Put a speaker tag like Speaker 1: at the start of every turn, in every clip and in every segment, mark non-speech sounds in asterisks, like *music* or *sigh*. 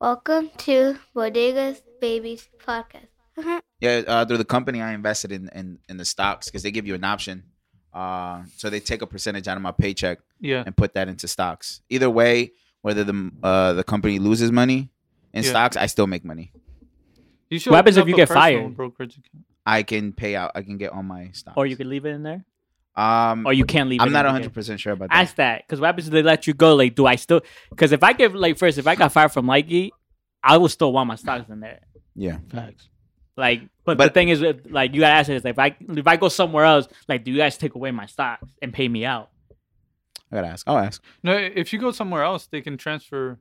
Speaker 1: Welcome to Bodegas Babies podcast.
Speaker 2: Yeah, uh, through the company I invested in in, in the stocks because they give you an option. Uh, so they take a percentage out of my paycheck
Speaker 3: Yeah.
Speaker 2: and put that into stocks. Either way, whether the uh, the company loses money in
Speaker 3: Yeah.
Speaker 2: stocks, I still make money.
Speaker 3: You should
Speaker 4: What happens
Speaker 3: open
Speaker 4: if
Speaker 3: up
Speaker 4: you
Speaker 3: a
Speaker 4: get
Speaker 3: personal
Speaker 4: fired?
Speaker 3: Brokerage account.
Speaker 2: I can pay out. I can get on my stocks.
Speaker 4: Or you could leave it in there.
Speaker 2: Um,
Speaker 4: Or you can't leave.
Speaker 2: I'm
Speaker 4: it
Speaker 2: not
Speaker 4: in there.
Speaker 2: 100 percent sure about that.
Speaker 4: Ask that because what happens if they let you go? Like, do I still? Because if I give like first, if I got fired from Nike, I would still want my stocks in there.
Speaker 2: yeah,
Speaker 3: Facts.
Speaker 4: Like, but, the
Speaker 2: But-
Speaker 4: thing is, if- like, you gotta ask is like, if I if I go somewhere else, like, do you guys take away my stocks and pay me out?
Speaker 2: I gotta ask. I'll ask.
Speaker 3: No, if you go somewhere else, they can transfer,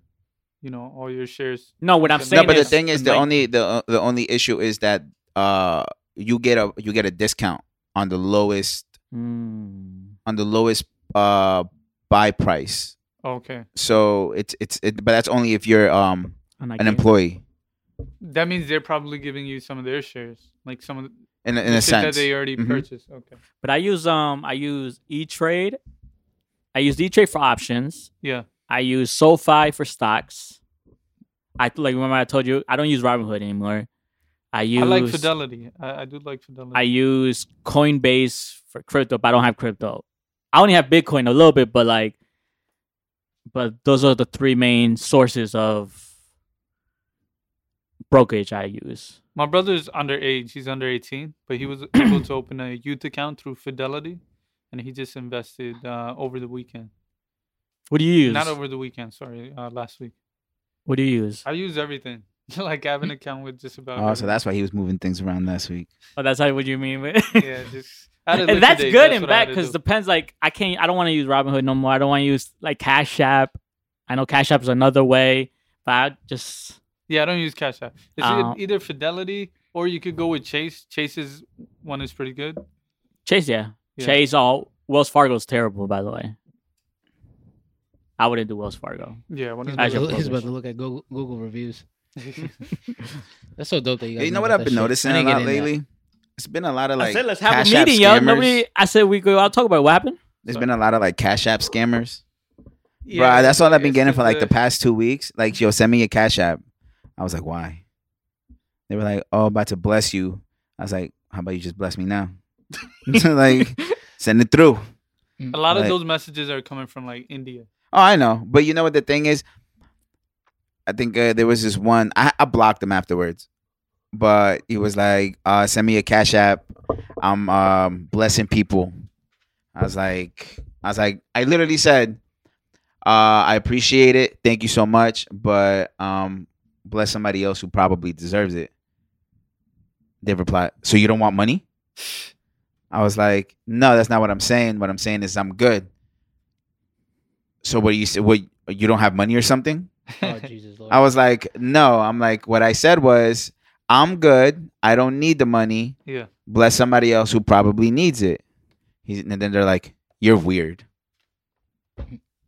Speaker 3: you know, all your shares.
Speaker 4: No, what I'm
Speaker 3: No,
Speaker 4: saying.
Speaker 2: no, but the
Speaker 4: is-
Speaker 2: thing is, the
Speaker 4: like-
Speaker 2: only the uh, the only issue is that uh, you get a you get a discount on the lowest
Speaker 4: Mm.
Speaker 2: on the lowest uh buy price.
Speaker 3: Oh, Okay.
Speaker 2: So it's it's it, but that's only if you're um
Speaker 4: I'm like,
Speaker 2: an employee
Speaker 3: That means they're probably giving you some of their shares, like some of the
Speaker 2: in a- in
Speaker 3: the
Speaker 2: a
Speaker 3: shit that
Speaker 2: sense.
Speaker 4: uh,
Speaker 3: they already
Speaker 2: Mhm.
Speaker 3: purchased. Okay.
Speaker 4: But I use um, I use E Trade. I use E Trade for options.
Speaker 3: Yeah.
Speaker 4: I use SoFi for stocks. I like remember I told you I don't use Robinhood anymore. I use
Speaker 3: I like Fidelity. I, I do like Fidelity.
Speaker 4: I use Coinbase for crypto, but I don't have crypto. I only have Bitcoin a little bit, but like, but those are the three main sources of brokerage I use.
Speaker 3: My brother's underage. He's under 18, but he was *coughs* able to open a youth account through Fidelity, and he just invested uh, over the weekend.
Speaker 4: What do you use?
Speaker 3: Not over the weekend, sorry, uh, last week.
Speaker 4: what do you use?
Speaker 3: I use everything. *laughs* like I have an account with just
Speaker 2: Oh,
Speaker 3: about.
Speaker 2: so
Speaker 3: everything.
Speaker 2: that's why he was moving things around last week.
Speaker 4: Oh, that's how what you mean. by- *laughs*
Speaker 3: yeah, just. I had to
Speaker 4: And that's
Speaker 3: liquidate,
Speaker 4: good and
Speaker 3: what I had
Speaker 4: bad
Speaker 3: to
Speaker 4: because
Speaker 3: do.
Speaker 4: depends. Like I can't. I don't want to use Robinhood no more. I don't want to use like Cash App. I know Cash App is another way, but I just
Speaker 3: yeah, I don't use Cash App. It's e-
Speaker 4: Oh.
Speaker 3: either Fidelity or you could go with Chase. Chase's one is pretty good.
Speaker 4: Chase. Yeah,
Speaker 3: Yeah.
Speaker 4: Chase. All Wells Fargo's terrible, by the way. I wouldn't do Wells Fargo.
Speaker 3: Yeah, one
Speaker 5: He's
Speaker 3: is
Speaker 5: about,
Speaker 4: As
Speaker 5: to,
Speaker 4: your
Speaker 5: look- he's about
Speaker 4: brokerage.
Speaker 5: to look at Google, Google reviews.
Speaker 3: *laughs*
Speaker 5: That's so dope that you
Speaker 2: You,
Speaker 5: guys.
Speaker 2: know
Speaker 5: know
Speaker 2: what
Speaker 5: about
Speaker 2: I've
Speaker 5: that
Speaker 2: been
Speaker 5: shit.
Speaker 2: noticing
Speaker 5: I
Speaker 2: a
Speaker 5: didn't get
Speaker 2: lot
Speaker 5: in that.
Speaker 2: lately? It's been a lot of like
Speaker 4: I said let's have
Speaker 2: Cash
Speaker 4: a
Speaker 2: App
Speaker 4: meeting, yo.
Speaker 2: scammers.
Speaker 4: Nobody. I said we go. I'll talk about it. what happened.
Speaker 2: There's been a lot of like Cash App scammers. Bruh, that's all I've been getting for like the past two weeks. Like, yo, send me your Cash App. I was like, why? They were like, oh, about to bless you. I was like, how about you just bless me now? *laughs* like, send it through.
Speaker 3: A lot of
Speaker 2: like-
Speaker 3: those messages are coming from like India.
Speaker 2: Oh, I know. But you know what the thing is? I think uh, there was this one. I, I blocked him afterwards, but he was like, uh, "Send me a cash app. I'm um, blessing people." I was like, I was like, I literally said, uh, "I appreciate it. Thank you so much, but um, bless somebody else who probably deserves it." They replied, "So you don't want money?" I was like, "No, that's not what I'm saying. What I'm saying is I'm good." So what do you say? What you don't have money or something?
Speaker 5: Oh Jesus Lord!
Speaker 2: *laughs* I was like, no. I'm like, what I said was, I'm good. I don't need the money.
Speaker 3: Yeah.
Speaker 2: Bless somebody else who probably needs it. He's, and then they're like, you're weird.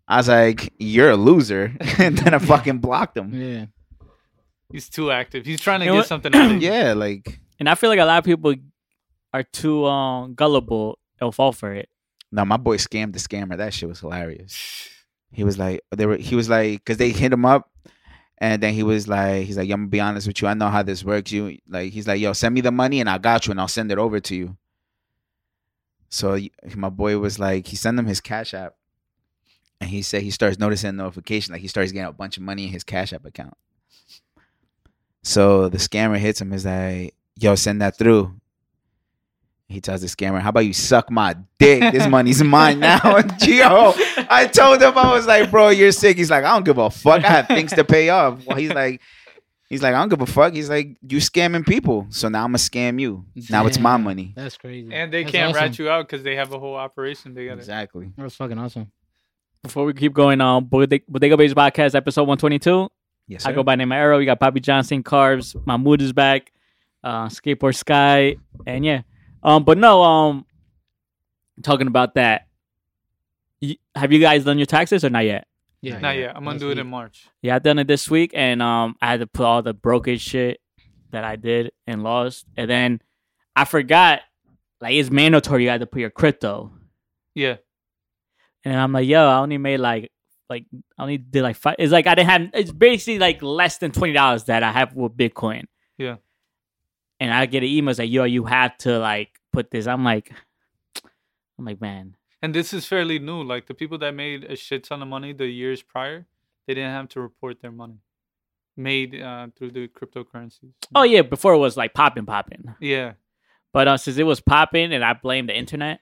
Speaker 2: I was like, you're a loser. *laughs* and then I fucking blocked him.
Speaker 5: yeah.
Speaker 3: He's too active. He's trying to
Speaker 4: You know
Speaker 3: get
Speaker 4: what?
Speaker 3: something out of
Speaker 2: *clears throat*
Speaker 3: it.
Speaker 2: Yeah, like,
Speaker 4: And I feel like a lot of people are too um, gullible. They'll fall for it.
Speaker 2: no, my boy scammed the scammer. That shit was hilarious. He was like, they were. He was like, because they hit him up, and then he was like, he's like, I'm gonna be honest with you. I know how this works. You like, he's like, yo, send me the money and I got you, and I'll send it over to you. So y- my boy was like, he sent him his cash app, and he said he starts noticing a notification, like he starts getting a bunch of money in his cash app account. So the scammer hits him. Is like, yo, send that through. He tells the scammer, "How about you suck my dick? This money's mine now." *laughs* Yo, I told him I was like, "Bro, you're sick." He's like, "I don't give a fuck. I have things to pay off." Well, he's like, "He's like, I don't give a fuck." He's like, "You scamming people, so now I'm gonna scam you. Now it's my
Speaker 5: Damn.
Speaker 2: money."
Speaker 5: That's crazy.
Speaker 3: And they
Speaker 5: That's
Speaker 3: can't
Speaker 5: awesome.
Speaker 3: rat you out because they have a whole operation. They got to
Speaker 2: Exactly.
Speaker 5: That's fucking awesome.
Speaker 4: Before we keep going on, Bodega Bodega Babes Podcast, episode 122.
Speaker 2: Yes,
Speaker 4: I go by the name of Arrow. We got Bobby Johnson, Carbs, Mahmood is back, uh, Skateboard Sky, and yeah. Um, but no, um, talking about that, y- have you guys done your taxes or not yet?
Speaker 5: Yeah.
Speaker 3: Not yet. I'm going to do it in
Speaker 5: *laughs* Honestly,
Speaker 3: March.
Speaker 4: Yeah, I done it this week, and um, I had to put all the brokerage shit that I did and lost, and then I forgot. Like it's mandatory you had to put your crypto,
Speaker 3: Yeah.
Speaker 4: and I'm like, yo, I only made like like I only did like five. It's like I didn't have. It's basically like less than twenty dollars that I have with Bitcoin.
Speaker 3: Yeah.
Speaker 4: And I get an email it's like, "Yo, you have to like put this." I'm like, I'm like, man,
Speaker 3: And this is fairly new. Like the people that made a shit ton of money the years prior, they didn't have to report their money made uh, through the cryptocurrencies.
Speaker 4: oh yeah. Before it was like popping, popping.
Speaker 3: yeah.
Speaker 4: But uh, since it was popping, and I blame the internet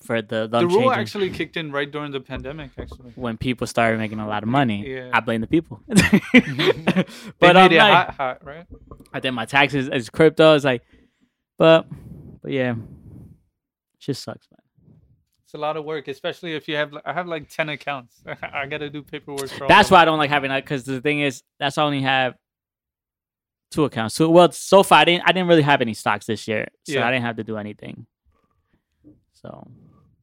Speaker 4: for the the,
Speaker 3: The rule
Speaker 4: changing-
Speaker 3: actually kicked in right during the pandemic. Actually,
Speaker 4: when people started making a lot of money.
Speaker 3: Yeah.
Speaker 4: I blame
Speaker 3: *laughs*
Speaker 4: the people. *laughs*
Speaker 3: they
Speaker 4: but I'm
Speaker 3: made it
Speaker 4: like,
Speaker 3: hot, hot, right?
Speaker 4: I did my taxes as crypto. It's like, but, but yeah, shit sucks, man.
Speaker 3: It's a lot of work, especially if you have. I have like ten accounts. *laughs* I gotta do paperwork. For all
Speaker 4: That's
Speaker 3: of them.
Speaker 4: why I don't like having that because the thing is, that's why I only have two accounts. So well, so far I didn't I didn't really have any stocks this year, so
Speaker 3: Yeah.
Speaker 4: I didn't have to do anything. So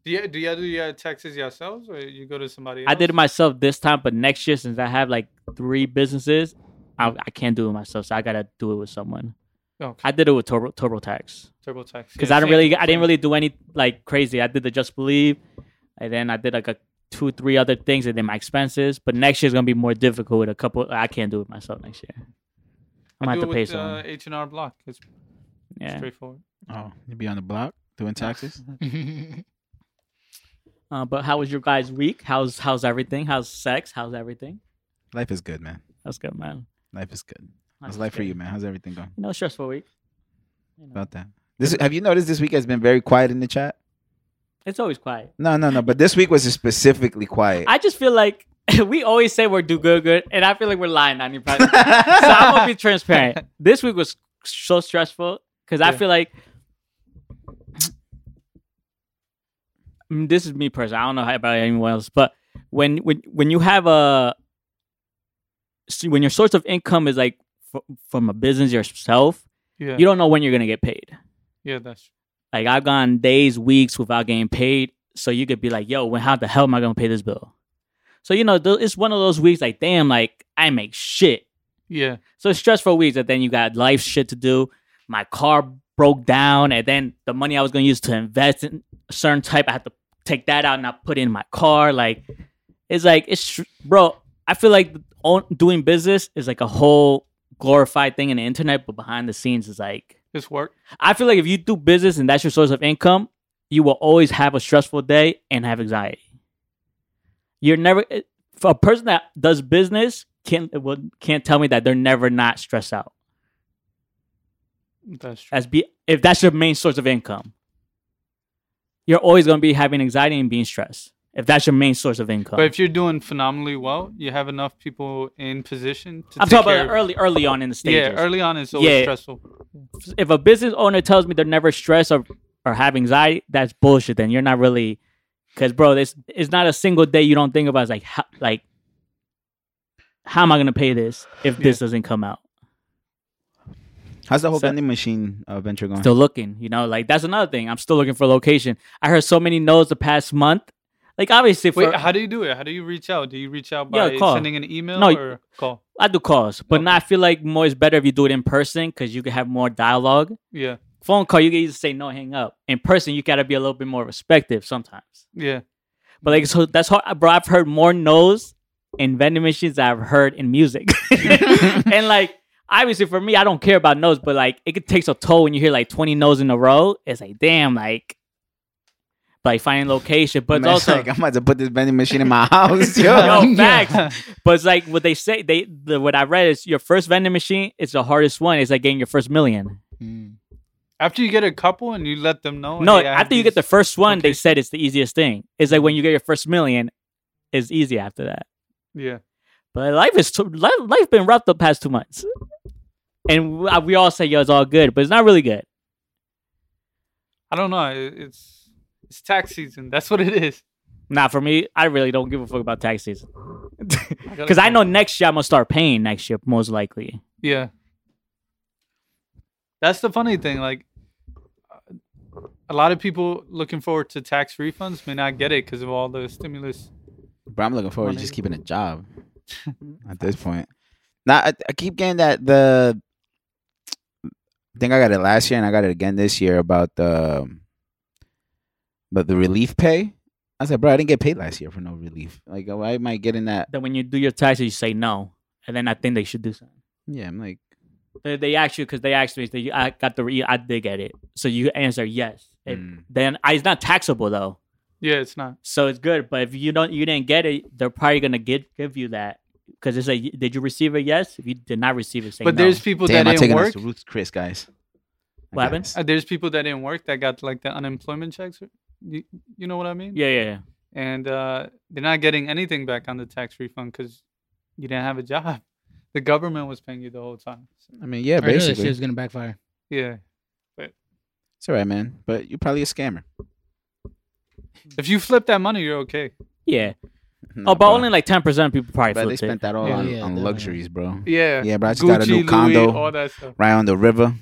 Speaker 3: Do you do you do your taxes yourselves, or you go to somebody? Else?
Speaker 4: I did it myself this time, but next year since I have like three businesses, I, I can't do it myself, so I gotta do it with someone.
Speaker 3: Okay.
Speaker 4: I did it with Turbo TurboTax.
Speaker 3: TurboTax
Speaker 4: because
Speaker 3: Oh, Yeah,
Speaker 4: I didn't
Speaker 3: same,
Speaker 4: really, I
Speaker 3: same.
Speaker 4: didn't really do any like crazy. I did the Just Believe, and then I did like a two, three other things, and then my expenses. But next year's gonna be more difficult with a couple. I can't do it myself next year. I'm
Speaker 3: I
Speaker 4: gonna
Speaker 3: do
Speaker 4: have to
Speaker 3: it
Speaker 4: pay
Speaker 3: with,
Speaker 4: someone.
Speaker 3: uh, H and R Block. It's
Speaker 4: yeah.
Speaker 3: straightforward.
Speaker 2: Oh, you be on the block doing taxes.
Speaker 4: Uh, but how was your guys' week? How's how's everything? How's sex? How's everything?
Speaker 2: life is good, man.
Speaker 4: That's good, man.
Speaker 2: Life is good.
Speaker 4: That's
Speaker 2: How's life for
Speaker 4: good.
Speaker 2: you, man? How's everything going?
Speaker 4: You know, stressful week. You know,
Speaker 2: About that. This have you noticed this week has been very quiet in the chat?
Speaker 4: it's always quiet.
Speaker 2: No, no, no. But this week was specifically quiet.
Speaker 4: I just feel like *laughs* we always say we're do good, good, and I feel like we're lying on you.
Speaker 2: *laughs*
Speaker 4: Probably. so
Speaker 3: *laughs*
Speaker 4: I'm gonna be transparent. This week was so stressful because I
Speaker 3: Yeah.
Speaker 4: feel like I mean, mm, this is me personally. I don't know how about anyone else, but when when when you have a see when your source of income is like f- from a business yourself,
Speaker 3: Yeah,
Speaker 4: you don't know when you're gonna get paid.
Speaker 3: yeah, that's
Speaker 4: Like I've gone days, weeks without getting paid. So you could be like, "Yo, when how the hell am I gonna pay this bill?" So you know, th- it's one of those weeks. Like, damn, like I make shit.
Speaker 3: yeah,
Speaker 4: So it's stressful weeks, and then you got life shit to do. My car broke down, and then the money I was gonna use to invest in a certain type, I have to take that out and I put it in my car. Like, it's like it's str- bro. I feel like own, doing business is like a whole glorified thing in the internet, but behind the scenes is like
Speaker 3: it's work.
Speaker 4: I feel like if you do business and that's your source of income, you will always have a stressful day and have anxiety. You're never it- for a person that does business can't will- can't tell me that they're never not stressed out.
Speaker 3: That's true.
Speaker 4: As be if that's your main source of income, you're always going to be having anxiety and being stressed. If that's your main source of income,
Speaker 3: But if you're doing phenomenally well, you have enough people in position to.
Speaker 4: I'm
Speaker 3: take
Speaker 4: talking
Speaker 3: care
Speaker 4: about
Speaker 3: of-
Speaker 4: early early on in the stages.
Speaker 3: Yeah, early on it's always
Speaker 4: Yeah.
Speaker 3: stressful.
Speaker 4: if a business owner tells me they're never stressed or, or have anxiety, that's bullshit. Then you're not really, because bro, this it's not a single day you don't think about. It's like how, like how am I gonna pay this if this doesn't come out?
Speaker 2: How's the whole
Speaker 4: So-
Speaker 2: vending machine uh, venture going?
Speaker 4: Still looking, you know, like that's another thing. I'm still looking for a location. I heard so many no's the past month. Like obviously, for,
Speaker 3: Wait, how do you do it? How do you reach out? Do you reach out
Speaker 4: Yeah,
Speaker 3: by
Speaker 4: call.
Speaker 3: sending an email
Speaker 4: No, y-
Speaker 3: or call?
Speaker 4: I do calls, but
Speaker 3: Oh.
Speaker 4: now I feel like more is better if you do it in person because you can have more dialogue.
Speaker 3: Yeah,
Speaker 4: Phone call, you can either say no, hang up. In person, you gotta be a little bit more respective sometimes.
Speaker 3: yeah,
Speaker 4: But like, so that's hard, bro. I've heard more no's in vending machines than I've heard in music. *laughs* and like, obviously for me, I don't care about no's, but like, it could takes a toll when you hear like 20 no's in a row. It's like, damn, like, like finding location, but it's
Speaker 2: Man, it's
Speaker 4: also.
Speaker 2: *laughs* like, I'm about to put this vending machine in my *laughs*
Speaker 4: *laughs*
Speaker 2: house.
Speaker 4: Yo,
Speaker 2: Yo.
Speaker 4: facts. But it's like what they say. They the, what I read is your first vending machine is the hardest one. It's like getting your first million.
Speaker 5: Mm.
Speaker 3: After you get a couple and you let them know.
Speaker 4: no,
Speaker 3: "Hey, I have
Speaker 4: after you get the
Speaker 3: these-"
Speaker 4: first one,
Speaker 3: Oh,
Speaker 4: they
Speaker 3: Okay.
Speaker 4: said it's the easiest thing. It's like when you get your first million, it's easy after that.
Speaker 3: yeah,
Speaker 4: But life is too, life, life been rough the past two months, and we, we all say yo, it's all good, but it's not really good.
Speaker 3: I don't know. It, it's it's tax season. That's what it is. *laughs*
Speaker 4: Nah, for me, I really don't give a fuck about tax season *laughs*
Speaker 3: gotta
Speaker 4: because I
Speaker 3: go.
Speaker 4: know next year I'm gonna start paying next year most likely.
Speaker 3: Yeah, that's the funny thing. Like, uh, a lot of people looking forward to tax refunds may not get it because of all the stimulus.
Speaker 2: Bro, I'm looking forward to
Speaker 3: Money.
Speaker 2: just
Speaker 5: *laughs*
Speaker 2: keeping a job at this point. Now, I, I keep getting that the. I think I got it last year and I got it again this year about the. But the relief pay, I said, bro, I didn't get paid last year for no relief. Like, why am I getting that?
Speaker 4: Then when you do your taxes, you say no, and then I think they should do something.
Speaker 2: Yeah, I'm like,
Speaker 4: They, they ask you because they asked me. They, I got the re- I did get it, so you answer yes. It-
Speaker 2: mm,
Speaker 4: Then I, it's not taxable though,
Speaker 3: Yeah, it's not.
Speaker 4: so it's good. But if you don't, you didn't get it, they're probably gonna give give you that because it's like, did you receive a yes? If you did not receive it, say
Speaker 3: But
Speaker 4: no.
Speaker 3: there's people
Speaker 2: damn,
Speaker 3: that
Speaker 2: I'm
Speaker 3: didn't
Speaker 2: taking
Speaker 3: work.
Speaker 2: us to Ruth's Chris, guys.
Speaker 4: What happened?
Speaker 2: Guys.
Speaker 3: Uh, There's people that didn't work that got like the unemployment checks. or- You, you know what I mean?
Speaker 4: yeah, yeah, yeah.
Speaker 3: And uh, they're not getting anything back on the tax refund because you didn't have a job. *laughs* The government was paying you the whole time. So,
Speaker 2: I mean, yeah,
Speaker 5: I knew that
Speaker 2: basically.
Speaker 5: shit was gonna backfire.
Speaker 3: yeah.
Speaker 2: It's all right, man. But you're probably a scammer. *laughs*
Speaker 4: Hmm.
Speaker 3: If you flip that money, you're okay.
Speaker 4: Yeah.
Speaker 2: No,
Speaker 4: Oh, but
Speaker 2: bro.
Speaker 4: only like ten percent of people probably
Speaker 2: Bro, they
Speaker 4: flipped it.
Speaker 2: spent that all
Speaker 5: Yeah,
Speaker 2: on,
Speaker 5: yeah,
Speaker 2: on
Speaker 5: definitely.
Speaker 2: luxuries, bro.
Speaker 3: eh? Yeah.
Speaker 2: Yeah, bro, I just got a new condo.
Speaker 3: all that stuff.
Speaker 2: right on the river.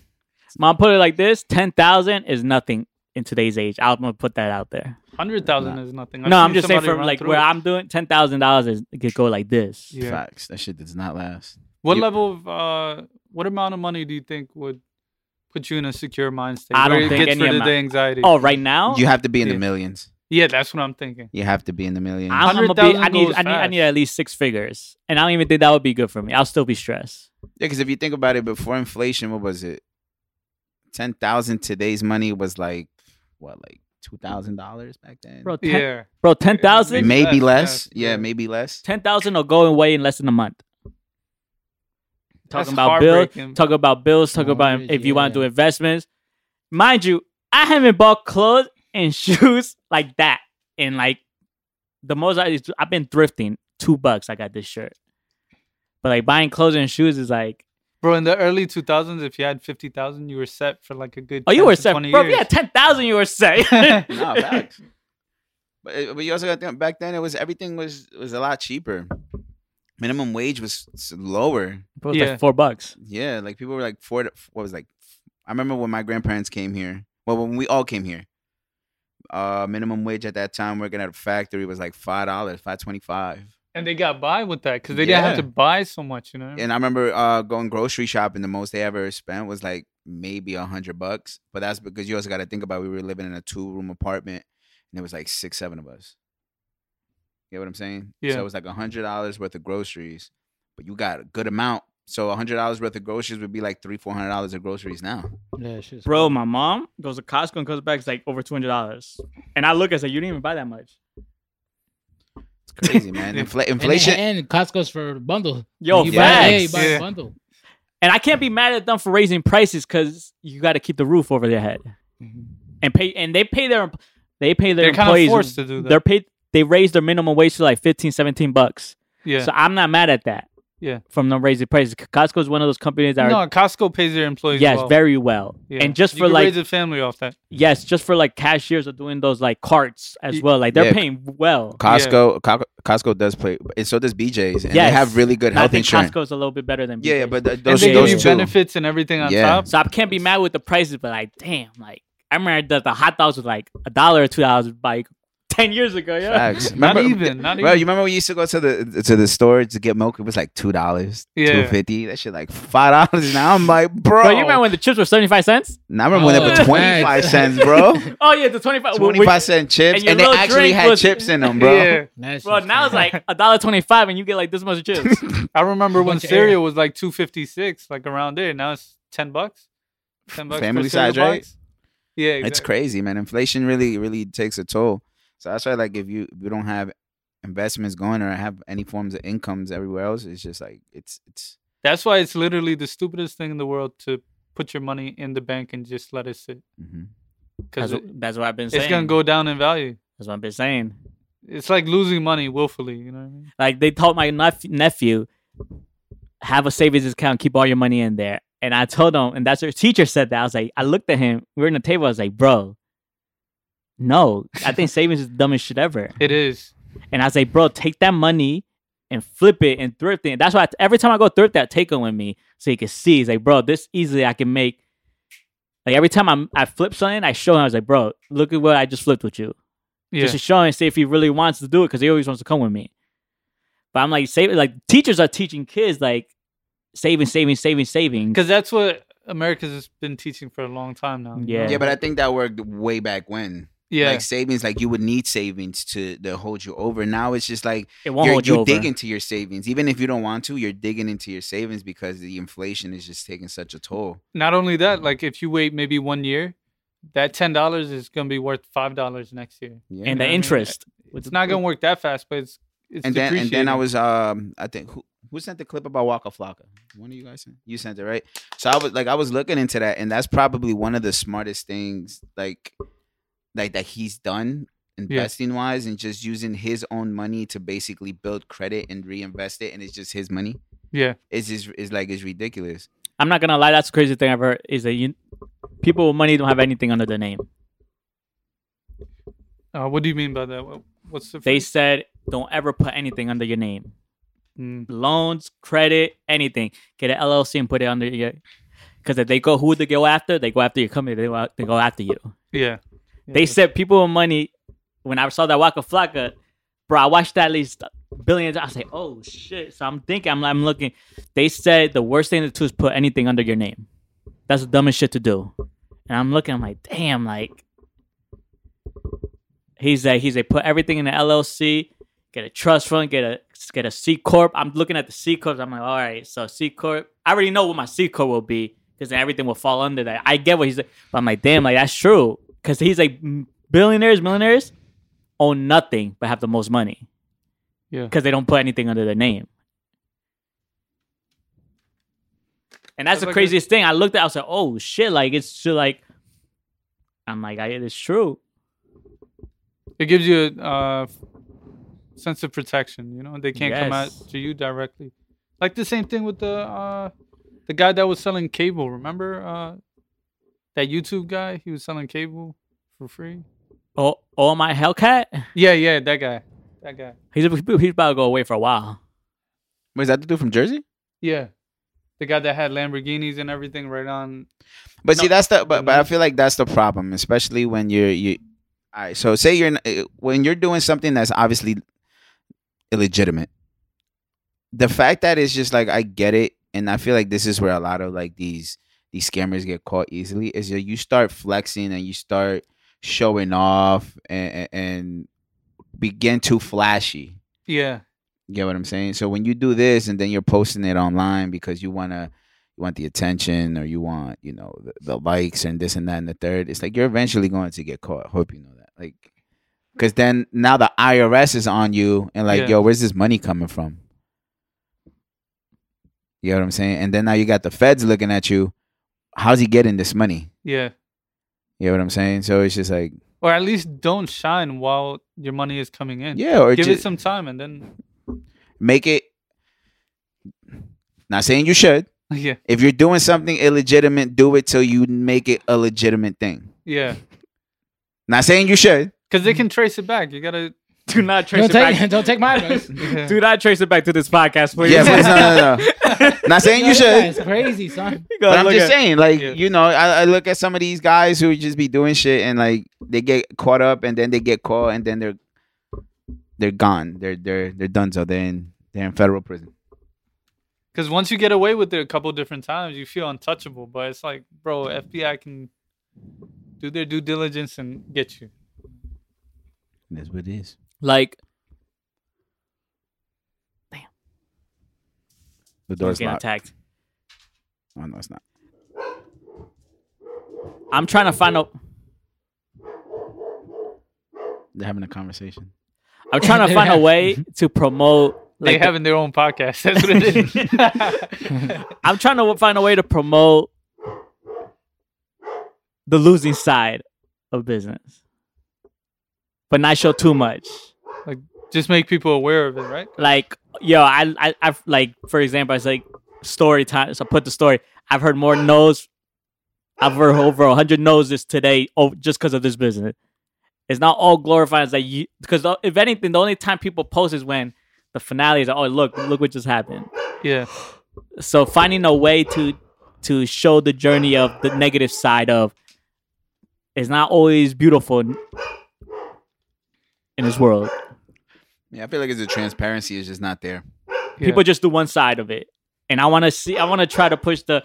Speaker 4: Mom put it like this: ten thousand is nothing in today's age. I'm gonna put that out there.
Speaker 3: Hundred thousand is nothing. I've
Speaker 4: no, I'm
Speaker 3: seen
Speaker 4: just saying
Speaker 3: somebody
Speaker 4: from
Speaker 3: run
Speaker 4: like
Speaker 3: through
Speaker 4: where
Speaker 3: it.
Speaker 4: I'm doing ten thousand dollars is it could go like this.
Speaker 3: Yeah.
Speaker 2: Facts. That shit does not last.
Speaker 3: What
Speaker 2: You-
Speaker 3: level of uh, what amount of money do you think would put you in a secure mind state?
Speaker 4: I don't
Speaker 3: where it
Speaker 4: think
Speaker 3: gets
Speaker 4: any
Speaker 3: rid of
Speaker 4: amount-
Speaker 3: the anxiety.
Speaker 4: Oh, right now
Speaker 2: You have to be in the
Speaker 3: Yeah.
Speaker 2: millions.
Speaker 3: yeah, that's what I'm thinking.
Speaker 2: You have to be in the millions.
Speaker 4: I'm, I'm gonna be,
Speaker 3: 100,000
Speaker 4: I need
Speaker 3: goes
Speaker 4: I need I need
Speaker 3: fast.
Speaker 4: at least six figures, and I don't even think that would be good for me. I'll still be stressed.
Speaker 2: Yeah, because if you think about it, before inflation, what was it? Ten thousand today's money was like what, like two thousand dollars back then?
Speaker 4: Bro, ten,
Speaker 3: Yeah,
Speaker 4: bro, ten thousand,
Speaker 3: Maybe
Speaker 2: maybe
Speaker 3: less,
Speaker 2: less.
Speaker 3: less,
Speaker 2: Yeah,
Speaker 3: yeah.
Speaker 2: maybe
Speaker 4: *laughs*
Speaker 2: less.
Speaker 4: ten thousand will go away in less than a month.
Speaker 3: That's
Speaker 4: Talking about bills,
Speaker 3: heartbreaking.
Speaker 4: talk about bills, talk about
Speaker 5: Mortgage,
Speaker 4: if you want to
Speaker 5: yeah.
Speaker 4: do investments. Mind you, I haven't bought clothes and *laughs* shoes like that. And like the most I I've been thrifting two bucks. I got this shirt, but like buying clothes and shoes is like
Speaker 3: bro. In the early 2000s, if you had fifty thousand, you were set for like a good.
Speaker 4: oh you
Speaker 3: 10
Speaker 4: were
Speaker 3: to
Speaker 4: set,
Speaker 3: 20
Speaker 4: bro. If you
Speaker 3: years.
Speaker 4: had ten thousand, you were *laughs* set.
Speaker 2: no, facts. But, it- but you also got to think back then it was everything was was a lot cheaper. Minimum wage was s- lower.
Speaker 4: Bro, it's like
Speaker 3: Yeah.
Speaker 4: four bucks.
Speaker 2: Yeah, like people were like four. To, what was like? I remember when my grandparents came here. Well, when we all came here, uh, minimum wage at that time working at a factory was like five dollars, five twenty five.
Speaker 3: and they got by with that because they didn't have
Speaker 2: Yeah.
Speaker 3: to buy so much, you know.
Speaker 2: And I remember uh, going grocery shopping. The most they ever spent was like maybe a hundred bucks. But that's because you also got to think about we were living in a two room apartment, and it was like six, seven of us. You know what I'm saying? So
Speaker 3: Yeah.
Speaker 2: it was like a hundred dollars worth of groceries, but you got a good amount. So a hundred dollars worth of groceries would be like three, four hundred dollars of groceries now.
Speaker 5: Yeah, shit's
Speaker 4: Bro, my mom goes to Costco and comes back it's like over two hundred dollars, and I look and say you didn't even buy that much.
Speaker 2: It's crazy,
Speaker 4: *laughs*
Speaker 2: man. Infl-
Speaker 5: And-
Speaker 2: inflation.
Speaker 5: and, Costco's for bundle.
Speaker 4: Yo,
Speaker 5: you buy, yeah, you
Speaker 4: facts.
Speaker 5: buy
Speaker 3: Yeah.
Speaker 5: a bundle.
Speaker 4: And I can't be mad at them for raising prices because you got to keep the roof over their head
Speaker 5: Mm-hmm.
Speaker 4: and pay. And they pay their they pay their
Speaker 3: They're kind of
Speaker 4: employees.
Speaker 3: forced to do that.
Speaker 4: They're paid. They raise their minimum wage to like 15, 17 bucks.
Speaker 3: yeah,
Speaker 4: So I'm not mad at that.
Speaker 3: Yeah.
Speaker 4: From them raising prices, Costco is one of those companies that are
Speaker 3: no, Costco pays their employees.
Speaker 4: yes
Speaker 3: well.
Speaker 4: very well.
Speaker 3: Yeah.
Speaker 4: And just
Speaker 3: You
Speaker 4: for
Speaker 3: can
Speaker 4: like
Speaker 3: raise a family off that.
Speaker 4: yes, just for like cashiers are doing those like carts as
Speaker 3: Y-
Speaker 4: well. Like they're
Speaker 2: Yeah.
Speaker 4: paying well.
Speaker 2: Costco, Co- Costco does play, and so does BJ's, and
Speaker 4: Yes.
Speaker 2: they have really good
Speaker 4: I
Speaker 2: health
Speaker 4: think
Speaker 2: insurance.
Speaker 4: Costco's a little bit better than
Speaker 2: yeah, yeah,
Speaker 4: BJ's.
Speaker 2: but th-
Speaker 3: And
Speaker 2: those
Speaker 3: they give you
Speaker 2: those two,
Speaker 3: benefits and everything on
Speaker 2: Yeah.
Speaker 3: top.
Speaker 4: So I can't be mad with the prices, but like, damn, like I remember the, the hot dogs was like a dollar or two dollars like ten years ago. Yeah,
Speaker 2: Facts.
Speaker 3: Not
Speaker 2: Remember-
Speaker 3: even, not
Speaker 2: Bro,
Speaker 3: even.
Speaker 2: you remember when you used to go to the to the store to get milk? It was like two dollars,
Speaker 3: Yeah.
Speaker 2: two fifty. That shit like five dollars now. I'm like, bro.
Speaker 4: bro, you remember when the chips were seventy five cents?
Speaker 2: Nah, I remember when they
Speaker 4: Oh,
Speaker 2: were
Speaker 4: facts.
Speaker 2: twenty five cents,
Speaker 4: *laughs*
Speaker 2: bro.
Speaker 4: Oh yeah, the twenty five.
Speaker 2: Twenty five cent chips, and,
Speaker 4: and your
Speaker 2: they
Speaker 4: little
Speaker 2: actually
Speaker 4: drink
Speaker 2: had
Speaker 4: was-
Speaker 2: chips in
Speaker 4: *laughs*
Speaker 2: them, bro.
Speaker 3: Yeah.
Speaker 5: That's
Speaker 4: Bro,
Speaker 5: just
Speaker 4: now it's
Speaker 5: crazy.
Speaker 4: like a dollar twenty five, and you get like this much
Speaker 3: *laughs*
Speaker 4: chips.
Speaker 3: I remember when
Speaker 5: Bunch of air.
Speaker 3: cereal was like two fifty six, like around there. Now it's ten bucks. Ten bucks.
Speaker 2: Family
Speaker 3: for cereal
Speaker 2: size, right?
Speaker 3: box. Yeah,
Speaker 2: It's
Speaker 3: exactly.
Speaker 2: crazy, man. Inflation really, really takes a toll. So that's why, like, if you if you don't have investments going or have any forms of incomes everywhere else, it's just like it's it's
Speaker 3: That's why it's literally the stupidest thing in the world to put your money in the bank and just let it sit
Speaker 2: mhm.
Speaker 3: because
Speaker 4: That's,
Speaker 3: it,
Speaker 4: what- that's what I've been saying.
Speaker 3: it's gonna go down in value.
Speaker 4: That's what I've been saying.
Speaker 3: It's like losing money willfully. You know what I mean?
Speaker 4: Like they told my nephew, nephew have a savings account, keep all your money in there. And I told him, and that's her teacher said that. I was like, I looked at him. We were in the table. I was like, bro, no, I think *laughs* savings is the dumbest shit ever.
Speaker 3: It is.
Speaker 4: And I say, bro, take that money and flip it and thrift it. That's why I, every time I go thrift, that take it with me so you can see. It's like, bro, this easily I can make. Like every time I'm, I flip something, I show him. I was like, bro, look at what I just flipped with you.
Speaker 3: Yeah.
Speaker 4: Just to show him and see if he really wants to do it because he always wants to come with me. But I'm like, save like teachers are teaching kids like saving, saving, saving, saving.
Speaker 3: Because that's what America's been teaching for a long time now. you know?
Speaker 4: Yeah.
Speaker 2: yeah. But I think that worked way back when.
Speaker 3: yeah.
Speaker 2: like savings like you would need savings to to hold you over now it's just like
Speaker 4: It won't
Speaker 2: you're,
Speaker 4: hold you,
Speaker 2: you
Speaker 4: over.
Speaker 2: dig into your savings even if you don't want to you're digging into your savings because the inflation is just taking such a toll
Speaker 3: Not only that, like if you wait maybe one year, that ten dollars is gonna be worth five dollars next year.
Speaker 2: yeah
Speaker 4: and the
Speaker 3: I mean,
Speaker 4: interest.
Speaker 3: It's not gonna work that fast, but it's it's
Speaker 2: and then and then I
Speaker 3: depreciating.
Speaker 2: was um I think who who sent the clip about Waka Flocka? One of you guys sent. You sent it right. So I was like I was looking into that, and that's probably one of the smartest things like like that he's done investing wise, and just using his own money to basically build credit and reinvest it, and it's just his money.
Speaker 3: yeah
Speaker 2: It's just it's like it's ridiculous.
Speaker 4: I'm not gonna lie. That's the craziest thing I've heard is that you, people with money don't have anything under their name.
Speaker 3: Uh, what do you mean by that? What- What's the
Speaker 4: They
Speaker 3: phrase?
Speaker 4: said don't ever put anything under your name,
Speaker 3: Mm,
Speaker 4: loans, credit, anything. Get an LLC and put it under your. Because if they go, who would they go after? They go after your company. They go, out- they go after you.
Speaker 3: yeah. Yeah,
Speaker 4: They
Speaker 3: that's-
Speaker 4: said people with money. When I saw that Waka Flocka, bro, I watched that at least billions. I say, oh shit. So I'm thinking, I'm, I'm looking. They said the worst thing to do is put anything under your name. That's the dumbest shit to do. And I'm looking, I'm like, damn, like. He's like, he's like, put everything in the LLC, get a trust fund, get a get a C corp. I'm looking at the C corps. I'm like, all right, so C corp. I already know what my C corp will be because everything will fall under that. I get what he's like, but I'm like, damn, like that's true because he's like m- billionaires, millionaires own nothing but have the most money
Speaker 3: Yeah.
Speaker 4: because they don't put anything under their name. And that's
Speaker 3: That's
Speaker 4: the
Speaker 3: like a-
Speaker 4: craziest thing. I looked at, I was like, oh shit, like it's just like, I'm like, I, it's true.
Speaker 3: it gives you a uh, f- sense of protection. You know, they can't come out
Speaker 4: Yes.
Speaker 3: to you directly. Like the same thing with the uh, the guy that was selling cable. Remember uh, that YouTube guy? He was selling cable for free.
Speaker 4: Oh, oh my Hellcat,
Speaker 3: Yeah, yeah, that guy. That guy.
Speaker 4: he's he's about to go away for a while.
Speaker 2: Was that the dude from Jersey?
Speaker 3: Yeah, the guy that had Lamborghinis and everything right on.
Speaker 2: But see,
Speaker 3: No.
Speaker 2: that's the but, but I feel like that's the problem, especially when you're you. All right, so say you're n- uh, when you're doing something that's obviously illegitimate. The fact that it's just like I get it, and I feel like this is where a lot of like these these scammers get caught easily is that you start flexing and you start showing off and, and begin too flashy.
Speaker 3: Yeah,
Speaker 2: You get what I'm saying? So when you do this and then you're posting it online because you wanna you want the attention or you want, you know, the, the likes and this and that and the third, it's like you're eventually going to get caught. Hope you know that. Like because then now the IRS is on you and like,
Speaker 3: Yeah.
Speaker 2: yo, where's this money coming from? You know what I'm saying? And then now you got the feds looking at you. How's he getting this money?
Speaker 3: yeah.
Speaker 2: You know what I'm saying? So it's just like,
Speaker 3: Or at least don't shine while your money is coming in.
Speaker 2: yeah, or
Speaker 3: Give
Speaker 2: just,
Speaker 3: it some time and then. *laughs*
Speaker 2: make it. Not saying you should,
Speaker 3: Yeah,
Speaker 2: If you're doing something illegitimate, do it till you make it a legitimate thing.
Speaker 3: yeah.
Speaker 2: Not saying you
Speaker 4: *laughs*
Speaker 2: should.
Speaker 3: Because they can trace it back. You gotta.
Speaker 4: Do not trace
Speaker 5: Don't
Speaker 4: it back.
Speaker 5: take, *laughs* don't take my advice.
Speaker 2: *laughs*
Speaker 3: Yeah.
Speaker 4: *laughs* Do not trace it back to this podcast, please.
Speaker 2: Yeah, please, no, no, no.
Speaker 4: *laughs*
Speaker 2: Not saying you should.
Speaker 5: It's crazy, son.
Speaker 4: You
Speaker 2: But
Speaker 4: gotta
Speaker 2: I'm
Speaker 4: look
Speaker 2: just
Speaker 4: at-
Speaker 2: saying, like,
Speaker 3: Yeah.
Speaker 2: you know, I, I look at some of these guys who just be doing shit and like they get caught up and then they get caught and then they're they're gone. They're they're they're done. So they're in they're in federal prison.
Speaker 3: Because once you get away with it a couple different times, you feel untouchable. But it's like, bro, FBI can do their due diligence and get you.
Speaker 2: That's what it is.
Speaker 4: like
Speaker 2: The
Speaker 4: I'm
Speaker 2: door's
Speaker 4: getting
Speaker 2: locked.
Speaker 4: attacked.
Speaker 2: Oh no, it's not.
Speaker 4: I'm trying to find out.
Speaker 2: They're having a conversation.
Speaker 4: I'm trying
Speaker 5: *laughs*
Speaker 4: to
Speaker 5: They
Speaker 4: find a
Speaker 5: have-
Speaker 4: way to promote.
Speaker 3: They
Speaker 4: Like,
Speaker 3: having their own podcast. *laughs* That's what it is. *laughs*
Speaker 4: I'm trying to find a way to promote the losing side of business, but not show too much.
Speaker 3: like, just make people aware of it, right?
Speaker 4: Like, yo, I, I, I've like, for example, I was like, story time. So put the story. I've heard more no's. I've heard over hundred no's this today, oh, just because of this business. It's not all glorifying. It's like you, because if anything, the only time people post is when the finale is. Oh, look, look what just happened.
Speaker 3: Yeah.
Speaker 4: so finding a way to to show the journey of the negative side of is not always beautiful in in this world
Speaker 2: Yeah, I feel like it's a transparency is just not there.
Speaker 3: yeah.
Speaker 4: people just do one side of it and i want to see i want to try to push the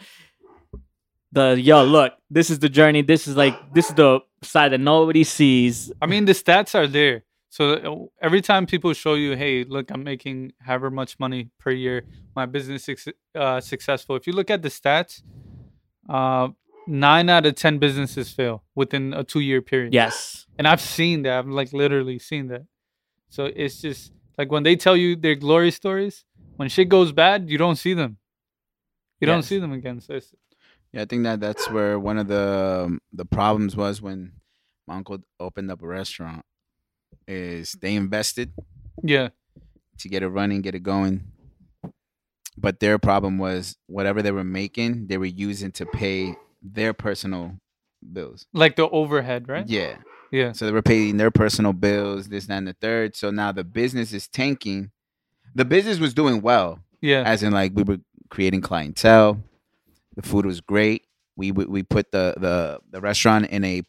Speaker 4: the yo look this is the journey this is like this is the side that nobody sees.
Speaker 3: I mean, the stats are there. So uh, every time people show you, hey, look, I'm making however much money per year, my business is uh, successful. If you look at the stats, uh, nine out of 10 businesses fail within a two year period.
Speaker 4: Yes.
Speaker 3: And I've seen that. I've like literally seen that. So it's just like when they tell you their glory stories, when shit goes bad, you don't see them. You don't
Speaker 4: Yes.
Speaker 3: see them again. So it's,
Speaker 2: Yeah, I think that that's where one of the um, the problems was when my uncle opened up a restaurant. Is they invested
Speaker 3: yeah.
Speaker 2: to get it running, get it going, but their problem was whatever they were making, they were using to pay their personal bills.
Speaker 3: Like the overhead, right?
Speaker 2: Yeah,
Speaker 3: Yeah.
Speaker 2: so they were paying their personal bills, this, that, and the third. So now the business is tanking. The business was doing well,
Speaker 3: Yeah.
Speaker 2: as in like we were creating clientele. The food was great. We we, we put the, the the restaurant in a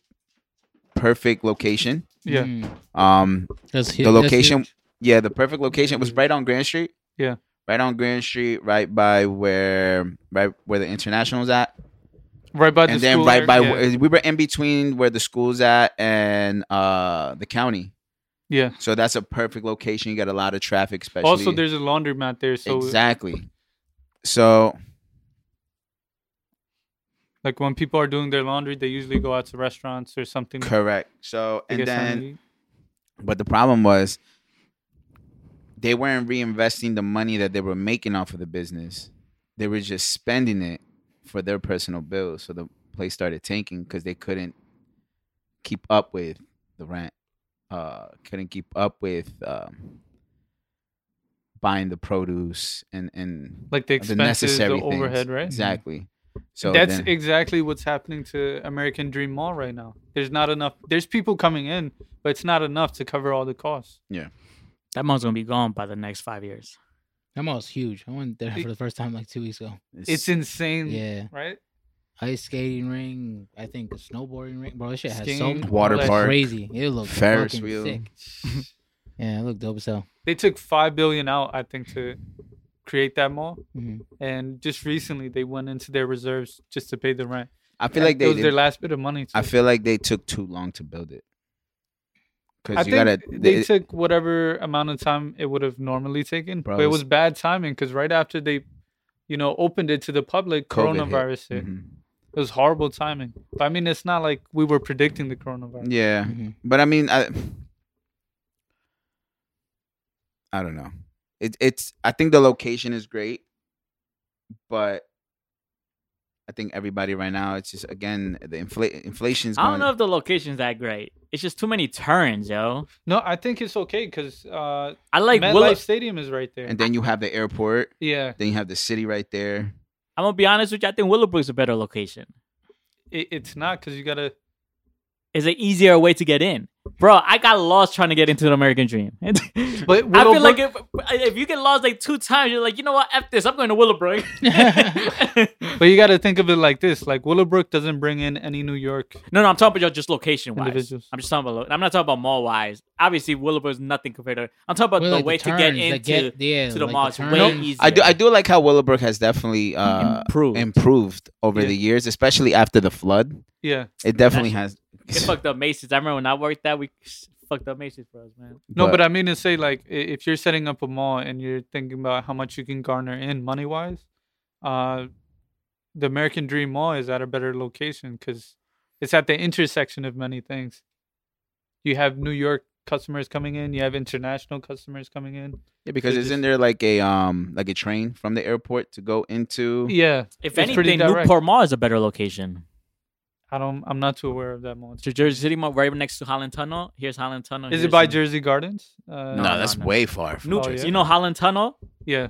Speaker 2: perfect location.
Speaker 3: Yeah.
Speaker 5: Mm.
Speaker 2: Um,
Speaker 5: That's hu-
Speaker 2: The
Speaker 5: that's
Speaker 2: location-
Speaker 5: huge.
Speaker 2: yeah, the perfect location It was right on Grand Street.
Speaker 3: Yeah.
Speaker 2: right on Grand Street, right by where right where the international's at,
Speaker 3: Right by the
Speaker 2: and then
Speaker 3: school
Speaker 2: right by
Speaker 3: area. yeah.
Speaker 2: where- we were in between where the school's at and uh the county.
Speaker 3: yeah.
Speaker 2: So that's a perfect location. You got a lot of traffic, especially
Speaker 3: Also, there's a laundromat there, so
Speaker 2: exactly. So
Speaker 3: like when people are doing their laundry, they usually go out to restaurants or something. to
Speaker 2: correct. So and
Speaker 3: get something
Speaker 2: then
Speaker 3: to eat.
Speaker 2: But the problem was they weren't reinvesting the money that they were making off of the business. They were just spending it for their personal bills. So the place started tanking because they couldn't keep up with the rent, uh, couldn't keep up with um, buying the produce and, and
Speaker 3: like the
Speaker 2: the
Speaker 3: expenses,
Speaker 2: necessary
Speaker 3: the
Speaker 2: things.
Speaker 3: overhead, right?
Speaker 2: Exactly. So
Speaker 3: That's
Speaker 2: then-
Speaker 3: exactly what's happening to American Dream Mall right now. There's not enough. There's people coming in, but it's not enough to cover all the costs.
Speaker 4: That mom's gonna be gone by the next five years.
Speaker 5: That mall was huge. I went there for the first time like two weeks ago.
Speaker 3: It's insane,
Speaker 5: Yeah,
Speaker 3: right?
Speaker 5: ice skating ring. I think a snowboarding ring. Bro, this shit has so
Speaker 3: Skiing,
Speaker 5: much-
Speaker 2: Water
Speaker 5: it's
Speaker 2: park.
Speaker 5: Crazy. It looked
Speaker 2: Ferris
Speaker 5: fucking
Speaker 2: wheel.
Speaker 5: sick. Yeah, it looked dope as hell.
Speaker 3: They took five billion out, I think, to create that mall,
Speaker 5: Mhm.
Speaker 3: and just recently they went into their reserves just to pay the rent.
Speaker 2: I feel like
Speaker 3: it
Speaker 2: they,
Speaker 3: was
Speaker 2: they
Speaker 3: their last bit of money.
Speaker 2: I
Speaker 3: too.
Speaker 2: feel like they took too long to build it.
Speaker 3: I
Speaker 2: Because you
Speaker 3: think
Speaker 2: gotta
Speaker 3: they
Speaker 2: it-
Speaker 3: took whatever amount of time it would have normally taken,
Speaker 2: Bro,
Speaker 3: but
Speaker 2: it
Speaker 3: it
Speaker 2: was-
Speaker 3: was bad timing because right after they, you know, opened it to the public,
Speaker 2: COVID hit.
Speaker 3: coronavirus hit.
Speaker 2: Mhm.
Speaker 3: It was horrible timing. But I mean, it's not like we were predicting the coronavirus.
Speaker 2: Yeah,
Speaker 5: Mhm.
Speaker 2: but I mean, I, I don't know. It, it's I think the location is great, but I think everybody right now it's just again the infl- inflation's. Going,
Speaker 4: I don't know if the location's that great. It's just too many turns, yo.
Speaker 3: No, I think it's okay because uh,
Speaker 4: I like
Speaker 3: like
Speaker 4: Willow.
Speaker 3: MetLife Stadium is right there.
Speaker 2: And then you have the airport.
Speaker 3: yeah,
Speaker 2: Then you have the city right there.
Speaker 4: I'm gonna be honest with you. I think Willowbrook's a better location.
Speaker 3: it, it's not because you gotta.
Speaker 4: It's an easier way to get in, bro. I got lost trying to get into the American Dream. *laughs*
Speaker 3: But
Speaker 4: *laughs* I feel
Speaker 3: Willowbrook-
Speaker 4: like if, if you get lost like two times, you're like, you know what? F this. I'm going
Speaker 3: *laughs*
Speaker 4: to Willowbrook. *laughs*
Speaker 3: but you gotta think of it like this: like Willowbrook doesn't bring in any New York.
Speaker 4: No, no, I'm talking about just location wise.
Speaker 3: Individuals.
Speaker 4: I'm just talking about. Lo- I'm not talking about mall wise. Obviously, Willowbrook is nothing compared to. I'm talking about
Speaker 5: Well,
Speaker 4: the
Speaker 5: like
Speaker 4: way to get
Speaker 5: turns,
Speaker 4: into
Speaker 5: the get- yeah,
Speaker 4: to the
Speaker 5: like
Speaker 4: mall. It's way
Speaker 5: turns.
Speaker 4: easier.
Speaker 2: I do I do like how Willowbrook has definitely uh,
Speaker 4: improve.
Speaker 2: improved over
Speaker 3: Yeah.
Speaker 2: the years, especially after the flood.
Speaker 3: Yeah,
Speaker 2: It definitely has. *laughs*
Speaker 4: it fucked up Macy's. I remember when I worked that we fucked up Macy's for us, man.
Speaker 3: no, but, I mean to say, like, i- if you're setting up a mall and you're thinking about how much you can garner in money wise, uh, the American Dream Mall is at a better location because it's at the intersection of many things. You have New York customers coming in. You have international customers coming in.
Speaker 2: Yeah, because
Speaker 3: They
Speaker 2: isn't
Speaker 3: just-
Speaker 2: there like a um like a train from the airport to go into?
Speaker 3: Yeah,
Speaker 4: If
Speaker 3: It's pretty
Speaker 4: anything,
Speaker 3: direct.
Speaker 4: Newport Mall is a better location.
Speaker 3: I don't. I'm not too aware of that mall.
Speaker 4: It's the Jersey City Mall, right next to Holland Tunnel. Here's Holland Tunnel.
Speaker 3: Is
Speaker 4: here's
Speaker 3: it by
Speaker 4: the-
Speaker 3: Jersey Gardens? Uh,
Speaker 4: No, that's no.
Speaker 2: way far.
Speaker 4: New
Speaker 3: Oh,
Speaker 4: Jersey.
Speaker 3: yeah?
Speaker 4: You know Holland Tunnel.
Speaker 3: Yeah,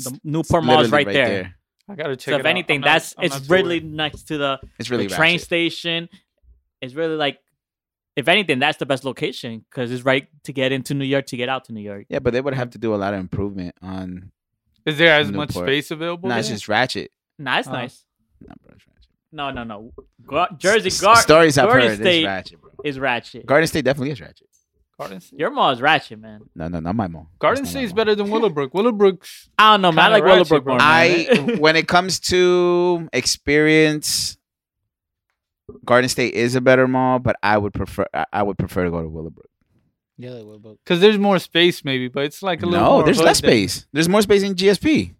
Speaker 4: The Newport Mall is right, there.
Speaker 3: I gotta check.
Speaker 4: So
Speaker 3: it
Speaker 4: if
Speaker 3: out.
Speaker 4: anything,
Speaker 3: I'm not-
Speaker 4: that's
Speaker 3: I'm not
Speaker 4: it's
Speaker 3: too aware.
Speaker 4: really next to the
Speaker 2: It's really
Speaker 4: the train
Speaker 2: ratchet.
Speaker 4: station. It's really like, if anything, that's the best location because it's right to get into New York to get out to New York.
Speaker 2: Yeah, but they would have to do a lot of improvement on.
Speaker 3: Is there as much
Speaker 2: Newport.
Speaker 3: space available?
Speaker 2: Nah,
Speaker 3: there?
Speaker 2: it's just ratchet.
Speaker 4: Nah, it's
Speaker 3: Uh,
Speaker 4: nice.
Speaker 2: Nah, bro, it's ratchet.
Speaker 4: No, no, no. Gar-
Speaker 2: S-
Speaker 4: Jersey
Speaker 2: s-
Speaker 4: Gar-
Speaker 2: stories I've
Speaker 4: Garden
Speaker 2: heard
Speaker 4: State
Speaker 2: is ratchet, bro.
Speaker 4: is ratchet.
Speaker 2: Garden State definitely is ratchet.
Speaker 3: Gardens.
Speaker 4: Your mall is ratchet, man.
Speaker 2: No, no, not my mall.
Speaker 3: Garden
Speaker 2: That's not my
Speaker 3: State's
Speaker 2: mall. *laughs*
Speaker 3: better than Willowbrook. Willowbrook's
Speaker 4: I don't know, man. I
Speaker 3: Kinda
Speaker 4: like
Speaker 3: ratchet,
Speaker 4: *laughs* Willowbrook
Speaker 3: bro.
Speaker 4: more. man.
Speaker 2: I when it comes to experience, Garden State is a better mall, but I would prefer I- I would prefer to go to Willowbrook.
Speaker 5: Yeah, like what about?
Speaker 3: Because there's more space, maybe, but it's like a little.
Speaker 2: No,
Speaker 3: more
Speaker 2: there's
Speaker 3: hood
Speaker 2: less
Speaker 3: than-
Speaker 2: space. There's more space in GSP.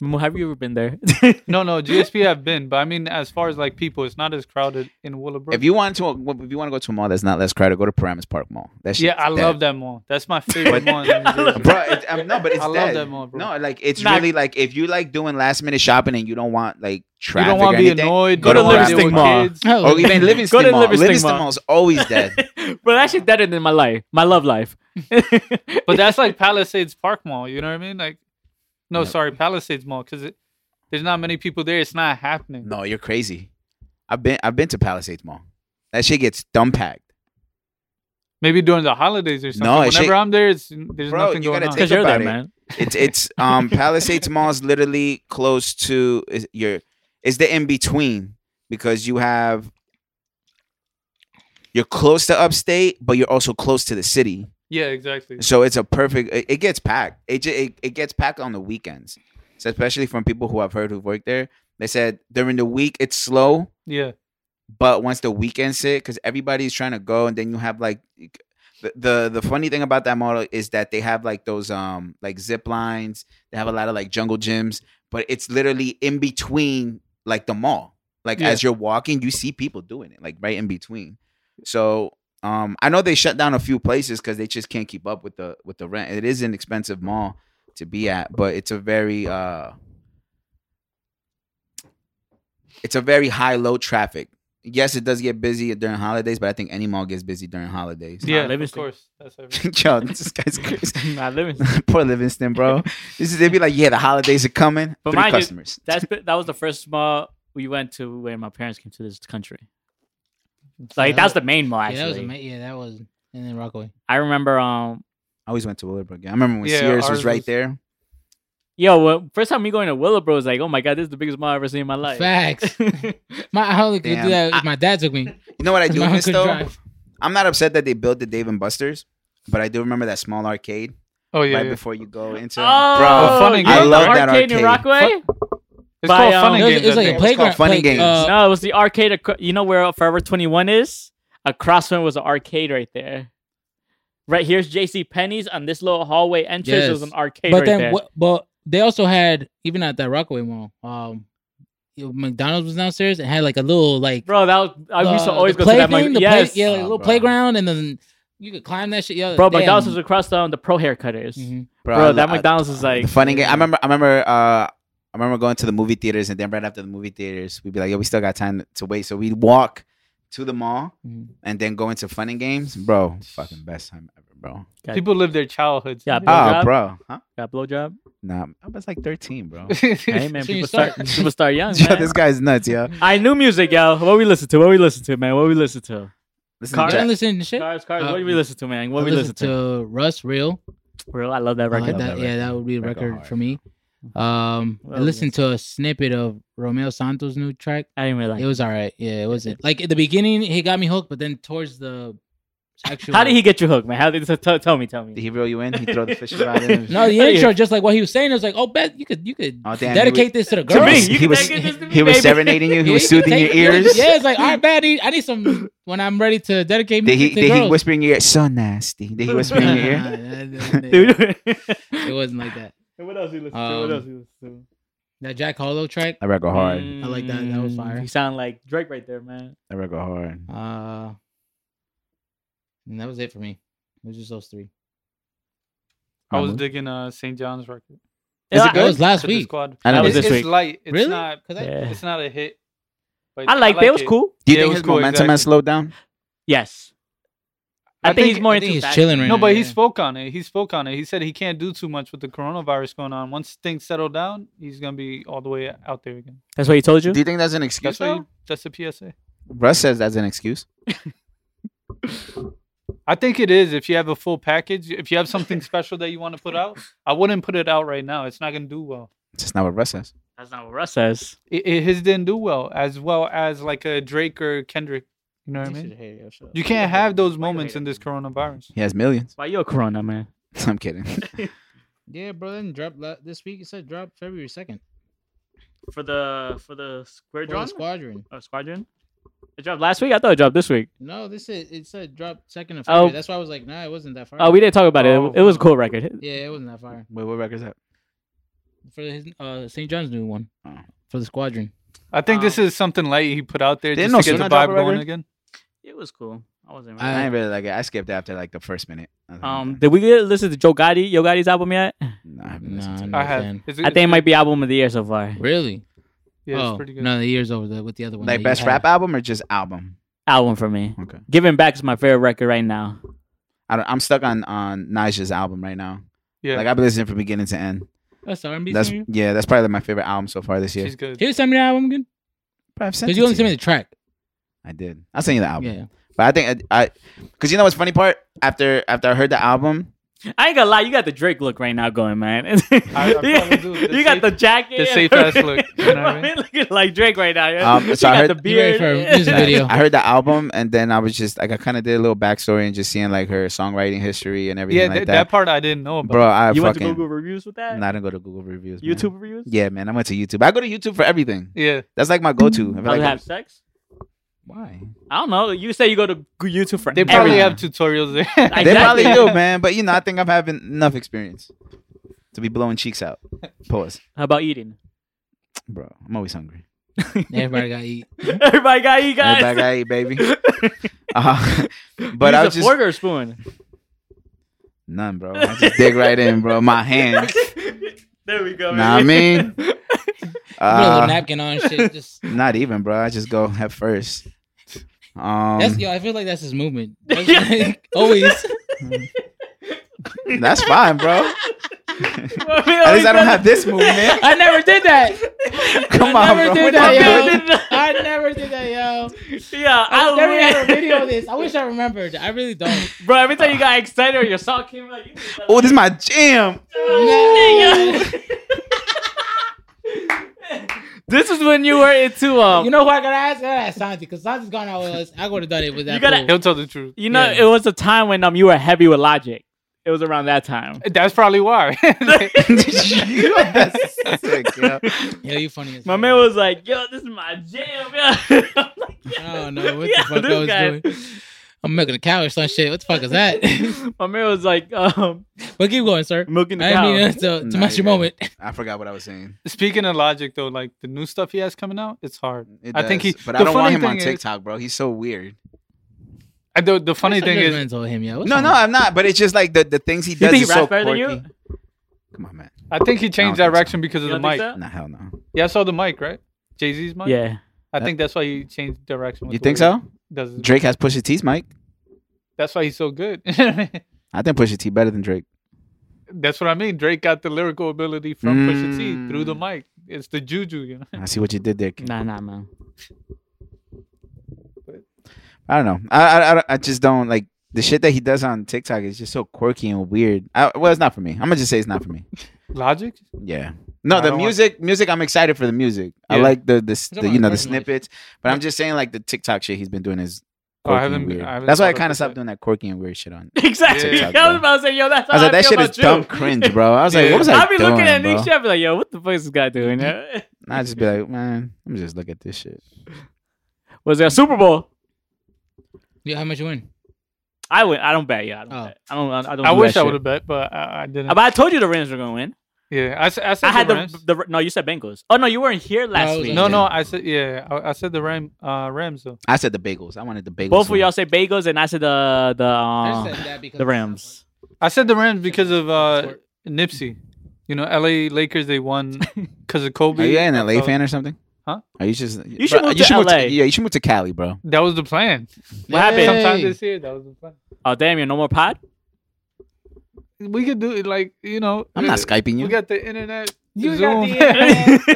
Speaker 4: Mo, Have you ever been *laughs* there?
Speaker 3: No, no, GSP have been, but I mean, as far as like people, it's not as crowded in Willowbrook.
Speaker 2: If you want to, if you want to go to a mall that's not less crowded, go to Paramus Park Mall. That shit
Speaker 3: yeah, I
Speaker 2: is dead.
Speaker 3: love that mall. That's
Speaker 2: *laughs*
Speaker 3: my favorite mall. In
Speaker 4: I love-
Speaker 3: New
Speaker 2: bro.
Speaker 3: Jersey.
Speaker 2: It, um, no,
Speaker 3: *laughs*
Speaker 2: but it's
Speaker 3: I love
Speaker 2: dead.
Speaker 3: that mall, bro.
Speaker 2: No, like it's
Speaker 4: Nah.
Speaker 2: really like if you like doing last minute shopping and you don't want like
Speaker 3: you
Speaker 2: traffic
Speaker 3: don't want
Speaker 2: or
Speaker 3: to be
Speaker 2: anything,
Speaker 3: annoyed.
Speaker 2: go
Speaker 3: you
Speaker 2: to
Speaker 3: don't wanna deal
Speaker 2: Livingston
Speaker 3: with
Speaker 4: Mall.
Speaker 3: kids.
Speaker 5: Oh,
Speaker 2: or
Speaker 3: *laughs*
Speaker 2: even Livingston
Speaker 4: to
Speaker 2: Mall.
Speaker 4: Livingston
Speaker 2: Livingston,
Speaker 4: Mall.
Speaker 2: Mall's always dead.
Speaker 4: but actually, better than my life, my love *laughs* life.
Speaker 3: But that's like Palisades Park Mall. You know what I mean? Like, no, sorry, Palisades Mall, because there's not many people there. It's not happening.
Speaker 2: no, you're crazy. I've been I've been to Palisades Mall. That shit gets dumb packed.
Speaker 3: Maybe during the holidays or something.
Speaker 2: No, it
Speaker 3: Whenever
Speaker 2: should-
Speaker 3: I'm there, it's, there's
Speaker 2: Bro,
Speaker 3: nothing
Speaker 2: you
Speaker 3: going
Speaker 2: gotta
Speaker 3: on.
Speaker 2: take-
Speaker 4: because you're
Speaker 2: about
Speaker 4: there,
Speaker 2: it.
Speaker 4: man.
Speaker 2: *laughs* It's it's um Palisades Mall's literally close to is your it's the in between because you have you're close to upstate, but you're also close to the city.
Speaker 3: yeah, exactly.
Speaker 2: So it's a perfect. It, it gets packed. It, ju- it it gets packed on the weekends, so especially from people who I've heard who've worked there. They said during the week it's slow,
Speaker 3: Yeah,
Speaker 2: but once the weekends hit, because everybody's trying to go, and then you have like the, the the funny thing about that model is that they have like those um like zip lines. They have a lot of like jungle gyms, but it's literally in between like the mall. Like
Speaker 3: Yeah.
Speaker 2: as you're walking, you see people doing it like right in between. So um I know they shut down a few places because they just can't keep up with the with the rent. It is an expensive mall to be at, but it's a very uh it's a very high low traffic. Yes, it does get busy during holidays, but I think any mall gets busy during holidays.
Speaker 3: yeah, of
Speaker 4: Livingston.
Speaker 3: course. That's
Speaker 2: *laughs*
Speaker 3: everything.
Speaker 2: Yo, this guy's crazy.
Speaker 4: *laughs* I live in.
Speaker 2: Poor Livingston, bro. This is they'd be like, yeah, the holidays are coming.
Speaker 4: But
Speaker 2: Three
Speaker 4: mind you,
Speaker 2: customers.
Speaker 4: That's been- that was the first mall we went to when my parents came to this country. Like that was the main mall.
Speaker 5: Yeah, that was
Speaker 4: Actually,
Speaker 5: ama- yeah, that was and then Rockaway.
Speaker 4: I remember. Um,
Speaker 2: I always went to Willowbrook. Yeah, I remember when
Speaker 3: Yeah,
Speaker 2: Sears
Speaker 3: ours
Speaker 2: was right
Speaker 3: was-
Speaker 2: there.
Speaker 4: yo, well, first time me going to Willowbro was like, oh my god, this is the biggest mall I've ever seen in my life. *laughs*
Speaker 5: Facts. My I only could
Speaker 2: Damn.
Speaker 5: do that.
Speaker 2: I-
Speaker 5: if my dad took me.
Speaker 2: You know what I do
Speaker 5: *laughs* My
Speaker 2: miss
Speaker 5: uncle
Speaker 2: though?
Speaker 5: drive.
Speaker 2: I'm not upset that they built the Dave and Buster's, but I do remember that small arcade
Speaker 3: Oh yeah,
Speaker 2: right
Speaker 3: yeah.
Speaker 2: before you go into.
Speaker 4: oh,
Speaker 3: Fun and
Speaker 4: you
Speaker 3: Games.
Speaker 4: know
Speaker 3: I
Speaker 4: the
Speaker 2: love that
Speaker 4: arcade in
Speaker 2: arcade.
Speaker 4: Rockaway.
Speaker 3: it's
Speaker 4: by,
Speaker 3: called
Speaker 4: um,
Speaker 3: Fun and
Speaker 5: It was,
Speaker 3: Games.
Speaker 5: it was
Speaker 3: I
Speaker 5: like a
Speaker 3: think.
Speaker 2: play-
Speaker 5: playground.
Speaker 2: called Fun and
Speaker 5: like,
Speaker 2: Games.
Speaker 5: uh,
Speaker 4: no, it was the arcade. Acro- you know where Forever Twenty One is? Across from it was an arcade right there. Right here's J.C. Penney's on this little hallway entrance. There was
Speaker 5: Yes.
Speaker 4: an arcade
Speaker 5: but
Speaker 4: right
Speaker 5: then,
Speaker 4: there.
Speaker 5: what, but they also had even at that Rockaway Mall. Um, you know, McDonald's was downstairs and had like a little like
Speaker 4: Bro, that was, I used to
Speaker 5: the-
Speaker 4: always go
Speaker 5: Uh, the
Speaker 4: to
Speaker 5: play
Speaker 4: that. Like,
Speaker 5: thing, the play-
Speaker 4: yes,
Speaker 5: yeah, like a
Speaker 2: Oh,
Speaker 5: little
Speaker 2: bro.
Speaker 5: playground, and then you could climb that shit. Yeah,
Speaker 4: bro,
Speaker 5: damn.
Speaker 4: McDonald's was across the, the pro hair cutters.
Speaker 5: Mhm.
Speaker 4: Bro,
Speaker 2: I-
Speaker 4: that
Speaker 2: I-
Speaker 4: McDonald's is like
Speaker 2: the fun and game. I remember. I remember. Uh, I remember going to the movie theaters, and then right after the movie theaters, we'd be like, "Yo, we still got time to wait," so we'd walk to the mall
Speaker 5: Mhm.
Speaker 4: Mm-hmm.
Speaker 2: and then go into fun and games, bro. Fucking best time ever, bro.
Speaker 4: Got-
Speaker 3: People live their childhoods. *laughs*
Speaker 4: Yeah,
Speaker 2: Oh,
Speaker 4: job?
Speaker 2: bro, huh?
Speaker 4: got
Speaker 5: *laughs*
Speaker 4: blowjob.
Speaker 2: Nah, I was like 13, bro. *laughs*
Speaker 4: Hey man,
Speaker 5: So you
Speaker 4: people start
Speaker 5: start-
Speaker 4: people start young.
Speaker 2: yo,
Speaker 4: man.
Speaker 2: this guy's nuts, yo.
Speaker 4: I knew music, yo. What we listen to? What we listen to, man? What we listen to?
Speaker 2: Listen,
Speaker 5: I
Speaker 4: Carl-
Speaker 5: didn't
Speaker 2: Jack,
Speaker 5: listen to shit.
Speaker 4: Cars, cars.
Speaker 5: Uh,
Speaker 4: what do we listen to, man? What
Speaker 5: I
Speaker 4: we listen
Speaker 5: listened
Speaker 4: to?
Speaker 5: to Russ Real.
Speaker 4: Real, I love that
Speaker 5: I
Speaker 4: record.
Speaker 5: like that.
Speaker 2: that
Speaker 5: Yeah, that would be a
Speaker 2: Record
Speaker 5: record
Speaker 2: hard.
Speaker 5: for me. Um, I
Speaker 4: Well,
Speaker 5: listened to a snippet of Romeo Santos' new track.
Speaker 4: I didn't really like.
Speaker 5: It was all right. Yeah, it wasn't like at the beginning he got me hooked, but then towards the actual
Speaker 4: How did he get you hooked, man? How did so tell, tell me? Tell
Speaker 2: did
Speaker 4: me.
Speaker 2: he reel you in? He throw the fish around. In
Speaker 4: *laughs*
Speaker 5: *laughs* No, the
Speaker 4: How did he-
Speaker 5: intro, just like what he was saying, it was like, oh, bet you could you could
Speaker 2: Oh, damn, he
Speaker 5: dedicate this to the
Speaker 2: To
Speaker 5: girls.
Speaker 4: To me,
Speaker 2: Girls,
Speaker 4: you
Speaker 2: he
Speaker 4: can
Speaker 2: was-
Speaker 4: dedicate this to me,
Speaker 2: He was
Speaker 4: baby.
Speaker 2: serenading you. He
Speaker 5: Yeah,
Speaker 2: was
Speaker 5: *laughs* you
Speaker 2: soothing your
Speaker 5: can take-
Speaker 2: ears.
Speaker 5: Yeah, it's like, all right, bad. I need, I need some when I'm ready to dedicate
Speaker 2: Did
Speaker 5: music
Speaker 2: he?
Speaker 5: to
Speaker 2: Did
Speaker 5: girls.
Speaker 2: he whisper in your ear? So nasty. Did he whisper in
Speaker 5: Nah,
Speaker 2: your ear?
Speaker 5: nah, nah, nah,
Speaker 4: *laughs*
Speaker 5: nah.
Speaker 4: Dude.
Speaker 5: It um, wasn't like that.
Speaker 4: what else you listen
Speaker 5: to? What else
Speaker 4: you listen
Speaker 5: That Jack Harlow track.
Speaker 2: That record
Speaker 4: Mm.
Speaker 2: hard.
Speaker 5: I like that. That was fire.
Speaker 4: You sound like Drake right there, man.
Speaker 2: That record hard.
Speaker 5: Uh, and that was it for me. It was just those three.
Speaker 3: I was digging uh, St. John's record.
Speaker 4: Yeah,
Speaker 5: That was last
Speaker 3: Suicide
Speaker 5: week.
Speaker 3: Squad.
Speaker 2: I
Speaker 4: That
Speaker 2: know
Speaker 4: was
Speaker 3: It's,
Speaker 2: this.
Speaker 4: this
Speaker 3: it's
Speaker 4: week.
Speaker 3: light. It's
Speaker 5: Really?
Speaker 3: not.
Speaker 5: 'Cause I-
Speaker 4: Yeah.
Speaker 3: It's not a hit. But
Speaker 4: I liked it. It was
Speaker 3: it.
Speaker 4: cool.
Speaker 2: Do you
Speaker 3: Yeah, it
Speaker 2: think
Speaker 3: was
Speaker 2: his
Speaker 3: cool,
Speaker 2: momentum has
Speaker 3: exactly.
Speaker 2: slowed down?
Speaker 4: Yes. I, think, he's more
Speaker 5: I
Speaker 4: into
Speaker 5: think he's
Speaker 4: fashion.
Speaker 5: chilling right
Speaker 3: No,
Speaker 5: now.
Speaker 3: but he
Speaker 5: yeah.
Speaker 3: spoke on it. He spoke on it. He said he can't do too much with the coronavirus going on. Once things settle down, he's gonna be all the way out there again.
Speaker 4: That's what he told you.
Speaker 2: Do you think that's an
Speaker 3: That's
Speaker 2: excuse?
Speaker 3: why.
Speaker 2: though?
Speaker 3: You, that's the PSA.
Speaker 2: Russ says that's an excuse.
Speaker 3: I think it is. If you have a full package, if you have something special that you want to put out, I wouldn't put it out right now. It's not gonna do well.
Speaker 2: It's just not what Russ says.
Speaker 4: That's not what Russ says.
Speaker 3: It, it, his didn't do well as well as like a Drake or Kendrick. You know what I mean? You can't have those moments in this coronavirus.
Speaker 2: He has millions. *laughs*
Speaker 4: Why you a Corona man?
Speaker 2: I'm kidding.
Speaker 5: Yeah, bro. Then drop la- this week. It said drop February second.
Speaker 4: For the for the square
Speaker 5: Squadron.
Speaker 4: uh, squadron. It dropped last week. I thought it dropped this week.
Speaker 5: No, this is it said drop second of
Speaker 4: Oh.
Speaker 5: February. That's why I was like, nah, it wasn't that far.
Speaker 4: Oh, we didn't talk about
Speaker 3: Oh.
Speaker 4: it. It was a cool record.
Speaker 5: Yeah, it wasn't that far
Speaker 2: Wait, what record's that?
Speaker 5: for his uh St. John's new one
Speaker 2: Oh.
Speaker 5: for the squadron.
Speaker 3: I think this is something light he put out there
Speaker 2: Didn't
Speaker 3: just to get
Speaker 2: Ozuna
Speaker 3: the
Speaker 2: drop a
Speaker 3: vibe going
Speaker 2: record?
Speaker 3: again.
Speaker 4: It was cool. I wasn't.
Speaker 5: I-
Speaker 2: I didn't really like it. I skipped after like the first minute. I was like,
Speaker 4: um, did we get listen to Joe Gotti, Yo Gotti's album yet?
Speaker 2: nah, I haven't
Speaker 5: Nah,
Speaker 2: listened to it.
Speaker 5: I'm
Speaker 3: I
Speaker 5: not a
Speaker 3: have.
Speaker 5: fan.
Speaker 3: Is
Speaker 4: I think it might be album of the year so far.
Speaker 5: Really?
Speaker 3: Yeah,
Speaker 5: oh,
Speaker 3: it's pretty good.
Speaker 5: no, the year's over the, with the other one. that
Speaker 2: Like
Speaker 5: you
Speaker 2: best
Speaker 5: had.
Speaker 2: rap album or just album?
Speaker 4: Album for me.
Speaker 2: Okay.
Speaker 4: Giving Back is my favorite record right now.
Speaker 2: I don't, I'm stuck on on Naja's album right now.
Speaker 3: Yeah,
Speaker 2: Like I've been listening from beginning to end.
Speaker 5: That's R&B
Speaker 2: That's *laughs*
Speaker 5: singer?
Speaker 2: yeah, that's probably like, my favorite album so far this year.
Speaker 3: she's good.
Speaker 5: Can you send me the album again?
Speaker 2: Probably I've sent
Speaker 5: Because
Speaker 2: it
Speaker 5: you only
Speaker 2: to
Speaker 5: sent
Speaker 2: you.
Speaker 5: me the track.
Speaker 2: I did. I'll send you the album. *laughs*
Speaker 5: Yeah.
Speaker 2: But I think I, because you know what's funny part after after I heard the album,
Speaker 4: I ain't gonna lie, you got the Drake look right now going, man. *laughs*
Speaker 3: I probably do. The
Speaker 4: you got
Speaker 3: safe-
Speaker 4: the jacket,
Speaker 3: the
Speaker 4: and
Speaker 3: safe ass
Speaker 4: everything. *laughs*
Speaker 3: look, you know what I mean?
Speaker 4: Looking like Drake right now. Yeah.
Speaker 2: Um,
Speaker 4: *laughs* you
Speaker 2: so I
Speaker 4: got
Speaker 2: heard-
Speaker 4: the
Speaker 5: You ready
Speaker 4: beard. *laughs*
Speaker 5: for a music
Speaker 4: Yeah.
Speaker 5: video?
Speaker 2: I heard the album, and then I was just like I kind of did a little backstory and just seeing like her songwriting history and everything
Speaker 3: Yeah,
Speaker 2: like
Speaker 3: that,
Speaker 2: that.
Speaker 3: that part I didn't know about.
Speaker 2: Bro, I
Speaker 4: You went to
Speaker 2: fucking
Speaker 4: Google reviews with that?
Speaker 2: nah, I didn't go to Google reviews. man.
Speaker 4: YouTube reviews?
Speaker 2: Yeah, man, I went to YouTube. I go to YouTube for everything.
Speaker 3: Yeah,
Speaker 2: That's like my go-to. I feel
Speaker 4: How
Speaker 2: like-
Speaker 4: to have sex?
Speaker 2: why?
Speaker 4: I don't know. You say you go to G- YouTube for
Speaker 3: they probably
Speaker 4: everything.
Speaker 3: have tutorials there.
Speaker 4: I-
Speaker 2: They probably
Speaker 4: Exactly.
Speaker 2: do, man. But you know, I think I've had enough experience to be blowing cheeks out. Pause,
Speaker 4: How about eating?
Speaker 2: bro. I'm always hungry.
Speaker 5: Everybody got to eat.
Speaker 3: Hmm?
Speaker 4: *laughs* Everybody got you guys.
Speaker 2: Everybody gotta eat, baby.
Speaker 4: *laughs*
Speaker 2: Uh, *laughs* but
Speaker 4: Use
Speaker 2: I
Speaker 4: a
Speaker 2: was just
Speaker 4: fork or a spoon.
Speaker 2: none, bro. I just dig right in, bro. My hands.
Speaker 4: *laughs* there we go.
Speaker 2: Nah, I
Speaker 4: *laughs*
Speaker 2: mean,
Speaker 5: Put a little
Speaker 2: uh,
Speaker 5: napkin on and shit. Just
Speaker 2: not even, bro. I just go head first. *laughs* Um,
Speaker 5: that's
Speaker 2: that's,
Speaker 5: yo. I feel like that's his *laughs* movement. That's like, always. *laughs*
Speaker 2: fine, bro. At
Speaker 4: At
Speaker 2: least I don't have *laughs* this movement.
Speaker 5: I never did that.
Speaker 2: Come
Speaker 5: I
Speaker 2: on,
Speaker 5: never
Speaker 2: bro.
Speaker 5: did
Speaker 2: We're
Speaker 5: that, Oh,
Speaker 2: not
Speaker 5: yo.
Speaker 2: doing-
Speaker 5: I never did that, yo.
Speaker 4: *laughs*
Speaker 5: *laughs*
Speaker 4: Yeah,
Speaker 5: I,
Speaker 4: I
Speaker 5: never had a
Speaker 4: wish-
Speaker 5: video of this. I wish I remembered. I really don't. *laughs*
Speaker 4: Bro, every time you got excited or your song came out, you just-
Speaker 2: Oh, this is my jam. *laughs*
Speaker 5: *laughs* No.
Speaker 4: *laughs* This is when you were into um.
Speaker 5: You know who I gotta ask? I gotta ask Santi because Santi's gone out with us. I would have done it with that.
Speaker 4: You gotta-
Speaker 5: fool.
Speaker 3: He'll tell the truth.
Speaker 4: You know,
Speaker 5: Yeah.
Speaker 4: it was a time when um you were heavy with Logic. It was around that time.
Speaker 3: That's probably why. *laughs*
Speaker 2: You are sick, yo.
Speaker 5: *laughs* Yeah, you funny as
Speaker 4: My
Speaker 5: fuck.
Speaker 4: man was like, "Yo, this is my jam." yo." I'm like,
Speaker 5: I
Speaker 2: Oh,
Speaker 5: don't know
Speaker 4: *laughs*
Speaker 5: what the fuck I was doing. I'm milking a cow or some shit. What the fuck is that?
Speaker 4: *laughs* doing. My man was like, um,
Speaker 5: but keep going, sir.
Speaker 4: milking the
Speaker 5: I didn't
Speaker 4: cow.
Speaker 5: mean to, to
Speaker 2: Nah,
Speaker 5: mess
Speaker 2: you're
Speaker 5: your moment.
Speaker 2: I forgot what I was saying.
Speaker 3: Speaking of logic, though, like the new stuff he has coming out, it's hard.
Speaker 2: It
Speaker 3: I think
Speaker 2: does,
Speaker 3: he-
Speaker 2: but I
Speaker 3: the
Speaker 2: don't want
Speaker 3: funny
Speaker 2: him on
Speaker 3: thing is-
Speaker 2: TikTok, bro. He's so weird.
Speaker 3: And the, the funny
Speaker 5: That's
Speaker 3: thing
Speaker 5: what
Speaker 3: is,
Speaker 5: Jasmine told him, yo. What's
Speaker 2: No,
Speaker 5: wrong?
Speaker 2: no, I'm not. But it's just like the, the things he
Speaker 4: You
Speaker 2: does
Speaker 4: think he
Speaker 2: is so
Speaker 4: raps better than
Speaker 2: quirky.
Speaker 4: you?
Speaker 2: Come on, man.
Speaker 3: I think he changed
Speaker 2: I don't think
Speaker 3: direction because of
Speaker 4: You
Speaker 3: the
Speaker 4: don't think
Speaker 3: mic.
Speaker 4: so?
Speaker 2: Nah, hell no.
Speaker 3: Yeah, I saw the mic, right? Jay Z's mic.
Speaker 4: Yeah,
Speaker 3: I think that's why he changed direction. with
Speaker 2: You
Speaker 3: the
Speaker 2: think
Speaker 3: way
Speaker 2: so?
Speaker 3: he Does it.
Speaker 2: Drake has Pusha T's mic.
Speaker 3: That's why he's so good. *laughs*
Speaker 2: I think Pusha T better than Drake.
Speaker 3: that's what I mean. Drake got the lyrical ability from Pusha T through the
Speaker 2: Mm.
Speaker 3: mic. It's the juju, you know. *laughs*
Speaker 2: I see what you did there. Kid.
Speaker 4: nah, nah, man.
Speaker 2: I don't know. I, I- I don't- I just don't like the shit that he does on TikTok is just so quirky and weird. I, well, it's not for me. I'm gonna just say it's not for me.
Speaker 3: Logic.
Speaker 2: Yeah. No,
Speaker 3: I
Speaker 2: the
Speaker 3: don't want-
Speaker 2: music, music. I'm excited for the music. I
Speaker 3: Yeah.
Speaker 2: like the the, the
Speaker 5: about
Speaker 2: you know the
Speaker 5: personal life.
Speaker 2: snippets, but I'm just saying like the TikTok shit he's been doing is.
Speaker 3: Oh, I
Speaker 2: quirky and
Speaker 3: haven't-
Speaker 2: weird.
Speaker 3: I haven't
Speaker 2: That's why I
Speaker 3: followed
Speaker 2: kind
Speaker 3: up
Speaker 2: of
Speaker 3: with
Speaker 2: stopped
Speaker 3: that.
Speaker 2: doing that quirky and weird shit on.
Speaker 4: *laughs* Exactly.
Speaker 3: Yeah.
Speaker 4: *laughs* I was about to say, "Yo, that's."
Speaker 2: I was
Speaker 4: how
Speaker 2: like, that
Speaker 4: feel
Speaker 2: shit
Speaker 4: about
Speaker 2: is
Speaker 4: you.
Speaker 2: dumb cringe, bro. I was like,
Speaker 3: Yeah.
Speaker 2: what
Speaker 4: *laughs*
Speaker 2: was I
Speaker 4: I'll be
Speaker 2: doing,
Speaker 4: looking at
Speaker 2: bro? Mm-hmm.
Speaker 4: Nick shit. I be like, "Yo, what the fuck is this guy doing?" yeah?
Speaker 2: And I just be like, man, I'm just look at this shit.
Speaker 4: *laughs* Was there a Super Bowl?
Speaker 5: Yo, how much you win?
Speaker 4: I win. I don't bet. Yeah, I don't.
Speaker 5: Oh.
Speaker 4: Bet. I don't. I don't.
Speaker 3: I
Speaker 4: do
Speaker 3: wish
Speaker 4: that
Speaker 3: I
Speaker 4: shit.
Speaker 3: would have bet, but I, I didn't.
Speaker 4: But I told you the Rams were gonna win.
Speaker 3: yeah, I, s- I said
Speaker 4: I had
Speaker 3: the,
Speaker 4: the,
Speaker 3: Rams.
Speaker 4: the no. You said Bengals. Oh no, you weren't here last
Speaker 5: I was
Speaker 4: week.
Speaker 5: on
Speaker 3: no,
Speaker 5: Yeah.
Speaker 3: no, I said yeah. I, I said the Ram, uh, Rams though.
Speaker 2: I said the bagels. I wanted the bagels.
Speaker 4: Both of
Speaker 2: one.
Speaker 4: y'all say bagels, and I said the the
Speaker 5: I
Speaker 4: um,
Speaker 5: just said that because
Speaker 4: the Rams.
Speaker 3: I said the Rams because of uh,
Speaker 5: Sport.
Speaker 3: Nipsey. You know, LA Lakers
Speaker 2: *laughs*
Speaker 3: they won because of Kobe. Uh,
Speaker 2: Are you an
Speaker 3: I
Speaker 2: LA
Speaker 3: felt-
Speaker 2: fan or something?
Speaker 3: Huh?
Speaker 2: Are you just
Speaker 4: You should
Speaker 2: bro,
Speaker 4: move to LA.
Speaker 2: yeah, you should move to Cali, bro.
Speaker 3: That was the plan.
Speaker 4: What happened?
Speaker 5: Hey.
Speaker 3: Sometime this year, that was the plan.
Speaker 4: Oh damn, you no more pod.
Speaker 3: We could do it like you know.
Speaker 2: I'm not
Speaker 3: uh,
Speaker 2: skyping
Speaker 3: We
Speaker 2: you.
Speaker 3: got the internet.
Speaker 4: You
Speaker 3: Zoom.
Speaker 2: *laughs*
Speaker 3: *laughs*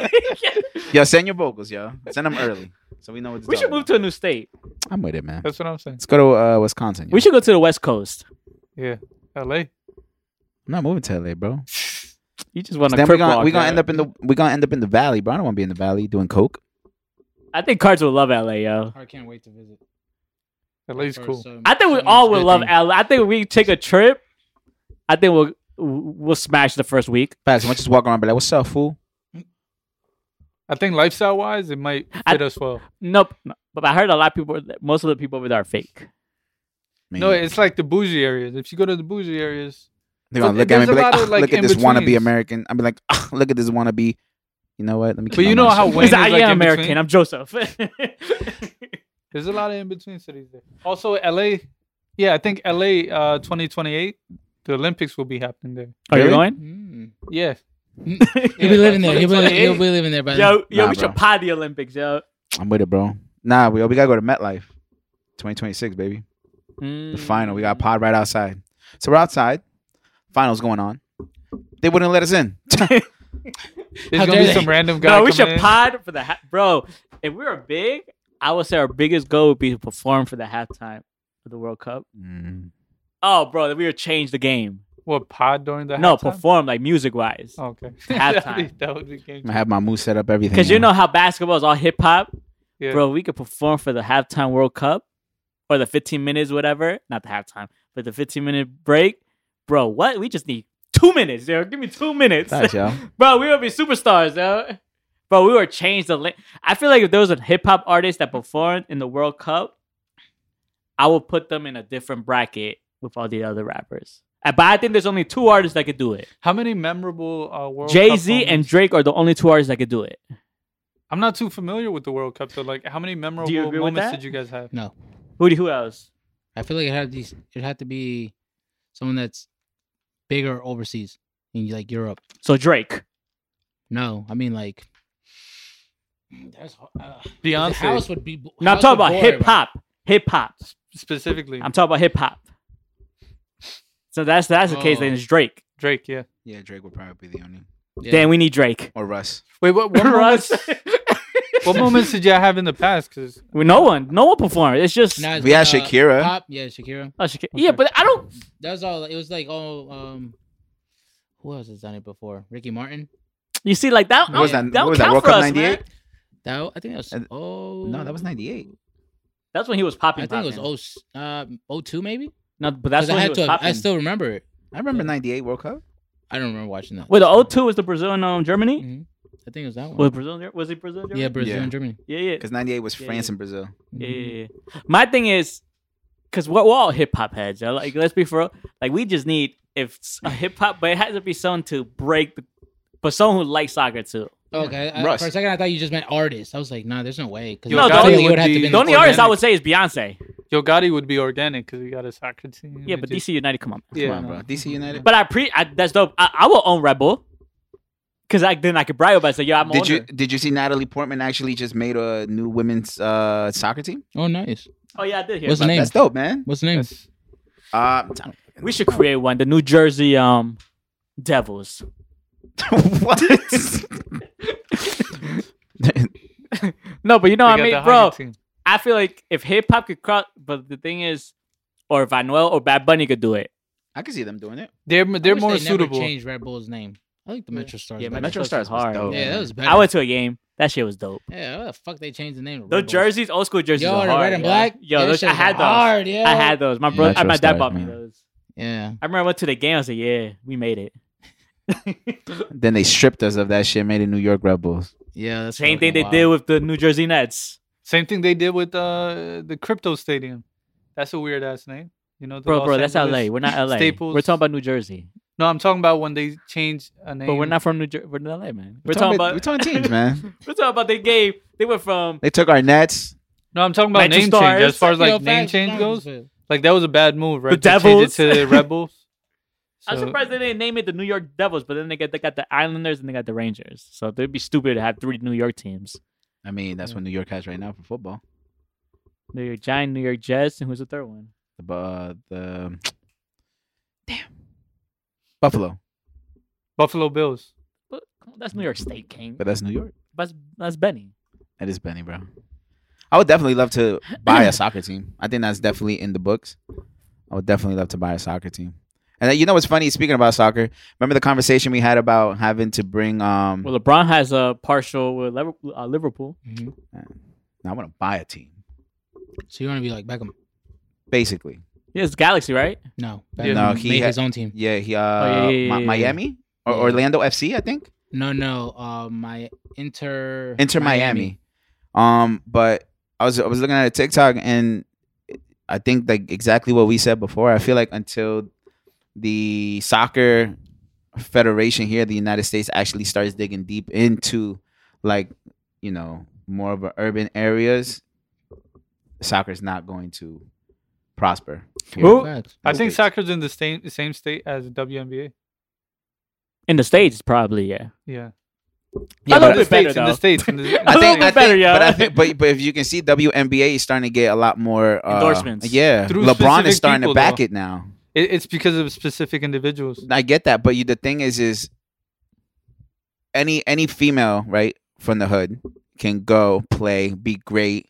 Speaker 2: Yo, send your vocals, yo. Send them early, so we know what.
Speaker 4: *laughs* we should move to a new state.
Speaker 2: I'm with it, man.
Speaker 3: That's what I'm saying.
Speaker 2: Let's go to uh, Wisconsin.
Speaker 4: We
Speaker 2: yo.
Speaker 4: should go to the West Coast.
Speaker 3: Yeah, LA.
Speaker 2: I'm not moving to LA, bro.
Speaker 4: You just want to.
Speaker 2: Then we're gonna we gonna end up in the we gonna end up in the valley, bro. I don't want to be in the valley doing coke.
Speaker 4: I think cards will love LA, yo.
Speaker 5: I can't wait to visit.
Speaker 3: LA's
Speaker 5: For
Speaker 3: cool.
Speaker 5: so-
Speaker 4: I think we
Speaker 5: so much
Speaker 4: all
Speaker 5: good
Speaker 4: will love
Speaker 5: thing.
Speaker 4: LA. I think we take a trip. I think we'll we'll smash the first week.
Speaker 2: Facts. I want you to walk around, and be like, "What's up, fool?"
Speaker 3: I think lifestyle wise, it might fit
Speaker 4: I-
Speaker 3: us well.
Speaker 4: Nope. No. But I heard a lot of people, most of the people over there are fake.
Speaker 3: No, it's like the bougie areas. If you go to the bougie areas,
Speaker 2: They're gonna
Speaker 3: but
Speaker 2: look at me
Speaker 3: there's
Speaker 2: and be
Speaker 3: a
Speaker 2: like,
Speaker 3: lot of,
Speaker 2: "Ah,
Speaker 3: like,
Speaker 2: look at this wannabe
Speaker 3: in-betweens.
Speaker 2: American. I'll be like, "Ah, look at this wannabe. You know what? Let me.
Speaker 3: But
Speaker 2: keep my
Speaker 3: you know
Speaker 2: mouth
Speaker 3: how
Speaker 2: shut.
Speaker 3: Wayne is,
Speaker 4: Because I
Speaker 3: like, in
Speaker 4: am American.
Speaker 3: between.
Speaker 4: I'm Joseph. *laughs*
Speaker 3: there's a lot of in between cities there. Also, LA. Yeah, I think LA uh, 2028, the Olympics will be happening there.
Speaker 4: Are you
Speaker 2: Really?
Speaker 4: going?
Speaker 5: Mm.
Speaker 3: Yeah.
Speaker 5: He'll be
Speaker 3: Yeah,
Speaker 5: living there. He'll be,
Speaker 4: that's
Speaker 5: he'll be living there by then.
Speaker 4: Yo, yo,
Speaker 2: Nah,
Speaker 4: we
Speaker 2: bro.
Speaker 4: should pod the Olympics, yo.
Speaker 2: I'm with it, bro. Nah, we we gotta go to MetLife, 2026, baby. The final. We
Speaker 3: Mm.
Speaker 2: got pod right outside. So we're outside. Finals going on. They wouldn't let us in.
Speaker 3: There's
Speaker 5: How
Speaker 3: gonna
Speaker 5: dare
Speaker 3: be
Speaker 5: they.
Speaker 3: some random guy.
Speaker 4: No, we
Speaker 3: coming
Speaker 4: should
Speaker 3: in.
Speaker 4: pod for the ha- bro. If we were big, I would say our biggest goal would be to perform for the halftime of the World Cup.
Speaker 2: Mm.
Speaker 4: Oh, bro, we would change the game.
Speaker 3: What pod during the
Speaker 4: no,
Speaker 3: halftime? Oh.
Speaker 4: perform like music wise.
Speaker 3: Okay. *laughs*
Speaker 4: Halftime.
Speaker 3: that would be game.
Speaker 2: I have my mood set up. Everything.
Speaker 4: Because you
Speaker 2: *laughs*
Speaker 4: know how basketball is all hip hop,
Speaker 3: Yeah.
Speaker 4: bro. We could perform for the halftime World Cup or the 15 minutes, whatever. Not the halftime, but the 15 minute break, bro. What? We just need two minutes, yo. Give me two minutes,
Speaker 2: Facts,
Speaker 3: *laughs*
Speaker 2: yo.
Speaker 4: *laughs* bro. We would be superstars, yo. Bro, we would change the. Li- I feel like if there was a hip hop artist that performed in the World Cup, I would put them in a different bracket with all the other rappers. Uh, But I think there's only two artists that could do it.
Speaker 3: How many memorable uh, World
Speaker 4: Jay
Speaker 3: Cup
Speaker 4: Z and
Speaker 3: moments-
Speaker 4: Drake are the only two artists that could do it.
Speaker 3: I'm not too familiar with the World Cup, though. Like, how many memorable
Speaker 4: agree with
Speaker 3: moments
Speaker 4: that?
Speaker 3: did you guys have?
Speaker 5: No,
Speaker 4: Who do who else?
Speaker 5: I feel like it had these. It had to be someone that's bigger overseas in like Europe.
Speaker 4: So Drake.
Speaker 5: No, I mean like. *sighs* That's hard. Uh,
Speaker 3: Beyonce
Speaker 5: House would be.
Speaker 4: No, I'm
Speaker 5: House
Speaker 4: talking
Speaker 5: would
Speaker 4: about
Speaker 5: bore
Speaker 4: hip hop. Hip hop.
Speaker 3: specifically.
Speaker 4: I'm talking about hip hop. So that's that's the case. Then
Speaker 5: Oh.
Speaker 4: it's Drake.
Speaker 3: Drake, yeah.
Speaker 2: Yeah, Drake would probably be the only.
Speaker 5: everybody.
Speaker 4: Then we need Drake.
Speaker 2: Or Russ.
Speaker 3: Wait, what? What,
Speaker 4: *laughs* Russ.
Speaker 3: moments, what moments did you have in the past? Because
Speaker 4: Well, no one, no one performed. It's just
Speaker 5: Nah, it's
Speaker 2: We
Speaker 5: been,
Speaker 2: had Shakira.
Speaker 5: Pop, yeah, Shakira.
Speaker 4: Oh, Shakira. yeah, but I don't.
Speaker 5: That was all. It was like all. Um, who else has done it before? Ricky Martin.
Speaker 4: You see, like that.
Speaker 2: What was
Speaker 4: that,
Speaker 2: that-
Speaker 4: don't
Speaker 2: what was that,
Speaker 4: count
Speaker 2: World
Speaker 4: for
Speaker 2: Cup
Speaker 4: us, man.
Speaker 2: 98?
Speaker 5: That I think that was.
Speaker 2: And-
Speaker 5: oh
Speaker 2: No, that was 98.
Speaker 4: That's when he was popping.
Speaker 5: I think it was
Speaker 4: old.
Speaker 5: 0, uh, 02 maybe.
Speaker 4: No, but that's
Speaker 5: 'Cause
Speaker 4: when he
Speaker 5: I had
Speaker 4: was
Speaker 5: to.
Speaker 4: popping.
Speaker 5: I still remember it.
Speaker 2: I remember 98 World Cup.
Speaker 5: I don't remember watching that.
Speaker 4: Wait, the 02 was the Brazil and um, Germany.
Speaker 5: Mhm. I think it was that one.
Speaker 4: Was Brazil? and- Was it Brazil? and Germany?
Speaker 5: yeah, Brazil
Speaker 2: Yeah.
Speaker 5: and Germany.
Speaker 4: yeah, yeah.
Speaker 2: Because 98 was
Speaker 4: Yeah,
Speaker 2: France
Speaker 4: yeah.
Speaker 2: and Brazil.
Speaker 4: Yeah, yeah, yeah. My thing is, because we're, we're all hip hop heads. yo. Like, let's be for real. Like, we just need if s- a hip hop, but it has to be someone to break, the, but someone who likes soccer too.
Speaker 5: Okay. I,
Speaker 2: Russ.
Speaker 5: for a second, I thought you just meant artists. I was like, nah, there's no way. 'cause
Speaker 3: Yo,
Speaker 5: I
Speaker 4: No, the
Speaker 5: feel like
Speaker 4: only-
Speaker 5: it would have to
Speaker 3: the
Speaker 5: been
Speaker 4: The only artist I
Speaker 5: organic.
Speaker 4: would say is Beyonce.
Speaker 3: Yo Gotti would be organic because we got a soccer team.
Speaker 4: Yeah,
Speaker 3: It
Speaker 4: but
Speaker 3: just-
Speaker 4: DC United, come on. man.
Speaker 3: Yeah,
Speaker 2: Come on,
Speaker 3: no.
Speaker 2: bro. DC United.
Speaker 4: But I pre, I, that's dope. I, I will own Rebel, because I then I could brag about it. Say, yo, I'm.
Speaker 2: Did you
Speaker 4: older.
Speaker 2: did you see Natalie Portman actually just made a new women's uh, soccer team?
Speaker 5: Oh, nice.
Speaker 4: Oh yeah, I did hear.
Speaker 5: What's
Speaker 4: About that.
Speaker 5: the name?
Speaker 2: That's dope, man.
Speaker 5: What's the name?
Speaker 3: That's-
Speaker 2: Uh, *laughs*
Speaker 4: We should create one. The New Jersey um, Devils.
Speaker 2: what? *laughs*
Speaker 4: No, but you know
Speaker 3: we got
Speaker 4: what I
Speaker 3: the
Speaker 4: mean,
Speaker 3: hockey
Speaker 4: bro.
Speaker 3: team.
Speaker 4: I feel like if hip hop could cross, but the thing is, or if Anuel or Bad Bunny could do it.
Speaker 2: I can see them doing it.
Speaker 3: They're
Speaker 5: I
Speaker 3: they're
Speaker 5: wish
Speaker 3: more
Speaker 5: they never
Speaker 3: suitable.
Speaker 5: Changed Red Bull's name. I like the
Speaker 3: Yeah.
Speaker 5: Metro Stars.
Speaker 4: Yeah,
Speaker 5: better.
Speaker 2: Metro
Speaker 4: Metro
Speaker 2: Stars
Speaker 4: Stars
Speaker 2: was
Speaker 4: hard.
Speaker 2: dope.
Speaker 5: Yeah, that was better.
Speaker 4: I went to a game. That shit was dope.
Speaker 5: Yeah, what the fuck they changed the name? to
Speaker 4: Those
Speaker 5: Red Bulls?
Speaker 4: jerseys, old school jerseys,
Speaker 5: Yo,
Speaker 4: are
Speaker 5: the
Speaker 4: hard,
Speaker 5: red and
Speaker 4: yeah.
Speaker 5: black.
Speaker 4: Yo,
Speaker 5: Yeah,
Speaker 4: those, I
Speaker 5: shit
Speaker 4: had
Speaker 5: was
Speaker 4: those.
Speaker 5: Hard, yeah.
Speaker 4: I had those. My brother,
Speaker 2: Metro
Speaker 4: my dad
Speaker 2: Stars,
Speaker 4: bought me
Speaker 2: man.
Speaker 4: those.
Speaker 5: Yeah.
Speaker 4: I remember I went to the game. I was like, yeah, we made it.
Speaker 2: Then they stripped us of that shit, made it New York Red Bulls.
Speaker 5: Yeah. That's
Speaker 4: Same thing
Speaker 5: fucking
Speaker 4: they
Speaker 5: wild.
Speaker 4: did with the New Jersey Nets,
Speaker 3: Same thing they did with uh, the crypto stadium. That's a weird ass name. You know, the
Speaker 4: bro,
Speaker 3: Los
Speaker 4: bro. That's
Speaker 3: Angeles-
Speaker 4: L.A. We're not L.A.
Speaker 3: Staples.
Speaker 4: We're talking about New Jersey,
Speaker 3: No, I'm talking about when they changed a name.
Speaker 4: but we're not from New Jersey. We're not L.A. Man. We're,
Speaker 2: talking
Speaker 4: talking,
Speaker 2: about-
Speaker 4: about
Speaker 2: we're talking
Speaker 4: *laughs*
Speaker 2: teams, man.
Speaker 4: we're talking about the game. They went from
Speaker 2: They took our nets.
Speaker 3: No, I'm talking about
Speaker 4: Metro
Speaker 3: name
Speaker 4: Stars.
Speaker 3: change. As far as like
Speaker 5: Yo,
Speaker 3: name
Speaker 5: facts,
Speaker 3: change
Speaker 5: facts,
Speaker 3: goes,
Speaker 5: facts.
Speaker 3: like that was a bad move, right?
Speaker 4: The
Speaker 3: To change it
Speaker 4: Devils.
Speaker 3: to
Speaker 4: *laughs*
Speaker 3: the Red Bulls.
Speaker 4: I'm
Speaker 3: So-
Speaker 4: surprised they didn't name it the New York Devils, but then they got they got the Islanders and they got the Rangers. So they'd be stupid to have three New York teams.
Speaker 2: I mean, that's what New York has right now for football.
Speaker 4: New York Giant, New York Jets, and who's the third one?
Speaker 2: The bu- uh, the damn Buffalo,
Speaker 3: Buffalo Bills.
Speaker 4: But come on, that's New York State King.
Speaker 2: but that's New York.
Speaker 4: That's that's Benny.
Speaker 2: That is Benny, bro. I would definitely love to buy a soccer team. I think that's definitely in the books. I would definitely love to buy a soccer team. And then, you know what's funny? Speaking about soccer, remember the conversation we had about having to bring? Um,
Speaker 4: Well, LeBron has a partial with Liver- uh, Liverpool.
Speaker 5: Mhm.
Speaker 2: eh, I want to buy a team,
Speaker 5: So you want to be like Beckham?
Speaker 2: basically.
Speaker 4: Yeah, it's Galaxy, right?
Speaker 5: No.
Speaker 3: Yeah.
Speaker 5: Beckham
Speaker 2: No, he
Speaker 5: made
Speaker 2: had-
Speaker 5: his own team.
Speaker 2: Yeah, he, uh,
Speaker 4: Oh, yeah, yeah,
Speaker 2: Mi-
Speaker 4: yeah,
Speaker 2: Miami or
Speaker 5: Yeah.
Speaker 2: Orlando FC, I think.
Speaker 5: No, no. Uh, my Inter.
Speaker 2: Inter Miami. Um, but I was I was looking at a TikTok and I think like exactly what we said before. I feel like until the soccer federation here, the United States actually starts digging deep into like you know more of a urban areas, soccer's not going to prosper. here.
Speaker 3: Who-
Speaker 5: Facts.
Speaker 3: I think
Speaker 2: States.
Speaker 3: soccer's in the same same state as WNBA.
Speaker 4: in the states, probably yeah.
Speaker 3: Yeah,
Speaker 2: Yeah,
Speaker 4: I love
Speaker 2: but
Speaker 3: in the
Speaker 4: it better,
Speaker 3: states, in
Speaker 4: though.
Speaker 3: the states.
Speaker 4: *laughs*
Speaker 3: In the,
Speaker 4: I
Speaker 2: I
Speaker 4: A
Speaker 2: think,
Speaker 4: little
Speaker 2: I
Speaker 4: bit better,
Speaker 2: think,
Speaker 4: yeah.
Speaker 2: but I think, but but if you can see, WNBA is starting to get a lot more uh,
Speaker 4: Endorsements.
Speaker 2: Yeah,
Speaker 3: Through
Speaker 2: LeBron
Speaker 3: specific
Speaker 2: is starting
Speaker 3: people,
Speaker 2: to back
Speaker 3: though.
Speaker 2: it now.
Speaker 3: it, it's because of specific individuals.
Speaker 2: I get that, but you, the thing is, is any any female right from the hood can go play, be great,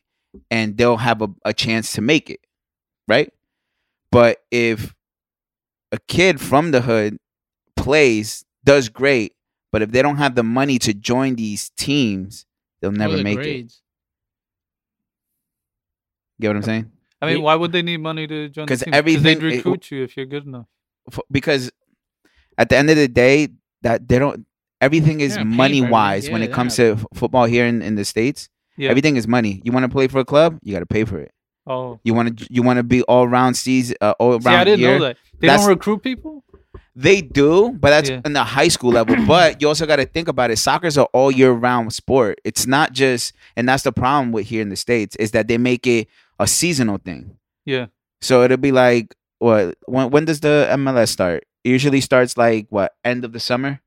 Speaker 2: and they'll have a, a chance to make it, right? But if a kid from the hood plays, does great, but if they don't have the money to join these teams, they'll
Speaker 5: Those
Speaker 2: never
Speaker 5: are
Speaker 2: make it.
Speaker 5: grades.
Speaker 2: Get what I'm saying?
Speaker 3: I mean,
Speaker 4: Yeah.
Speaker 3: why would they need money to join?
Speaker 2: 'Cause
Speaker 3: Because everything
Speaker 2: everything-
Speaker 3: they'd
Speaker 2: it-
Speaker 3: recruit you if you're good enough.
Speaker 2: F- because at the end of the day, that they don't. Everything is
Speaker 5: They're not paying for
Speaker 2: money
Speaker 5: everything.
Speaker 2: wise
Speaker 5: Yeah,
Speaker 2: when it
Speaker 5: they're
Speaker 2: comes
Speaker 5: not-
Speaker 2: to f- football here in, in the states.
Speaker 3: Yeah.
Speaker 2: Everything is money. You want to play for a club, you got to pay for it.
Speaker 3: oh,
Speaker 2: You want to you want to be all round season, uh, all
Speaker 3: see, I
Speaker 2: round
Speaker 3: didn't
Speaker 2: year.
Speaker 3: know that they
Speaker 2: That's-
Speaker 3: don't recruit people.
Speaker 2: They do, but that's
Speaker 3: Yeah.
Speaker 2: in the high school
Speaker 3: *clears throat*
Speaker 2: level. but you also got to think about it. Soccer's an all year round sport. It's not just, and that's the problem with here in the states is that they make it a seasonal thing.
Speaker 3: Yeah.
Speaker 2: So it'll be like what when when does the MLS start? It usually starts like what end of the summer.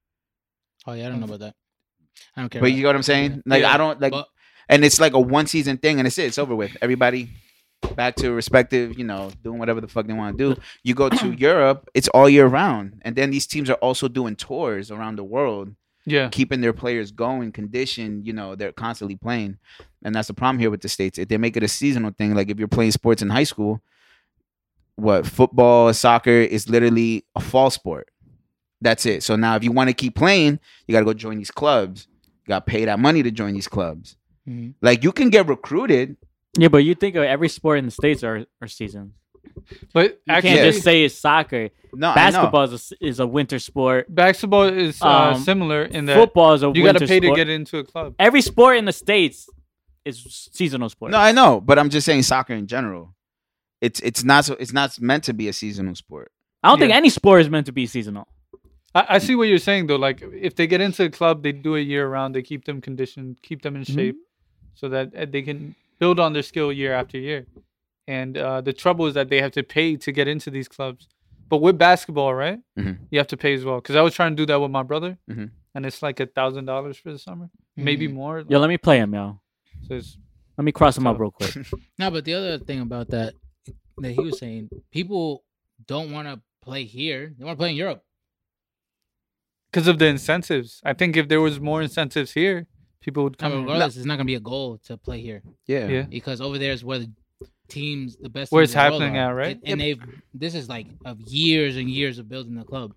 Speaker 5: Oh yeah, I don't know about that. I don't care.
Speaker 2: But
Speaker 5: about
Speaker 2: you know what I'm
Speaker 5: that.
Speaker 2: saying? Like
Speaker 3: Yeah.
Speaker 2: I don't like,
Speaker 5: But-
Speaker 2: and it's like a one season thing, and it's it. It's over with. Everybody back to respective, you know, doing whatever the fuck they want to do. You go to Europe, it's all year round, and then these teams are also doing tours around the world,
Speaker 3: Yeah,
Speaker 2: keeping their players going, conditioned. You know, they're constantly playing, and that's the problem here with the states. If they make it a seasonal thing, like if you're playing sports in high school, what football, soccer is literally a fall sport. That's it. So now, if you want to keep playing, you got to go join these clubs. You got to pay that money to join these clubs.
Speaker 5: Mhm.
Speaker 2: Like you can get recruited.
Speaker 4: Yeah, but you think of every sport in the states are are seasons.
Speaker 3: but
Speaker 4: You
Speaker 3: actually,
Speaker 4: can't just say it's soccer.
Speaker 2: No, I know.
Speaker 4: Basketball is a, s- is a winter sport.
Speaker 3: basketball is uh,
Speaker 4: Um,
Speaker 3: similar in that
Speaker 4: Football is a
Speaker 3: you got
Speaker 4: winter
Speaker 3: to pay
Speaker 4: sport.
Speaker 3: to get into a club.
Speaker 4: Every sport in the states is seasonal sport.
Speaker 2: No, I know, but I'm just saying soccer in general. It's it's not so it's not meant to be a seasonal sport.
Speaker 4: I don't think
Speaker 3: Yeah.
Speaker 4: any sport is meant to be seasonal.
Speaker 3: I, I see what you're saying though. Like if they get into a club, they do it year round. They keep them conditioned, keep them in
Speaker 5: Mm-hmm.
Speaker 3: shape, so that uh, they can build on their skill year after year. And uh, the trouble is that they have to pay to get into these clubs. But with basketball, right,
Speaker 2: Mhm.
Speaker 5: Mm-hmm.
Speaker 3: you have to pay as well. Because I was trying to do that with my brother,
Speaker 2: Mhm.
Speaker 3: and it's like a thousand dollars for the summer, maybe
Speaker 5: Mm-hmm.
Speaker 3: more.
Speaker 4: Yo, let me play him, yo.
Speaker 3: So it's-
Speaker 4: Let me cross him up real
Speaker 3: *laughs*
Speaker 4: quick.
Speaker 5: No, but the other thing about that that he was saying, people don't want to play here. They want to play in Europe.
Speaker 3: because of the incentives. I think if there was more incentives here, people would
Speaker 5: I
Speaker 3: come.
Speaker 2: Mm-hmm.
Speaker 5: mean, regardless, it's not going to be a goal to play here
Speaker 2: Yeah.
Speaker 3: Yeah.
Speaker 5: because over there is where the teams, the best,
Speaker 3: Where
Speaker 5: teams
Speaker 3: it's
Speaker 5: in the world
Speaker 3: happening
Speaker 5: are.
Speaker 3: at, right?
Speaker 5: And, and they've this is like of years and years of building the club.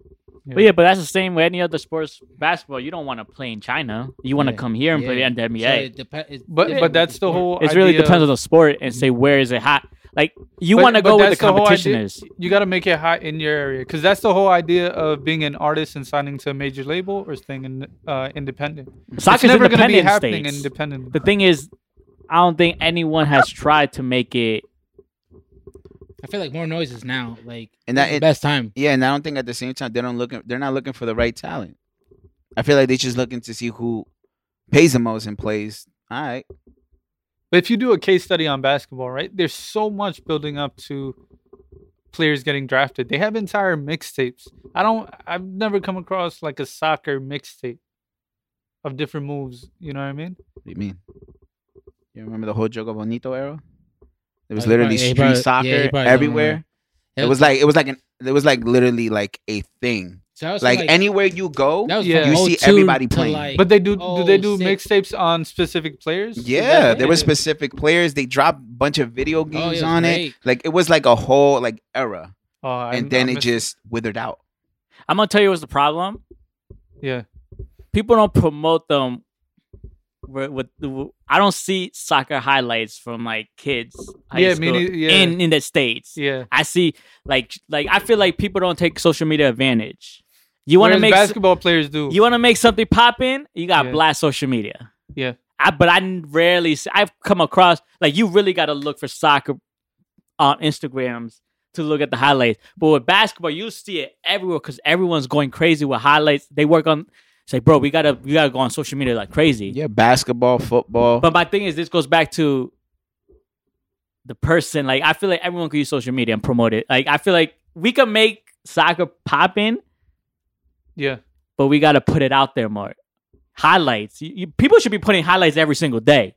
Speaker 4: But yeah, but that's the same with any other sports. Basketball, you don't want to play in China. You want to
Speaker 5: Yeah.
Speaker 4: come here and play
Speaker 5: Yeah.
Speaker 4: in the NBA.
Speaker 5: So it depe- it-
Speaker 3: But
Speaker 5: yeah,
Speaker 3: but that's the
Speaker 5: sport.
Speaker 3: whole.
Speaker 4: it really
Speaker 3: idea Mm-hmm.
Speaker 4: depends on the sport and say where is it hot. Like you
Speaker 3: But-
Speaker 4: want to
Speaker 3: but
Speaker 4: go where the
Speaker 3: that's whole
Speaker 4: competition
Speaker 3: idea-
Speaker 4: is.
Speaker 3: You got to make it hot in your area because that's the whole idea of being an artist and signing to a major label or staying in, uh, independent.
Speaker 4: Soccer's
Speaker 3: it's never gonna
Speaker 4: independent
Speaker 3: be happening
Speaker 4: states.
Speaker 3: independently.
Speaker 4: the thing is, I don't think anyone has tried to make it.
Speaker 5: I feel like more noises now. Like
Speaker 2: And
Speaker 5: and
Speaker 2: that-
Speaker 5: that
Speaker 2: it-
Speaker 5: best time.
Speaker 2: Yeah, and I don't think at the same time they don't looking they're not looking for the right talent. I feel like they're just looking to see who pays the most and plays. All right.
Speaker 3: But if you do a case study on basketball, right? There's so much building up to players getting drafted. They have entire mixtapes. I don't. I've never come across like a soccer mixtape of different moves. You know what I mean?
Speaker 2: What do you mean? You remember the whole joke of Bonito era? It was
Speaker 5: Oh, he
Speaker 2: literally
Speaker 5: probably- he
Speaker 2: street
Speaker 5: probably- yeah, he
Speaker 2: soccer
Speaker 5: probably don't
Speaker 2: everywhere.
Speaker 5: remember.
Speaker 2: It was like it was like an it was like literally like a thing.
Speaker 5: so I was
Speaker 2: Like, anywhere you go,
Speaker 5: that was oh
Speaker 3: Yeah.
Speaker 5: yeah.
Speaker 2: you see everybody playing.
Speaker 3: But they do. do they do
Speaker 5: mixed?
Speaker 3: mixtapes on specific players? Is that
Speaker 2: Oh, Yeah,
Speaker 3: what
Speaker 2: there
Speaker 3: they
Speaker 2: were
Speaker 3: do?
Speaker 2: specific players. They dropped a bunch of video
Speaker 5: oh, it
Speaker 2: games
Speaker 5: was
Speaker 2: on it.
Speaker 5: great.
Speaker 2: Like it was like a whole like era,
Speaker 3: Oh, I-
Speaker 2: and then
Speaker 3: I
Speaker 2: it
Speaker 3: missed-
Speaker 2: just withered out.
Speaker 4: I'm gonna tell you what's the problem.
Speaker 3: yeah.
Speaker 4: People don't promote them. With, with the, I don't see soccer highlights from like kids. high
Speaker 3: Yeah, me
Speaker 4: school
Speaker 3: neither- yeah.
Speaker 4: in in the states.
Speaker 3: Yeah.
Speaker 4: I see like like I feel like people don't take social media advantage. You want to
Speaker 3: Whereas
Speaker 4: make s-
Speaker 3: basketball players do.
Speaker 4: you want to make something pop in. You got to
Speaker 3: Yeah.
Speaker 4: blast social media.
Speaker 3: Yeah.
Speaker 4: I but I rarely see, I've come across like you really got to look for soccer on Instagrams to look at the highlights. But with basketball, you see it everywhere because everyone's going crazy with highlights. They work on say, bro, we gotta we gotta go on social media like crazy.
Speaker 2: Yeah, basketball, football.
Speaker 4: But my thing is, this goes back to the person. Like, I feel like everyone could use social media and promote it. Like, I feel like we can make soccer pop in,
Speaker 3: Yeah.
Speaker 4: but we got to put it out there more. Highlights. You, you, people should be putting highlights every single day.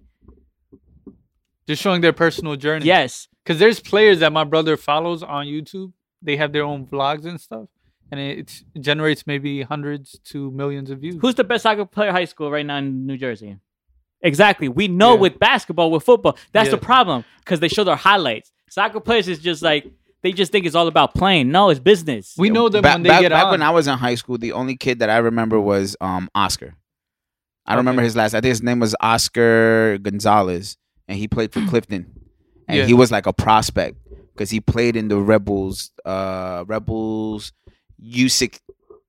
Speaker 3: Just showing their personal journey.
Speaker 4: Yes.
Speaker 3: Because there's players that my brother follows on YouTube. They have their own vlogs and stuff. And it it generates maybe hundreds to millions of views.
Speaker 4: Who's the best soccer player high school right now in New Jersey? Exactly. We know
Speaker 3: Yeah.
Speaker 4: with basketball, with football, that's the
Speaker 3: Yeah.
Speaker 4: problem because they show their highlights. Soccer players is just like, they just think it's all about playing. No, it's business.
Speaker 3: we know them
Speaker 2: back,
Speaker 3: when they
Speaker 2: back-
Speaker 3: get
Speaker 2: back
Speaker 3: on.
Speaker 2: when I was in high school, the only kid that I remember was um Oscar. I don't remember
Speaker 3: Okay.
Speaker 2: his last. I think his name was Oscar Gonzalez, and he played for Clifton, and
Speaker 3: Hmm. Yeah.
Speaker 2: he was like a prospect because he played in the Rebels, uh, Rebels U six,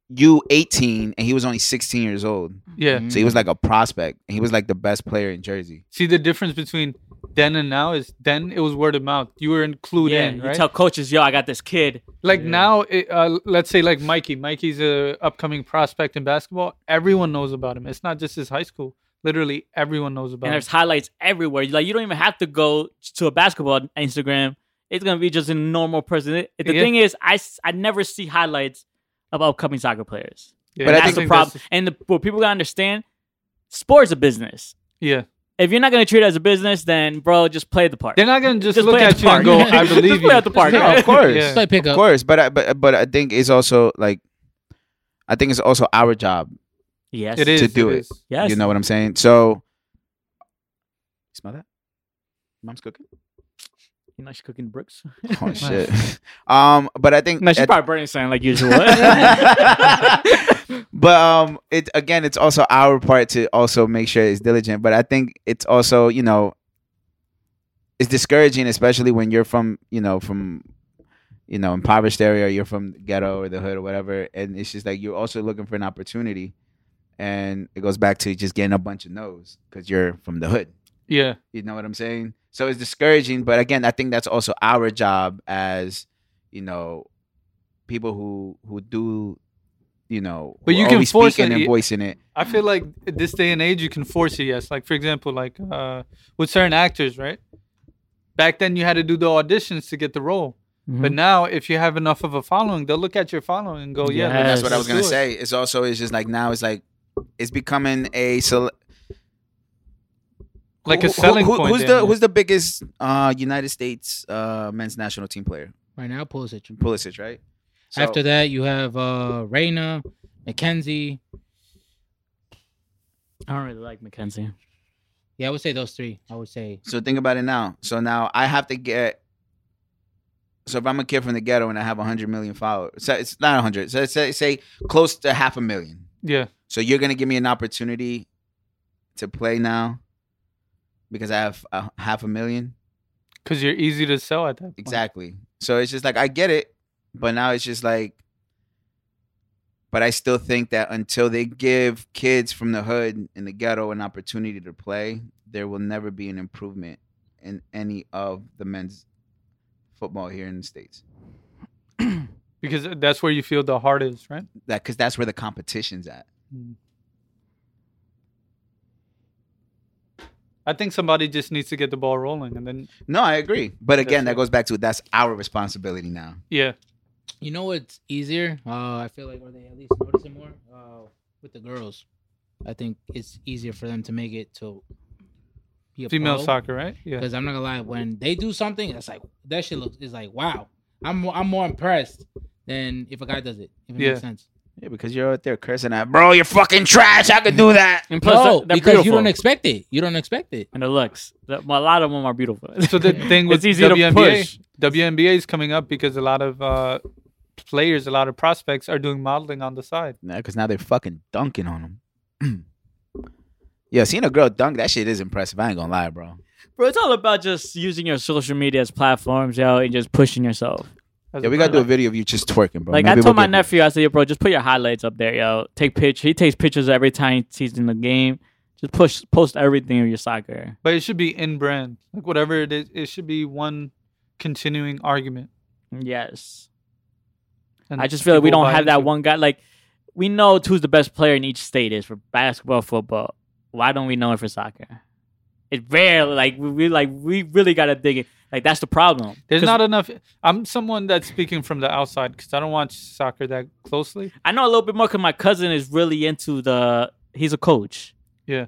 Speaker 2: U eighteen, and he was only sixteen years old,
Speaker 3: yeah.
Speaker 5: Mhm.
Speaker 2: so he
Speaker 4: Mm.
Speaker 2: was like a prospect, and he was like the best player in Jersey.
Speaker 3: See the difference between then and now is then it was word of mouth. You were included
Speaker 4: yeah,
Speaker 3: in,
Speaker 4: You
Speaker 3: right?
Speaker 4: tell coaches, yo, I got this kid.
Speaker 3: like
Speaker 4: Yeah.
Speaker 3: now, it, uh, let's say like Mikey. Mikey's a upcoming prospect in basketball. Everyone knows about him. It's not just his high school. Literally, everyone knows about
Speaker 4: and
Speaker 3: him.
Speaker 4: there's highlights everywhere. Like you don't even have to go to a basketball Instagram. It's gonna be just a normal person. It- the
Speaker 3: Yeah.
Speaker 4: thing is, I, s- I never see highlights of upcoming soccer players.
Speaker 3: Yeah,
Speaker 2: But
Speaker 4: And
Speaker 2: I
Speaker 4: that's
Speaker 2: think
Speaker 4: the problem. and the, what people gotta understand, sports a business.
Speaker 3: yeah,
Speaker 4: If you're not gonna treat it as a business, then bro, just play the part.
Speaker 3: they're not gonna just,
Speaker 4: Just
Speaker 3: look
Speaker 4: play at
Speaker 3: at
Speaker 4: the
Speaker 3: you and go,
Speaker 4: park.
Speaker 3: "I
Speaker 4: *laughs* Just
Speaker 3: believe you."
Speaker 4: play at the park.
Speaker 3: Yeah,
Speaker 2: No, of course.
Speaker 3: Yeah.
Speaker 5: Just like pick
Speaker 2: Of
Speaker 5: up.
Speaker 2: course, but I, but but I think it's also like, I think it's also our job.
Speaker 4: yes,
Speaker 3: It is
Speaker 2: To do it.
Speaker 3: is.
Speaker 4: Yes,
Speaker 2: You know what I'm saying? So, smell that? Mom's
Speaker 4: *laughs*
Speaker 2: cooking.
Speaker 4: You know she's cooking bricks.
Speaker 2: Oh shit. *laughs* um, but I think
Speaker 4: No, she's
Speaker 2: at-
Speaker 4: probably burning something like *laughs* usual.
Speaker 2: but um, it again, it's also our part to also make sure it's diligent. But I think it's also you know, it's discouraging, especially when you're from you know from you know impoverished area, you're from ghetto or the hood or whatever, and it's just like you're also looking for an opportunity, and it goes back to just getting a bunch of no's because you're from the hood.
Speaker 3: Yeah,
Speaker 2: You know what I'm saying? So it's discouraging, but again, I think that's also our job as, you know, people who who do, you know,
Speaker 3: But
Speaker 2: who
Speaker 3: you
Speaker 2: are
Speaker 3: can
Speaker 2: always
Speaker 3: force
Speaker 2: speaking
Speaker 3: it.
Speaker 2: and
Speaker 3: You-
Speaker 2: voicing it.
Speaker 3: I feel like at this day and age, you can force it. Yes, like for example, like uh, with certain actors, right? Back then, you had to do the auditions to get the role.
Speaker 2: Mm-hmm.
Speaker 3: But now, if you have enough of a following, they'll look at your following and go, "Yeah,
Speaker 4: Yes.
Speaker 2: That's what I was
Speaker 3: let's
Speaker 2: gonna
Speaker 3: do it."
Speaker 2: say. It's also it's just like now it's like it's becoming a sele-
Speaker 3: Like
Speaker 2: Who-
Speaker 3: a selling
Speaker 2: who- who-
Speaker 3: point.
Speaker 2: Who's
Speaker 3: damn
Speaker 2: the
Speaker 3: it.
Speaker 2: who's the biggest uh, United States uh, men's national team player?
Speaker 5: Right now, Pulisic.
Speaker 2: Pulisic, right? So-
Speaker 5: After that, you have uh Reina, Mackenzie.
Speaker 4: I don't really like Mackenzie.
Speaker 5: Yeah, I would say those three. I would say
Speaker 2: So think about it now. So now I have to get. So if I'm a kid from the ghetto and I have 100 million followers, so it's not 100. So say, say close to half a million.
Speaker 3: yeah,
Speaker 2: So you're gonna give me an opportunity to play now because I have a, half a million
Speaker 3: because you're easy to sell at that. Point.
Speaker 2: exactly. So it's just like I get it, but now it's just like. But I still think that until they give kids from the hood in the ghetto an opportunity to play, there will never be an improvement in any of the men's football here in the states.
Speaker 3: Because that's where you feel the heart is, right?
Speaker 2: That because that's where the competition's at.
Speaker 3: I think somebody just needs to get the ball rolling, and then
Speaker 2: No, I agree. But again,
Speaker 3: That's
Speaker 2: that
Speaker 3: right.
Speaker 2: goes back to that's our responsibility now.
Speaker 3: yeah,
Speaker 5: you know what's easier. Uh, I feel like, or they at least notice it more uh, with the girls. I think it's easier for them to make it to be a
Speaker 3: female
Speaker 5: pro.
Speaker 3: soccer, right? Yeah,
Speaker 5: Because I'm not gonna lie, when they do something, it's like that shit looks is like wow. I'm mo- I'm more impressed than if a guy does it. If it
Speaker 3: Yeah.
Speaker 5: makes sense.
Speaker 2: Yeah, because you're out there cursing at bro, you're fucking trash. *laughs* I could do that.
Speaker 4: And plus,
Speaker 5: No,
Speaker 4: they're, they're
Speaker 5: because
Speaker 4: beautiful.
Speaker 5: you don't expect it. You don't expect it.
Speaker 4: and the looks. The- well, a lot of them are beautiful.
Speaker 3: So the
Speaker 4: *laughs*
Speaker 3: thing with
Speaker 4: it's easy
Speaker 3: WNBA,
Speaker 4: to push.
Speaker 3: WNBA is coming up because a lot of uh, players, a lot of prospects are doing modeling on the side.
Speaker 2: because now they're fucking dunking on them. *clears throat* yeah, seeing a girl dunk, that shit is impressive. I ain't gonna lie, bro.
Speaker 4: Bro, it's all about just using your social media as platforms, yo, and just pushing yourself.
Speaker 3: as
Speaker 2: Yeah,
Speaker 3: a
Speaker 2: we gotta do a
Speaker 3: player.
Speaker 2: video of you just twerking, bro.
Speaker 4: like
Speaker 2: Maybe
Speaker 4: I told
Speaker 2: we'll
Speaker 4: my
Speaker 2: get-
Speaker 4: nephew, I said, yo, bro, just put your highlights up there, yo. Take pictures. He takes pictures every time he's in the game. Just push post everything of your soccer.
Speaker 3: But it should be in brand. Like whatever it is, it should be one continuing argument.
Speaker 4: Yes.
Speaker 3: And
Speaker 4: I just feel like we
Speaker 3: people
Speaker 4: don't
Speaker 3: buy
Speaker 4: have that
Speaker 3: into-
Speaker 4: one guy. Like we know who's the best player in each state is for basketball, football. Why don't we know it for soccer? It's rarely like we, we like we really gotta dig it. Like that's the problem.
Speaker 3: There's
Speaker 4: 'Cause
Speaker 3: not enough. I'm someone that's speaking from the outside because I don't watch soccer that closely.
Speaker 4: I know a little bit more because my cousin is really into the. He's a coach.
Speaker 3: Yeah.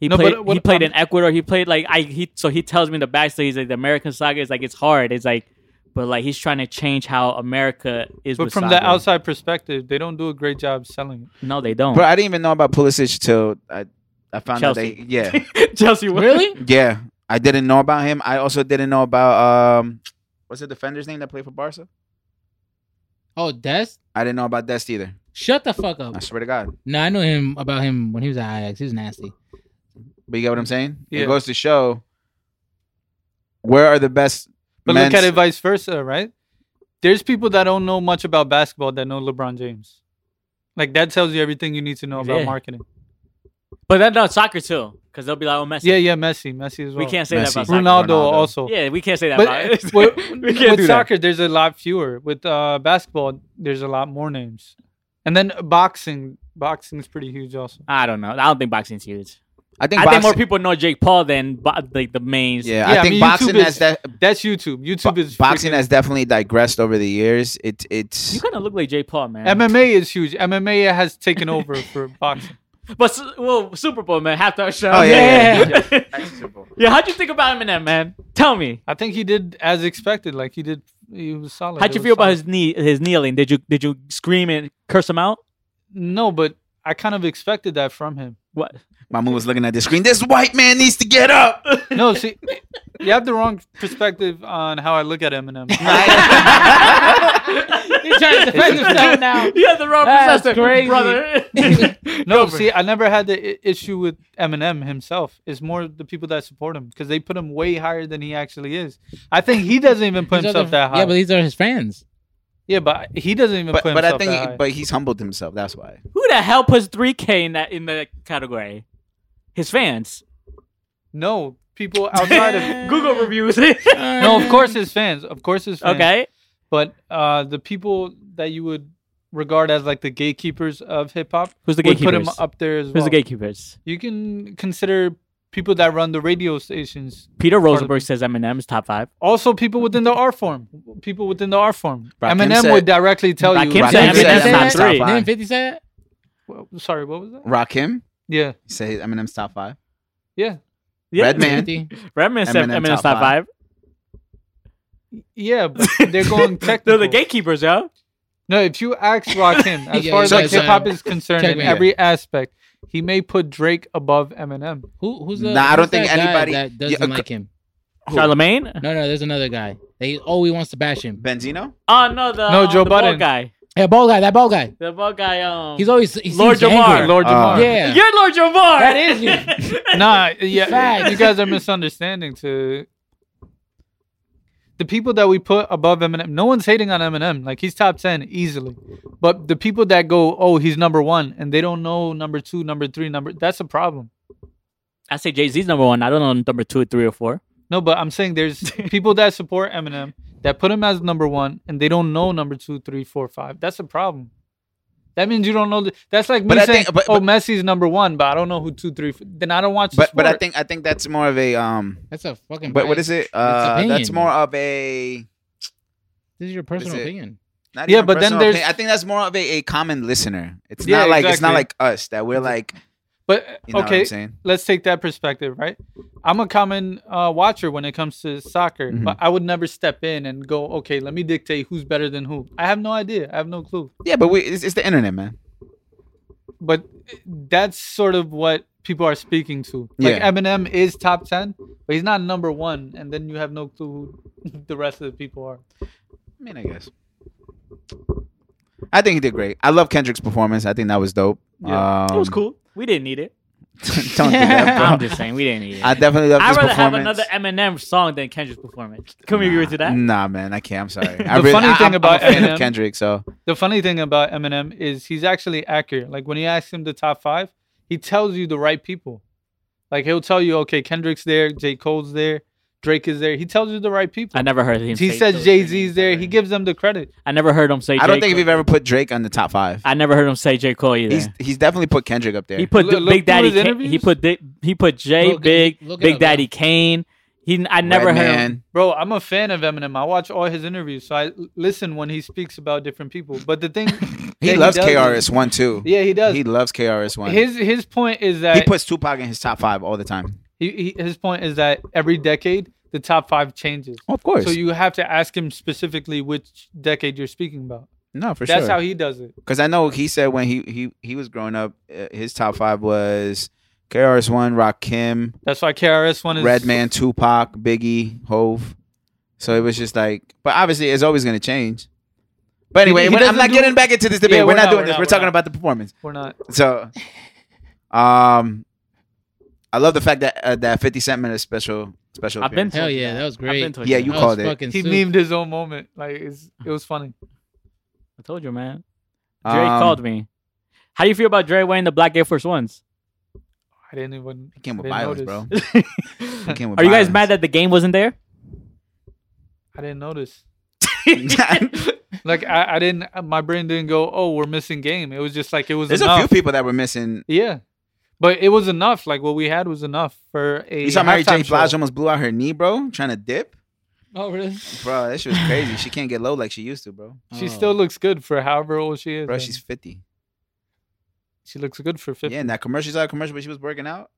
Speaker 4: He
Speaker 3: No, but uh,
Speaker 4: played.
Speaker 3: what
Speaker 4: he played
Speaker 3: I'm-
Speaker 4: in Ecuador. He played like I. He so he tells me the backstory. He's like the American soccer is like it's hard. It's like, but like he's trying to change how America is.
Speaker 3: But
Speaker 4: with
Speaker 3: from
Speaker 4: soccer.
Speaker 3: the outside perspective, they don't do a great job selling
Speaker 4: no, they don't.
Speaker 2: Bro, I didn't even know about Pulisic till I, I found out
Speaker 4: Chelsea.
Speaker 2: they
Speaker 3: *laughs*
Speaker 2: yeah.
Speaker 4: Chelsea *laughs* what?
Speaker 5: Really?
Speaker 2: Yeah, I didn't know about him. I also didn't know about um, what's the defender's name that played for Barca?
Speaker 5: Oh, that's
Speaker 2: I didn't know about Dest either.
Speaker 5: shut the fuck up.
Speaker 2: I swear to God.
Speaker 5: No, I knew him about him when he was at Ajax. He was nasty.
Speaker 2: But you get what I'm saying?
Speaker 3: Yeah.
Speaker 2: It goes to show where are the best.
Speaker 3: But
Speaker 2: men's-
Speaker 3: look at it vice versa, right? There's people that don't know much about basketball that know LeBron James. Like that tells you everything you need to know about
Speaker 4: Yeah.
Speaker 3: marketing.
Speaker 4: But then no soccer too, because they'll be like, oh Messi.
Speaker 3: Yeah, yeah, Messi, Messi as well.
Speaker 4: we can't say that
Speaker 2: Messi.
Speaker 4: about soccer.
Speaker 3: Ronaldo,
Speaker 2: Ronaldo.
Speaker 3: also.
Speaker 4: Yeah, we can't say that.
Speaker 3: But *laughs* with,
Speaker 4: about *laughs* we can't
Speaker 3: with
Speaker 4: do that.
Speaker 3: soccer, there's a lot fewer. With uh, basketball, there's a lot more names. And then boxing, boxing's pretty huge also.
Speaker 4: I don't know. I don't think boxing's huge.
Speaker 2: I think
Speaker 4: I
Speaker 2: boxing,
Speaker 4: think more people know Jake Paul than bo- like the mains.
Speaker 2: Yeah,
Speaker 3: Yeah, I
Speaker 2: I think
Speaker 3: mean, YouTube
Speaker 2: boxing
Speaker 3: is-
Speaker 2: has that.
Speaker 3: That's YouTube. YouTube is
Speaker 2: boxing
Speaker 3: freaking-
Speaker 2: has definitely digressed over the years. It it's
Speaker 4: You kind of look like Jake Paul, man.
Speaker 3: MMA is huge. MMA has taken over
Speaker 4: *laughs*
Speaker 3: for boxing.
Speaker 4: But su- well, Super Bowl man, half our show.
Speaker 2: Oh, yeah,
Speaker 4: yeah. *laughs* Yeah, how'd you think about Eminem, man? Tell me.
Speaker 3: I think he did as expected. Like he did, he was solid.
Speaker 4: How'd
Speaker 3: It
Speaker 4: you
Speaker 3: was
Speaker 4: feel about
Speaker 3: solid.
Speaker 4: his knee, his kneeling? Did you did you scream and curse him out?
Speaker 3: No, but I kind of expected that from him.
Speaker 4: What? *laughs*
Speaker 2: my mom was looking at the screen. This white man needs to get
Speaker 3: *laughs*
Speaker 2: up.
Speaker 3: No, see, you have the wrong perspective on how I look at Eminem.
Speaker 5: *laughs* He's trying to defend
Speaker 4: *laughs*
Speaker 5: himself now.
Speaker 4: You had the wrong
Speaker 5: That's
Speaker 4: possessor, *laughs*
Speaker 5: crazy.
Speaker 4: brother.
Speaker 3: No, see, I never had the i- issue with Eminem himself. It's more the people that support him because they put him way higher than he actually is. I think he doesn't even put
Speaker 5: These are
Speaker 3: himself
Speaker 5: the-
Speaker 3: that high.
Speaker 5: Yeah, but these are his fans.
Speaker 3: he doesn't even
Speaker 2: But
Speaker 3: put
Speaker 2: but
Speaker 3: himself
Speaker 2: I think
Speaker 3: that high.
Speaker 2: but he's humbled himself. That's why.
Speaker 4: Who the hell puts three K in that in the category? His fans.
Speaker 3: no, people outside
Speaker 4: *laughs*
Speaker 3: of.
Speaker 4: Google reviews.
Speaker 3: No, of course his fans. Of course his fans.
Speaker 4: okay.
Speaker 3: But uh, the people that you would regard as like the gatekeepers of hip hop
Speaker 4: Who's the
Speaker 3: would put him
Speaker 4: gatekeepers?
Speaker 3: up there as well.
Speaker 4: Who's the gatekeepers?
Speaker 3: You can consider people that run the radio stations.
Speaker 4: Peter
Speaker 3: of
Speaker 4: Rosenberg
Speaker 3: the-
Speaker 4: says Eminem is top five.
Speaker 3: Also, people within the art form. People within the art form.
Speaker 2: Rakim
Speaker 3: Eminem
Speaker 2: said-
Speaker 3: would directly tell you.
Speaker 4: Rakim said
Speaker 2: Rakim said
Speaker 4: Eminem's top
Speaker 2: Eminem's top
Speaker 4: three.
Speaker 2: five.
Speaker 5: Didn't 50 say that?
Speaker 3: Well, sorry, what was that?
Speaker 2: Rakim
Speaker 3: Yeah,
Speaker 2: say Eminem's top five.
Speaker 3: yeah,
Speaker 4: Yeah.
Speaker 2: Redman.
Speaker 5: 50?
Speaker 4: Redman said
Speaker 2: Eminem
Speaker 4: Eminem's
Speaker 2: top
Speaker 4: top five.
Speaker 3: yeah. But they're going technical.
Speaker 4: They're the gatekeepers, yo.
Speaker 3: No, if you ask
Speaker 5: *laughs*
Speaker 3: Rakim, as
Speaker 5: Yeah,
Speaker 3: far
Speaker 5: yeah,
Speaker 3: as
Speaker 5: yeah,
Speaker 3: like
Speaker 5: yeah.
Speaker 3: hip hop is concerned, in
Speaker 5: Checkmate.
Speaker 3: every aspect, he may put Drake above Eminem.
Speaker 5: Who, who's the?
Speaker 2: Nah, I
Speaker 5: who's
Speaker 2: don't think
Speaker 5: that guy
Speaker 2: anybody-
Speaker 5: that
Speaker 2: Yeah,
Speaker 5: doesn't
Speaker 2: uh,
Speaker 5: like him.
Speaker 2: Who?
Speaker 4: Charlemagne.
Speaker 5: No, no, there's another guy. They oh, he wants to bash him.
Speaker 2: Benzino.
Speaker 4: Oh no, the
Speaker 3: No,
Speaker 4: um,
Speaker 3: Joe
Speaker 4: the bald
Speaker 3: Budden.
Speaker 4: guy.
Speaker 5: Yeah, bald guy. That bald guy.
Speaker 4: The bald guy. Um,
Speaker 5: He's always he
Speaker 4: Lord
Speaker 5: seems
Speaker 4: Jamar.
Speaker 5: angry.
Speaker 3: Lord
Speaker 2: Uh,
Speaker 3: Jamar.
Speaker 5: Yeah.
Speaker 4: You're Lord Jamar.
Speaker 5: That is you.
Speaker 4: *laughs*
Speaker 3: nah, yeah,
Speaker 5: Facts.
Speaker 3: you guys are misunderstanding. To the people that we put above Eminem, no one's hating on Eminem. Like he's top ten easily, but the people that go, oh, he's number one, and they don't know number two, number three, number that's a problem.
Speaker 4: I say Jay Z's number one. I don't know number two, three, or four.
Speaker 3: No, but I'm saying there's
Speaker 2: *laughs*
Speaker 3: people that support Eminem that put him as number one, and they don't know number two, three, four, five. That's a problem. That means you don't know. The, that's like me
Speaker 2: But I
Speaker 3: saying,
Speaker 2: think- but-
Speaker 3: "Oh,
Speaker 2: but-
Speaker 3: Messi's number one," but I don't know who two, three. f- Then I don't watch. the
Speaker 2: But but I
Speaker 3: sport.
Speaker 2: think I think that's more of a um.
Speaker 5: That's a fucking.
Speaker 2: But what
Speaker 5: bias.
Speaker 2: is it? Uh, that's
Speaker 5: opinion.
Speaker 2: more of a.
Speaker 5: This is your personal
Speaker 2: it?
Speaker 5: opinion.
Speaker 2: Not
Speaker 3: Yeah,
Speaker 2: even
Speaker 3: but then
Speaker 2: personal
Speaker 3: there's-
Speaker 2: opinion. I think that's more of a, a common listener. It's
Speaker 3: Yeah,
Speaker 2: not like it's not like
Speaker 3: exactly.
Speaker 2: us that we're like.
Speaker 3: But
Speaker 2: You know what
Speaker 3: okay,
Speaker 2: I'm saying?
Speaker 3: let's take that perspective, right? I'm a common uh, watcher when it comes to soccer,
Speaker 2: Mhm.
Speaker 3: but I would never step in and go, okay, let me dictate who's better than who. I have no idea. I have no clue.
Speaker 2: Yeah, but we, it's, it's the internet, man.
Speaker 3: But that's sort of what people are speaking to. Like
Speaker 2: Yeah.
Speaker 3: Eminem is top 10, but he's not number one. And then you have no clue who *laughs* the rest of the people are.
Speaker 2: I mean, I guess. I think he did great. I love Kendrick's performance. I think that was dope.
Speaker 3: Yeah.
Speaker 2: Um,
Speaker 4: it was cool. We didn't need it.
Speaker 2: *laughs* don't do
Speaker 4: *laughs*
Speaker 2: that, bro.
Speaker 4: I'm just saying, we didn't need it.
Speaker 2: I
Speaker 4: I,
Speaker 2: definitely love
Speaker 4: would
Speaker 2: his
Speaker 4: rather
Speaker 2: performance.
Speaker 4: have another Eminem song than Kendrick's performance. Can we agree with
Speaker 2: Nah,
Speaker 4: you that?
Speaker 2: Nah, man, I can't. I'm
Speaker 4: *laughs*
Speaker 2: sorry. I
Speaker 3: The
Speaker 2: really,
Speaker 3: funny
Speaker 2: I,
Speaker 3: thing
Speaker 2: I'm,
Speaker 3: about
Speaker 2: I'm a fan
Speaker 3: Eminem-
Speaker 2: of Kendrick, so
Speaker 3: The funny thing about Eminem is he's actually accurate. Like when he asks him the top five, he tells you the right people. Like he'll tell you, okay, Kendrick's there, J. Cole's there, Drake is there. He tells you the right people.
Speaker 4: I never heard him.
Speaker 3: He
Speaker 4: say
Speaker 3: says
Speaker 4: those
Speaker 3: Jay
Speaker 4: names
Speaker 3: Z's there. He
Speaker 4: already.
Speaker 3: gives them the credit.
Speaker 4: I never heard him say.
Speaker 2: I don't
Speaker 4: J.
Speaker 2: think
Speaker 4: Cole.
Speaker 2: we've ever put Drake on the top five.
Speaker 4: I never heard him say J Cole either.
Speaker 2: He's he's definitely put Kendrick up there.
Speaker 4: he put
Speaker 3: Look-
Speaker 4: Big
Speaker 3: look through
Speaker 4: Daddy.
Speaker 3: his
Speaker 4: Kane, he
Speaker 3: interviews.
Speaker 4: put Di- he put Jay
Speaker 5: Look it-
Speaker 4: Big
Speaker 5: look it
Speaker 4: Big
Speaker 5: up, bro.
Speaker 4: Daddy Kane. He I never heard. him.
Speaker 2: Redman.
Speaker 3: Bro, I'm a fan of Eminem. I watch all his interviews, so I l- listen when he speaks about different people. But the
Speaker 2: *laughs*
Speaker 3: thing,
Speaker 2: He
Speaker 3: that
Speaker 2: loves
Speaker 3: does is-
Speaker 2: KRS One too.
Speaker 3: Yeah, he does.
Speaker 2: He loves KRS One.
Speaker 3: his his point is
Speaker 2: He
Speaker 3: that
Speaker 2: puts Tupac in his top five all the time.
Speaker 3: he, he, his point is that every decade the top five changes.
Speaker 2: Of course.
Speaker 3: So you have to ask him specifically which decade you're speaking about.
Speaker 2: no, for
Speaker 3: That's
Speaker 2: sure.
Speaker 3: how he does it.
Speaker 2: Because I know he said when he he he was growing up, uh, his top five was KRS One, Rakim,
Speaker 3: That's why KRS One is
Speaker 2: Redman, Tupac, Biggie, Hove. So it was just like, but obviously it's always going to change. But
Speaker 3: He-
Speaker 2: anyway,
Speaker 3: he
Speaker 2: we're- I'm
Speaker 3: doesn't
Speaker 2: not
Speaker 3: do-
Speaker 2: getting back into this debate.
Speaker 3: Yeah,
Speaker 2: we're,
Speaker 3: we're
Speaker 2: not
Speaker 3: not,
Speaker 2: doing
Speaker 3: we're
Speaker 2: this.
Speaker 3: not,
Speaker 2: we're,
Speaker 3: we're
Speaker 2: talking
Speaker 3: not.
Speaker 2: about the performance.
Speaker 3: We're not.
Speaker 2: So, um, I love the fact that uh, that Fifty Cent made a special special.
Speaker 4: I've been
Speaker 2: appearance.
Speaker 5: Hell
Speaker 4: talking
Speaker 5: yeah, that was
Speaker 4: I've
Speaker 5: great.
Speaker 4: been talking
Speaker 2: Yeah,
Speaker 4: about
Speaker 2: you
Speaker 5: That
Speaker 4: it.
Speaker 2: called
Speaker 5: was
Speaker 2: it.
Speaker 5: fucking
Speaker 3: He
Speaker 5: soup.
Speaker 3: memed his own moment. Like it's, it was funny.
Speaker 4: I told you, man. Dre
Speaker 2: Um,
Speaker 4: called me. How do you feel about Dre wearing the black Air Force Ones?
Speaker 3: I didn't even.
Speaker 2: He came with
Speaker 3: They
Speaker 2: violence,
Speaker 3: noticed.
Speaker 2: bro.
Speaker 4: Are
Speaker 2: He came with
Speaker 4: you guys mad
Speaker 2: violence.
Speaker 4: that *laughs* the game wasn't there?
Speaker 3: *laughs* I didn't notice. Like I, I didn't. My brain didn't go. Oh, we're missing game. It was just like it
Speaker 2: *laughs*
Speaker 3: was
Speaker 2: There's
Speaker 3: enough.
Speaker 2: a few people that were missing.
Speaker 3: Yeah, but it was enough. Like what we had was enough for a.
Speaker 2: You saw Mary J.
Speaker 3: halftime show.
Speaker 2: Blige almost blew out her knee, bro, trying to dip,
Speaker 5: Oh really? Oh.
Speaker 2: bro. That shit was crazy. She can't get low like she used to, bro.
Speaker 3: She still
Speaker 5: looks.
Speaker 3: looks good for however old she is.
Speaker 2: Bro,
Speaker 3: and
Speaker 2: she's fifty.
Speaker 3: she looks good for fifty.
Speaker 2: Yeah, and that commercial, she saw a commercial where she was working out.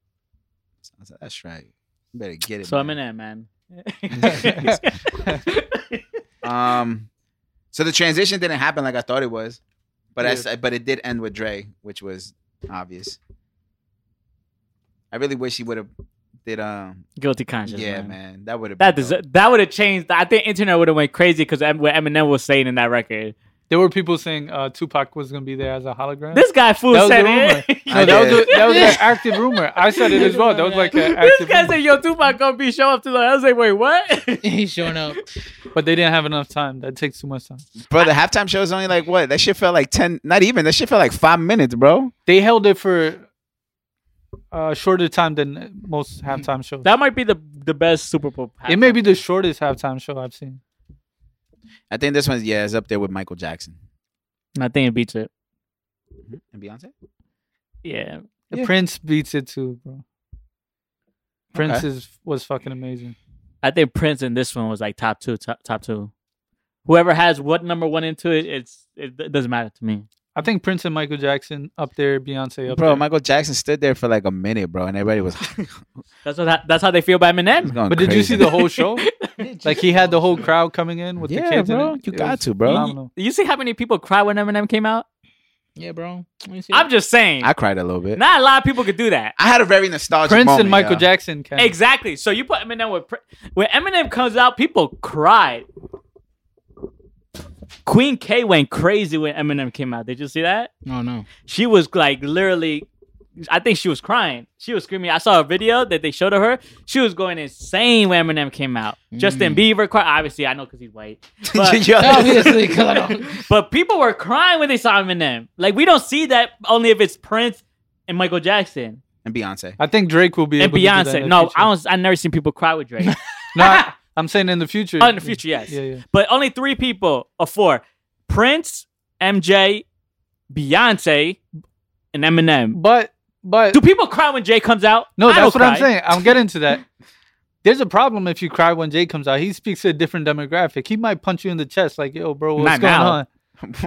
Speaker 2: So I was like, that's right. You better get it.
Speaker 4: So I'm
Speaker 2: man.
Speaker 4: in that man.
Speaker 2: Um, so the transition didn't happen like I thought it was, but I
Speaker 3: Yeah.
Speaker 2: s- but it did end with Dre, which was obvious. I really wish he would have did. Um,
Speaker 4: *laughs* Guilty conscience.
Speaker 2: yeah, man.
Speaker 4: man.
Speaker 2: that would have
Speaker 4: That
Speaker 2: been
Speaker 4: des-
Speaker 2: dope.
Speaker 4: that would have changed. I think internet would have went crazy because what Eminem was saying in that record.
Speaker 3: There were people saying uh, Tupac was gonna be there as a hologram.
Speaker 4: This guy fool
Speaker 3: That was
Speaker 4: said
Speaker 3: the rumor. *laughs*
Speaker 4: it.
Speaker 2: I
Speaker 3: no, that was,
Speaker 2: did.
Speaker 3: a, that
Speaker 2: *laughs*
Speaker 3: was an active rumor. I said it as well. That was like an
Speaker 4: this
Speaker 3: active
Speaker 4: guy
Speaker 3: rumor.
Speaker 4: said, "Yo, Tupac gonna be show up to the." I was like,
Speaker 3: *laughs*
Speaker 4: "Wait, what?"
Speaker 5: *laughs* He's showing up.
Speaker 3: But they didn't have enough time. That takes too much time.
Speaker 2: bro. The halftime show is only like what? That shit felt like ten. Not even that shit felt like five minutes, bro.
Speaker 3: They held it for a shorter time than most halftime shows.
Speaker 4: Mm-hmm. that might be the the best Super Bowl.
Speaker 3: it may be the shortest halftime show I've seen.
Speaker 2: I think this one's yeah, it's up there with Michael Jackson
Speaker 4: I think it beats it.
Speaker 2: and Beyonce.
Speaker 4: Yeah,
Speaker 2: Yeah.
Speaker 3: Prince beats it too, bro. Prince
Speaker 2: Okay.
Speaker 3: is, was fucking amazing.
Speaker 4: I think Prince in this one was like top two, top, top two. Whoever has what number one into it, it's it, it doesn't matter to me.
Speaker 3: I think Prince and Michael Jackson up there, Beyonce up
Speaker 2: Bro,
Speaker 3: there.
Speaker 2: Michael Jackson stood there for like a minute, bro, and everybody was, *laughs*
Speaker 4: That's what that's how they feel about
Speaker 2: was
Speaker 4: Eminem.
Speaker 2: going
Speaker 3: but did you
Speaker 2: crazy. *laughs*
Speaker 3: see the whole
Speaker 4: *laughs*
Speaker 3: show? like he had the whole crowd coming in with
Speaker 2: Yeah,
Speaker 3: the kids. in
Speaker 2: bro,
Speaker 3: it.
Speaker 2: you
Speaker 3: It
Speaker 2: got
Speaker 3: was
Speaker 2: to, bro.
Speaker 3: phenomenal.
Speaker 4: You see how many people cried when Eminem came out?
Speaker 5: Yeah, bro.
Speaker 4: I'm just saying,
Speaker 2: I cried a little bit.
Speaker 4: not a lot of people could do that.
Speaker 2: I had a very nostalgic
Speaker 3: Prince
Speaker 2: moment,
Speaker 3: and
Speaker 2: *laughs*
Speaker 3: Michael
Speaker 2: yeah.
Speaker 3: Jackson can.
Speaker 4: Exactly. So you put Eminem with Prin- when Eminem comes out, people cried. Queen K went crazy when Eminem came out. Did you see that?
Speaker 5: No, Oh, no.
Speaker 2: *laughs*
Speaker 4: she was like literally I think she was crying. She was screaming. I saw a video that they showed of her. She was going insane when Eminem came out. Justin
Speaker 3: Mm.
Speaker 4: Bieber cried. Obviously, I know because he's white.
Speaker 2: *laughs*
Speaker 4: But,
Speaker 2: Yo,
Speaker 5: Obviously, 'cause I don't-
Speaker 4: but people were crying when they saw Eminem. Like, we don't see that only if it's Prince and Michael Jackson
Speaker 2: and Beyonce. *laughs*
Speaker 3: I think Drake will be
Speaker 4: and
Speaker 3: able to do that in
Speaker 4: Beyonce.
Speaker 3: the
Speaker 4: No,
Speaker 3: future.
Speaker 4: I don't, i never seen people cry
Speaker 3: *laughs*
Speaker 4: with Drake.
Speaker 3: No, I- *laughs* I'm saying in the future.
Speaker 4: Oh, *laughs* in the future, yes.
Speaker 3: Yeah, yeah.
Speaker 4: But only three people or four Prince, MJ, Beyonce, and Eminem.
Speaker 3: But but
Speaker 4: Do people cry when Jay comes out?
Speaker 3: no,
Speaker 4: I don't
Speaker 3: that's what I'm
Speaker 4: cry.
Speaker 3: saying. I'm getting to
Speaker 4: *laughs*
Speaker 3: that. There's a problem if you cry when Jay comes out. He speaks to a different demographic. He might punch you in the chest, like, "Yo, bro, what's
Speaker 4: Not
Speaker 3: going
Speaker 4: now.
Speaker 3: on?"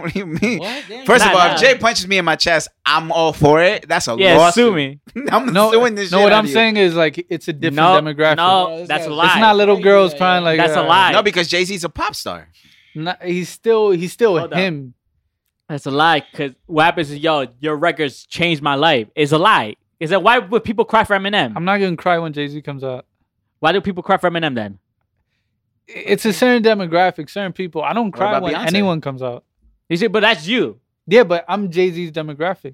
Speaker 2: what do you mean?
Speaker 5: What? Damn.
Speaker 2: First of
Speaker 4: Nah,
Speaker 2: all,
Speaker 4: nah.
Speaker 2: if Jay punches me in my chest, I'm all for it. That's a
Speaker 4: Yeah,
Speaker 2: lawsuit.
Speaker 4: sue me.
Speaker 2: *laughs* I'm
Speaker 3: No,
Speaker 2: suing this.
Speaker 3: no.
Speaker 2: shit
Speaker 3: What
Speaker 2: out
Speaker 3: I'm
Speaker 2: of you.
Speaker 3: saying is like it's a different
Speaker 4: No,
Speaker 3: demographic.
Speaker 4: no.
Speaker 5: Bro, this
Speaker 4: that's
Speaker 5: guy-
Speaker 4: a
Speaker 5: It's
Speaker 4: lie.
Speaker 3: It's not little girls crying like
Speaker 4: That's a
Speaker 3: uh,
Speaker 4: lie.
Speaker 2: No, because Jay Z's a pop star.
Speaker 3: no, he's still he's still
Speaker 4: Hold up.
Speaker 3: him.
Speaker 4: That's a lie. Cause what happens is, yo, your records changed my life. It's a lie. Is that why would people cry for Eminem?
Speaker 3: I'm not gonna cry when Jay Z comes out.
Speaker 4: why do people cry for Eminem then?
Speaker 3: It's a certain demographic, certain people. I don't cry
Speaker 2: about
Speaker 3: when
Speaker 2: Beyonce?
Speaker 3: anyone comes out.
Speaker 4: You see, but that's you.
Speaker 3: Yeah, but I'm Jay Z's demographic.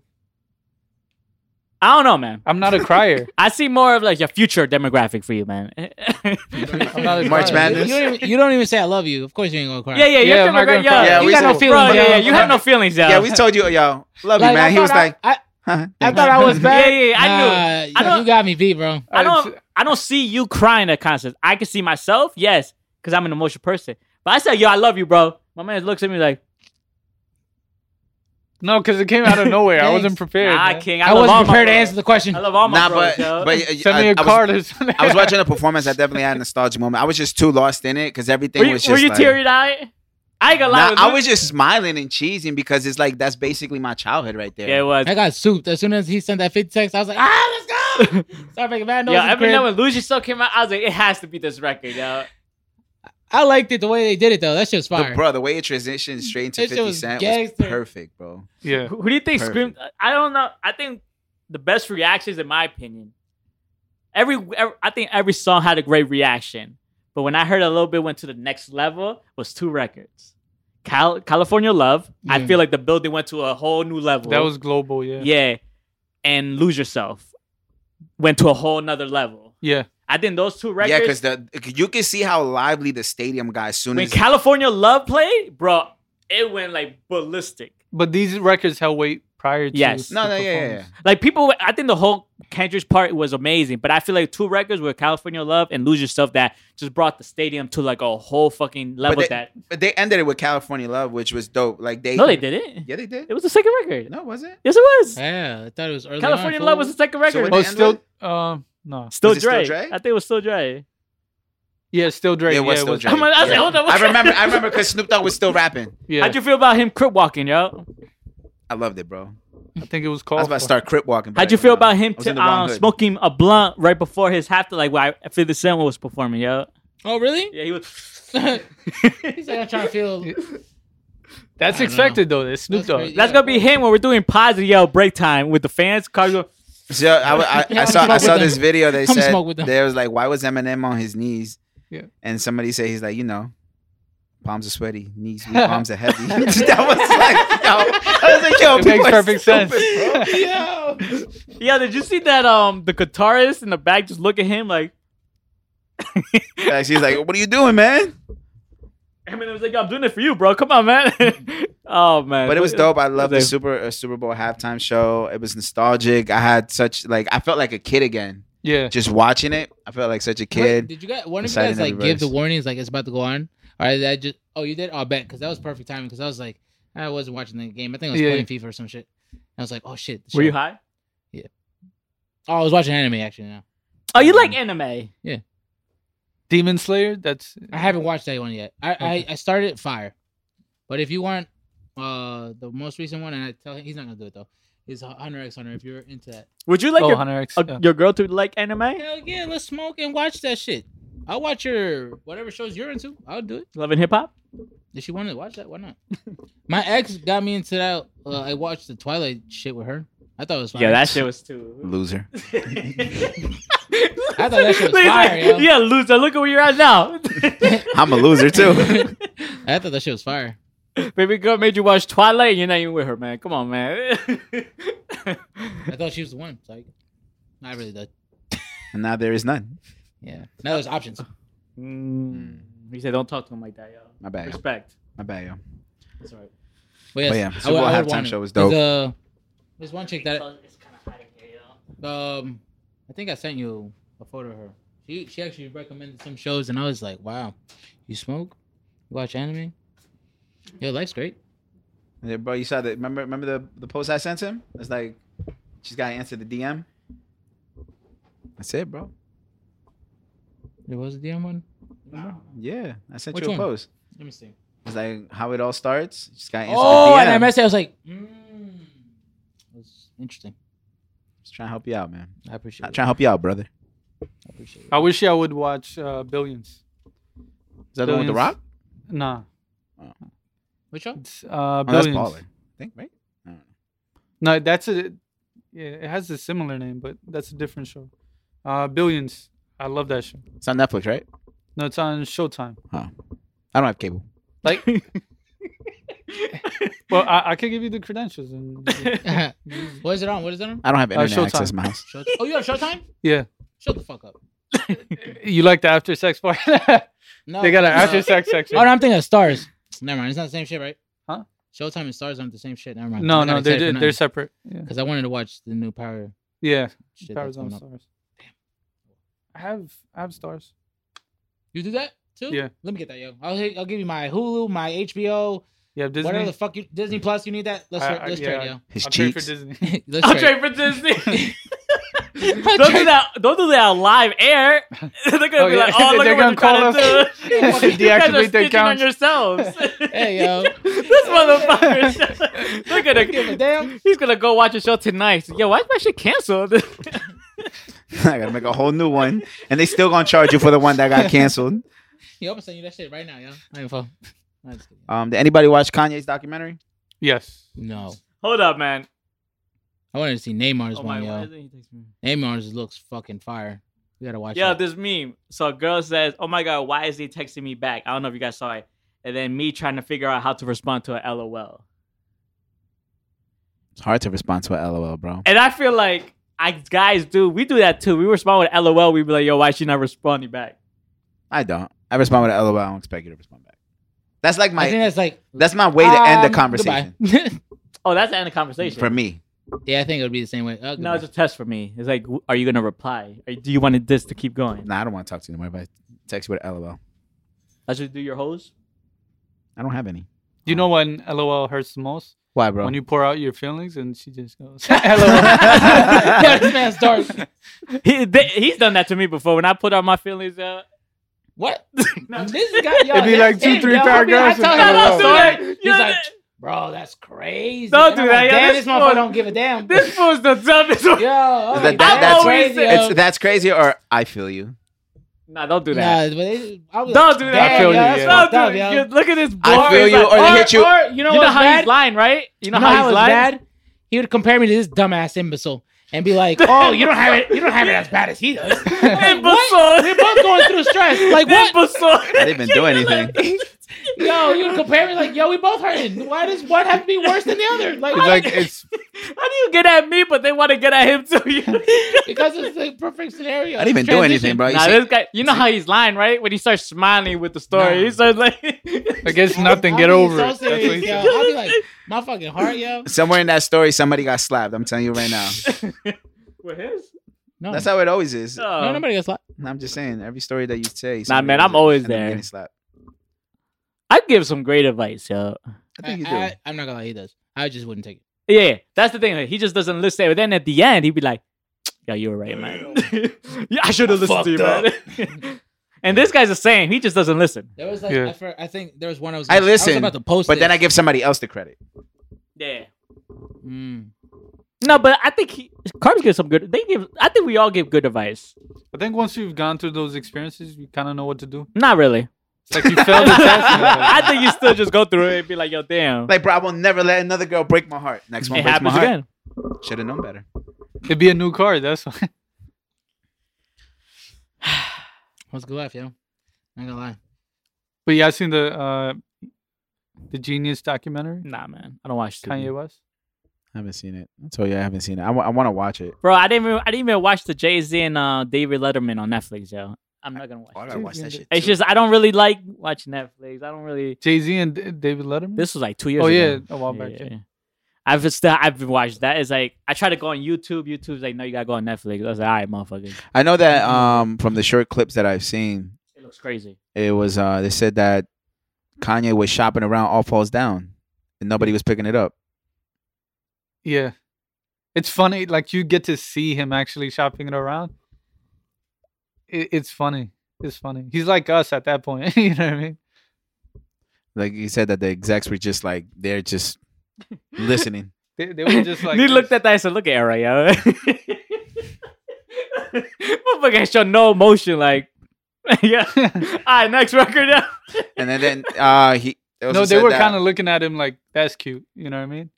Speaker 4: I don't know, man.
Speaker 3: I'm not a
Speaker 4: *laughs*
Speaker 3: crier.
Speaker 4: I see more of like your future demographic for you, man. *laughs*
Speaker 3: I'm not a
Speaker 2: March
Speaker 3: crier.
Speaker 2: Madness.
Speaker 5: You don't, even, you don't even say I love you. Of course you ain't gonna cry.
Speaker 4: yeah, yeah, your
Speaker 3: Yeah, I'm not
Speaker 4: demogra-
Speaker 3: gonna
Speaker 4: yo,
Speaker 3: cry.
Speaker 2: Yeah,
Speaker 4: you
Speaker 2: we
Speaker 4: got no
Speaker 2: said-
Speaker 4: feelings,
Speaker 3: Bro,
Speaker 4: yeah,
Speaker 3: yeah,
Speaker 4: you
Speaker 3: I'm
Speaker 4: have no
Speaker 3: not-
Speaker 4: feelings, yo.
Speaker 2: Yeah, we told you, yo, love you,
Speaker 5: Like,
Speaker 2: man.
Speaker 5: I
Speaker 2: He was
Speaker 5: thought I-
Speaker 2: like, *laughs*
Speaker 5: I,
Speaker 2: I
Speaker 4: I thought I was bad. Yeah, yeah, yeah, I knew. it.
Speaker 5: Nah,
Speaker 4: I don't-
Speaker 5: you got me beat, bro.
Speaker 4: I don't.
Speaker 3: It's-
Speaker 4: I don't see you crying at concerts. I can see myself, yes, because I'm an emotional person. But I said, "Yo, I love you, bro." My man looks at me like,
Speaker 3: No, because it came out of nowhere. I wasn't
Speaker 5: Thanks.
Speaker 3: prepared.
Speaker 4: "Nah,
Speaker 3: man.
Speaker 4: King, I,
Speaker 5: I,
Speaker 4: love all
Speaker 5: wasn't
Speaker 4: my
Speaker 5: prepared to
Speaker 4: bros.
Speaker 5: answer the question.
Speaker 4: I love all my
Speaker 2: Nah,
Speaker 4: bros,
Speaker 2: but
Speaker 4: yo.
Speaker 2: but uh,
Speaker 3: Send me
Speaker 2: I-
Speaker 3: a
Speaker 2: I was-
Speaker 3: card. or something.
Speaker 2: I was watching a performance. I definitely had a nostalgic moment. I was just too lost in it because everything
Speaker 4: were you,
Speaker 2: was just.
Speaker 4: were you
Speaker 2: like,
Speaker 4: teary eyed? I ain't gonna lie.
Speaker 2: Nah,
Speaker 4: when
Speaker 2: I
Speaker 4: Luke-
Speaker 2: was just smiling and cheesing because it's like that's basically my childhood right there.
Speaker 4: Yeah, it was.
Speaker 5: I got souped as soon as he sent that 50 text. I was like, ah, let's go.
Speaker 4: *laughs*
Speaker 5: Start making mad noise.
Speaker 4: Yo,
Speaker 5: in the
Speaker 4: every
Speaker 5: crib.
Speaker 4: now when Lose Yourself came out, I was like, it has to be this record, yo.
Speaker 5: I liked it the way they did it though. That shit's
Speaker 2: The-
Speaker 5: fire.
Speaker 2: bro, the way it transitioned straight into
Speaker 5: That shit
Speaker 2: 50
Speaker 5: was
Speaker 2: Cent
Speaker 5: gangster.
Speaker 2: was perfect, bro.
Speaker 3: *laughs* yeah.
Speaker 4: Who, who do you think
Speaker 2: Perfect.
Speaker 4: screamed? I don't know. I think the best reactions, in my opinion, every, every I think every song had a great reaction. But when I heard a little bit went to the next level was two records, Cal- California Love. I
Speaker 5: Yeah.
Speaker 4: feel like the building went to a whole new level.
Speaker 3: That was global. Yeah.
Speaker 4: yeah. and Lose Yourself went to a whole nother level.
Speaker 3: Yeah.
Speaker 4: I think those two records.
Speaker 2: Yeah, because the you can see how lively the stadium got as soon
Speaker 4: when
Speaker 2: as
Speaker 4: California Love played, bro, it went like ballistic.
Speaker 3: But these records held weight prior to.
Speaker 2: *laughs*
Speaker 4: Yes.
Speaker 2: no,
Speaker 3: the
Speaker 2: no, yeah, yeah, yeah.
Speaker 3: performance.
Speaker 4: Like people, I think the whole Kendrick's part was amazing, but I feel like two records were California Love and Lose Yourself that just brought the stadium to like a whole fucking level
Speaker 2: they-
Speaker 4: that
Speaker 2: But they ended it with California Love, which was dope. Like they,
Speaker 4: no, they didn't.
Speaker 2: yeah, they did.
Speaker 4: It was the second record.
Speaker 2: No, was it?
Speaker 4: Yes, it was.
Speaker 5: Yeah, I thought it was early.
Speaker 4: California
Speaker 5: on,
Speaker 4: Love
Speaker 5: fool.
Speaker 4: was the second
Speaker 2: So what-
Speaker 4: record.
Speaker 3: Oh,
Speaker 2: Did it end
Speaker 3: still. Um. No.
Speaker 4: still,
Speaker 2: was it still
Speaker 4: Dre.
Speaker 2: Dre?
Speaker 4: I think it was still Dre.
Speaker 3: Yeah. Still Drake.
Speaker 2: Yeah, it was
Speaker 3: yeah,
Speaker 2: still Drake.
Speaker 4: I'm like, *laughs* I was
Speaker 2: Yeah.
Speaker 4: like, hold on.
Speaker 2: I remember, I remember because Snoop Dogg was still rapping.
Speaker 3: *laughs* Yeah.
Speaker 4: How'd you feel about him crip walking, yo?
Speaker 2: I loved it, bro.
Speaker 3: I think it was
Speaker 2: I
Speaker 3: called.
Speaker 2: was about to start crip walking. but
Speaker 4: How'd
Speaker 2: I
Speaker 4: you
Speaker 2: couldn't.
Speaker 4: feel about him
Speaker 2: I was
Speaker 4: t-
Speaker 2: in the wrong
Speaker 4: um,
Speaker 2: hood. *laughs*
Speaker 4: smoking a blunt right before his half to like why 50 Cent was performing, yo?
Speaker 5: Oh, really?
Speaker 4: Yeah,
Speaker 2: *laughs*
Speaker 4: he was.
Speaker 5: *laughs* He's like, I'm trying to feel.
Speaker 3: That's
Speaker 5: I don't
Speaker 3: expected though. This Snoop
Speaker 5: That's
Speaker 3: Dogg.
Speaker 4: *laughs*
Speaker 5: crazy.
Speaker 4: That's gonna be him when we're doing positive yo break time with the fans. Cargo.
Speaker 2: So I, I, I
Speaker 5: Yeah,
Speaker 2: saw
Speaker 5: I'm
Speaker 2: I saw
Speaker 5: smoking
Speaker 2: this
Speaker 5: them.
Speaker 2: video. They
Speaker 5: I'm
Speaker 2: said
Speaker 5: smoking with them.
Speaker 2: there was like, why was Eminem on his knees?
Speaker 3: Yeah.
Speaker 2: And somebody said he's like, you know, palms are sweaty, knees, weak, palms are heavy. *laughs* that was like, yo, I was like, yo,
Speaker 3: It
Speaker 2: people
Speaker 3: makes
Speaker 2: are
Speaker 3: perfect sense.
Speaker 2: stupid, bro.
Speaker 5: Yo.
Speaker 4: Yeah, did you see that? Um, the guitarist in the back just look at him like
Speaker 2: Like, she's like, what are you doing, man?
Speaker 4: Eminem was like, "Yo, "I'm doing it for you, bro. Come on, man." *laughs* oh man,
Speaker 2: But it was dope. I loved the
Speaker 4: Like-
Speaker 2: Super uh, Super Bowl halftime show. It was nostalgic. I had such like I felt like a kid again
Speaker 3: *laughs* Yeah.
Speaker 2: just watching it. I felt like such a kid.
Speaker 5: Did you guys? One of you
Speaker 2: Decided
Speaker 5: guys
Speaker 2: in
Speaker 5: like give the
Speaker 2: reverse.
Speaker 5: warnings like it's about to go on? Or did I just? Oh, you did. Oh, I bet because that was perfect timing. Because I was like, I wasn't watching the game. I think I was
Speaker 3: Yeah.
Speaker 5: playing FIFA or some shit. I was like, oh shit. the
Speaker 4: Were you
Speaker 5: show.
Speaker 4: high?
Speaker 5: Oh, I was watching anime actually. Now
Speaker 4: Oh, you like anime?
Speaker 3: Demon Slayer. That's.
Speaker 5: I haven't watched that one yet. I
Speaker 3: Okay.
Speaker 5: I, I started Fire, but if you want uh the most recent one, and I tell him he's not gonna do it though. Is Hunter X Hunter. If you're into that,
Speaker 4: Would you like
Speaker 3: oh,
Speaker 4: your,
Speaker 3: Hunter X.
Speaker 4: uh,
Speaker 3: yeah.
Speaker 4: your girl to like anime?
Speaker 5: hell yeah, let's smoke and watch that shit. I'll watch your whatever shows you're into. I'll do it.
Speaker 4: Loving hip hop?
Speaker 5: Did she want to watch that? Why *laughs* not? My ex got me into that. Uh, I watched the Twilight shit with her. I thought it was fine.
Speaker 4: Yeah, that shit was too.
Speaker 2: Loser.
Speaker 4: I thought
Speaker 5: that shit was fire, yo.
Speaker 4: Yeah, loser. Look at where you're at
Speaker 3: *laughs*
Speaker 4: now. *laughs*
Speaker 2: I'm a loser too.
Speaker 5: I thought that shit was fire.
Speaker 4: Baby girl made you watch Twilight. and You're not even with her, man. Come on, man.
Speaker 5: I thought she was the one. It's Like, not really though.
Speaker 2: and now there is none.
Speaker 5: Yeah. Now there's options.
Speaker 4: *laughs* mm. He said, "Don't talk to him like that, yo."
Speaker 2: My bad. yo.
Speaker 4: Respect.
Speaker 2: My bad, yo.
Speaker 4: That's all right.
Speaker 5: But,
Speaker 2: But
Speaker 5: yes,
Speaker 2: yeah,
Speaker 5: I
Speaker 2: Super
Speaker 5: would-
Speaker 2: Bowl
Speaker 5: I would
Speaker 2: halftime
Speaker 5: want it.
Speaker 2: show was
Speaker 5: There's,
Speaker 2: dope.
Speaker 5: uh, there's one chick that
Speaker 4: it's kind of hot in here, yo.
Speaker 5: um, I think I sent you a photo of her. She she actually recommended some shows, and I was like, wow, you smoke, you watch anime, yo, life's great.
Speaker 2: Yeah, bro, you saw the remember remember the, the post I sent him? It's like she's gotta answer the DM. That's it, bro.
Speaker 5: There was a DM one.
Speaker 2: Yeah. I sent
Speaker 5: Which
Speaker 2: you a
Speaker 5: one?
Speaker 2: post.
Speaker 5: Let me see.
Speaker 2: It's like how it all starts. She's gotta answer
Speaker 5: Oh,
Speaker 2: the DM.
Speaker 5: and I messaged. I was like, mm. was interesting.
Speaker 2: Just trying to help you out, man.
Speaker 5: I appreciate
Speaker 2: I'm
Speaker 5: it.
Speaker 2: trying to help you out, brother.
Speaker 5: I appreciate
Speaker 3: I wish I would watch uh, Billions.
Speaker 2: Is that the one with the
Speaker 3: Billions.
Speaker 2: rock?
Speaker 3: Nah.
Speaker 5: Which one? *laughs*
Speaker 3: It's, uh,
Speaker 2: Oh, that's
Speaker 3: Billions.
Speaker 2: baller. I think, right?
Speaker 3: No, that's a. Yeah, it has a similar name, but that's a different show. Uh, Billions. I love that show.
Speaker 2: It's on Netflix, right?
Speaker 3: No, it's on Showtime.
Speaker 2: I don't have cable.
Speaker 3: Like, well, I, I could give you the
Speaker 2: *laughs*
Speaker 3: credentials. And,
Speaker 5: what is it on? What is
Speaker 3: *laughs*
Speaker 5: it on?
Speaker 2: I don't have
Speaker 3: Uh,
Speaker 2: internet access
Speaker 3: Showtime.
Speaker 2: in my house.
Speaker 5: Showtime. Oh, you have Showtime?
Speaker 3: yeah,
Speaker 5: Shut the fuck up.
Speaker 3: you like the after sex part? *laughs* they
Speaker 5: No,
Speaker 3: got an
Speaker 5: no.
Speaker 3: after sex
Speaker 5: Oh,
Speaker 3: section.
Speaker 5: no, I'm thinking of Stars. Never mind. It's not the same shit, right?
Speaker 3: Huh?
Speaker 5: Showtime and Stars aren't the same shit. Never mind.
Speaker 3: No, no, they're they're, they're separate. Yeah,
Speaker 5: because I wanted to watch the new Power
Speaker 3: yeah.
Speaker 5: shit.
Speaker 3: Stars
Speaker 5: that's
Speaker 3: on
Speaker 5: coming up.
Speaker 3: stars. I have I have stars.
Speaker 5: You do that too?
Speaker 3: Yeah.
Speaker 5: Let me get that, yo. I'll hit- I'll give you my Hulu, my HBO,
Speaker 3: You have Disney.
Speaker 5: whatever the fuck you Disney Plus. You need that? Let's
Speaker 3: I-
Speaker 5: tra-
Speaker 3: I-
Speaker 5: let's
Speaker 3: yeah,
Speaker 5: trade, yo.
Speaker 2: His
Speaker 3: I'm trading for
Speaker 2: cheeks.
Speaker 3: Disney. *laughs*
Speaker 5: *laughs* Let's
Speaker 4: I'm trying
Speaker 5: trade.
Speaker 4: for *laughs* Disney.
Speaker 5: I'll
Speaker 4: don't do
Speaker 5: trade.
Speaker 4: that. Don't do that on live air. *laughs* They're gonna
Speaker 3: Oh,
Speaker 4: be
Speaker 3: yeah.
Speaker 4: like, "Oh,
Speaker 3: *laughs*
Speaker 4: look
Speaker 3: They're
Speaker 4: at what you're
Speaker 3: gonna
Speaker 4: trying to
Speaker 3: *laughs*
Speaker 4: do." *laughs*
Speaker 5: us.
Speaker 4: You guys are
Speaker 3: Deactivate their
Speaker 4: snitching on
Speaker 3: accounts.
Speaker 4: yourselves.
Speaker 5: Hey, yo.
Speaker 4: this motherfucker.
Speaker 5: *laughs*
Speaker 4: They're
Speaker 5: Don't give a
Speaker 4: gonna.
Speaker 5: damn.
Speaker 4: He's gonna go watch a show tonight. Yo, why is my shit canceled?
Speaker 2: *laughs*
Speaker 4: *laughs*
Speaker 2: I gotta make a whole new one, and they still gonna charge you for the one that
Speaker 5: *laughs*
Speaker 2: got canceled.
Speaker 5: Yo, I'm gonna send you that shit right now, yo. I ain't fuck. Nah, just kidding.
Speaker 2: Um, did anybody watch Kanye's documentary?
Speaker 3: yes.
Speaker 5: No,
Speaker 4: Hold up, man.
Speaker 5: I wanted to see Neymar's
Speaker 4: Oh
Speaker 5: one,
Speaker 4: my, why
Speaker 5: yo.
Speaker 4: doesn't he text me?
Speaker 5: Neymar's looks fucking fire. We gotta watch.
Speaker 4: Yeah,
Speaker 5: that.
Speaker 4: this meme. So a girl says, "Oh my god, why is he texting me back?" I don't know if you guys saw it. And then me trying to figure out how to respond to a LOL.
Speaker 2: It's hard to respond to a LOL, bro.
Speaker 4: And I feel like I guys do. We do that too. We respond with LOL. We be like, "Yo, why she not responding back?"
Speaker 2: I don't. I respond with a LOL. I don't expect you to respond back. That's like
Speaker 5: I think
Speaker 2: my.
Speaker 5: that's like
Speaker 2: That's my way to end
Speaker 5: um,
Speaker 2: the conversation
Speaker 5: goodbye.
Speaker 4: Oh, that's the end of conversation.
Speaker 2: for me.
Speaker 5: *laughs* yeah, I think it would be the same way. Uh,
Speaker 4: no,
Speaker 5: *laughs* goodbye.
Speaker 4: it's a test for me. It's like, w- are you gonna reply? Or do you want this to keep going?
Speaker 2: Nah, I don't want to talk to you anymore. If I text you with a LOL,
Speaker 4: I should do your hose.
Speaker 2: I don't have any.
Speaker 3: You know when LOL hurts the most?
Speaker 2: Why, bro? *laughs*
Speaker 3: When you pour out your feelings and she just *laughs* goes LOL.
Speaker 5: yeah, this man's dark.
Speaker 4: He, th- he's done that to me before. When I put out my feelings, uh,
Speaker 5: What? this guy, yo,
Speaker 3: It'd be
Speaker 5: that's
Speaker 3: like two,
Speaker 5: him,
Speaker 3: three
Speaker 5: yo.
Speaker 3: paragraphs
Speaker 5: I mean, I
Speaker 3: of
Speaker 5: tell him
Speaker 3: LOL.
Speaker 4: Don't
Speaker 5: I'm
Speaker 4: do
Speaker 5: sorry.
Speaker 4: that.
Speaker 5: He's
Speaker 4: Yeah,
Speaker 5: like,
Speaker 4: that-
Speaker 5: bro, that's crazy.
Speaker 4: Don't
Speaker 5: And
Speaker 4: do
Speaker 5: I'm
Speaker 4: that,
Speaker 5: Like,
Speaker 4: yo,
Speaker 5: Damn,
Speaker 4: this
Speaker 5: this motherfucker
Speaker 4: fool-
Speaker 5: don't give
Speaker 3: *laughs*
Speaker 5: a damn.
Speaker 4: this fool's the dumbest one.
Speaker 5: *laughs* Yo, all
Speaker 2: That-
Speaker 5: right,
Speaker 2: that-
Speaker 5: that's
Speaker 4: that's-
Speaker 5: crazy. yo.
Speaker 2: it's that's crazy, or I feel you.
Speaker 4: Nah, don't do that.
Speaker 5: Nah, but they, I was
Speaker 4: Don't do that.
Speaker 5: Damn,
Speaker 3: I feel
Speaker 5: yo,
Speaker 3: you,
Speaker 5: that's
Speaker 3: yeah.
Speaker 4: Don't
Speaker 5: fucked
Speaker 4: do
Speaker 5: up,
Speaker 4: it.
Speaker 5: yo.
Speaker 4: Dude, Look at this.
Speaker 2: I
Speaker 4: bar.
Speaker 2: feel
Speaker 4: He's
Speaker 2: you,
Speaker 4: like,
Speaker 2: or they
Speaker 4: "Oh,
Speaker 2: hit you-
Speaker 4: oh," You know,
Speaker 5: You know
Speaker 4: how
Speaker 5: how
Speaker 4: bad?
Speaker 5: he's
Speaker 4: he's lying, right? You know,
Speaker 5: You know
Speaker 4: how,
Speaker 5: how
Speaker 4: he's
Speaker 5: it's
Speaker 4: lying.
Speaker 5: bad? He would compare me to this dumbass imbecile and
Speaker 3: *laughs*
Speaker 5: be like, "Oh, you don't have it. You don't have it as bad as he does." Like, what? We're
Speaker 4: Imbecile.
Speaker 5: both going through stress.
Speaker 4: *laughs*
Speaker 5: Like what?
Speaker 4: Imbecile.
Speaker 2: I didn't
Speaker 4: *laughs*
Speaker 2: even do anything.
Speaker 5: Yo, you would compare me like, "Yo, we both hurting. Why does one have to be worse than the other?" Like,
Speaker 3: It's like it's
Speaker 4: How do you get at me, but they want to get at him too? *laughs*
Speaker 5: because it's the perfect scenario.
Speaker 2: I didn't even do anything, bro. You
Speaker 4: nah,
Speaker 2: see-
Speaker 4: this guy. You know how he's lying, right? When he starts smiling with the story,
Speaker 5: Nah.
Speaker 4: he starts like, *laughs*
Speaker 3: like it's nothing. Get over it. That's what he
Speaker 5: yo.
Speaker 3: said.
Speaker 5: I'll be like, "My fucking heart, yo."
Speaker 2: somewhere in that story, somebody got slapped. I'm telling you right
Speaker 4: *laughs*
Speaker 2: now.
Speaker 4: With his? Oh.
Speaker 5: No,
Speaker 2: That's how it always is.
Speaker 5: no, nobody gets like.
Speaker 2: I'm just saying, every story that you say.
Speaker 4: Nah,
Speaker 2: somebody
Speaker 4: man,
Speaker 2: else
Speaker 4: I'm always
Speaker 2: end up
Speaker 4: there.
Speaker 2: getting slapped.
Speaker 4: I give some great advice, yo.
Speaker 2: I think you do.
Speaker 5: I, am not gonna lie, he does. I just wouldn't take it.
Speaker 4: Yeah, that's the thing. Like, he just doesn't listen. But then at the end, he'd be like, "Yeah, you were right, man. *laughs* yeah, I should have listened to you, man." *laughs* and this guy's the same. He just doesn't listen.
Speaker 5: There was like,
Speaker 3: Yeah.
Speaker 5: I, fir- I think there was one I was.
Speaker 2: I
Speaker 5: was
Speaker 2: listen,
Speaker 5: about to post,
Speaker 2: but then I
Speaker 5: it.
Speaker 2: give somebody else the credit.
Speaker 4: Yeah.
Speaker 5: Mm.
Speaker 4: No, but I think he, Carbs give some good. They give. I think we all give good advice.
Speaker 3: I think once you've gone through those experiences, you kind of know what to do.
Speaker 4: Not really. *laughs*
Speaker 3: It's like you failed the test. and you're
Speaker 4: I
Speaker 3: like,
Speaker 4: think you still just go through it and be like, "Yo, damn,
Speaker 2: Like, bro, I will never let another girl break my heart. Next one
Speaker 4: it
Speaker 2: breaks my
Speaker 4: happens
Speaker 2: heart.
Speaker 4: again."
Speaker 2: Should have known better.
Speaker 3: It'd be a new card. That's why. *laughs*
Speaker 5: What's good life, yo? Not gonna lie.
Speaker 3: But yeah, I seen the uh, the Genius documentary.
Speaker 4: Nah, man, I don't watch TV.
Speaker 3: Kanye West.
Speaker 2: I haven't seen it. I told you I haven't seen it. I want to watch it.
Speaker 4: Bro, I didn't. Even, I didn't even watch the Jay Z and uh, David Letterman on Netflix, yo. I'm not gonna
Speaker 2: I
Speaker 4: watch. it.
Speaker 2: gotta watch that shit.
Speaker 4: It's
Speaker 2: too.
Speaker 4: just I don't really like watching Netflix. I don't really.
Speaker 3: Jay Z and D- David Letterman.
Speaker 4: This was like two years.
Speaker 3: oh yeah,
Speaker 4: ago.
Speaker 3: a while back. yeah.
Speaker 4: I've just still I've been watched that. It's like I try to go on YouTube. YouTube's like, no, you gotta go on Netflix. I was like, all right, motherfucker.
Speaker 2: I know that um, from the short clips that I've seen,
Speaker 4: It looks
Speaker 3: *laughs*
Speaker 4: crazy.
Speaker 2: it was uh, they said that Kanye was shopping around All Falls Down, and nobody was picking it up.
Speaker 3: Yeah. It's funny, like you get to see him actually shopping it around. It, it's funny. It's funny. He's like us at that point. *laughs* you know what I mean?
Speaker 2: Like he said that the execs were just like they're just listening.
Speaker 3: They, they were
Speaker 4: *laughs*
Speaker 3: just like.
Speaker 4: he
Speaker 3: this.
Speaker 4: looked at that and said, "Look at Era, yo." *laughs* Motherfucker show no emotion, like *laughs*
Speaker 3: *laughs*
Speaker 4: yeah. All right, next record. yeah.
Speaker 2: And then then uh, he it also
Speaker 3: No, they
Speaker 2: said
Speaker 3: were
Speaker 2: that-
Speaker 3: kind of looking at him like, that's cute. You know what I mean?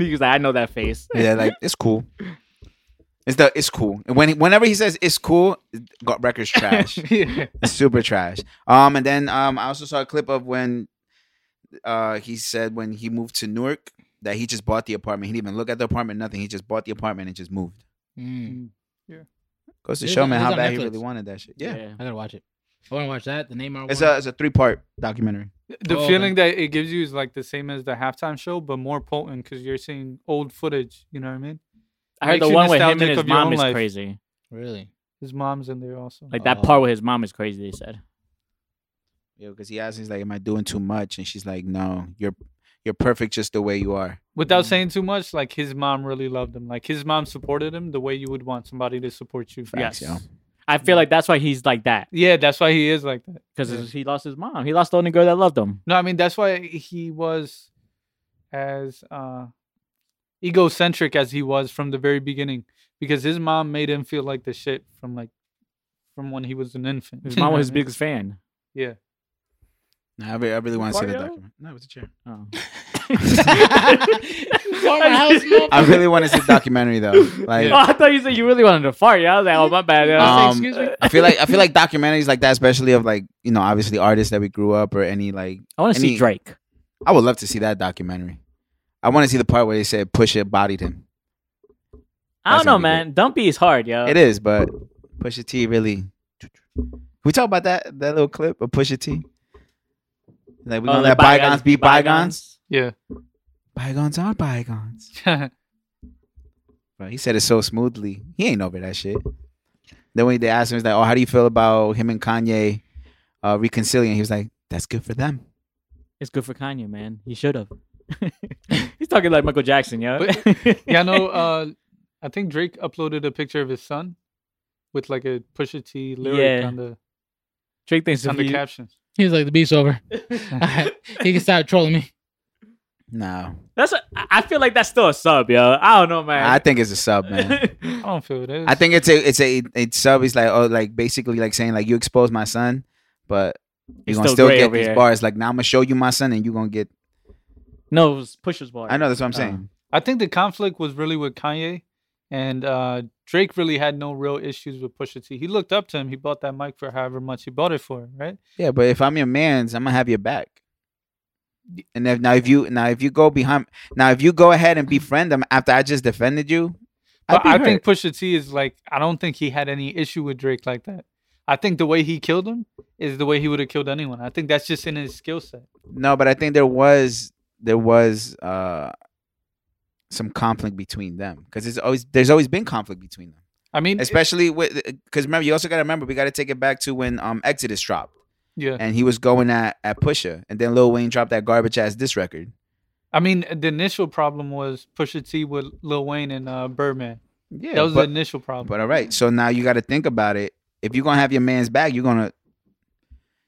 Speaker 3: *laughs*
Speaker 4: he was like, "I know that face."
Speaker 2: yeah, like it's cool. It's the it's cool. And when whenever he says it's cool, got records trash.
Speaker 3: yeah.
Speaker 2: It's super trash. Um, and then um, I also saw a clip of when uh he said when he moved to Newark that he just bought the apartment. He didn't even look at the apartment, nothing. He just bought the apartment and just moved.
Speaker 5: Mm.
Speaker 2: Goes to
Speaker 5: It was
Speaker 2: show
Speaker 5: on-
Speaker 2: man
Speaker 5: it was
Speaker 2: how
Speaker 5: on
Speaker 2: bad he
Speaker 5: Netflix.
Speaker 2: really wanted that shit. Yeah,
Speaker 5: I gotta watch it. I want to watch that. The Neymar.
Speaker 2: It's uh,
Speaker 5: one.
Speaker 2: a it's a three part documentary.
Speaker 3: The
Speaker 5: Oh, okay.
Speaker 3: feeling that it gives you is like the same as the halftime show, but more potent because you're seeing old footage. You know what I mean?
Speaker 4: I heard
Speaker 3: Makes
Speaker 4: the
Speaker 3: you
Speaker 4: one with him
Speaker 3: nostalgic
Speaker 4: and his
Speaker 3: of your own
Speaker 4: mom is
Speaker 3: life.
Speaker 4: crazy.
Speaker 5: really.
Speaker 3: His mom's in there also.
Speaker 4: Like that
Speaker 5: Oh.
Speaker 4: part with his mom is crazy. They said.
Speaker 2: Yeah, because he asks, he's like, "Am I doing too much?" And she's like, "No, you're you're perfect just the way you are."
Speaker 3: Without
Speaker 4: mm.
Speaker 5: Mhm.
Speaker 3: saying too much, like his mom really loved him. Like his mom supported him the way you would want somebody to support you.
Speaker 2: Facts, yo.
Speaker 4: I feel like that's why he's like that
Speaker 3: Yeah, that's why he is like that.
Speaker 4: because
Speaker 3: Yeah.
Speaker 4: he lost his mom. He lost the only girl that loved him.
Speaker 3: No, I mean that's why he was as uh egocentric as he was from the very beginning because his mom made him feel like the shit from like from when he was an infant.
Speaker 4: His
Speaker 3: You know
Speaker 4: mom
Speaker 3: what *laughs* I
Speaker 4: was his
Speaker 3: mean?
Speaker 4: biggest fan.
Speaker 2: Nah, I really, I really want to see the
Speaker 4: Mario?
Speaker 2: documentary. No, it's a
Speaker 5: *laughs*
Speaker 2: chair.
Speaker 4: Oh. *laughs*
Speaker 2: I really want to see the documentary though.
Speaker 5: *laughs*
Speaker 2: Like,
Speaker 4: oh, I thought you said you really wanted to fart. Yeah, I was like, oh my
Speaker 2: *laughs*
Speaker 4: bad. Yeah, I was like,
Speaker 2: Um,
Speaker 4: "Excuse me."
Speaker 2: I feel like I feel like documentaries like that, especially of like you know obviously artists that we grew up or any like
Speaker 4: I want to see
Speaker 2: any-
Speaker 4: Drake.
Speaker 2: I would love to see that documentary. I want to see the part where they said Pusha bodied him.
Speaker 4: I
Speaker 2: That's
Speaker 4: don't know,
Speaker 2: gonna be
Speaker 4: man. Dumpy is hard, yo.
Speaker 2: It is, but Pusha T really. We talk about that that little clip of Pusha T. Like we
Speaker 4: Oh,
Speaker 2: gonna let
Speaker 4: like
Speaker 2: bygones be bygones.
Speaker 3: Yeah. *laughs*
Speaker 2: Bygones are bygones. Bro, he said it so smoothly. He ain't over that shit. Then when they asked him, he's like, "Oh, how do you feel about him and Kanye uh, reconciling?" He was like, "That's good for them."
Speaker 4: It's good for Kanye, man. He should have. *laughs* He's talking like Michael Jackson, yo. *laughs*
Speaker 3: But- yeah, I know uh I think Drake uploaded a picture of his son with like a Pusha T lyric
Speaker 4: Yeah.
Speaker 3: on the
Speaker 4: Drake thinks if
Speaker 3: on the
Speaker 4: you-
Speaker 3: caption.
Speaker 5: He's like the beat's over. *laughs* he can stop trolling me.
Speaker 2: No,
Speaker 4: *laughs* that's. A, I I feel like that's still a sub, yo. I don't know, man. *laughs*
Speaker 2: I think it's a sub, man.
Speaker 3: I don't feel it is.
Speaker 2: I think it's a it's a it's sub. He's like, oh, like basically like saying like you exposed my son, but you're
Speaker 4: He's
Speaker 2: gonna
Speaker 4: still
Speaker 2: still,
Speaker 4: great
Speaker 2: get
Speaker 4: over
Speaker 2: these
Speaker 4: here.
Speaker 2: bars. Like now I'm gonna show you my son, and you are gonna get.
Speaker 4: no, it was Pusha's bar.
Speaker 2: I know that's what I'm
Speaker 4: Uh,
Speaker 2: saying.
Speaker 3: I think the conflict was really with Kanye, and uh, Drake really had no real issues with Pusha T. He looked up to him. He bought that mic for however much he bought it for, right?
Speaker 2: Yeah, but if I'm your man's, I'm gonna have your back. And if, now if you now if you go behind now if you go ahead and befriend him after I just defended you, I'd
Speaker 3: But
Speaker 2: be
Speaker 3: I
Speaker 2: hurt.
Speaker 3: think Pusha T is like I don't think he had any issue with Drake like that. I think the way he killed him is the way he would have killed anyone. I think that's just in his skill set.
Speaker 2: No, but I think there was there was uh some conflict between them because it's always there's always been conflict between them,
Speaker 3: I mean, it-
Speaker 2: especially with because remember you also got to remember we got to take it back to when um Exodus dropped
Speaker 3: yeah.
Speaker 2: and he was going at at Pusha and then Lil Wayne dropped that garbage ass diss record.
Speaker 3: I mean, the initial problem was Pusha T with Lil Wayne and uh, Birdman.
Speaker 2: Yeah,
Speaker 3: that was
Speaker 2: but,
Speaker 3: the initial problem.
Speaker 2: but all right, so now you got to think about it. If you're gonna have your man's back, you're gonna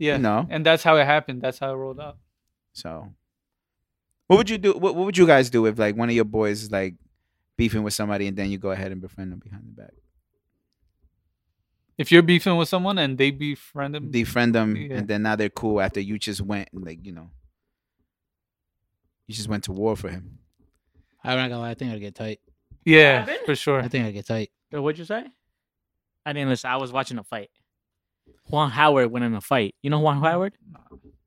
Speaker 3: yeah,
Speaker 2: you know
Speaker 3: and that's how it happened. That's how it rolled out.
Speaker 2: so. What would you do? What, what would you guys do if like one of your boys is like beefing with somebody and then you go ahead and befriend them behind the back,
Speaker 3: If you're beefing with someone and they befriend him,
Speaker 2: defriend them,
Speaker 3: Um, Yeah.
Speaker 2: and then now they're cool after you just went and like you know, you just went to war for him.
Speaker 5: I'm not gonna lie. I think I'd get tight.
Speaker 3: yeah,
Speaker 4: Happened?
Speaker 3: for sure.
Speaker 5: I think I'd get tight.
Speaker 4: Yo, What'd you say? I didn't listen. I was watching a fight. Juan Howard went in a fight. You know Juan Howard?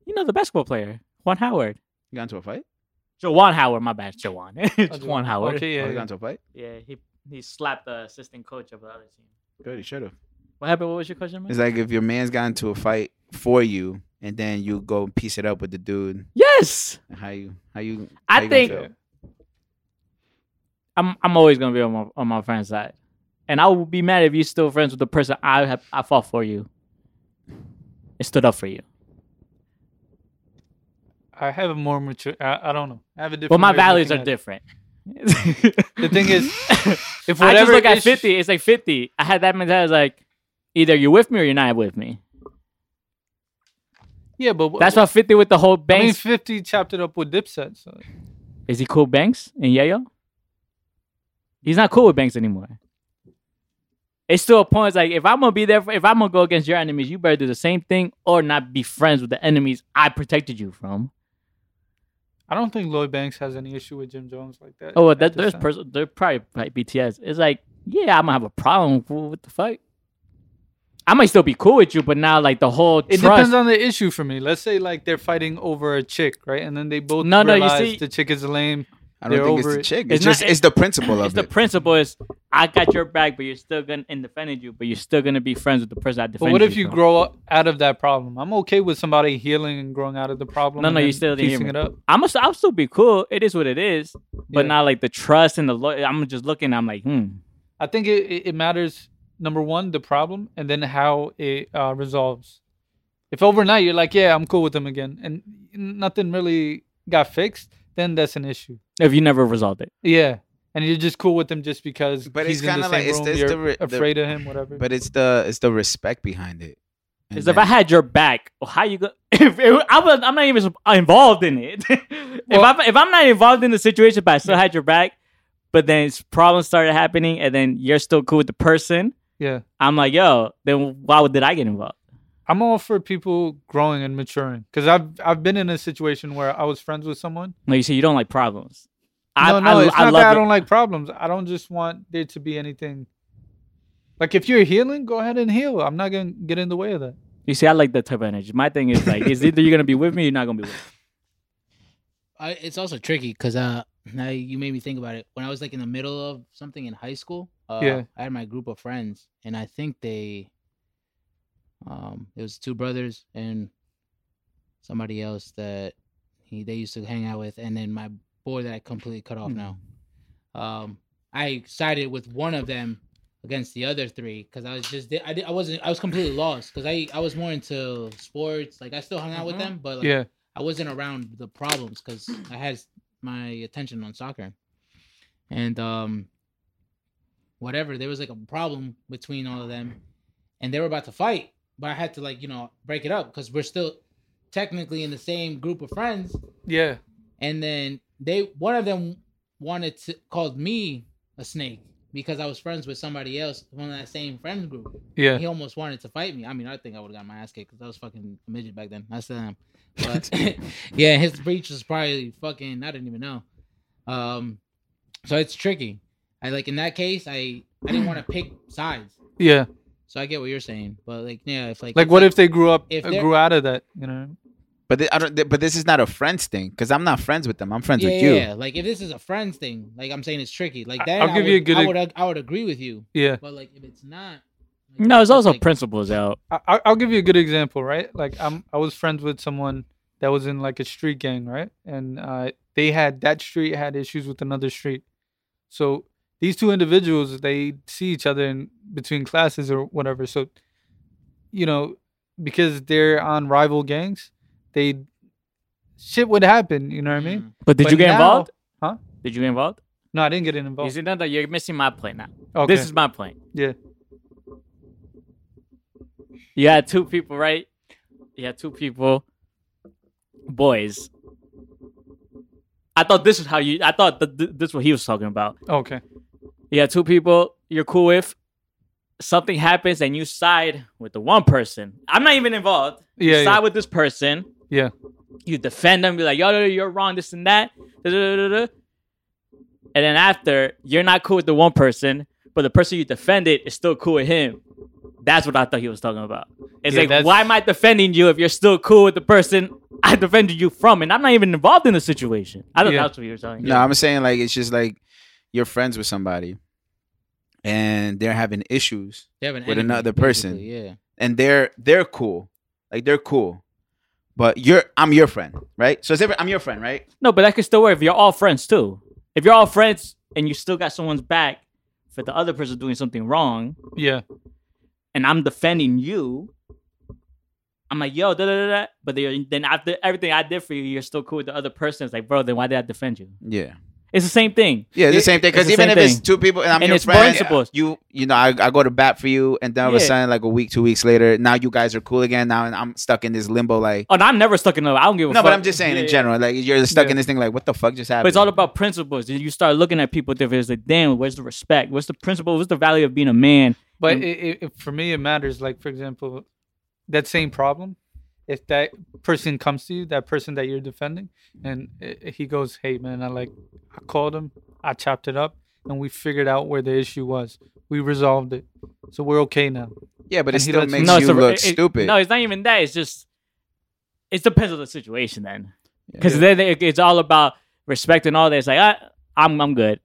Speaker 4: You know the basketball player, Juan Howard.
Speaker 2: You got into a fight?
Speaker 4: Jawan Howard, my bad, *laughs* Jawan. Jawan Howard.
Speaker 3: Okay,
Speaker 2: Oh,
Speaker 3: yeah,
Speaker 2: you
Speaker 3: yeah.
Speaker 2: got into a fight?
Speaker 4: Yeah, he he slapped the assistant coach of the other team.
Speaker 2: Good, you should have.
Speaker 4: What happened? What was your question?
Speaker 2: It's like if your man's got into a fight for you, and then you go piece it up with the dude.
Speaker 4: yes,
Speaker 2: How you? How you?
Speaker 4: I
Speaker 2: how you gonna
Speaker 4: think-
Speaker 2: feel?
Speaker 4: I'm. I'm always gonna be on my on my friend's side, and I will be mad if you're still friends with the person I have. I fought for you. It stood up for you.
Speaker 3: I have a more mature. I, I don't know. I have a different.
Speaker 4: But
Speaker 3: way
Speaker 4: my
Speaker 3: of
Speaker 4: values are
Speaker 3: looking at
Speaker 4: different. the
Speaker 3: it. The thing
Speaker 4: *laughs*
Speaker 3: is, if
Speaker 4: I just
Speaker 3: whatever
Speaker 4: look at
Speaker 3: ish-
Speaker 4: fifty. It's like fifty. I had that mentality like, either you're with me or you're not with me.
Speaker 3: yeah, but wh-
Speaker 4: That's why fifty with the whole
Speaker 3: I mean,
Speaker 4: Banks.
Speaker 3: fifty chopped it up with Dipset. So
Speaker 4: Is he cool with Banks and Yayo? He's not cool with Banks anymore. It's still a point. It's like if I'm gonna be there, for, if I'm gonna go against your enemies, you better do the same thing or not be friends with the enemies I protected you from.
Speaker 3: I don't think Lloyd Banks has any issue with Jim Jones like that.
Speaker 4: Oh, well,
Speaker 3: at
Speaker 4: that,
Speaker 3: this
Speaker 4: there's
Speaker 3: time.
Speaker 4: pers- there probably like BTS. It's like, yeah, I'm gonna have a problem. fool, What the fuck? I might still be cool with you, but now like the whole
Speaker 3: It
Speaker 4: trust.
Speaker 3: depends on the issue for me. Let's say like they're fighting over a chick, right? And then they both
Speaker 4: No, no, you
Speaker 3: realize
Speaker 4: see-
Speaker 3: the chick is lame.
Speaker 2: I don't
Speaker 3: They're
Speaker 2: think it's
Speaker 3: over
Speaker 2: the
Speaker 3: it.
Speaker 2: chick. It's,
Speaker 4: It's
Speaker 2: just
Speaker 4: not-
Speaker 2: it's the principle of
Speaker 4: it's the
Speaker 2: it.
Speaker 4: principle is I got your back, but you're still gonna and defended you, but you're still gonna be friends with the person that defended
Speaker 3: But
Speaker 4: you.
Speaker 3: what if you
Speaker 4: from.
Speaker 3: grow up out of that problem? I'm okay with somebody healing and growing out of the problem.
Speaker 4: No,
Speaker 3: and
Speaker 4: no, you
Speaker 3: then
Speaker 4: still didn't hear
Speaker 3: piecing
Speaker 4: me.
Speaker 3: it up.
Speaker 4: I'm i I'll still be cool. It is what it is,
Speaker 3: Yeah.
Speaker 4: but not like the trust and the. Lo- I'm just looking. I'm like, hmm.
Speaker 3: I think it, it, it matters number one the problem and then how it uh, resolves. If overnight you're like, yeah, I'm cool with them again, and nothing really got fixed, then that's an issue.
Speaker 4: If you never resolved it,
Speaker 3: Yeah, and you're just cool with them just because.
Speaker 2: But
Speaker 3: But
Speaker 2: it's
Speaker 3: he's kind
Speaker 2: kinda
Speaker 3: of
Speaker 2: like-
Speaker 3: like
Speaker 2: it's-
Speaker 3: room,
Speaker 2: it's
Speaker 3: you're
Speaker 2: the re- the-
Speaker 3: afraid of him, whatever.
Speaker 2: But it's the it's the respect behind it. And
Speaker 4: is if
Speaker 2: then-
Speaker 4: I had your back, well, how you go? *laughs* If it, I was, I'm not even sup- involved in it. *laughs*
Speaker 3: Well-
Speaker 4: if I if I'm not involved in the situation, but I still had your back, but then it's problems started happening, and then you're still cool with the person.
Speaker 3: yeah,
Speaker 4: I'm like, yo, then why did I get involved?
Speaker 3: I'm all for people growing and maturing because I've I've been in a situation where I was friends with someone.
Speaker 4: No, you see, you don't like problems.
Speaker 3: no, no, it's not that I
Speaker 4: it.
Speaker 3: don't like problems. I don't just want there to be anything. Like if you're healing, go ahead and heal. I'm not gonna get in the way of that.
Speaker 4: You see, I like that type of energy. My thing is like, is either you're gonna be with me, or you're not gonna be with me.
Speaker 5: I, it's also tricky because uh, now you made me think about it. When I was like in the middle of something in high school, uh,
Speaker 3: Yeah.
Speaker 5: I had my group of friends, and I think they, um, it was two brothers and somebody else that he they used to hang out with, and then my boy that I completely cut
Speaker 3: Hmm.
Speaker 5: off now. Um, I sided with one of them against the other three because I was just I, did, I wasn't I was completely lost because I I was more into sports. Like I still hung out with
Speaker 4: Mhm.
Speaker 5: them, but like,
Speaker 3: Mm-hmm. Yeah,
Speaker 5: I wasn't around the problems because I had s- my attention on soccer, and um, whatever. There was like a problem between all of them, and they were about to fight, but I had to like you know break it up because we're still technically in the same group of friends.
Speaker 3: yeah.
Speaker 5: And then they one of them wanted to called me a snake because I was friends with somebody else from that same friend group.
Speaker 3: Yeah.
Speaker 5: He almost wanted to fight me. I mean, I think I would have got my ass kicked because I was fucking a midget back then. I still am.
Speaker 3: *laughs*
Speaker 5: But *laughs* yeah, his breach was probably fucking. I didn't even know. Um, so it's tricky. I like in that case, I I didn't want to pick sides.
Speaker 3: Yeah.
Speaker 5: So I get what you're saying, but like yeah, if like
Speaker 3: Like, what if they grew up,
Speaker 5: if
Speaker 3: uh,
Speaker 5: they're-
Speaker 3: grew out of that? You know,
Speaker 2: But thi- I don't. thi- But this is not a friends thing because I'm not friends with them. I'm friends
Speaker 5: yeah,
Speaker 2: with
Speaker 5: yeah,
Speaker 2: you.
Speaker 5: yeah. like if this is a friends thing, like I'm saying, it's tricky. Like
Speaker 3: I-
Speaker 5: that,
Speaker 3: I'll
Speaker 5: I
Speaker 3: give
Speaker 5: would,
Speaker 3: you a good
Speaker 5: I
Speaker 3: ex-
Speaker 5: would I would agree with you.
Speaker 3: yeah.
Speaker 5: But like if it's not, like,
Speaker 4: No, it's also
Speaker 5: like,
Speaker 4: principles out.
Speaker 3: I, I- I'll give you a good example, right? Like I'm, I was friends with someone that was in like a street gang, right? And uh, they had that street had issues with another street. So these two individuals, they see each other in between classes or whatever. So, you know, because they're on rival gangs, they shit would happen. You know what I mean?
Speaker 5: mm,
Speaker 4: But did
Speaker 3: But
Speaker 4: you get
Speaker 3: now-
Speaker 4: involved?
Speaker 3: Huh?
Speaker 4: Did you get involved?
Speaker 3: No, I didn't get
Speaker 4: You
Speaker 3: involved.
Speaker 4: see, no, no, you're missing my point now.
Speaker 3: Okay.
Speaker 4: This is my point.
Speaker 3: Yeah.
Speaker 4: You had two people, right? You had two people, boys. I thought this is how you. I thought that th- this is what he was talking about.
Speaker 3: okay.
Speaker 4: You had two people you're cool with. Something happens and you side with the one person. I'm not even involved. You
Speaker 3: Yeah,
Speaker 4: side
Speaker 3: yeah.
Speaker 4: with this person.
Speaker 3: Yeah.
Speaker 4: You defend them, be like, yo, yo, yo, you're wrong, this and that. da, da, da, da, da. And then after, you're not cool with the one person, but the person you defended is still cool with him. That's what I thought he was talking about. It's
Speaker 3: Yeah,
Speaker 4: like,
Speaker 3: that's-
Speaker 4: why am I defending you if you're still cool with the person I defended you from? And I'm not even involved in the situation. I thought
Speaker 3: Yeah.
Speaker 4: that's what you were telling me.
Speaker 2: No, I'm saying like it's just like you're friends with somebody, and they're having issues,
Speaker 5: they have an
Speaker 2: with
Speaker 5: enemy,
Speaker 2: another person.
Speaker 5: basically, Yeah,
Speaker 2: and they're they're cool, like they're cool, but you're I'm your friend, right? So it's different. I'm your friend, right?
Speaker 4: No, but that could still work if you're all friends too. If you're all friends and you still got someone's back for the other person doing something wrong,
Speaker 3: Yeah.
Speaker 4: and I'm defending you, I'm like, yo, da da da. da. But then- then after everything I did for you, you're still cool with the other person. It's like, bro, then why did I defend you?
Speaker 2: Yeah.
Speaker 4: It's the same thing.
Speaker 2: Yeah, it's the
Speaker 4: It-
Speaker 2: same thing.
Speaker 4: it's
Speaker 2: Because
Speaker 4: the
Speaker 2: even if
Speaker 4: same
Speaker 2: it's
Speaker 4: thing.
Speaker 2: two people and I'm
Speaker 4: And
Speaker 2: your
Speaker 4: it's
Speaker 2: friend,
Speaker 4: principles.
Speaker 2: you you know, I, I go to bat for you, and then all of a
Speaker 4: Yeah.
Speaker 2: sudden, like a week, two weeks later, now you guys are cool again. Now and I'm stuck in this limbo, like.
Speaker 4: Oh, no, I'm never stuck in love. I don't give a
Speaker 2: No,
Speaker 4: Oh, fuck.
Speaker 2: but I'm just saying
Speaker 4: Yeah,
Speaker 2: in
Speaker 4: yeah.
Speaker 2: general, like you're stuck
Speaker 3: Yeah.
Speaker 2: in this thing, like what the fuck just happened?
Speaker 4: But it's all about principles. You start looking at people different. It's like, damn, where's the respect? What's the principle? What's the value of being a man?
Speaker 3: But
Speaker 4: Mm.
Speaker 3: it, it, it- for me, it matters. Like for example, that same problem. If that person comes to you, that person that you're defending, and i- i- he goes, "Hey, man, I like, I called him, I chopped it up, and we figured out where the issue was. We resolved it, so we're okay now."
Speaker 2: yeah, but it
Speaker 3: and he
Speaker 2: still
Speaker 3: lets-
Speaker 2: makes
Speaker 3: No,
Speaker 2: you
Speaker 4: it's a-
Speaker 2: look
Speaker 4: it- it-
Speaker 2: stupid.
Speaker 4: No, it's not even that. It's just it depends on the situation then, because
Speaker 2: Yeah.
Speaker 4: then it, it's all about respect and all that. It's like I, I'm I'm good.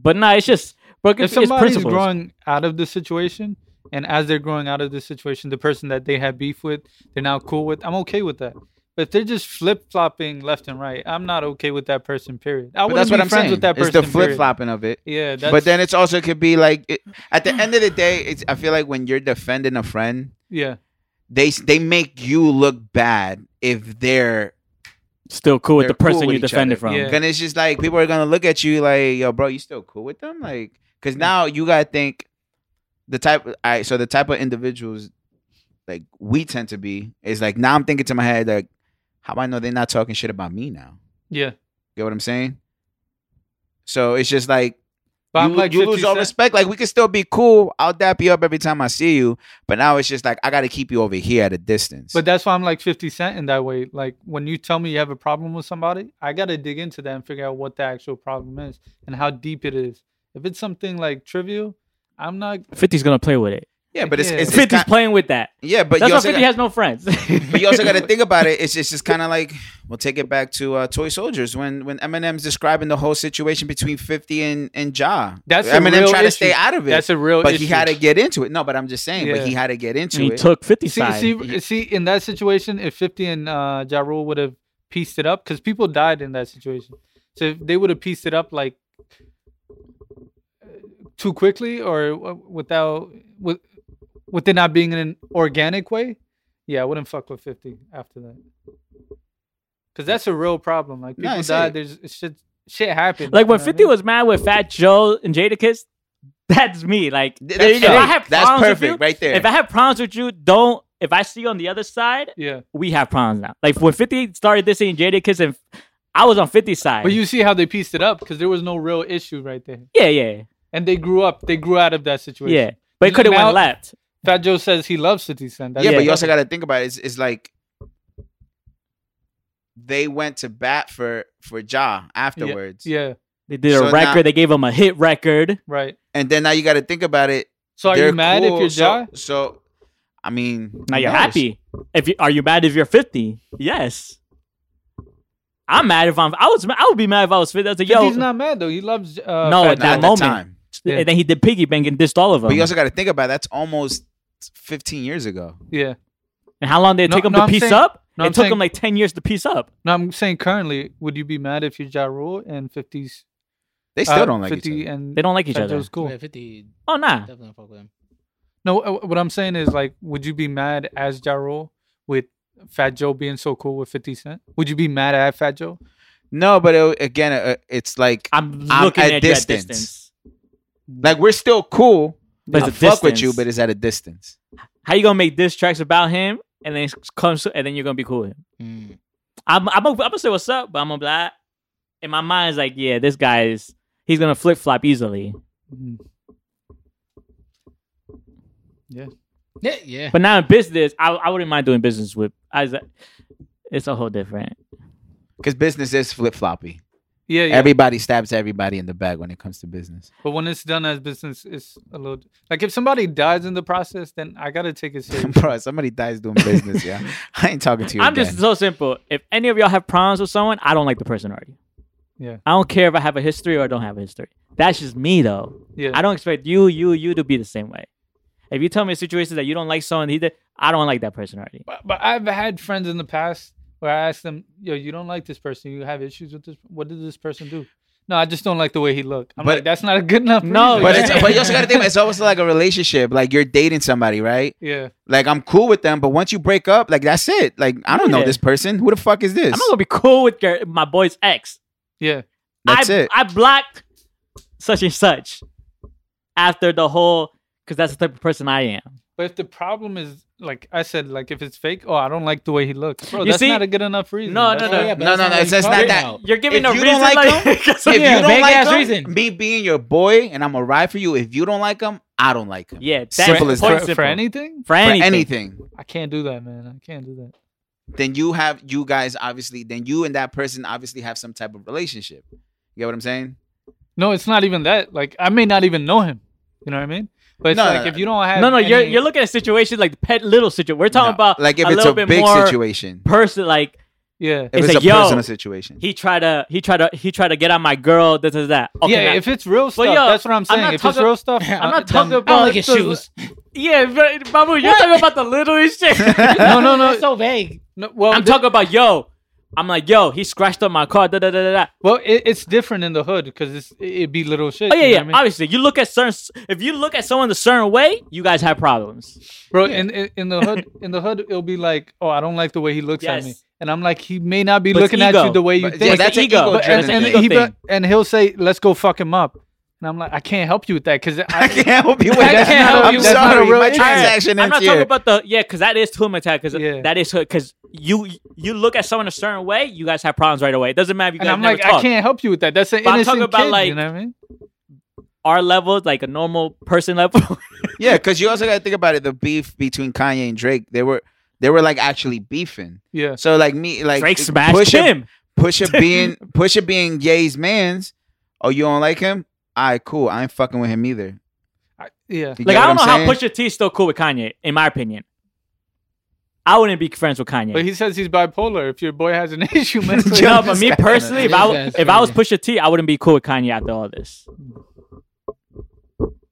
Speaker 4: But nah, it's just bro,
Speaker 3: if
Speaker 4: it's, it's
Speaker 3: somebody's
Speaker 4: principles.
Speaker 3: growing out of the situation and as they're growing out of the situation the person that they had beef with they're now cool with i'm okay with that but if they're just flip-flopping left and right i'm not okay with that person period i
Speaker 2: But
Speaker 3: wouldn't
Speaker 2: that's what
Speaker 3: be
Speaker 2: I'm
Speaker 3: friends
Speaker 2: saying.
Speaker 3: with that
Speaker 2: it's
Speaker 3: person
Speaker 2: the
Speaker 3: period.
Speaker 2: flip flopping of it.
Speaker 3: yeah that's,
Speaker 2: but then it's also could be like it, at the end of the day, it's I feel like when you're defending a friend,
Speaker 3: yeah
Speaker 2: they s- they make you look bad if they're
Speaker 4: still cool with
Speaker 2: they're
Speaker 4: the person
Speaker 2: cool with
Speaker 4: you
Speaker 2: each
Speaker 4: defended
Speaker 2: other.
Speaker 4: from.
Speaker 3: Yeah.
Speaker 2: and it's just like people are gonna look at you like, yo, bro, you still cool with them? Like, cause now you gotta think the type. I so the type of individuals like we tend to be is like now I'm thinking to my head like, how do I know they're not talking shit about me now?
Speaker 3: yeah
Speaker 2: Get what I'm saying? So it's just like
Speaker 3: but
Speaker 2: you,
Speaker 3: i'm like
Speaker 2: you lose
Speaker 3: 50
Speaker 2: all
Speaker 3: cent-
Speaker 2: respect. Like we can still be cool. I'll dap you up every time I see you, but now it's just like I got to keep you over here at a distance.
Speaker 3: But that's why I'm like 50 Cent in that way. Like when you tell me you have a problem with somebody, I gotta dig into that and figure out what the actual problem is and how deep it is. If it's something like trivial, I'm not.
Speaker 4: 50's gonna play with it.
Speaker 2: yeah, but it's,
Speaker 3: yeah.
Speaker 2: it's, it's
Speaker 4: 50's
Speaker 2: kind-
Speaker 4: playing with that.
Speaker 2: yeah, but
Speaker 4: That's
Speaker 2: you
Speaker 4: why
Speaker 2: also
Speaker 4: 50
Speaker 2: got,
Speaker 4: has no
Speaker 2: *laughs*
Speaker 4: friends.
Speaker 2: but you also got to think about it. It's just, it's kind of like we'll take it back to uh, Toy Soldiers when when Eminem's describing the whole situation between Fifty and and Ja.
Speaker 3: That's a
Speaker 2: Eminem
Speaker 3: real
Speaker 2: trying to
Speaker 3: issue.
Speaker 2: stay out of it,
Speaker 3: That's a real.
Speaker 2: but he
Speaker 3: issue.
Speaker 2: had to get into it. No, but I'm just saying,
Speaker 3: Yeah.
Speaker 2: but he had to get into
Speaker 4: *laughs* he
Speaker 2: it.
Speaker 4: took 50
Speaker 3: See,
Speaker 4: side.
Speaker 2: Yeah.
Speaker 3: see, see, in that situation, if 50 and uh, Ja Rule would have pieced it up, because people died in that situation. So if they would have pieced it up like too quickly or w- without, with, with it not being in an organic way, yeah, I wouldn't fuck with 50 after that. Because that's a real problem. Like
Speaker 2: No,
Speaker 3: people
Speaker 2: I see.
Speaker 3: died, there's shit, shit happened.
Speaker 4: like
Speaker 3: you know
Speaker 4: when
Speaker 2: uh-huh.
Speaker 3: what I
Speaker 4: 50
Speaker 3: mean?
Speaker 4: was mad with Fat Joe and Jadakiss, that's me. Like
Speaker 2: Th- there you
Speaker 4: if
Speaker 2: go.
Speaker 4: I have
Speaker 2: That's
Speaker 4: problems with you,
Speaker 2: perfect right there.
Speaker 4: if I have problems with you, don't. If I see you on the other side,
Speaker 3: Yeah.
Speaker 4: we have problems now. Like when 50 started this in Jadakiss, and I was on 50's side.
Speaker 3: But you see how they pieced it up because there was no real issue right there.
Speaker 4: yeah, yeah,
Speaker 3: And they grew up. They grew out of that situation.
Speaker 4: yeah. But it could have
Speaker 3: Now-
Speaker 4: went left.
Speaker 3: Fat Joe says he loves 50 Cent. That's
Speaker 2: yeah, but
Speaker 3: the
Speaker 2: you also
Speaker 3: problem.
Speaker 2: got to think about it. It's, it's like they went to bat for for Ja afterwards,
Speaker 3: Yeah,
Speaker 4: They did
Speaker 2: So
Speaker 4: a
Speaker 2: now-
Speaker 4: record. they gave him a hit record.
Speaker 3: right.
Speaker 2: and then now you got to think about it.
Speaker 3: So are
Speaker 2: They're
Speaker 3: you mad
Speaker 2: cool,
Speaker 3: if you're Ja?
Speaker 2: So, so, I mean,
Speaker 4: Now
Speaker 2: who
Speaker 4: you're
Speaker 2: knows?
Speaker 4: happy. If you are you mad if you're 50? Yes. I'm mad if I'm. I was. I would be mad if I was 50. I was like, yo.
Speaker 3: he's not mad though. He loves. Uh,
Speaker 4: No,
Speaker 3: Fat
Speaker 2: Not
Speaker 3: Joe.
Speaker 4: at that
Speaker 2: the
Speaker 4: moment.
Speaker 2: time.
Speaker 3: Yeah.
Speaker 4: And then he did piggy bank and dissed all of them.
Speaker 2: But you also got to think about it, that's almost 15 years ago.
Speaker 3: Yeah.
Speaker 4: and how long did it
Speaker 3: No-
Speaker 4: take him
Speaker 3: no,
Speaker 4: to
Speaker 3: I'm
Speaker 4: piece
Speaker 3: saying-
Speaker 4: up?
Speaker 3: no,
Speaker 4: it
Speaker 3: I'm
Speaker 4: took
Speaker 3: saying-
Speaker 4: him like 10 years to piece up.
Speaker 3: No, I'm saying currently, would you be mad if you're Ja Rule and 50s? Uh,
Speaker 2: They still don't like
Speaker 3: 50
Speaker 2: each other.
Speaker 3: and
Speaker 4: They don't like each
Speaker 3: Fat
Speaker 4: other.
Speaker 3: Joe's cool.
Speaker 5: Yeah, 50
Speaker 4: Oh nah.
Speaker 5: definitely don't fuck with him.
Speaker 3: No, uh, what I'm saying is like, would you be mad as Ja Rule with Fat Joe being so cool with 50 Cent? Would you be mad at Fat Joe?
Speaker 2: No, but it, again, uh, it's like
Speaker 4: I'm
Speaker 2: I'm
Speaker 4: looking
Speaker 2: at
Speaker 4: at, you at
Speaker 2: distance.
Speaker 4: distance.
Speaker 2: like we're still cool.
Speaker 4: But
Speaker 2: I
Speaker 4: it's a
Speaker 2: fuck with you,
Speaker 4: distance.
Speaker 2: but it's at a distance.
Speaker 4: How you gonna make diss tracks about him and then it comes and then you're gonna be cool with him?
Speaker 5: Mm.
Speaker 4: I'm I'm gonna, I'm gonna say what's up, but I'm gonna be like, in my mind it's like, yeah, this guy is he's gonna flip flop easily.
Speaker 3: Mhm.
Speaker 5: Yeah, yeah.
Speaker 4: But now in business, I I wouldn't mind doing business with. I was like, it's a whole different.
Speaker 2: Because business is flip floppy.
Speaker 3: Yeah, yeah.
Speaker 2: Everybody stabs everybody in the back when it comes to business.
Speaker 3: but when it's done as business, it's a little like if somebody dies in the process, then I gotta take
Speaker 2: *laughs*
Speaker 3: it serious.
Speaker 2: Bro, somebody dies doing business, yeah. I ain't talking to you.
Speaker 4: I'm
Speaker 2: again.
Speaker 4: just so simple. If any of y'all have problems with someone, I don't like the person already.
Speaker 3: Yeah.
Speaker 4: I don't care if I have a history or I don't have a history. That's just me though.
Speaker 3: Yeah,
Speaker 4: I don't expect you, you, you to be the same way. If you tell me a situation that you don't like someone, he did, I don't like that person already.
Speaker 3: But, but I've had friends in the past where I asked them, "Yo, you don't like this person. You have issues with this. What did this person do?" No, I just don't like the way he looked. I'm
Speaker 2: But-
Speaker 3: like, that's not a good enough.
Speaker 4: No,
Speaker 3: reason."
Speaker 4: *laughs*
Speaker 2: but,
Speaker 3: *laughs*
Speaker 2: it's, but you also got to think about it, it's almost like a relationship. Like you're dating somebody, right?
Speaker 3: yeah,
Speaker 2: Like I'm cool with them, but once you break up, like that's it. Like I don't know
Speaker 4: Yeah.
Speaker 2: this person. Who the fuck is this?
Speaker 4: I'm not gonna be cool with your, my boy's ex.
Speaker 3: yeah,
Speaker 2: that's
Speaker 4: I,
Speaker 2: it.
Speaker 4: I blocked such and such after the whole because that's the type of person I am.
Speaker 3: But if the problem is like I said, like if it's fake, oh, I don't like the way he looks. Bro,
Speaker 4: You
Speaker 3: that's
Speaker 4: see-
Speaker 3: not a good enough reason.
Speaker 4: No,
Speaker 3: Oh, That's not-
Speaker 4: no, no.
Speaker 5: but
Speaker 2: No,
Speaker 5: that's
Speaker 2: no, no,
Speaker 5: what
Speaker 2: it's- that's
Speaker 5: he's
Speaker 2: not
Speaker 5: talking
Speaker 2: that.
Speaker 5: about.
Speaker 4: You're giving
Speaker 2: If
Speaker 4: a
Speaker 2: you
Speaker 4: reason
Speaker 2: don't like
Speaker 4: *laughs* like-
Speaker 2: if
Speaker 5: Yeah,
Speaker 2: you don't
Speaker 5: vague
Speaker 2: like
Speaker 5: ass
Speaker 2: him,
Speaker 5: reason.
Speaker 2: me being your boy and I'm gonna ride for you. If you don't like him, I don't like him.
Speaker 4: yeah, that's
Speaker 2: Simple
Speaker 4: the
Speaker 2: as
Speaker 4: point
Speaker 2: that.
Speaker 3: for, for
Speaker 4: simple.
Speaker 3: anything,
Speaker 4: For
Speaker 2: For anything.
Speaker 4: anything.
Speaker 3: I can't do that, man. I can't do that.
Speaker 2: then you have you guys obviously. Then you and that person obviously have some type of relationship. You get what I'm saying?
Speaker 3: No, it's not even that. Like I may not even know him. You know what I mean? But it's
Speaker 2: No, no,
Speaker 3: like
Speaker 2: no.
Speaker 3: if you don't have
Speaker 4: No, no, you're
Speaker 3: any-
Speaker 4: you're looking at situations like the pet little situation. We're talking
Speaker 2: No.
Speaker 4: about
Speaker 2: like if
Speaker 4: a
Speaker 2: it's
Speaker 4: little
Speaker 2: a
Speaker 4: bit
Speaker 2: big
Speaker 4: more
Speaker 2: situation.
Speaker 4: person like
Speaker 3: Yeah.
Speaker 2: If
Speaker 4: It's
Speaker 2: it's,
Speaker 4: like,
Speaker 2: a
Speaker 4: yo,
Speaker 2: personal situation.
Speaker 4: He tried to he tried to he tried to get on my girl. This is that. Okay,
Speaker 3: yeah,
Speaker 4: now-
Speaker 3: if it's real stuff,
Speaker 4: yo,
Speaker 3: that's what I'm saying.
Speaker 4: not
Speaker 3: if it's
Speaker 4: talking-
Speaker 3: real stuff,
Speaker 4: I'm not talking
Speaker 5: I don't
Speaker 4: about
Speaker 5: like his
Speaker 4: the- *laughs*
Speaker 5: shoes.
Speaker 4: yeah, but, Babu, you're talking about the littlest shit.
Speaker 2: *laughs*
Speaker 3: No, no, no.
Speaker 5: It's so vague.
Speaker 3: No, well,
Speaker 4: I'm
Speaker 3: th-
Speaker 4: talking about yo. I'm like yo. He scratched up my car. Da da da da. da.
Speaker 3: well, it, it's different in the hood because it's it'd be little shit.
Speaker 4: Oh yeah,
Speaker 3: you know
Speaker 4: yeah.
Speaker 3: what I mean?
Speaker 4: Obviously, you look at certain. If you look at someone a certain way, you guys have problems.
Speaker 3: bro. In, in in the hood, in the hood, it'll be like, oh, I don't like the way he looks at me,
Speaker 4: Yes.
Speaker 3: and I'm like, he may not be
Speaker 4: But it's
Speaker 3: looking at you
Speaker 4: ego.
Speaker 3: the way you
Speaker 2: But- yeah,
Speaker 3: think.
Speaker 2: that's
Speaker 4: the
Speaker 2: an
Speaker 4: ego.
Speaker 2: ego
Speaker 4: But-
Speaker 3: and,
Speaker 2: driven
Speaker 3: and,
Speaker 4: ego
Speaker 2: thing.
Speaker 3: he be,
Speaker 4: thing.
Speaker 3: and he'll say, "Let's go fuck him up," and I'm like, "I can't help you with that
Speaker 2: *laughs*
Speaker 3: because
Speaker 2: I can't help you with
Speaker 3: I
Speaker 2: that.
Speaker 3: can't help
Speaker 2: I'm
Speaker 3: you with that.
Speaker 2: sorry,
Speaker 3: Not a
Speaker 2: my
Speaker 3: real-
Speaker 2: transaction
Speaker 4: I'm
Speaker 2: ends
Speaker 4: not talking
Speaker 2: here.
Speaker 4: about the yeah, because that is too much Because
Speaker 3: Yeah.
Speaker 4: that is because you you look at someone a certain way, you guys have problems right away. It doesn't matter. If
Speaker 3: *laughs* and
Speaker 4: you guys
Speaker 3: I'm
Speaker 4: never
Speaker 3: like,
Speaker 4: talk.
Speaker 3: I can't help you with that. That's an
Speaker 4: But I'm
Speaker 3: innocent
Speaker 4: talking about,
Speaker 3: kid, you
Speaker 4: like-
Speaker 3: know what I mean?
Speaker 4: Our level, like a normal person level. *laughs*
Speaker 2: Yeah, because you also got to think about it. The beef between Kanye and Drake, they were they were like actually beefing.
Speaker 3: Yeah,
Speaker 2: So like me, like
Speaker 4: Drake smashed
Speaker 2: Pusha,
Speaker 4: him.
Speaker 2: Pusha
Speaker 4: *laughs*
Speaker 2: being Pusha being Ye's man's. Oh, you don't like him? All right, cool. I ain't fucking with him either.
Speaker 3: I, yeah.
Speaker 2: You get
Speaker 4: Like I don't know
Speaker 2: what I'm
Speaker 4: how
Speaker 2: saying?
Speaker 4: Pusha T still cool with Kanye. In my opinion, I wouldn't be friends with Kanye.
Speaker 3: But he says he's bipolar. If your boy has an *laughs* issue, man,
Speaker 2: Yo,
Speaker 4: no,
Speaker 2: Yo,
Speaker 4: but
Speaker 2: this
Speaker 4: me
Speaker 2: guy-
Speaker 4: personally, if I
Speaker 5: This
Speaker 4: w-
Speaker 5: guy's
Speaker 4: if I was
Speaker 5: crazy.
Speaker 4: Pusha T, I wouldn't be cool with Kanye after all this.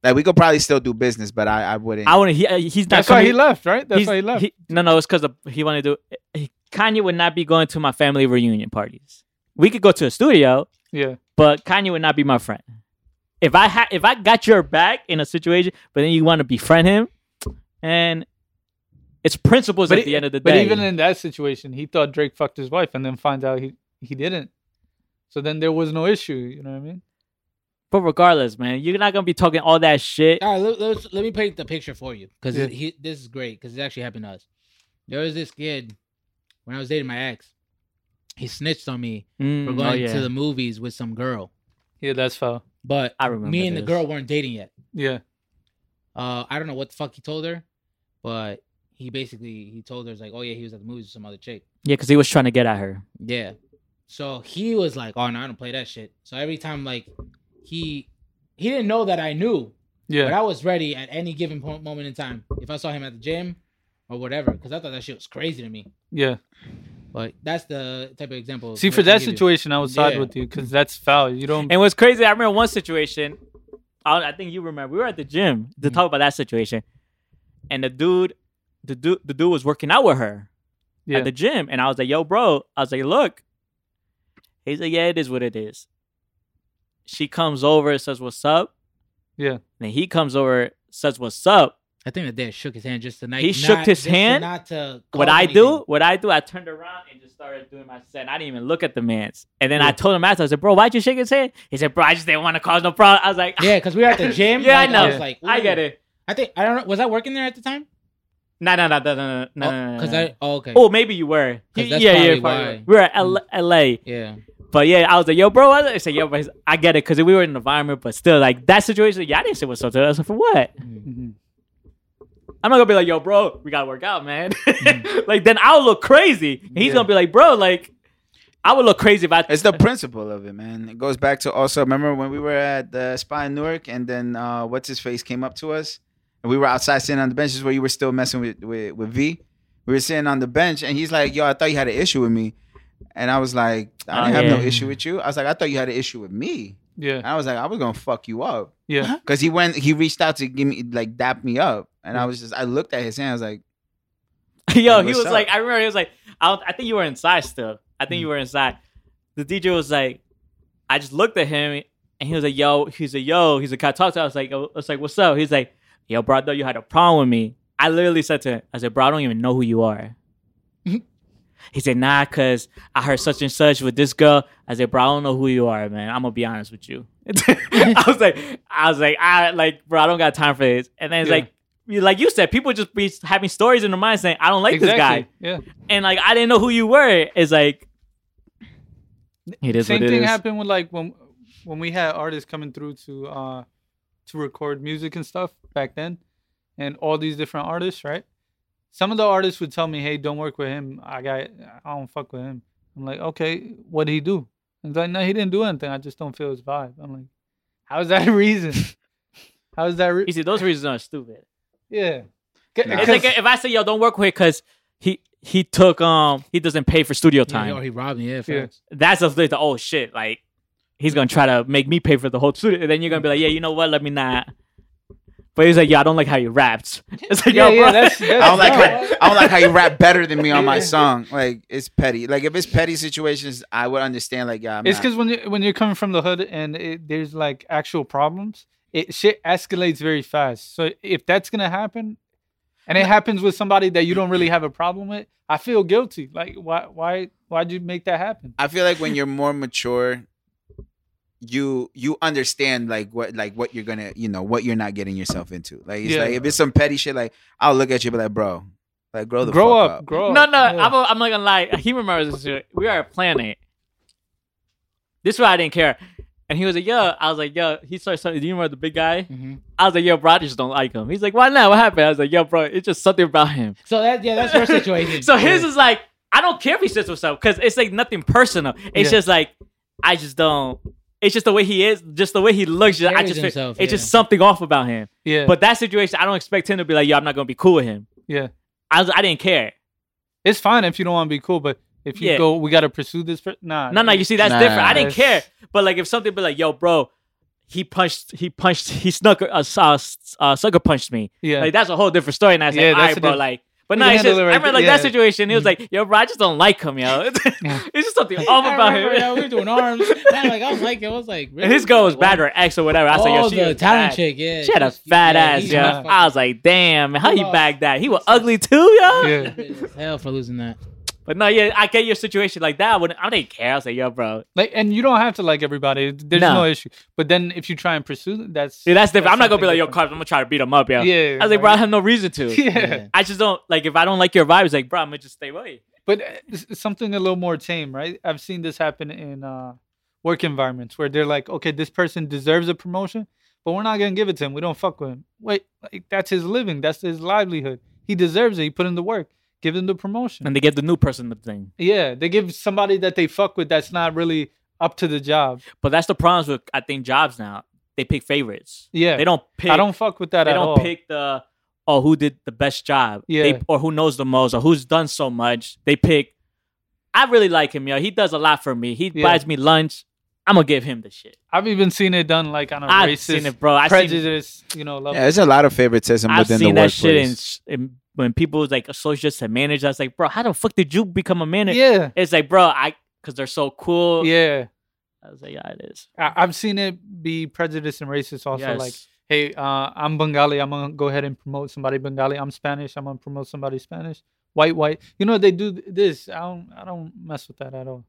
Speaker 2: Like we could probably still do business, but I I wouldn't.
Speaker 4: I wouldn't. He, uh, he's not.
Speaker 3: that's why he
Speaker 4: coming-
Speaker 3: left, right? That's
Speaker 4: he's-
Speaker 3: why he left.
Speaker 4: no, no, it's because he wanted to. He, Kanye would not be going to my family reunion parties. We could go to a studio,
Speaker 3: yeah,
Speaker 4: but Kanye would not be my friend. If I had, if I got your back in a situation, but then you want to befriend him, and it's principles
Speaker 3: But
Speaker 4: at
Speaker 3: it-
Speaker 4: the end of the
Speaker 3: but
Speaker 4: day.
Speaker 3: even in that situation, he thought Drake fucked his wife, and then finds out he he didn't. So then there was no issue. You know what I mean?
Speaker 4: but regardless, man, you're not gonna be talking all that shit.
Speaker 5: All right, let, let's, let me paint the picture for you because
Speaker 3: Yeah.
Speaker 5: he this is great because it actually happened to us. There was this kid when I was dating my ex. He snitched on me
Speaker 4: Mm,
Speaker 5: for
Speaker 4: oh,
Speaker 5: going
Speaker 4: yeah.
Speaker 5: to the movies with some girl,
Speaker 3: Yeah, that's foul.
Speaker 5: but
Speaker 4: I remember
Speaker 5: me and the
Speaker 4: this.
Speaker 5: girl weren't dating yet.
Speaker 3: Yeah,
Speaker 5: Uh, I don't know what the fuck he told her, but he basically he told her it's like, oh yeah, he was at the movies with some other chick.
Speaker 4: yeah, because he was trying to get at her.
Speaker 5: Yeah. So he was like, oh no, I don't play that shit. So every time like he he didn't know that I knew But
Speaker 3: yeah.
Speaker 5: I was ready at any given point, moment in time if I saw him at the gym or whatever, because I thought that shit was crazy to me.
Speaker 3: Yeah.
Speaker 5: But that's the type of example.
Speaker 3: See, for
Speaker 5: I can
Speaker 3: that
Speaker 5: give you.
Speaker 3: situation, I would side
Speaker 5: Yeah.
Speaker 3: with you because that's foul. You don't.
Speaker 4: And what's crazy, I remember one situation. I, I think you remember. We were at the gym to
Speaker 3: Mm-hmm.
Speaker 5: Mhm.
Speaker 4: talk about that situation, and the dude, the dude, the dude was working out with her
Speaker 3: Yeah.
Speaker 4: at the gym, and I was like, "Yo, bro," I was like, "Look," he's like, "Yeah, it is what it is." She comes over, says, "What's up?"
Speaker 3: Yeah.
Speaker 4: Then he comes over, says, "What's up?"
Speaker 5: I think that dad shook his hand just to night.
Speaker 4: He shook his hand?
Speaker 5: Not to
Speaker 4: what
Speaker 5: cause
Speaker 4: I
Speaker 5: anything.
Speaker 4: do, what I do, I turned around and just started doing my set. I didn't even look at the man's, and then I told him after, I said, "Bro, why'd you shake his hand?" He said, "Bro, I just didn't want to cause no problem." I was like,
Speaker 5: Yeah, because we were at the gym.
Speaker 4: Yeah, I
Speaker 5: like,
Speaker 4: know.
Speaker 5: I was like,
Speaker 4: *laughs* I get
Speaker 5: ooh.
Speaker 4: it."
Speaker 5: I think I don't know. Was I working there at the time?
Speaker 4: No, no, no, no, no, no,
Speaker 5: Oh,
Speaker 4: no, no.
Speaker 5: Cause
Speaker 4: no.
Speaker 5: I. Oh, okay.
Speaker 4: Oh, maybe you were.
Speaker 5: 'Cause
Speaker 4: Y-
Speaker 5: that's
Speaker 4: yeah,
Speaker 5: probably
Speaker 4: yeah, probably
Speaker 5: why.
Speaker 4: were. We were at L- LA,
Speaker 5: Yeah.
Speaker 4: but yeah, I was like, "Yo, bro," I said, "Yo, bro," I get it because we were in an environment, but still, like that situation, yeah, I didn't say what's up to us for what.
Speaker 3: Mhm.
Speaker 4: I'm not gonna be like, "Yo, bro, we gotta work out, man."
Speaker 5: Mm.
Speaker 4: *laughs* like then I'll look crazy. And he's
Speaker 3: Yeah.
Speaker 4: gonna be like, "Bro, like I would look crazy if I."
Speaker 2: It's the principle of it, man. It goes back to also remember when we were at the spa in Newark, and then uh, what's his face came up to us, and we were outside sitting on the benches where you were still messing with with, with V. We were sitting on the bench, and he's like, "Yo, I thought you had an issue with me," and I was like, "I
Speaker 4: Oh,
Speaker 2: didn't have no
Speaker 4: yeah.
Speaker 2: issue with you." I was like, "I thought you had an issue with me," and
Speaker 3: Yeah.
Speaker 4: *laughs*
Speaker 2: I was like, "I was gonna fuck you up,"
Speaker 3: Yeah.
Speaker 2: because he went, he reached out to give me like dap me up, and I was just, I looked at his hand, I was like,
Speaker 4: *laughs* Yo,
Speaker 2: Like,
Speaker 4: he
Speaker 2: what's
Speaker 4: was
Speaker 2: up? Mm-hmm.
Speaker 4: like, I remember he was like, I, don't, I think you were inside still. I think you were inside. The DJ was like, I just looked at him and he was like, yo, he's a yo, he's a cat talk to. I was like, oh, I was like, what's up? He's like, yo, bro, I thought you had a problem with me. I literally said to him, I said, bro, I don't even know who
Speaker 2: *laughs*
Speaker 4: you are. he said, nah, cause I heard such and such with this girl. I said, bro, I don't know who you are, man. I'm gonna be honest with you. *laughs* I was like, I was like, I like, bro, I don't got time for this. And then it's
Speaker 3: Yeah.
Speaker 4: like, you- like you said, people just be having stories in their mind saying, I don't like this guy.
Speaker 3: Yeah.
Speaker 4: And like, I didn't know who you were. It's like, it is
Speaker 3: Same
Speaker 4: what it
Speaker 3: thing
Speaker 4: is.
Speaker 3: happened with like when when we had artists coming through to uh to record music and stuff back then, and all these different artists, right? Some of the artists would tell me, "Hey, don't work with him. I got, I don't fuck with him." I'm like, "Okay, what did he do?" And it's like, "No, he didn't do anything. I just don't feel his vibe." I'm like, "How is that *laughs* a reason? How is that? Re-
Speaker 4: You see, those reasons are stupid.
Speaker 3: yeah."
Speaker 2: Nah.
Speaker 4: It's like if I say, yo, don't work with because he he took um he doesn't pay for studio
Speaker 5: Yeah,
Speaker 4: time.
Speaker 5: Or he robbed me. Yeah, facts.
Speaker 4: That's a the oh shit like he's gonna try to make me pay for the whole studio. And then you're gonna be like, yeah, you know what? Let me not. But he's like, yeah, I don't like how you rapped. *laughs* It's like,
Speaker 2: *laughs*
Speaker 3: Yeah,
Speaker 4: yo,
Speaker 3: yeah,
Speaker 4: bro.
Speaker 3: that's, that's
Speaker 2: I don't like
Speaker 3: no.
Speaker 2: how, I don't like how you rap better than me on my song. Like it's petty. Like if it's petty situations, I would understand. Like yeah, I'm
Speaker 3: It's
Speaker 2: not-
Speaker 3: because when you when you're coming from the hood and it, there's like actual problems, it shit escalates very fast. So if that's gonna happen, and it happens with somebody that you don't really have a problem with, I feel guilty. Like why why why'd you make that happen?
Speaker 2: I feel like when you're more mature, you you understand like what like what you're gonna you know what you're not getting yourself into. Like it's
Speaker 3: Yeah.
Speaker 2: like if it's some petty shit, like I'll look at you and be like, bro, like grow the
Speaker 3: Grow
Speaker 2: fuck
Speaker 3: up,
Speaker 2: up.
Speaker 3: grow up.
Speaker 5: Oh,
Speaker 4: No, no,
Speaker 3: Yeah.
Speaker 4: I'm, I'm not gonna lie. He remembers this shit. We are a planet. This is why I didn't care. And he was like, yo, I was like, yo, he started something. Do you remember the big guy?
Speaker 5: hmm
Speaker 4: I was like, yo, bro, I just don't like him. He's like, why not? What happened? I was like, yo, bro, it's just something about him.
Speaker 5: So that
Speaker 4: *laughs*
Speaker 5: yeah, that's your situation.
Speaker 4: so his
Speaker 5: Yeah.
Speaker 4: is like, I don't care if he sits with someone because it's like nothing personal. It's
Speaker 3: Yeah.
Speaker 4: just like, I just don't. It's just the way he is, just the way he looks. just- I
Speaker 5: carries
Speaker 4: just, feel-
Speaker 5: himself,
Speaker 4: it's
Speaker 5: yeah.
Speaker 4: just something off about him.
Speaker 3: yeah, but
Speaker 4: But that situation, I don't expect him to be like, yo, I'm not gonna be cool with him.
Speaker 3: yeah,
Speaker 4: I was, I didn't care.
Speaker 3: it's fine if you don't want to be cool, but if you
Speaker 4: Yeah.
Speaker 3: go, we gotta pursue this. Per- nah,
Speaker 4: No, no, you see, that's
Speaker 2: Nah.
Speaker 4: different. I didn't care.
Speaker 3: That's-
Speaker 4: But like, if something be like, yo, bro, he punched, he punched, he snuck, uh, uh, uh, sucker punched me.
Speaker 3: yeah,
Speaker 4: Like that's a whole different story. And I was
Speaker 3: Yeah,
Speaker 4: like, all
Speaker 3: that's
Speaker 4: right,
Speaker 3: a
Speaker 4: bro,
Speaker 3: diff-
Speaker 4: like. But
Speaker 3: You
Speaker 4: no,
Speaker 3: can
Speaker 4: it's just, I
Speaker 3: handle it right
Speaker 4: remember like
Speaker 3: there.
Speaker 4: that situation. He was like, "Yo, bro, I just don't like him,
Speaker 3: *laughs*
Speaker 4: yo. *laughs* it's
Speaker 3: Yeah.
Speaker 4: just something off
Speaker 5: I
Speaker 4: about
Speaker 5: remember, yo,
Speaker 4: him."
Speaker 5: we were doing arms. Man, like I was like, I was like,
Speaker 4: *laughs*
Speaker 5: really?
Speaker 4: And his girl was
Speaker 5: Like,
Speaker 4: bad or ex or whatever. I was like,
Speaker 5: oh,
Speaker 4: "Yo, she
Speaker 5: the
Speaker 4: was
Speaker 5: talent
Speaker 4: bad.
Speaker 5: chick, yeah.
Speaker 4: She had a
Speaker 5: she's-
Speaker 4: fat
Speaker 5: yeah,
Speaker 4: ass,
Speaker 5: he's
Speaker 4: yo."
Speaker 5: not
Speaker 4: I was like, "Damn, how
Speaker 5: He
Speaker 4: you
Speaker 5: lost.
Speaker 4: back that? He was
Speaker 5: He lost.
Speaker 4: ugly too, yo."
Speaker 3: *laughs* yeah.
Speaker 5: fucking- Hell for
Speaker 4: *laughs*
Speaker 5: losing that.
Speaker 4: But no, yeah, I get your situation like that. I wouldn't, I didn't care. I was like, "Yo, bro,
Speaker 3: Like, and you don't have to like everybody. There's
Speaker 4: No.
Speaker 3: no, issue. But then if you try and pursue, th- that's
Speaker 4: yeah, that's different. I'm not gonna be
Speaker 3: something
Speaker 4: like, yo,
Speaker 3: different.
Speaker 4: Carbs, I'm gonna try to beat him up, yo."
Speaker 3: Yeah,
Speaker 4: I was like, bro, I have no reason
Speaker 3: *laughs*
Speaker 4: to.
Speaker 3: yeah.
Speaker 4: I just don't like if I don't like your vibes, like bro, I'm gonna just stay away.
Speaker 3: but uh, s- something a little more tame, right? I've seen this happen in uh, work environments where they're like, okay, this person deserves a promotion, but we're not gonna give it to him. We don't fuck with him. Wait, like that's his living. That's his livelihood. He deserves it. He put in the work. Give him the promotion.
Speaker 4: And they get the new person the thing.
Speaker 3: yeah, they give somebody that they fuck with that's not really up to the job.
Speaker 4: But that's the problems with I think jobs now. They pick favorites.
Speaker 3: Yeah,
Speaker 4: They don't pick
Speaker 3: I don't fuck with that
Speaker 4: they
Speaker 3: at
Speaker 4: don't
Speaker 3: all.
Speaker 4: pick the oh who did the best job. They-
Speaker 3: Yeah.
Speaker 4: or who knows the most or who's done so much. They pick I really like him, yo. He does a lot for me. He
Speaker 3: Yeah.
Speaker 4: buys me lunch. I'm gonna give him the shit.
Speaker 3: I've even seen it done like on a
Speaker 4: I've
Speaker 3: racist,
Speaker 4: seen it, bro. I've seen
Speaker 3: prejudice, you know, level.
Speaker 2: Yeah, there's a lot of favoritism
Speaker 4: I've
Speaker 2: within
Speaker 4: seen
Speaker 2: the
Speaker 4: that
Speaker 2: workplace.
Speaker 4: shit in, sh- in when people was like associates and managers. I was like, bro, how the fuck did you become a manager?
Speaker 3: yeah,
Speaker 4: It's like, bro, I because they're so cool.
Speaker 3: yeah.
Speaker 4: I was like, yeah, it is.
Speaker 3: I- I've seen it be prejudiced and racist also.
Speaker 4: Yes.
Speaker 3: Like, hey, uh, I'm Bengali. I'm gonna go ahead and promote somebody Bengali. I'm Spanish. I'm gonna promote somebody Spanish. White, white. You know they do th- this. I don't. I don't mess with that at all.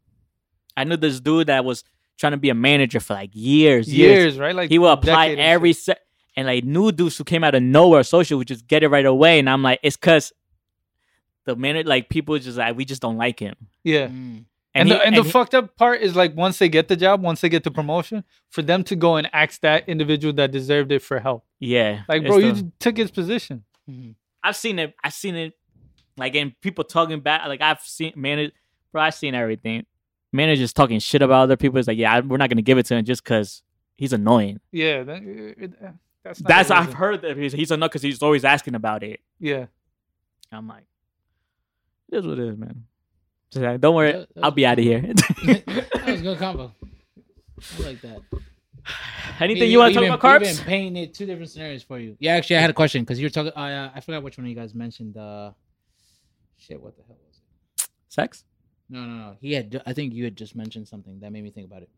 Speaker 4: I knew this dude that was trying to be a manager for like years, years.
Speaker 3: Years, right? Like
Speaker 4: he would apply
Speaker 3: decade and shit.
Speaker 4: every se- and like new dudes who came out of nowhere, social would just get it right away. And I'm like, it's cause the minute like people just like we just don't like him.
Speaker 3: Yeah.
Speaker 5: Mm.
Speaker 3: And,
Speaker 4: he-
Speaker 3: the, and, the
Speaker 4: he-
Speaker 3: fucked up part is like once they get the job, once they get the promotion, for them to go and ask that individual that deserved it for help.
Speaker 4: yeah,
Speaker 3: Like,
Speaker 4: it's
Speaker 3: bro, you
Speaker 4: the-
Speaker 3: just took his position.
Speaker 5: Mhm.
Speaker 4: I've seen it. I've seen it. Like and people talking back. Like I've seen manage. Bro, I've seen everything. Managers talking shit about other people. It's like, yeah, I- we're not gonna give it to him just cause he's annoying.
Speaker 3: Yeah. That, it, it- that's not
Speaker 4: That's
Speaker 3: a
Speaker 4: I've
Speaker 3: reason.
Speaker 4: heard that he's, he's annoying because he's always asking about it.
Speaker 3: Yeah.
Speaker 4: I'm like, it is what it is, man. Just like, don't worry,
Speaker 5: That- that
Speaker 4: I'll
Speaker 5: was
Speaker 4: be out of here.
Speaker 5: *laughs* *laughs* that was a good combo. I like that.
Speaker 4: *laughs* Anything you want to
Speaker 5: We've
Speaker 4: talk
Speaker 5: been-
Speaker 4: about,
Speaker 5: We've
Speaker 4: carbs?
Speaker 5: been painted two different scenarios for you. Yeah, actually, I had a question because you were talking. I uh, I forgot which one of you guys mentioned. Uh, shit, what the hell was it?
Speaker 4: Sex?
Speaker 5: No, no, no. He had. I think you had just mentioned something that made me think about it.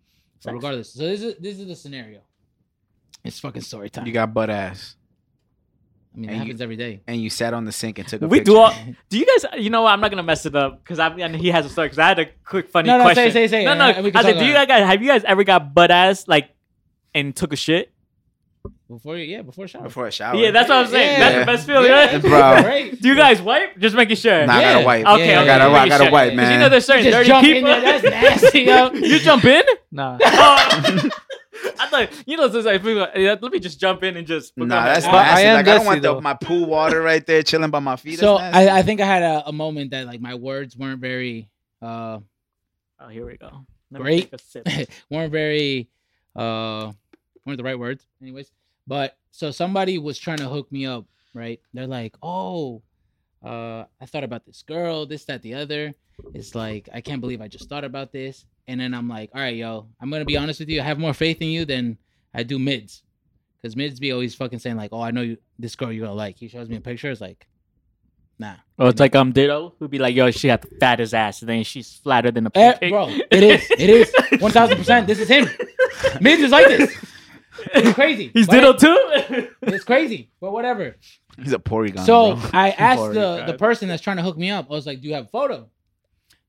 Speaker 5: But
Speaker 4: Sex.
Speaker 5: regardless, so this is this is the scenario. It's fucking story time.
Speaker 2: You got butt ass,
Speaker 5: I mean, it
Speaker 2: and you-
Speaker 5: happens every day.
Speaker 2: and you sat on the sink and took a
Speaker 4: We
Speaker 2: picture.
Speaker 4: do *laughs* all. Do you guys? You know what? I'm not gonna mess it up because I and he has a story because I had a quick funny
Speaker 5: No, no, say-
Speaker 4: question.
Speaker 5: say- say,
Speaker 4: no,
Speaker 5: and
Speaker 4: no.
Speaker 5: I- we can
Speaker 4: I said,
Speaker 5: talk
Speaker 4: do you
Speaker 5: about
Speaker 4: guys have you guys ever got butt ass like and took a shit?
Speaker 5: Before you, yeah, before shower.
Speaker 2: before a shower.
Speaker 4: Yeah, that's what I'm saying. That's the
Speaker 2: Yeah.
Speaker 4: best feeling.
Speaker 5: Yeah,
Speaker 4: right?
Speaker 2: Bro.
Speaker 5: Great.
Speaker 4: *laughs* Do you guys wipe? Just making sure.
Speaker 2: Nah, I gotta
Speaker 5: Yeah.
Speaker 2: wipe.
Speaker 4: Okay,
Speaker 2: I
Speaker 4: okay,
Speaker 2: gotta,
Speaker 4: let
Speaker 2: I
Speaker 4: me
Speaker 2: gotta
Speaker 4: check.
Speaker 2: wipe,
Speaker 4: 'Cause you know
Speaker 2: man.
Speaker 4: there's certain
Speaker 5: You
Speaker 4: dirty
Speaker 5: just jump in
Speaker 4: people.
Speaker 5: there, that's nasty,
Speaker 4: *laughs*
Speaker 5: yo.
Speaker 4: you jump in? *laughs*
Speaker 3: Nah.
Speaker 4: Oh. I thought you know, it's like, people, yeah, let me just jump in and just.
Speaker 2: Nah, that's
Speaker 3: I-
Speaker 2: nasty.
Speaker 3: I am
Speaker 2: like, I don't want
Speaker 3: dusty,
Speaker 2: the,
Speaker 3: though.
Speaker 2: my pool water right there chilling by my feet.
Speaker 5: So
Speaker 2: That's nasty.
Speaker 5: I, I think I had a, a moment that like my words weren't very uh *laughs*
Speaker 4: Oh, here we go. Let me
Speaker 5: Great.
Speaker 4: take a sip.
Speaker 5: *laughs* weren't very uh weren't the right words anyways but so somebody was trying to hook me up right they're like oh uh, I thought about this girl, this, that, the other. It's like, I can't believe I just thought about this. And then I'm like, all right, yo, I'm going to be honest with you. I have more faith in you than I do mids. Because mids be always fucking saying, like, oh, I know you, this girl you're going to like. He shows me a picture. It's like, nah.
Speaker 4: Oh, it's like um Ditto who'd be like, "Yo, she got the fattest ass, and then she's flatter than a
Speaker 5: Eh,
Speaker 4: pancake."
Speaker 5: bro, it is. It is. 1000%. This is him. Mids is like this. It's crazy.
Speaker 4: *laughs* He's
Speaker 5: Why-
Speaker 4: Ditto too. *laughs*
Speaker 5: It's crazy, but whatever.
Speaker 2: He's a Porygon.
Speaker 5: So
Speaker 2: bro.
Speaker 3: *laughs*
Speaker 5: I asked
Speaker 3: Sorry,
Speaker 5: the, the
Speaker 3: guys.
Speaker 5: person that's trying to hook me up. I was like, "Do you have a photo?"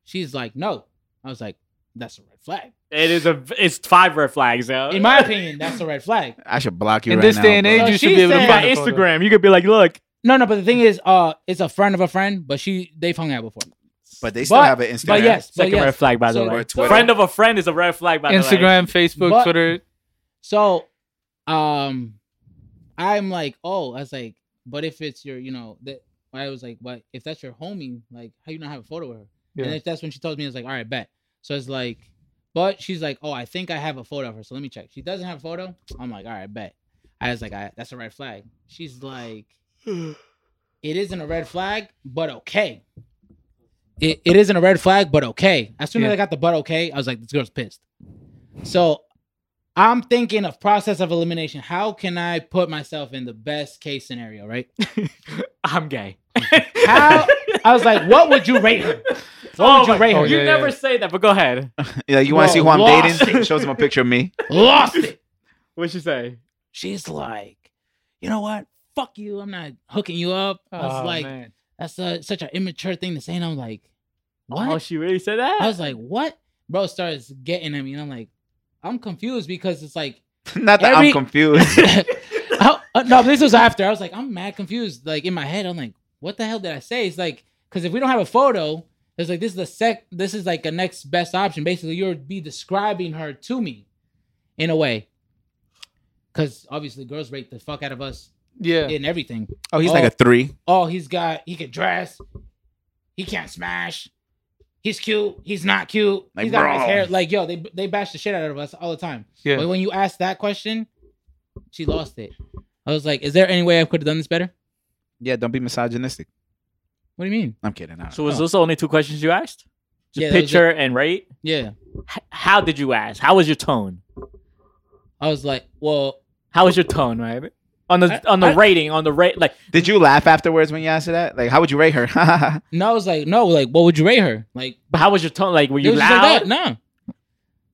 Speaker 5: She's like, "No." I was like, "That's a red flag."
Speaker 4: it is a. It's five red flags, yo.
Speaker 5: In
Speaker 4: *laughs*
Speaker 5: my opinion, that's a red flag.
Speaker 2: I should block you
Speaker 3: In
Speaker 2: right
Speaker 3: this
Speaker 2: now,
Speaker 3: day and
Speaker 2: bro.
Speaker 3: age,
Speaker 5: So
Speaker 3: you should
Speaker 5: she
Speaker 3: be able to
Speaker 5: said-
Speaker 3: find
Speaker 4: by
Speaker 3: a photo.
Speaker 4: Instagram, you could be like, "Look,
Speaker 5: No, no, but the thing is, uh, it's a friend of a friend, but she they've hung out before.
Speaker 2: but they still
Speaker 5: But-
Speaker 2: have an Instagram. *laughs*
Speaker 5: But yes, but
Speaker 4: second
Speaker 5: yes.
Speaker 4: red flag." By the
Speaker 5: So-
Speaker 4: way,
Speaker 2: Or Twitter.
Speaker 4: friend of a friend is a red flag. By the way,
Speaker 3: Instagram, Facebook,
Speaker 5: But-
Speaker 3: Twitter.
Speaker 5: So, um, I'm like, oh, I was like, but if it's your, you know, that I was like, but if that's your homie, like, how you not have a photo of her?
Speaker 3: Yeah.
Speaker 5: And if that's when she tells me, it's like, all right, bet. So it's like, but she's like, oh, I think I have a photo of her. So let me check. She doesn't have a photo. I'm like, all right, bet. I was like, I, that's a red flag. She's like, it isn't a red flag, but okay. It, it isn't a red flag, but okay. As soon as
Speaker 3: Yeah.
Speaker 5: I got the but okay, I was like, this girl's pissed. So I'm thinking of process of elimination. How can I put myself in the best case scenario, *laughs* right?
Speaker 4: I'm gay.
Speaker 5: How I was like, what would you rate her?
Speaker 4: *laughs* oh
Speaker 5: would you
Speaker 4: my-
Speaker 5: rate her?
Speaker 4: You
Speaker 3: Yeah, yeah,
Speaker 4: never
Speaker 3: yeah.
Speaker 4: say that, but go ahead.
Speaker 2: Yeah, you want to see who I'm
Speaker 5: Bro,
Speaker 2: dating? Shows him a picture of *laughs* me.
Speaker 5: Lost it.
Speaker 4: What'd she say?
Speaker 5: *laughs* She's like, you know what? Fuck you. I'm not hooking you up. I was
Speaker 3: Oh,
Speaker 5: like,
Speaker 3: man.
Speaker 5: that's a, such an immature thing to say. And I'm like, what?
Speaker 4: Oh, she really said that?
Speaker 5: I was like, what? Bro starts getting at me. And I'm like, I'm confused because it's like,
Speaker 2: Not that
Speaker 5: Every-
Speaker 2: I'm confused.
Speaker 5: *laughs* I- uh, no, this was after. I was like, I'm mad confused. Like in my head, I'm like, what the hell did I say? It's like, because if we don't have a photo, it's like this is the sec. This is like a next best option. Basically, you would be describing her to me, in a way. Because obviously, girls rate the fuck out of us
Speaker 3: Yeah.
Speaker 5: in everything.
Speaker 2: Oh, he's
Speaker 5: Oh.
Speaker 2: like a three.
Speaker 5: Oh, he's got. He can dress. He can't smash. He's cute. He's not cute.
Speaker 2: Like,
Speaker 5: he's got nice
Speaker 2: bro.
Speaker 5: hair. Like yo, they they bash the shit out of us all the time.
Speaker 3: Yeah.
Speaker 5: But when you asked that question, she lost it. I was like, is there any way I could have done this better?
Speaker 2: Yeah, don't be misogynistic.
Speaker 5: What do you mean?
Speaker 2: I'm kidding. I-
Speaker 4: so was those the only two questions you asked? Just
Speaker 5: Yeah, that was
Speaker 4: picture and rate.
Speaker 5: Yeah.
Speaker 4: H- how did you ask? How was your tone?
Speaker 5: I was like, well,
Speaker 4: How was your tone, right? On the
Speaker 5: I-
Speaker 4: on the
Speaker 5: I-
Speaker 4: rating, on the rate, like
Speaker 2: Did you laugh afterwards when you asked her that? Like, how would you rate her? *laughs*
Speaker 5: no, I was like, no, like, what would you rate her? Like,
Speaker 4: but how was your tone? Like were
Speaker 5: it
Speaker 4: you
Speaker 5: was just like
Speaker 4: loud?
Speaker 5: that. No.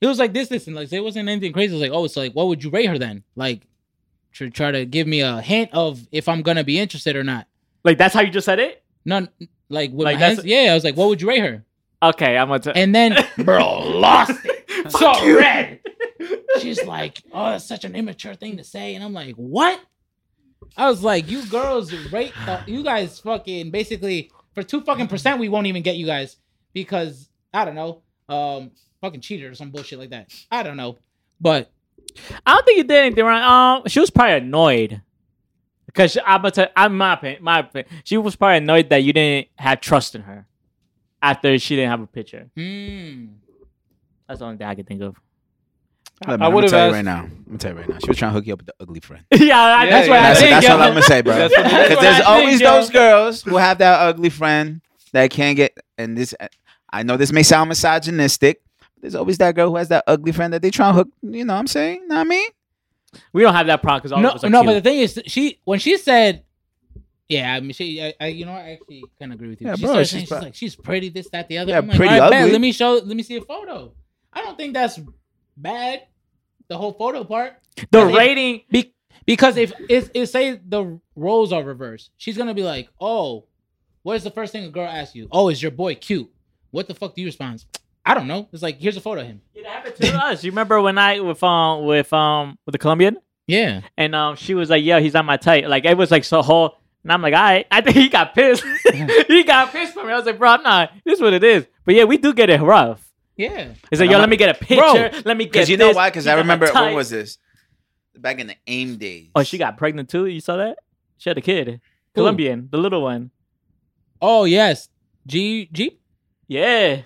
Speaker 5: It was like this, this, and like, it wasn't anything crazy. It was like, oh, it's like, what would you rate her then? Like, tr- try to give me a hint of if I'm going to be interested or not.
Speaker 4: Like that's how you just said it?
Speaker 5: None, like, with
Speaker 4: Like,
Speaker 5: my
Speaker 4: that's-
Speaker 5: hands, yeah, I was like, what would you
Speaker 4: *laughs*
Speaker 5: rate her?
Speaker 4: Okay, I'm gonna. T-
Speaker 5: And then,
Speaker 4: *laughs*
Speaker 5: bro, lost it. so
Speaker 4: Fuck you.
Speaker 5: red. She's like, oh, that's such an immature thing to say. And I'm like, what? I was like, you girls rate, the, you guys fucking basically for two fucking percent, we won't even get you guys because I don't know, um, fucking cheater or some bullshit like that. I don't know, but
Speaker 4: I don't think you did anything wrong. Um, she was probably annoyed because I'm gonna. T- I'm my opinion, my opinion. She was probably annoyed that you didn't have trust in her after she didn't have a picture.
Speaker 5: mm,
Speaker 4: That's the only thing I can think of. *laughs*
Speaker 2: Look, man,
Speaker 3: I
Speaker 2: I'm gonna
Speaker 3: would've
Speaker 2: tell you
Speaker 3: asked-
Speaker 2: right now. I'm gonna tell you right now. She was trying to hook you up with the ugly friend.
Speaker 4: yeah, I,
Speaker 3: Yeah,
Speaker 4: that's what
Speaker 3: yeah.
Speaker 4: I
Speaker 2: That's,
Speaker 4: think.
Speaker 2: that's
Speaker 4: yo.
Speaker 2: all I'm gonna say, bro.
Speaker 3: That's what it is.
Speaker 2: Because
Speaker 4: That's
Speaker 2: there's
Speaker 4: what I
Speaker 2: always
Speaker 4: think, yo.
Speaker 2: those girls who have that ugly friend that can't get. And this, I know this may sound misogynistic. But there's always that girl who has that ugly friend that they try to hook. You know what I'm saying? Know what I mean?
Speaker 4: We don't have that problem because all of us
Speaker 5: no,
Speaker 4: are
Speaker 5: no. But the
Speaker 4: cute.
Speaker 5: thing is, she when she said. Yeah, I mean, she, I, I, you know, I actually kind of agree with you.
Speaker 2: Yeah,
Speaker 5: she
Speaker 2: bro,
Speaker 5: started
Speaker 2: she's
Speaker 5: saying, she's,
Speaker 2: pro-
Speaker 5: like, she's pretty, this, that, the other.
Speaker 2: Yeah,
Speaker 5: I'm like,
Speaker 2: pretty
Speaker 5: "All right, bet,
Speaker 2: ugly."
Speaker 5: let me show, let me see a photo. I don't think that's bad. The whole photo part,
Speaker 4: The
Speaker 5: Yeah.
Speaker 4: rating.
Speaker 5: Be- because if if if say the roles are reversed, she's gonna be like, "Oh, what is the first thing a girl asks you? Oh, is your boy cute? What the fuck do you respond? I don't know. It's like here's a photo of him.
Speaker 4: It happened to us. You remember when I with um with um with the Colombian
Speaker 5: Yeah,
Speaker 4: and um she was like, "Yeah, he's on my type." Like it was like so whole, and I'm like, "All right." *laughs* I think he got pissed. *laughs* he got pissed for me. I was like, "Bro, I'm not. This is what it is." But yeah, we do get it rough.
Speaker 5: yeah.
Speaker 2: And
Speaker 4: It's like,
Speaker 2: I'm
Speaker 4: yo,
Speaker 2: not-
Speaker 4: let me get a picture. let me get.
Speaker 2: Because you know
Speaker 4: this.
Speaker 2: why? Because
Speaker 4: You
Speaker 2: I
Speaker 4: got my
Speaker 2: remember
Speaker 4: type.
Speaker 2: when was this? Back in the AIM days.
Speaker 4: Oh, she got pregnant too. You saw that? She had a kid, Colombian, the little one.
Speaker 5: Oh yes, G G.
Speaker 4: Yeah.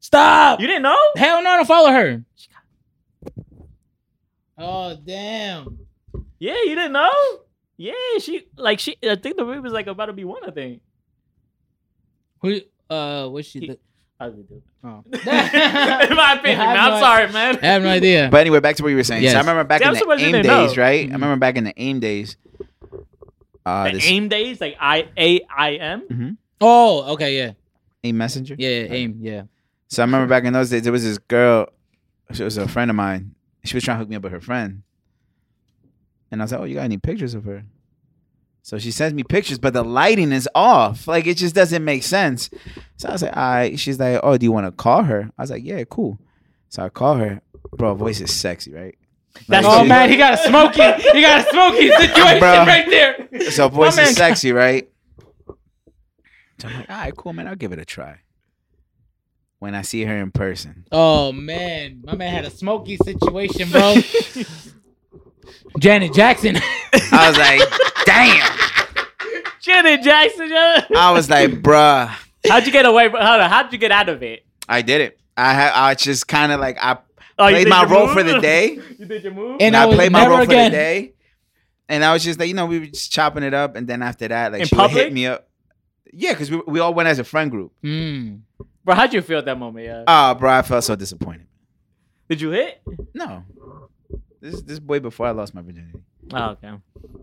Speaker 5: Stop.
Speaker 4: You didn't know?
Speaker 5: Hell no, I don't follow her. Oh damn.
Speaker 4: Yeah, you didn't know? Yeah, she like she. I think the baby was like about to be one. I think.
Speaker 5: Who? Uh, what's she? look-
Speaker 4: Ugly dude.
Speaker 5: *laughs* oh.
Speaker 4: In my opinion,
Speaker 5: I have
Speaker 4: I'm
Speaker 5: no-
Speaker 4: sorry, man.
Speaker 5: I have no idea.
Speaker 2: But anyway, back to what you were saying. So I
Speaker 5: Yes.
Speaker 2: remember back in
Speaker 4: Yeah, I'm
Speaker 2: the
Speaker 4: surprised they
Speaker 2: aim days,
Speaker 4: didn't know.
Speaker 2: right?
Speaker 5: Mhm.
Speaker 2: I remember back in the aim days. Uh,
Speaker 4: Mm-hmm. the
Speaker 2: this aim,
Speaker 4: aim days, like I A I M.
Speaker 5: oh, okay, yeah,
Speaker 2: messenger.
Speaker 5: yeah, yeah aim, yeah.
Speaker 2: So I remember back in those days, there was this girl. She was a friend of mine. She was trying to hook me up with her friend, and I was like, "Oh, you got any pictures of her?" So she sends me pictures, but the lighting is off. Like it just doesn't make sense. So I was like, "All right." She's like, "Oh, do you want to call her?" I was like, "Yeah, cool." So I call her. Bro, voice is sexy, right? Like,
Speaker 4: That's
Speaker 5: Oh
Speaker 2: she-
Speaker 5: man, he got a smoky.
Speaker 4: *laughs*
Speaker 5: He got a smoky situation
Speaker 2: Bro.
Speaker 5: right there.
Speaker 2: So voice
Speaker 5: My
Speaker 2: is
Speaker 5: man-
Speaker 2: sexy, right? So I'm like, all right, cool, man. I'll give it a try. When I see her in person,
Speaker 5: Oh man, my man had a smoky situation, bro. *laughs* Janet Jackson.
Speaker 2: I was like, damn.
Speaker 4: Janet Jackson. yeah.
Speaker 2: I was like, bruh,
Speaker 4: How'd you get away? From, hold on, how'd you get out of it?
Speaker 2: I did it. I ha- I just kind of like I
Speaker 4: Oh, you
Speaker 2: played
Speaker 4: did
Speaker 2: my
Speaker 4: your
Speaker 2: role
Speaker 4: move?
Speaker 2: for the day,
Speaker 4: *laughs* You did your move.
Speaker 5: *laughs* And
Speaker 2: and
Speaker 5: I
Speaker 2: I
Speaker 5: was
Speaker 2: played my
Speaker 5: never
Speaker 2: role for the
Speaker 5: again.
Speaker 2: day, and I was just like, you know, we were just chopping it up, and then after that, like
Speaker 4: In
Speaker 2: she would
Speaker 4: public?
Speaker 2: hit me up. Yeah, because we, we all went as a friend group.
Speaker 5: *laughs* Mm.
Speaker 4: Bro, how'd you feel at that moment?
Speaker 5: Uh,
Speaker 4: Yeah.
Speaker 2: Ah, bro, I felt so disappointed.
Speaker 4: did you hit?
Speaker 2: No, this this boy before I lost my virginity.
Speaker 4: Oh, okay.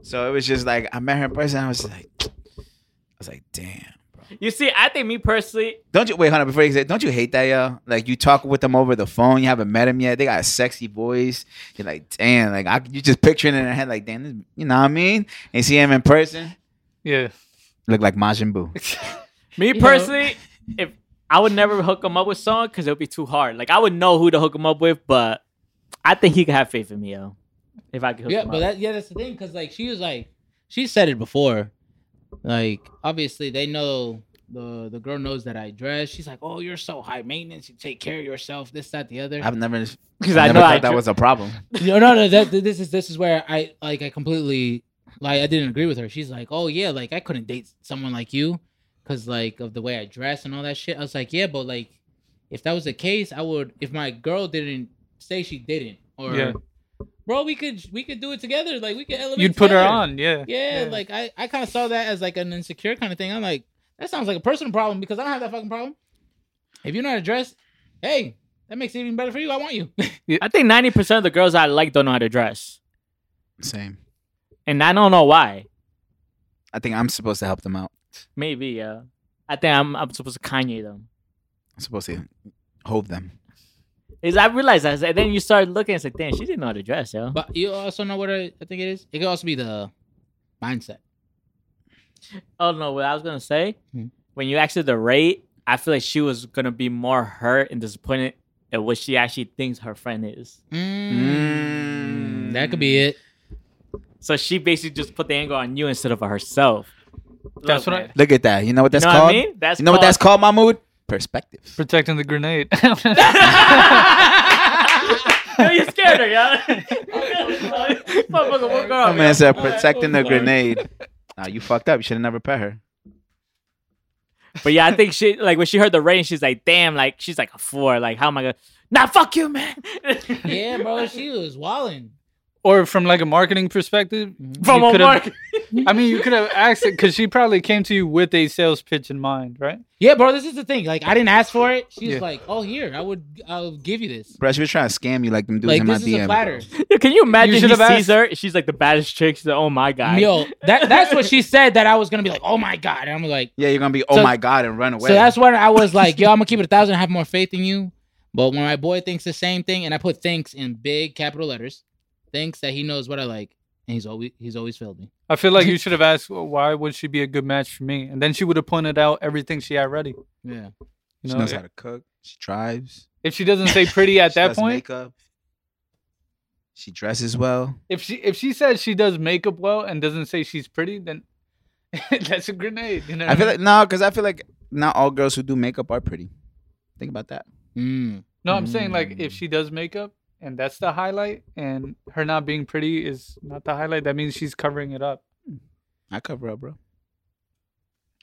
Speaker 2: So it was just like I met her in person. I was like, I was like, damn.
Speaker 4: You see, I think me personally,
Speaker 2: Don't you wait, hold on, before you say, don't you hate that, yo? Like you talk with them over the phone, you haven't met them yet. They got a sexy voice. You're like, damn, like I, you just picturing it in your head, like, damn, this, you know what I mean? And see him in person,
Speaker 3: Yeah.
Speaker 2: look like Majin Buu.
Speaker 4: me
Speaker 5: know.
Speaker 4: personally, if I would never hook him up with someone because it would be too hard. Like I would know who to hook him up with, but I think he could have faith in me, yo. If I could hook
Speaker 5: Yeah,
Speaker 4: him
Speaker 5: but
Speaker 4: up.
Speaker 5: that yeah, that's the thing, cause like she was like, she said it before, like obviously they know the the girl knows that I dress. She's like, oh, you're so high maintenance, you take care of yourself, this that the other.
Speaker 2: I've never,
Speaker 4: Because
Speaker 2: I
Speaker 4: I
Speaker 2: never
Speaker 4: know
Speaker 2: thought
Speaker 4: I
Speaker 2: that
Speaker 4: dr-
Speaker 2: was a problem.
Speaker 5: no, no, no. That this is this is where I like I completely like I didn't agree with her. She's like, oh yeah, like I couldn't date someone like you because like of the way I dress and all that shit. I was like, yeah, but like if that was the case, I would if my girl didn't say she didn't or
Speaker 3: Yeah.
Speaker 5: bro, we could we could do it together. Like we could elevate.
Speaker 3: You'd put her
Speaker 5: together."
Speaker 3: on. Yeah.
Speaker 5: Yeah, like I I kind of saw that as like an insecure kind of thing. I'm like that sounds like a personal problem because I don't have that fucking problem. If you're not addressed, hey, that makes it even better for you. I want you.
Speaker 4: I think ninety percent of the girls I like don't know how to dress,
Speaker 2: Same.
Speaker 4: and I don't know why.
Speaker 2: I think I'm supposed to help them out.
Speaker 4: Maybe, yeah. I think I'm I'm supposed to Kanye them.
Speaker 2: I'm supposed to hold them.
Speaker 4: Is I realized that, and then you start looking. It's like, damn, she didn't know how to dress, yo.
Speaker 5: But you also know what I, I think it is. It could also be the mindset.
Speaker 4: Oh no, what I was gonna say,
Speaker 5: Hmm.
Speaker 4: when you actually the rate, I feel like she was gonna be more hurt and disappointed at what she actually thinks her friend is.
Speaker 2: Mm.
Speaker 5: That could be it.
Speaker 4: So she basically just put the angle on you instead of herself.
Speaker 3: That's what I-
Speaker 2: Look at that. You know what
Speaker 4: You
Speaker 2: that's
Speaker 4: know what
Speaker 2: called?
Speaker 4: I mean? That's
Speaker 2: You know what that's called, Mahmood? Perspective.
Speaker 3: Protecting the
Speaker 4: *laughs*
Speaker 3: grenade. *laughs*
Speaker 4: no, you scared her, *laughs* yeah. Motherfucker, woke her
Speaker 2: Oh,
Speaker 4: up,
Speaker 2: man
Speaker 4: yo.
Speaker 2: said
Speaker 5: All right,
Speaker 2: protecting the
Speaker 5: I'm sorry.
Speaker 2: grenade. Nah, you fucked up. You should have never pet her.
Speaker 4: But yeah, I think she like when she heard the rain, she's like, "Damn!" Like she's like a four. Like how am I gonna? Nah, fuck you, *laughs* man.
Speaker 5: Yeah, bro, she was walling.
Speaker 3: or from like a marketing perspective,
Speaker 2: Mm-hmm.
Speaker 4: From
Speaker 3: you
Speaker 4: a
Speaker 3: could've-
Speaker 4: mark.
Speaker 3: I mean, you could have asked it because she probably came to you with a sales pitch in mind, right?
Speaker 5: Yeah, bro, this is the thing. Like, I didn't ask for it. She was
Speaker 3: Yeah.
Speaker 5: like, "Oh, here, I would, I'll give you this."
Speaker 2: Bro, she was trying to scam you like them dudes
Speaker 5: like,
Speaker 2: in my
Speaker 5: this is
Speaker 2: DM.
Speaker 5: a platter.
Speaker 4: Can you imagine?
Speaker 3: You
Speaker 4: she
Speaker 3: should've
Speaker 4: sees
Speaker 3: asked.
Speaker 4: her. She's like the baddest chick. She's like, "Oh my god."
Speaker 5: Yo, that that's what she said that I was gonna be like, "Oh my god," and I'm like,
Speaker 2: Yeah, you're gonna be oh
Speaker 5: So-
Speaker 2: my god and run away.
Speaker 5: so that's when I was
Speaker 2: *laughs*
Speaker 5: like, "Yo, I'm gonna keep it a thousand. I have more faith in you." But when my boy thinks the same thing, and I put thanks in big capital letters, thinks that he knows what I like, and he's always he's always failed me.
Speaker 3: I feel
Speaker 2: *laughs*
Speaker 3: like you should have asked, well, why would she be a good match for me? And then she would have pointed out everything she had ready.
Speaker 5: Yeah.
Speaker 3: You
Speaker 2: she
Speaker 3: know,
Speaker 2: knows how to cook. She drives.
Speaker 3: if she doesn't
Speaker 2: *laughs*
Speaker 3: say pretty at
Speaker 2: she
Speaker 3: that
Speaker 2: does
Speaker 3: point,
Speaker 2: makeup. She dresses well.
Speaker 3: if she if she says she does makeup well and doesn't say she's pretty, then *laughs* that's a grenade. You know,
Speaker 2: I feel like no, because I feel like not all girls who do makeup are pretty. Think about that.
Speaker 5: Mm.
Speaker 3: no, I'm saying like if
Speaker 5: Mm.
Speaker 3: she does makeup and that's the highlight, and her not being pretty is not the highlight. That means she's covering it up.
Speaker 2: I cover up, bro.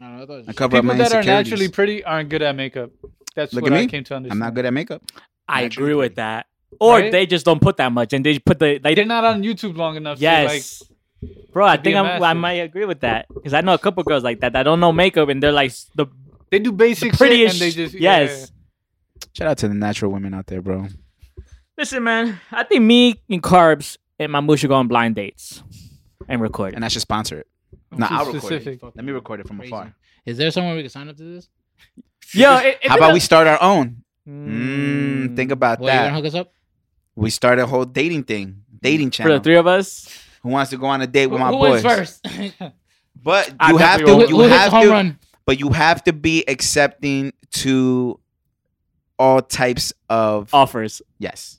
Speaker 5: I don't know, I thought it
Speaker 2: I
Speaker 5: was just-
Speaker 2: cover up my
Speaker 3: People that are
Speaker 2: insecurities.
Speaker 3: naturally pretty aren't good at makeup. That's
Speaker 2: Look
Speaker 3: what
Speaker 2: at
Speaker 3: I
Speaker 2: me.
Speaker 3: came to understand.
Speaker 2: I'm not good at makeup.
Speaker 4: I
Speaker 2: Naturally
Speaker 4: agree with
Speaker 2: pretty.
Speaker 4: that. Or
Speaker 3: Right?
Speaker 4: they just don't put that much, and they just put the like.
Speaker 3: They're not on YouTube long enough.
Speaker 4: yes, bro. I
Speaker 3: to be
Speaker 4: think
Speaker 3: a
Speaker 4: I'm, I
Speaker 3: master.
Speaker 4: might agree with that because I know a couple girls like that that don't know makeup, and they're like s- the
Speaker 3: They do basic shit
Speaker 4: prettiest.
Speaker 3: and they just yeah, yeah,
Speaker 4: yes.
Speaker 3: yeah.
Speaker 2: Shout out to the natural women out there, bro.
Speaker 4: Listen, man. I think me and Carbs and Mahmood should go on blind dates and record. it.
Speaker 2: And I should sponsor it. Nah,
Speaker 3: Too
Speaker 2: I'll record it.
Speaker 3: specific.
Speaker 2: Let me record it from
Speaker 5: Crazy.
Speaker 2: afar.
Speaker 5: Is there somewhere we can sign up to this?
Speaker 4: Yo, it, it-
Speaker 2: How about we start our own?
Speaker 4: Mm.
Speaker 2: Mm, think about
Speaker 5: What, Hmm. you gonna
Speaker 2: that.
Speaker 5: hook us up?
Speaker 2: We start a whole dating thing, dating
Speaker 4: for the
Speaker 2: channel.
Speaker 4: three of us?
Speaker 2: Who wants to go on a date
Speaker 5: Who,
Speaker 2: with my
Speaker 5: who
Speaker 2: boys?
Speaker 5: wins first? *laughs*
Speaker 2: But
Speaker 4: I
Speaker 2: you
Speaker 4: definitely
Speaker 2: have
Speaker 4: won't.
Speaker 2: to.
Speaker 5: who
Speaker 2: You
Speaker 5: who hits the
Speaker 2: have
Speaker 5: home
Speaker 2: to.
Speaker 5: run?
Speaker 2: But you have to be accepting to all types of *laughs*
Speaker 4: Offers.
Speaker 2: yes.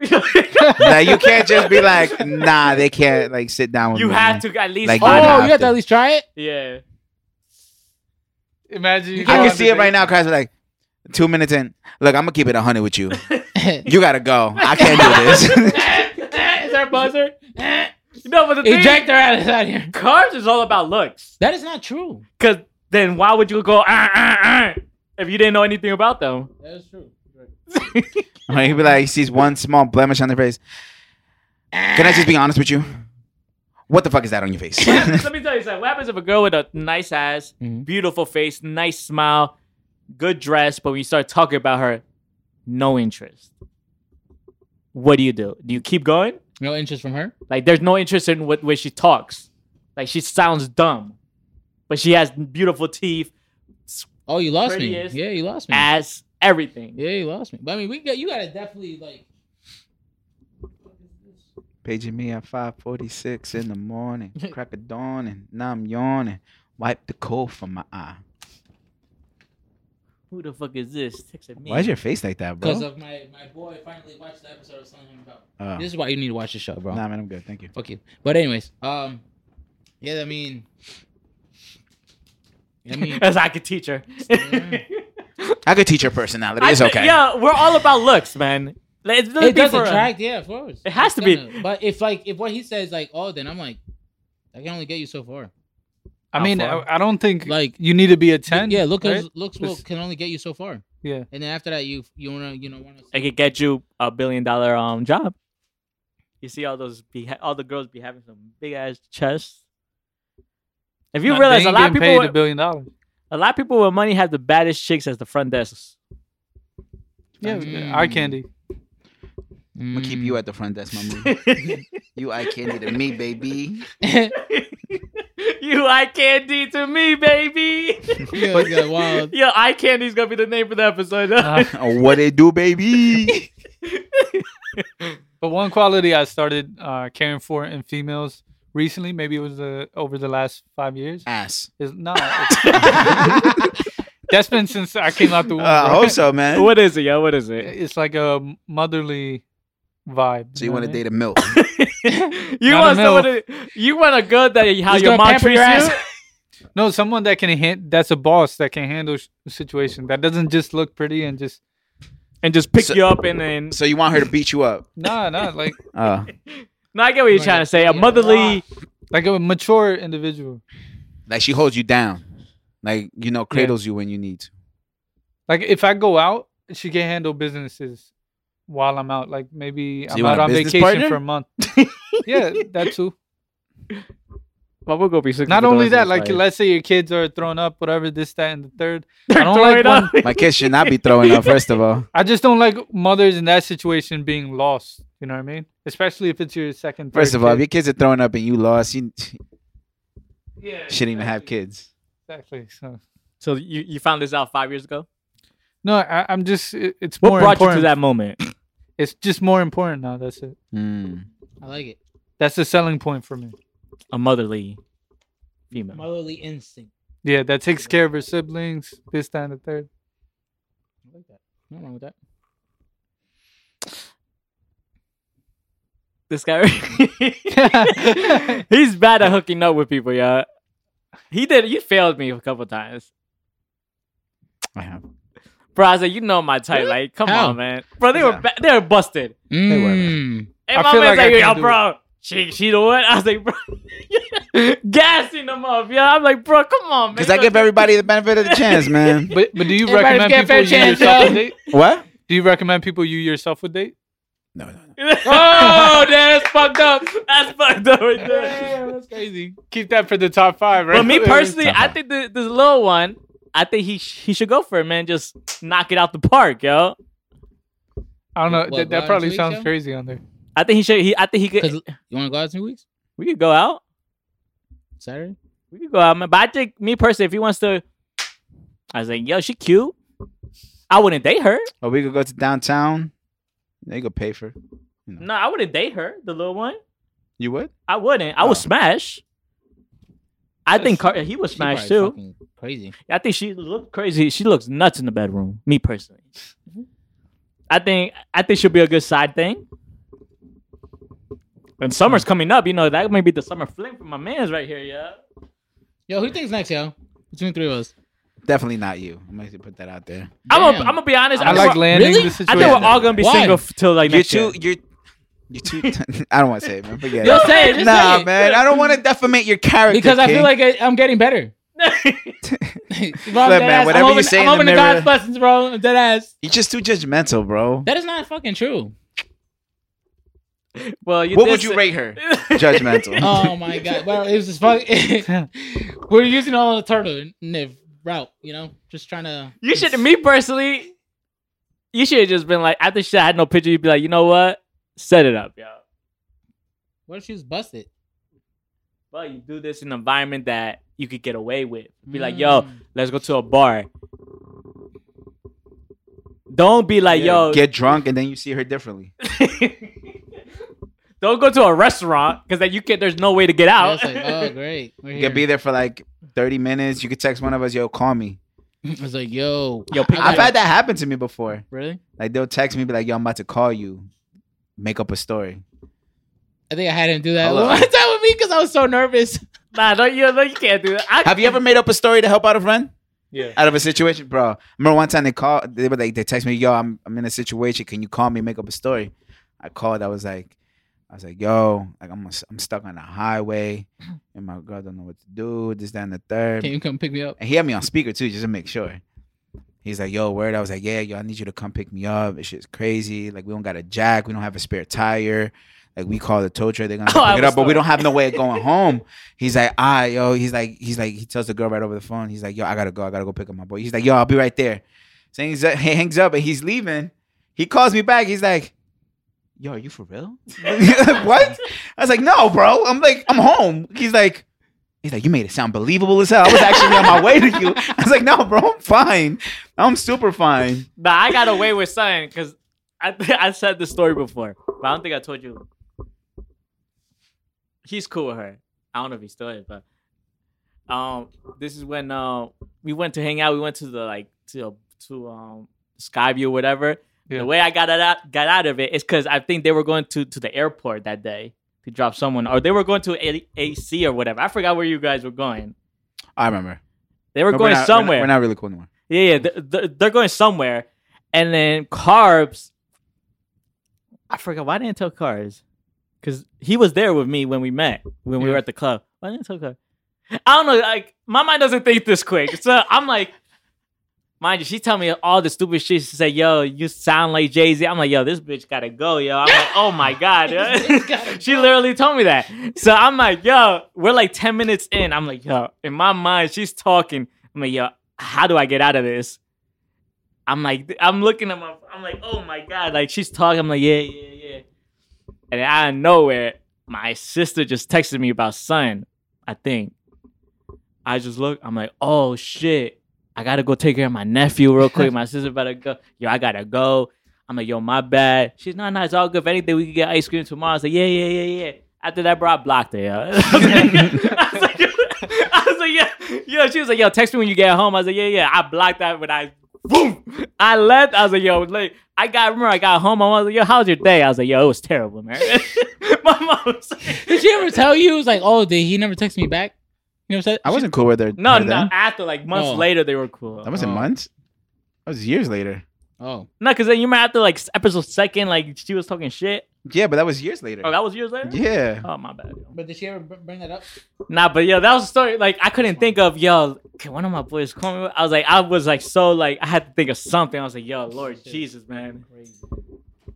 Speaker 2: Like you can't just be like, nah, they can't like sit down with
Speaker 4: You
Speaker 2: me.
Speaker 4: have to at least.
Speaker 2: Like,
Speaker 4: find
Speaker 2: I
Speaker 5: Oh,
Speaker 4: out.
Speaker 2: have
Speaker 5: you have to
Speaker 2: to.
Speaker 5: at least try it. *laughs*
Speaker 4: yeah.
Speaker 3: Imagine you
Speaker 5: I
Speaker 3: go
Speaker 2: I
Speaker 3: on
Speaker 2: can
Speaker 3: the
Speaker 2: see it
Speaker 3: date.
Speaker 2: right now, Cause Like two minutes in. Look, I'm gonna keep it hundred with *laughs* you. You gotta go. I can't do this.
Speaker 4: *laughs*
Speaker 2: *laughs*
Speaker 4: Is there a buzzer? no, but the thing,
Speaker 5: Eject her out of out here.
Speaker 4: Carbs is all about looks.
Speaker 5: That is not true.
Speaker 4: Cause then why would you go "Ah, ah, ah," if you didn't know anything about them?
Speaker 5: That is true.
Speaker 2: Like, he be like, he sees one small blemish on their face. Can I just be honest with you? What the fuck is that on your face? *laughs*
Speaker 4: What happens- Let me tell you something. What happens if a girl with a nice ass,
Speaker 5: Mhm.
Speaker 4: beautiful face, nice smile, good dress, but when you start talking about her, no interest? What do you do? Do you keep going?
Speaker 5: No interest from her.
Speaker 4: Like there's no interest in what way she talks. Like she sounds dumb, but she has beautiful teeth,
Speaker 5: Oh, you lost
Speaker 4: Prettiest
Speaker 5: me. Yeah, you lost me.
Speaker 4: ass, everything.
Speaker 5: Mm. Yeah, you lost me. But I mean, we got you. Got to definitely like.
Speaker 2: Paging me at 5:46 in the
Speaker 4: *laughs*
Speaker 2: morning, crack of dawn, and now I'm yawning. Wipe the cold from my eye.
Speaker 4: Who the fuck is this? Texting me.
Speaker 2: Why
Speaker 4: *laughs*
Speaker 2: is your face like that, bro?
Speaker 5: Because of my my boy finally watched the episode I was telling him about.
Speaker 2: Oh.
Speaker 5: This is why you need to watch the show, bro.
Speaker 2: Nah, man, I'm good. Thank you.
Speaker 5: Fuck you. But anyways, um, yeah, I mean, I mean,
Speaker 4: As I could teach her.
Speaker 2: I could teach your personality.
Speaker 4: *laughs* I
Speaker 2: It's
Speaker 4: think-
Speaker 2: okay.
Speaker 4: Yeah, we're all about looks, man. Let- It's,
Speaker 5: it does
Speaker 4: for-
Speaker 5: attract. Yeah, of course.
Speaker 4: It has
Speaker 5: It's
Speaker 4: to be.
Speaker 5: gonna. But if like if what he says like, oh, then I'm like, I can only get you so far.
Speaker 3: I mean,
Speaker 4: How far?
Speaker 3: I, I don't think
Speaker 5: Like-
Speaker 3: like you need to be a ten.
Speaker 5: yeah, look,
Speaker 3: right?
Speaker 5: looks will,
Speaker 3: Just-
Speaker 5: can only get you so far.
Speaker 3: Yeah.
Speaker 5: And then after that, you you wanna you know wanna.
Speaker 4: I could get you a billion dollar um job. You see all those be all the girls be having some big ass chests. If you
Speaker 3: Nah, they
Speaker 4: realize a
Speaker 3: ain't
Speaker 4: lot of
Speaker 3: getting
Speaker 4: people,
Speaker 3: paid a
Speaker 4: with,
Speaker 3: billion
Speaker 4: *laughs*
Speaker 3: dollars.
Speaker 4: a lot of people with money have the baddest chicks as the front desks. *laughs*
Speaker 3: Yeah,
Speaker 5: Mm.
Speaker 3: eye candy.
Speaker 2: I'm gonna keep you at the front desk, my man. *laughs*
Speaker 4: you
Speaker 2: You eye candy to me, baby.
Speaker 4: eye candy to me, baby.
Speaker 5: *laughs* yeah, yeah,
Speaker 4: *laughs*
Speaker 5: wild.
Speaker 4: Yo, eye candy's gonna be the name for the episode. huh?
Speaker 2: *laughs*
Speaker 3: Ah.
Speaker 2: Oh, what it do, baby?
Speaker 3: But one quality I started uh, caring for in females recently, maybe it was the, over the last five years,
Speaker 2: *laughs* *laughs* Ass.
Speaker 3: is
Speaker 2: *laughs*
Speaker 3: no. it's- that's been since I came out the
Speaker 2: Uh,
Speaker 3: womb.
Speaker 2: I
Speaker 3: bro.
Speaker 2: hope so, man.
Speaker 4: *laughs* what is it, yo? What is it? *laughs*
Speaker 3: It's like a motherly vibe.
Speaker 2: So you want to date a milk?
Speaker 4: you
Speaker 3: Not
Speaker 4: want
Speaker 3: a milf.
Speaker 4: someone to, you want a girl that how
Speaker 5: Just
Speaker 4: your
Speaker 5: gonna
Speaker 4: mom
Speaker 5: pamper
Speaker 4: treats
Speaker 5: your
Speaker 4: you.
Speaker 5: ass.
Speaker 3: No, someone that can hand, that's a boss that can handle sh- situation that doesn't just look pretty and just
Speaker 4: and just pick
Speaker 2: So-
Speaker 4: you up and then
Speaker 2: so you want her to beat you up?
Speaker 3: nah
Speaker 2: *laughs*
Speaker 3: nah like
Speaker 2: Uh,
Speaker 4: no i get what you're trying to say a
Speaker 5: Yeah.
Speaker 4: motherly
Speaker 3: like a mature individual.
Speaker 2: like she holds you down, like you know, cradles you when you need. to.
Speaker 3: Like if I go out, she can handle businesses while I'm out. Like maybe
Speaker 2: So
Speaker 3: I'm
Speaker 2: you
Speaker 3: out
Speaker 2: want a
Speaker 3: on
Speaker 2: business partner?
Speaker 3: vacation for a
Speaker 2: *laughs*
Speaker 3: month. yeah, that too.
Speaker 4: well we'll go be six
Speaker 3: Not only that, like let's say your kids are throwing up, whatever, this, that, and the
Speaker 2: *laughs*
Speaker 3: third.
Speaker 4: They're
Speaker 3: I don't
Speaker 4: throwing
Speaker 3: like one,
Speaker 4: *laughs* up.
Speaker 2: My kids should not be throwing up. First of all,
Speaker 3: I just don't like mothers in that situation being lost. You know what I mean? Especially if it's your second.
Speaker 2: first
Speaker 3: third
Speaker 2: of all, if
Speaker 3: kid.
Speaker 2: your kids are throwing up and you lost, you
Speaker 3: yeah,
Speaker 2: shouldn't even have kids.
Speaker 3: Exactly. So
Speaker 4: so you, you found this out five years ago
Speaker 3: no, I, I'm just. It, it's
Speaker 4: what
Speaker 3: more
Speaker 4: brought
Speaker 3: important.
Speaker 4: you to that moment
Speaker 3: It's just more important now. That's it.
Speaker 2: Mm.
Speaker 5: I like it.
Speaker 3: That's the selling point for me.
Speaker 4: a motherly female
Speaker 5: Motherly instinct.
Speaker 3: Yeah, that takes care of her siblings. This, that, and the third. *laughs*
Speaker 5: I like that. Nothing wrong with that.
Speaker 4: this guy *laughs* he's bad at hooking up with people yeah he did you failed me a couple times
Speaker 2: I have.
Speaker 4: bro i was like you know my type like come
Speaker 5: How?
Speaker 4: on man bro they were
Speaker 2: Yeah.
Speaker 4: ba- they were busted
Speaker 2: were.
Speaker 5: Mm.
Speaker 4: And
Speaker 3: I
Speaker 4: my
Speaker 3: feel
Speaker 4: man's
Speaker 3: like I
Speaker 4: like, yo,
Speaker 3: can't do
Speaker 4: bro, she, she the one? I was like, bro, *laughs* gassing them up. Yeah, I'm like, bro, come on, man.
Speaker 2: Because
Speaker 4: *laughs*
Speaker 2: I give everybody the benefit of the chance, man.
Speaker 3: But but do you
Speaker 5: Everybody's
Speaker 3: recommend
Speaker 5: got a fair
Speaker 3: people you
Speaker 5: chance,
Speaker 3: yourself
Speaker 5: yo.
Speaker 3: would date?
Speaker 2: What?
Speaker 3: Do you recommend people you yourself would date?
Speaker 2: No, no, no.
Speaker 4: oh, damn, that's fucked up. That's fucked up right there.
Speaker 5: that's crazy.
Speaker 3: Keep that for the top five, right?
Speaker 4: But me personally,
Speaker 2: Tough
Speaker 4: I
Speaker 2: one.
Speaker 4: think the, this little one, I think he sh- he should go for it, man. Just knock it out the park, yo.
Speaker 3: I don't know.
Speaker 5: What,
Speaker 3: that, that
Speaker 5: Lions
Speaker 3: probably
Speaker 5: Week
Speaker 3: sounds
Speaker 5: show?
Speaker 3: crazy on there.
Speaker 4: I think he should. He, I think he could.
Speaker 5: 'Cause You want to go out in two weeks?
Speaker 4: We could go out.
Speaker 5: Saturday?
Speaker 4: We could go out, man. But I think me personally, if he wants to, I was like, yo, she cute. I wouldn't date her.
Speaker 2: Or Oh, we could go to downtown. They could pay for.
Speaker 4: No, I wouldn't date her, the little one.
Speaker 2: You would?
Speaker 4: I wouldn't. I
Speaker 2: Oh.
Speaker 4: would smash. I think Car- he would
Speaker 5: She
Speaker 4: smash too.
Speaker 5: probably fucking Crazy.
Speaker 4: I think she looked crazy. She looks nuts in the bedroom. Me personally, I think I think she'll be a good side thing. And summer's coming up, you know that may be the summer fling for my man's right here, yeah.
Speaker 5: Yo, who thinks next, yo? Between three of us.
Speaker 2: Definitely not you. I'm gonna put that out there.
Speaker 4: I'm gonna,
Speaker 5: Damn.
Speaker 4: I'm gonna be honest.
Speaker 3: I
Speaker 4: think
Speaker 3: like
Speaker 4: we're-
Speaker 3: landing
Speaker 4: really?
Speaker 3: the
Speaker 4: I think
Speaker 3: situation.
Speaker 4: we're all gonna be
Speaker 5: Why?
Speaker 4: single f- till like
Speaker 2: You're
Speaker 4: next
Speaker 2: too.
Speaker 4: year.
Speaker 2: You're. You're too. *laughs* I don't want to say it, man. Forget
Speaker 4: Yo,
Speaker 2: it.
Speaker 4: say it. Just
Speaker 2: Nah,
Speaker 4: say it.
Speaker 2: man. I don't want to defamate your character.
Speaker 5: Because I feel
Speaker 2: King.
Speaker 5: like I, I'm getting better. *laughs* Bro, I'm
Speaker 2: Look,
Speaker 5: dead
Speaker 2: man,
Speaker 5: ass.
Speaker 2: whatever
Speaker 5: I'm
Speaker 2: you
Speaker 5: hoping-
Speaker 2: say
Speaker 5: I'm
Speaker 2: in the
Speaker 5: hoping to
Speaker 2: mirror-
Speaker 5: God's blessings, bro. I'm dead ass.
Speaker 2: you're just too judgmental, bro.
Speaker 5: That is not fucking true.
Speaker 4: well, you
Speaker 2: What would
Speaker 4: did
Speaker 2: you
Speaker 4: say-
Speaker 2: rate her? *laughs*
Speaker 4: *laughs*
Speaker 2: Judgmental.
Speaker 5: Oh my god. Well, it was just fuck. *laughs* We're using all the alternative route, you know? Just trying to.
Speaker 4: You should. Me personally, you should have just been like after she had no picture. You'd be like, you know what? Set it up, yo.
Speaker 5: What if she was busted?
Speaker 4: But you do this in an environment that you could get away with. Be like, yo,
Speaker 5: Mm.
Speaker 4: let's go to a bar. Don't be like, yo,
Speaker 2: get drunk and then you see her differently.
Speaker 4: *laughs* don't go to a restaurant because then you can There's no way to get
Speaker 5: Yeah,
Speaker 4: out.
Speaker 5: it's like,
Speaker 4: *laughs*
Speaker 5: oh, great. We're
Speaker 2: You
Speaker 5: here.
Speaker 2: could be there for like 30 minutes. You could text one of us, yo, call me.
Speaker 5: *laughs* I was like, yo.
Speaker 4: Yo, pick
Speaker 5: I
Speaker 2: I've
Speaker 5: gotta-
Speaker 2: had that happen to me before.
Speaker 5: Really?
Speaker 2: Like they'll text me, be like, yo, I'm about to call you. Make up a story.
Speaker 5: I think I had him do that
Speaker 2: Hello.
Speaker 5: *laughs* one time with me because I was so nervous.
Speaker 4: nah, don't you? No, you can't do that. I,
Speaker 2: Have you ever made up a story to help out a friend?
Speaker 3: Yeah.
Speaker 2: Out of a situation, bro. I remember one time they called, they were like, they text me, yo, I'm, I'm in a situation. Can you call me, make up a story? I called, I was like, I was like, yo, like I'm, I'm stuck on a highway and my girl don't know what to do, this, that, and the third.
Speaker 5: Can you come pick me up?
Speaker 2: And he had me on speaker too, just to make sure. He's like, yo, word. I was like, yeah, yo, I need you to come pick me up. This shit's crazy. Like, we don't got a jack. We don't have a spare tire. Like, we call the tow truck. They're
Speaker 4: *laughs*
Speaker 2: going to
Speaker 4: Oh, I
Speaker 2: pick it
Speaker 4: was
Speaker 2: up, but we
Speaker 4: told.
Speaker 2: don't have no
Speaker 4: *laughs*
Speaker 2: way of going home. He's like, ah, yo. He's like, he's like, he tells the girl right over the phone. He's like, yo, I got to go. I got to go pick up my boy. He's like, yo, I'll be right there. So he's, he hangs up and he's leaving. He calls me back. He's like, yo, are you for
Speaker 4: *laughs*
Speaker 2: real? *laughs* what? I was like, no, bro. I'm like, I'm home. He's like, he's like, you made it sound believable as hell. I was actually on my way to you. I was like, no, bro, I'm fine. I'm super fine.
Speaker 4: nah, I got away with something because I *laughs* th- I said this story before, but I don't think I told you. He's cool with her. I don't know if he still is, but um, this is when uh, we went to hang out. We went to the like to to um Skyview or whatever.
Speaker 3: Yeah.
Speaker 4: The way I got out got out of it is because I think they were going to to the airport that day to drop someone, or they were going to A- AC or whatever. I forgot where you guys were going.
Speaker 2: I remember.
Speaker 4: They were
Speaker 2: But
Speaker 4: going
Speaker 2: not- not-
Speaker 4: somewhere.
Speaker 2: We're not, really cool anymore.
Speaker 4: Yeah, yeah, they're- they're, they're going somewhere, and then carbs. I forgot why I didn't tell carbs, because he was there with me when we met when we
Speaker 3: Yeah.
Speaker 4: were at the club. Why didn't I tell carbs? I don't know. Like my mind doesn't think this quick, so I'm like, mind you, she tell me all the stupid shit. She said, "Yo, you sound like Jay Z." I'm like, "Yo, this bitch gotta go, yo." I'm like, "Oh
Speaker 5: *laughs*
Speaker 4: my god." *laughs*
Speaker 5: This bitch gotta
Speaker 4: she
Speaker 5: go.
Speaker 4: literally told me that. So I'm like, "Yo, we're like ten minutes in." I'm like, "Yo," in my mind, she's talking. I'm like, "Yo, how do I get out of this?" I'm like, I'm looking at my, I'm like, "Oh my god!" Like she's talking. I'm like, "Yeah, yeah, yeah." And out of nowhere, my sister just texted me about son. I think. I just look. I'm like, oh shit. I gotta go take care of my nephew real quick.
Speaker 5: *laughs*
Speaker 4: My sister better go. Yo, I gotta go. I'm like, yo, my bad. She's not nah, nah, it's all good. If anything, we can get ice cream tomorrow. I was like, yeah, yeah, yeah, yeah. After that, bro, I blocked her. Yo. *laughs* I was like, I was like, I was like, yeah, yo. She was like, yo, text me when you get home. I was like, yeah, yeah. I blocked that when I, boom, I left. I was like, yo, like, I got remember I got home. I was like, yo, how was your day? I was like, yo, it was terrible, man. *laughs* my mom was like,
Speaker 5: Did she ever tell you? It was like, oh, did he never text me back? You know what I'm saying?
Speaker 2: I wasn't cool with her.
Speaker 4: No,
Speaker 2: her
Speaker 4: no.
Speaker 2: then.
Speaker 4: After like months
Speaker 5: Oh.
Speaker 4: later, they were cool.
Speaker 2: That wasn't
Speaker 5: Oh.
Speaker 2: months. That was years later.
Speaker 5: Oh.
Speaker 4: No, because then you remember after like episode second, like she was talking shit.
Speaker 2: Yeah, but that was years later.
Speaker 4: Oh, that was years later.
Speaker 2: yeah.
Speaker 4: Oh my bad. yo.
Speaker 5: But did she ever br- bring that up?
Speaker 4: Nah, but yo, that was a story. Like I couldn't think of yo. Can one of my boys call me? I was like, I was like so like I had to think of something. I was like, yo, Lord
Speaker 5: Shit.
Speaker 4: Jesus, man.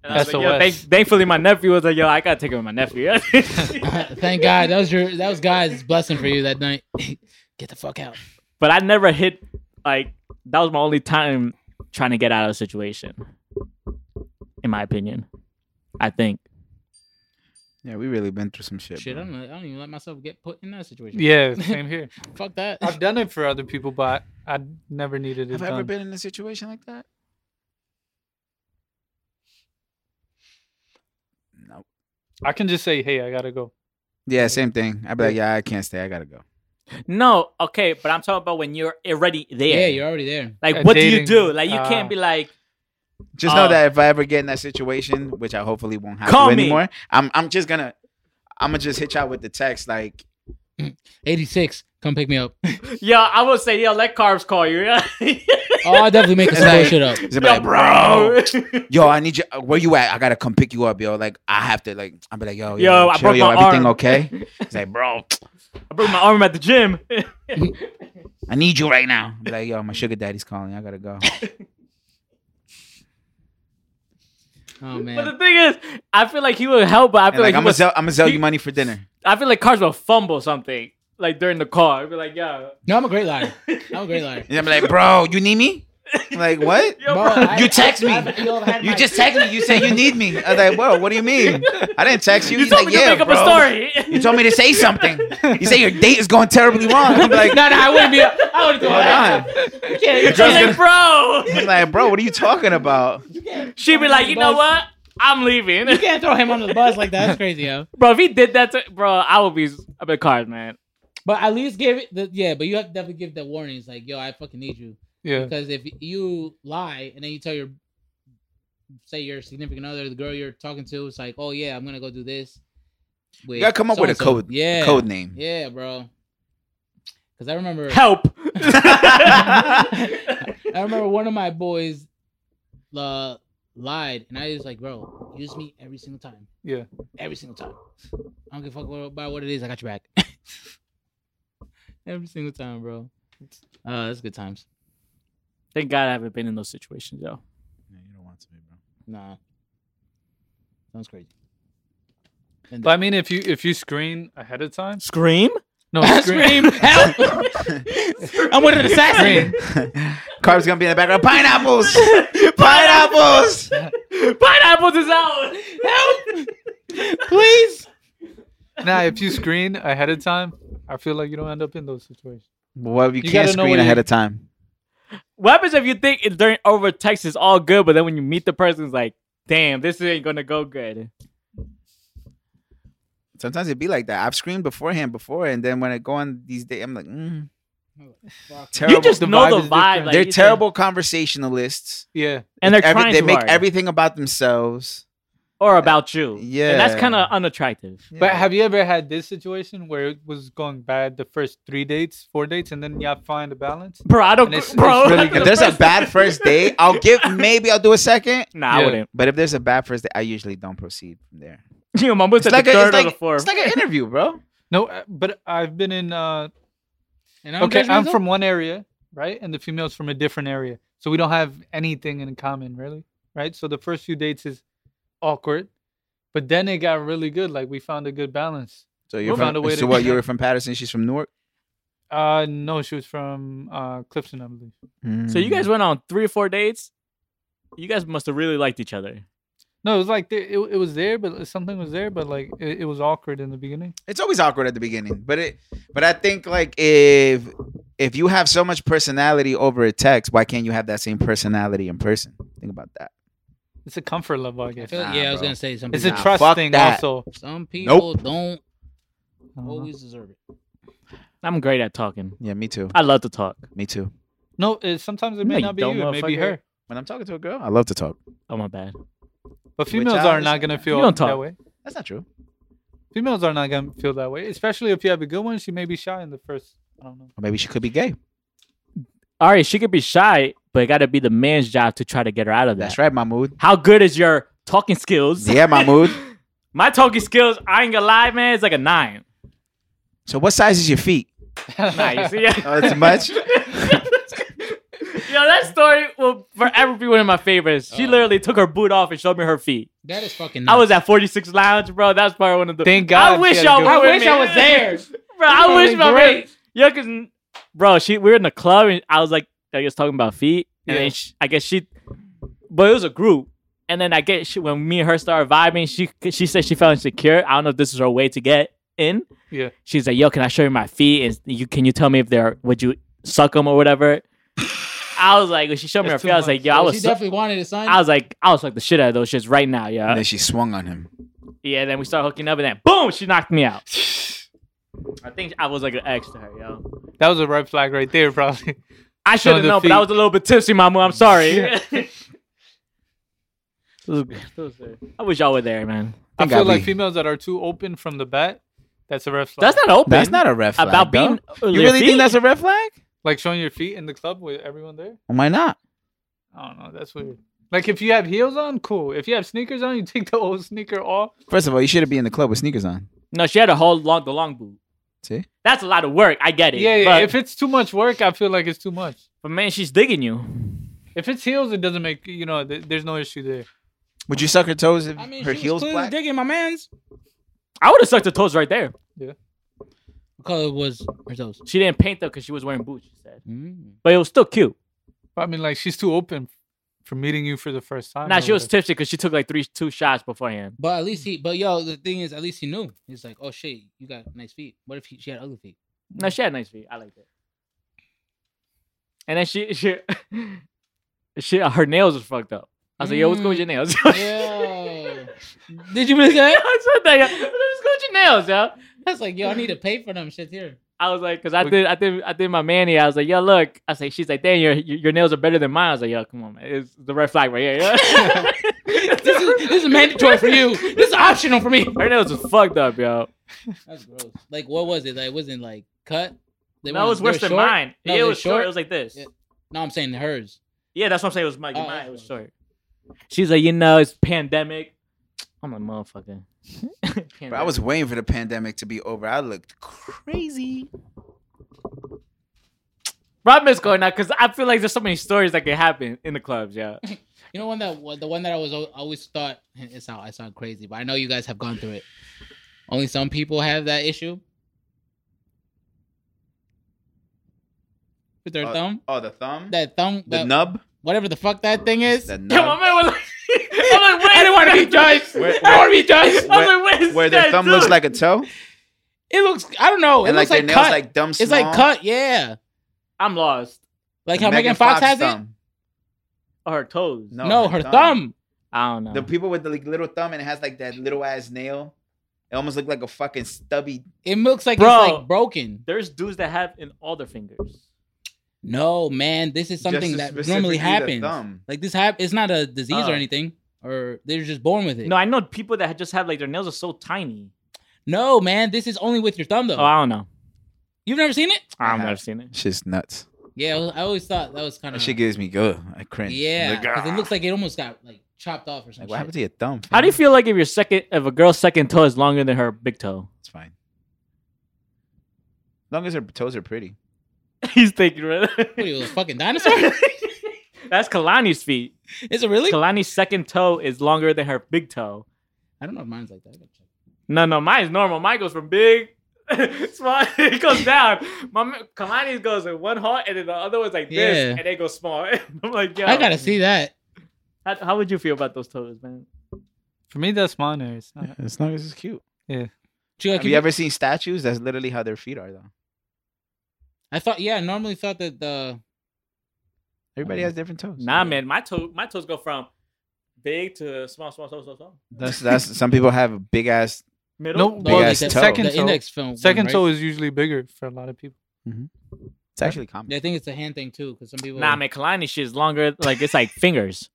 Speaker 4: And I was like,
Speaker 3: SOS.
Speaker 4: yo, thank- thankfully my nephew was like, yo, I gotta take care of my
Speaker 5: *laughs*
Speaker 4: nephew. *laughs*
Speaker 5: *laughs* Thank God. *laughs* That was your that was God's blessing for you that night. Get the fuck out.
Speaker 4: but I never hit like that was my only time trying to get out of a situation. In my opinion, I think.
Speaker 2: Yeah, we really been through some shit.
Speaker 5: Shit, I
Speaker 2: bro.
Speaker 5: don't, I don't even let myself get put in that situation. *laughs*
Speaker 3: Yeah, same here.
Speaker 5: Fuck that.
Speaker 3: I've done it for other people, but I never needed it
Speaker 2: Have I ever
Speaker 3: done.
Speaker 2: been in a situation like that? No.
Speaker 3: I can just say, "Hey, I gotta go."
Speaker 2: Yeah, same thing. I'd be like, yeah, I can't stay. I gotta go.
Speaker 4: No, okay, but I'm talking about when you're already there.
Speaker 5: *laughs* Yeah, you're already there.
Speaker 4: like,
Speaker 3: Uh,
Speaker 4: what do you
Speaker 3: dating,
Speaker 4: do? Like, you can't
Speaker 3: uh,
Speaker 4: be like,
Speaker 2: Just know
Speaker 4: Oh.
Speaker 2: that if I ever get in that situation, which I hopefully won't have
Speaker 4: Call
Speaker 2: to
Speaker 4: me.
Speaker 2: anymore, I'm I'm just gonna I'm gonna just hit y'all with the text like
Speaker 5: 86. Come pick me up.
Speaker 4: yo, I will say, yo, let carbs call you. *laughs*
Speaker 5: Oh, I'll definitely *laughs* make a
Speaker 2: It's like-
Speaker 5: shit up.
Speaker 2: it's gonna be like, bro, yo, I need you. uh, Where you at? I gotta come pick you up, yo. Like I have to like I'll be like, yo, yo,
Speaker 4: Yo, I
Speaker 2: chill,
Speaker 4: broke
Speaker 2: yo,
Speaker 4: my
Speaker 2: everything
Speaker 4: arm.
Speaker 2: okay?
Speaker 4: *laughs*
Speaker 2: He's like, bro,
Speaker 4: I broke my arm at the gym. *laughs*
Speaker 2: I need you right now. I'll be like, yo, my sugar daddy's calling. I gotta
Speaker 4: *laughs*
Speaker 2: go.
Speaker 4: But
Speaker 5: Oh
Speaker 4: the
Speaker 5: man.
Speaker 4: thing is, I feel like he would help, but I
Speaker 2: And
Speaker 4: feel
Speaker 2: like,
Speaker 4: like,
Speaker 2: I'm
Speaker 4: he
Speaker 2: gonna
Speaker 4: was,
Speaker 2: sell, I'm gonna sell
Speaker 4: he-
Speaker 2: you money for dinner.
Speaker 4: I feel like cars will fumble something like during the car. I'd be like, yo,
Speaker 5: No, I'm a great liar. I'm a great *laughs* liar.
Speaker 2: And I'm like, bro, you need me? I'm like what?
Speaker 4: *laughs* yo,
Speaker 5: Bro,
Speaker 4: bro, *laughs*
Speaker 5: I-
Speaker 2: You text me.
Speaker 5: I've- yo, I've had
Speaker 2: You
Speaker 5: my-
Speaker 2: just
Speaker 5: *laughs*
Speaker 2: text me. You say you need me. I was like, whoa, what do you mean? I didn't text you.
Speaker 4: you
Speaker 2: He's like,
Speaker 4: told me to
Speaker 2: yeah,
Speaker 4: make up
Speaker 2: bro.
Speaker 4: a story.
Speaker 2: You
Speaker 4: *laughs*
Speaker 2: told me to say something. You say your date is going terribly wrong. I'm like,
Speaker 5: no, no, I wouldn't be. I wouldn't do
Speaker 2: hold
Speaker 5: that.
Speaker 2: on.
Speaker 5: Yeah,
Speaker 4: You're
Speaker 5: you
Speaker 2: drunk.
Speaker 4: like, bro.
Speaker 2: *laughs* I'm like, bro, what are you talking about?
Speaker 4: She'd be like, you know
Speaker 5: Buzz.
Speaker 4: what? I'm leaving. *laughs*
Speaker 5: You can't throw him under the bus like that. That's crazy, yo.
Speaker 4: bro, if he did that to bro, I would be I'd be cars, man.
Speaker 5: But at least give it. The, yeah, but you have to definitely give the warnings. Like, yo, I fucking need you.
Speaker 3: Yeah,
Speaker 5: Because if you lie and then you tell your, say your significant other, the girl you're talking to, it's like, oh yeah, I'm gonna go do this. With
Speaker 2: You gotta come up with a
Speaker 5: so-and-so.
Speaker 2: code,
Speaker 5: Yeah.
Speaker 2: code name.
Speaker 5: Yeah, bro. Because I remember.
Speaker 4: *laughs* Help.
Speaker 5: I remember one of my boys uh, lied, and I was like, bro, use me every single time.
Speaker 3: Yeah.
Speaker 5: Every single time. I don't give a fuck what- about what it is. I got your back. *laughs* every single time, bro. Uh, that's good times.
Speaker 4: Thank God I haven't been in those situations, yo.
Speaker 2: you don't want to be, bro.
Speaker 5: Nah. Sounds crazy. And
Speaker 3: but I mean, if you if you screen ahead of time,
Speaker 4: Scream? *laughs*
Speaker 3: no
Speaker 5: scream, help! I'm with an assassin.
Speaker 2: *laughs* Carb's gonna be in the background. Pineapples,
Speaker 4: *laughs*
Speaker 2: pineapples.
Speaker 4: Pineapples is out.
Speaker 5: Help! Please!
Speaker 3: Nah, if you screen ahead of time, I feel like you don't end up in those situations.
Speaker 2: Well, you,
Speaker 3: You
Speaker 2: can't
Speaker 3: gotta know
Speaker 2: screen
Speaker 3: what
Speaker 2: ahead
Speaker 3: you-
Speaker 2: of time.
Speaker 4: What happens if you think it during over text is all good, but then when you meet the person, it's like, damn, this ain't gonna go good.
Speaker 2: Sometimes it be like that. I've screamed beforehand before, and then when I go on these days, I'm like, mm, terrible.
Speaker 4: You just
Speaker 3: The vibe
Speaker 4: know
Speaker 3: is
Speaker 4: the vibe.
Speaker 3: different.
Speaker 4: like,
Speaker 2: they're
Speaker 4: you said-
Speaker 2: terrible conversationalists,
Speaker 3: Yeah,
Speaker 4: and they're
Speaker 2: Every-
Speaker 4: trying
Speaker 2: they
Speaker 4: too
Speaker 2: make
Speaker 4: hard.
Speaker 2: everything about themselves.
Speaker 4: or about you.
Speaker 2: Yeah.
Speaker 4: and that's kind of unattractive.
Speaker 3: but
Speaker 2: *laughs*
Speaker 3: have you ever had this situation where it was going bad the first three dates, four dates, and then y'all find a balance?
Speaker 4: Bro, I don't.
Speaker 3: And it's-
Speaker 4: bro,
Speaker 3: it's really
Speaker 4: after
Speaker 3: good.
Speaker 2: if there's
Speaker 4: the
Speaker 2: a
Speaker 4: *laughs* first-
Speaker 2: bad first date, I'll
Speaker 4: *laughs*
Speaker 2: give maybe I'll do a second.
Speaker 4: Nah, I
Speaker 3: Yeah.
Speaker 4: wouldn't. *laughs*
Speaker 2: But if there's a bad first date, I usually don't proceed from there.
Speaker 4: You know, my boy said
Speaker 2: like
Speaker 4: the
Speaker 2: a-
Speaker 4: third
Speaker 2: like,
Speaker 4: or the fourth.
Speaker 2: it's like an interview,
Speaker 4: *laughs*
Speaker 2: bro.
Speaker 3: No, uh, but I've been in. uh
Speaker 5: And I'm
Speaker 3: Okay, I'm
Speaker 5: judgmental?
Speaker 3: from one area, right, and the female's from a different area, so we don't have anything in common, really, right? So the first few dates is awkward, but then it got really good. Like we found a good balance.
Speaker 2: So you're
Speaker 3: We found a
Speaker 2: from
Speaker 3: way
Speaker 2: so
Speaker 3: to-
Speaker 4: *laughs*
Speaker 2: what? You were from Patterson. She's from Newark.
Speaker 3: Uh, no, she was from uh Clifton, I believe.
Speaker 4: So you guys went on three or four dates. You guys must have really liked each other.
Speaker 3: No, it was like the, it, it was there, but uh, something was there, but like it, it was awkward in the beginning.
Speaker 2: It's always awkward at the beginning, but it. But I think like if if you have so much personality over a text, why can't you have that same personality in person? Think about that.
Speaker 3: It's a comfort level, I
Speaker 5: I
Speaker 3: guess.
Speaker 5: feel like-
Speaker 2: Nah,
Speaker 5: yeah, I was
Speaker 2: bro.
Speaker 5: going to say something.
Speaker 3: It's a
Speaker 2: Nah,
Speaker 3: trust
Speaker 2: fuck
Speaker 3: thing,
Speaker 2: that.
Speaker 3: also.
Speaker 5: Some people don't
Speaker 3: Uh-huh.
Speaker 5: always deserve it.
Speaker 4: I'm great at talking.
Speaker 2: Yeah, me too.
Speaker 4: I love to talk.
Speaker 2: Me too.
Speaker 3: No, it, sometimes it may
Speaker 4: No, you
Speaker 3: not be
Speaker 4: dumb
Speaker 3: you, it may be
Speaker 4: motherfucker.
Speaker 3: her.
Speaker 2: When I'm talking to a girl, I love to talk.
Speaker 4: Oh my bad.
Speaker 3: But females
Speaker 2: I
Speaker 3: are not
Speaker 2: understand
Speaker 3: gonna
Speaker 2: that.
Speaker 3: feel
Speaker 4: You don't
Speaker 3: that
Speaker 4: talk.
Speaker 3: way.
Speaker 2: That's not true.
Speaker 3: Females are not gonna feel that way, especially if you have a good one. She may be shy in the first. I don't know.
Speaker 2: Or maybe she could be gay.
Speaker 4: All right, she could be shy, but it got to be the man's job to try to get her out of that.
Speaker 2: That's right, Mahmood.
Speaker 4: How good is your talking skills?
Speaker 2: Yeah, Mahmood.
Speaker 4: *laughs* My talking skills, I ain't gonna lie, man, it's like a
Speaker 2: *laughs*
Speaker 4: nine.
Speaker 2: So what size is your feet?
Speaker 4: Nah, you see?
Speaker 2: Oh, it's *laughs* much.
Speaker 4: *laughs* Yo, that story will forever be one of my favorites. She
Speaker 5: Oh.
Speaker 4: literally took her boot off and showed me her feet.
Speaker 5: That is fucking.
Speaker 4: I
Speaker 5: nuts.
Speaker 4: was at 46 Lounge, bro. That's probably one of the.
Speaker 3: Thank God
Speaker 4: I
Speaker 3: she
Speaker 4: wish
Speaker 3: had
Speaker 4: y'all.
Speaker 3: good-
Speaker 4: were
Speaker 5: I
Speaker 4: with
Speaker 5: wish
Speaker 4: me.
Speaker 5: I was there.
Speaker 4: *laughs* bro. I
Speaker 5: would've
Speaker 4: wish
Speaker 5: been
Speaker 4: my man.
Speaker 5: great.
Speaker 4: Yeah, cause, bro, she we were in the club and I was like, I guess talking about feet, and
Speaker 3: Yeah.
Speaker 4: then sh I guess she, but it was a group. And then I guess she, when me and her started vibing, she she said she felt insecure. I don't know if this is her way to get in.
Speaker 3: Yeah.
Speaker 4: she's like, "Yo, can I show you my feet? And you can you tell me if they're would you suck them
Speaker 3: *laughs*
Speaker 4: or whatever?" I was like, when she showed me
Speaker 3: That's
Speaker 4: her
Speaker 3: too
Speaker 4: feet, I was like,
Speaker 3: much.
Speaker 4: "Yo, I
Speaker 5: Well,
Speaker 4: was."
Speaker 5: she
Speaker 4: su-
Speaker 5: definitely wanted to sign.
Speaker 4: I was like, I was like the shit out of those shits right now,
Speaker 2: And
Speaker 4: yeah.
Speaker 2: then she swung on him.
Speaker 4: Yeah, then we started hooking up, and then boom, she knocked me out. *sighs* I think I was like an ex to her, yo.
Speaker 3: *laughs* That was a red flag right there, probably.
Speaker 4: I should have
Speaker 3: the
Speaker 4: known, but I
Speaker 3: feet.
Speaker 4: was a little bit tipsy, Mamu.
Speaker 2: *laughs*
Speaker 4: I'm sorry.
Speaker 3: Yeah.
Speaker 4: Those- those are- *laughs* I wish y'all were there, man.
Speaker 3: I
Speaker 2: Think
Speaker 3: feel
Speaker 2: I'll
Speaker 3: like
Speaker 2: be-
Speaker 3: females that are too open from the bat, that's a red flag.
Speaker 4: That's not open.
Speaker 2: That's not a red flag.
Speaker 4: about
Speaker 2: though.
Speaker 4: being. uh,
Speaker 2: You really think that's a red flag?
Speaker 3: like showing your feet in the club with everyone there.
Speaker 2: Why not?
Speaker 3: I don't know. That's weird. Like if you have heels on, cool. If you have sneakers on, you *laughs* take the old sneaker off.
Speaker 2: First of all, you shouldn't be in the club with sneakers on.
Speaker 4: no? She had a whole long, the long boot.
Speaker 2: See?
Speaker 4: That's a lot of work. I get it.
Speaker 3: Yeah, yeah.
Speaker 4: But,
Speaker 3: if it's too much work, I feel like it's too much.
Speaker 4: but man, she's digging you.
Speaker 3: If it's heels, it doesn't make you know. Th- there's no issue there.
Speaker 2: Would you suck her toes if
Speaker 5: I mean,
Speaker 2: her
Speaker 5: she
Speaker 2: heels
Speaker 5: was clearly
Speaker 2: black?
Speaker 5: digging my man's.
Speaker 4: I would have sucked her toes right there.
Speaker 5: What color was her toes?
Speaker 4: She didn't paint though because she was wearing boots. She said,
Speaker 5: Mm.
Speaker 4: but it was still cute.
Speaker 3: But I mean, like she's too open for meeting you for the first time.
Speaker 4: Nah,
Speaker 3: or
Speaker 4: she was
Speaker 3: whatever.
Speaker 4: tipsy because she took like three, two shots beforehand.
Speaker 5: But at least he. But yo, the thing is, at least he knew. He's like, oh shit, you got nice feet. What if he, she had ugly *laughs* feet?
Speaker 4: No, she had nice feet. I liked it. And then she she *laughs* she her nails was fucked up. I was like, yo, what's going with your nails? *laughs*
Speaker 5: Yo, did you really *laughs* say? that?
Speaker 4: I said that, yo. What's going with your nails, yo?
Speaker 5: I was like, yo, I need to pay for them shit *laughs* here.
Speaker 4: I was like, cause I did, I did, I did my manny. I was like, yo, look. I was like, she's like, damn, your your your nails are better than mine. I was like, yo, come on, man, it's the red flag right here. Yeah?
Speaker 5: *laughs* This is, this is mandatory for you. This is optional for me.
Speaker 4: her nails was fucked up, yo.
Speaker 5: That's gross. Like, what was it? Like, it wasn't like cut. They
Speaker 4: no, it
Speaker 5: weren't-
Speaker 4: was
Speaker 5: they
Speaker 4: worse
Speaker 5: were
Speaker 4: than
Speaker 5: short?
Speaker 4: mine.
Speaker 5: No,
Speaker 4: yeah, it
Speaker 5: they're
Speaker 4: was short.
Speaker 5: short?
Speaker 4: It was like this.
Speaker 5: Yeah. No, I'm saying hers.
Speaker 4: Yeah, that's what I'm saying. It was my
Speaker 5: Oh,
Speaker 4: mine. It was
Speaker 5: okay.
Speaker 4: short. She's like, you know, it's pandemic. I'm a motherfucker. *laughs*
Speaker 2: Bro, I was waiting for the pandemic to be over. I looked crazy.
Speaker 4: Bro, I miss going out because I feel like there's so many stories that can happen in the clubs.
Speaker 2: *laughs*
Speaker 4: Yeah,
Speaker 5: You know, one that wa- the one that I was al- always thought it sound I sound crazy, but I know you guys have gone through it. Only some people have that issue. With their
Speaker 2: Uh,
Speaker 5: thumb,
Speaker 2: Oh, the thumb?
Speaker 5: that thumb,
Speaker 2: the
Speaker 5: that-
Speaker 2: nub?
Speaker 5: whatever the fuck that thing is.
Speaker 2: The
Speaker 4: yeah, my
Speaker 2: nub.
Speaker 4: man was like, *laughs* I'm like, wait,
Speaker 5: I didn't want to be judged.
Speaker 2: Where-
Speaker 5: I don't want to be judged.
Speaker 4: I was like, wait, is
Speaker 2: Where their
Speaker 4: that
Speaker 2: thumb
Speaker 4: dude?
Speaker 2: looks like a toe?
Speaker 5: It looks, I don't know. It
Speaker 2: and like
Speaker 5: looks
Speaker 2: their
Speaker 5: like
Speaker 2: nails
Speaker 5: cut.
Speaker 2: like dumb small.
Speaker 5: it's like cut, yeah.
Speaker 4: I'm lost.
Speaker 5: Like how Megan Fox, has it.
Speaker 4: Or her toes.
Speaker 2: No.
Speaker 5: No,
Speaker 2: her
Speaker 5: her,
Speaker 2: thumb.
Speaker 5: thumb.
Speaker 4: I don't know.
Speaker 2: The people with the like, little thumb and it has like that little ass nail. It almost looked like a fucking stubby.
Speaker 5: It looks like
Speaker 4: Bro.
Speaker 5: it's like broken.
Speaker 4: There's dudes that have in all their fingers.
Speaker 5: No, man, this is something
Speaker 2: just
Speaker 5: that
Speaker 2: specifically
Speaker 5: normally
Speaker 2: the
Speaker 5: happens.
Speaker 2: thumb. Uh.
Speaker 5: Like this hap- it's not a disease
Speaker 4: Oh.
Speaker 5: or anything, or they're just born with it.
Speaker 4: No, I know people that just have like their nails are so tiny.
Speaker 5: No, man, this is only with your thumb though.
Speaker 4: Oh, I don't know.
Speaker 5: You've never seen it?
Speaker 4: I've
Speaker 2: Yeah.
Speaker 4: never seen it.
Speaker 2: Shit's nuts.
Speaker 5: Yeah, I was- I always thought that was kind
Speaker 2: That
Speaker 5: of
Speaker 2: shit gives me good. I cringe.
Speaker 5: yeah,
Speaker 2: Like,
Speaker 5: 'cause
Speaker 2: ah.
Speaker 5: it looks like it almost got like chopped off or
Speaker 2: Like,
Speaker 5: something.
Speaker 2: what happened to your thumb?
Speaker 4: How do you
Speaker 2: fam?
Speaker 4: feel like if your second, if a girl's second toe is longer than her big toe?
Speaker 2: It's fine. As long as her toes are pretty.
Speaker 4: *laughs* He's thinking, right?
Speaker 5: What
Speaker 4: *laughs*
Speaker 5: are you, a
Speaker 2: *laughs*
Speaker 5: fucking dinosaur?
Speaker 4: That's Kalani's feet.
Speaker 5: is it really?
Speaker 4: Kalani's second toe is longer than her big toe.
Speaker 5: I don't know if mine's like that. I gotta check.
Speaker 4: No, no, mine is normal. Mine goes from big, *laughs* small, *laughs* it goes down. My ma- Kalani's goes in one heart, and then the other one's like this,
Speaker 5: Yeah.
Speaker 4: and they go small. *laughs* I'm like, yo,
Speaker 5: I gotta see that.
Speaker 4: How, how would you feel about those toes, man?
Speaker 3: for me. That's mine. eh, It's
Speaker 4: *laughs*
Speaker 3: not. *laughs*
Speaker 2: As long as it's cute.
Speaker 5: Chico,
Speaker 2: Have
Speaker 5: can
Speaker 2: you
Speaker 5: you-
Speaker 2: ever seen statues? That's literally how their feet are, though.
Speaker 5: I thought, yeah, I normally thought that the
Speaker 2: Everybody has different toes.
Speaker 4: Nah, man, my toe, my toes go from big to small, small, small, small, small.
Speaker 2: That's that's some people have big ass.
Speaker 4: Middle.
Speaker 3: No,
Speaker 5: the,
Speaker 2: Big
Speaker 5: the,
Speaker 2: ass
Speaker 5: the,
Speaker 2: toe.
Speaker 5: second
Speaker 3: Second
Speaker 5: the
Speaker 3: toe.
Speaker 5: index film.
Speaker 3: Second
Speaker 5: one,
Speaker 3: toe
Speaker 5: right?
Speaker 3: is usually bigger for a lot of people.
Speaker 2: It's actually common.
Speaker 5: Yeah, I think it's a hand thing too, because some people.
Speaker 4: Nah, man, Kalani shit is longer. Like it's
Speaker 5: *laughs*
Speaker 4: like fingers,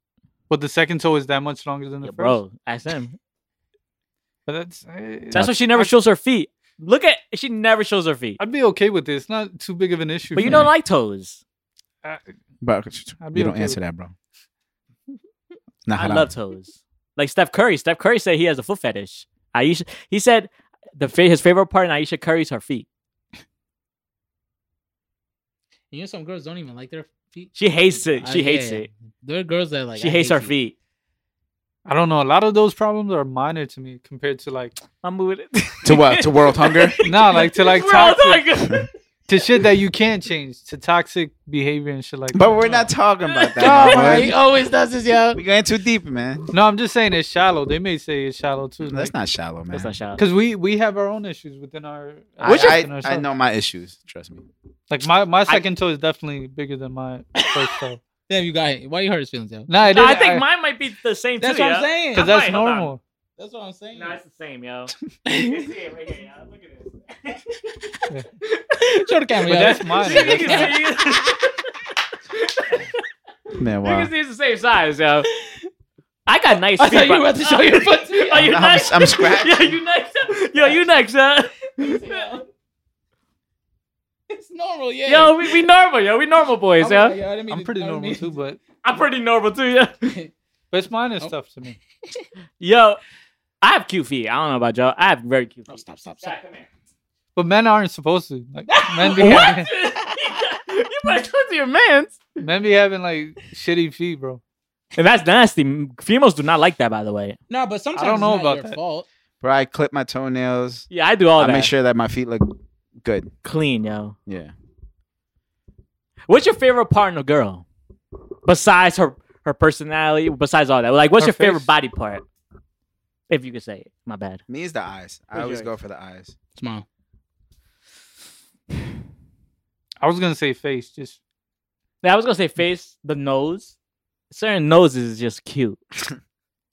Speaker 3: But the second toe is that much longer than the
Speaker 4: Yo,
Speaker 3: first.
Speaker 4: bro. Ask him.
Speaker 3: But that's eh,
Speaker 4: That's why she never shows her feet. Look at she never shows her feet.
Speaker 3: I'd be okay with this. It's not too big of an issue.
Speaker 4: But you
Speaker 3: for
Speaker 4: don't
Speaker 3: me.
Speaker 4: like toes.
Speaker 3: Uh,
Speaker 2: Bro,
Speaker 3: I'd be
Speaker 2: you don't
Speaker 3: okay
Speaker 2: answer
Speaker 3: with-
Speaker 4: *laughs*
Speaker 2: that, bro. It's not
Speaker 4: I
Speaker 2: halal.
Speaker 4: love toes. Like Steph Curry. Steph Curry said he has a foot fetish. Aisha, he said the fa- his favorite part in Aisha Curry's her feet.
Speaker 5: You know, some girls don't even like their feet.
Speaker 4: She hates it.
Speaker 5: Uh,
Speaker 4: She hates
Speaker 5: yeah.
Speaker 4: it.
Speaker 5: There are girls that like.
Speaker 4: she
Speaker 5: I
Speaker 4: hates
Speaker 5: hate
Speaker 4: her
Speaker 5: you.
Speaker 4: feet.
Speaker 3: I don't know. A lot of those problems are minor to me compared to like
Speaker 4: I'm moving. *laughs*
Speaker 2: To what? To world hunger?
Speaker 3: nah, like to like
Speaker 4: We're all *laughs*
Speaker 3: toxic.
Speaker 4: talking.
Speaker 3: to shit that you can't change to toxic behavior and shit like that.
Speaker 2: But we're not talking about that.
Speaker 5: Oh,
Speaker 2: my
Speaker 5: man,
Speaker 2: boy.
Speaker 5: he always does this, yo.
Speaker 2: We're going too deep, man.
Speaker 3: No, I'm just saying it's shallow. They may say it's shallow too.
Speaker 2: That's not shallow, man.
Speaker 4: That's not shallow.
Speaker 3: because we we have our own issues within our.
Speaker 2: I,
Speaker 3: within
Speaker 2: I, I
Speaker 3: ourselves.
Speaker 2: know my issues. Trust me.
Speaker 3: Like my my second toe is definitely bigger than my
Speaker 2: *coughs*
Speaker 3: first toe.
Speaker 5: Damn, you got it. Why you hurt his feelings, yo?
Speaker 3: No, I,
Speaker 4: No,
Speaker 3: didn't,
Speaker 4: I think mine might be the same
Speaker 5: That's
Speaker 4: too.
Speaker 5: what I'm
Speaker 4: yo.
Speaker 5: saying.
Speaker 3: because
Speaker 4: I
Speaker 3: that's
Speaker 4: might, hold on.
Speaker 3: normal.
Speaker 5: That's what I'm saying.
Speaker 4: No, it's the same,
Speaker 5: *laughs*
Speaker 4: yo. You can see it right here, yo. Look at this.
Speaker 5: Show the camera,
Speaker 3: But
Speaker 5: yo.
Speaker 3: that's
Speaker 4: *laughs*
Speaker 3: mine.
Speaker 4: You
Speaker 3: That's
Speaker 4: can
Speaker 3: not-
Speaker 4: see
Speaker 5: *laughs*
Speaker 4: it.
Speaker 2: Man,
Speaker 4: You
Speaker 2: wow.
Speaker 4: can see it's the same size, yo. I got nice
Speaker 5: I
Speaker 4: feet.
Speaker 5: thought you
Speaker 4: bro.
Speaker 5: were about to
Speaker 4: *laughs*
Speaker 5: show your foot. too,
Speaker 4: Are you
Speaker 2: I'm-
Speaker 4: next?
Speaker 2: I'm scratching.
Speaker 4: *laughs* Yo, you next? Yo, you next, huh?
Speaker 3: *laughs*
Speaker 5: yo. It's normal, yeah.
Speaker 4: Yo, we, we normal, yo. We normal boys,
Speaker 5: I'm, yo, I
Speaker 4: yo.
Speaker 5: didn't mean
Speaker 3: I'm
Speaker 5: to-
Speaker 3: pretty
Speaker 5: I didn't
Speaker 3: normal
Speaker 5: mean
Speaker 3: too, but
Speaker 4: I'm pretty normal too, yo.
Speaker 5: *laughs* to-
Speaker 3: but it's minor
Speaker 5: Oh.
Speaker 3: stuff to me.
Speaker 4: Yo, I have cute feet. I don't know about y'all. I have very cute
Speaker 5: No,
Speaker 4: feet.
Speaker 5: stop,
Speaker 4: *laughs*
Speaker 5: stop, stop.
Speaker 3: But men aren't supposed to. Like men be having,
Speaker 4: *laughs* you better talk to your mans.
Speaker 3: men be having like shitty feet, bro.
Speaker 4: And that's nasty. Females do not like that, by the way.
Speaker 5: No, but sometimes
Speaker 3: I don't know
Speaker 5: it's not
Speaker 3: about
Speaker 5: your
Speaker 3: that.
Speaker 5: fault.
Speaker 2: Bro, I clip my toenails.
Speaker 4: Yeah, I do all
Speaker 2: I
Speaker 4: that.
Speaker 2: make sure that my feet look good.
Speaker 4: clean, yo.
Speaker 2: Yeah.
Speaker 4: What's your favorite part in a girl? Besides her her personality, besides all that. Like what's
Speaker 3: Her
Speaker 4: your favorite
Speaker 3: face.
Speaker 4: body part? If you could say it. My bad.
Speaker 2: Me is the eyes. I
Speaker 4: Who's
Speaker 2: always
Speaker 4: yours?
Speaker 2: go for the eyes.
Speaker 5: Smile.
Speaker 3: I was gonna say face, just
Speaker 4: Now, I was gonna say face, the nose. Certain noses is just cute. *laughs*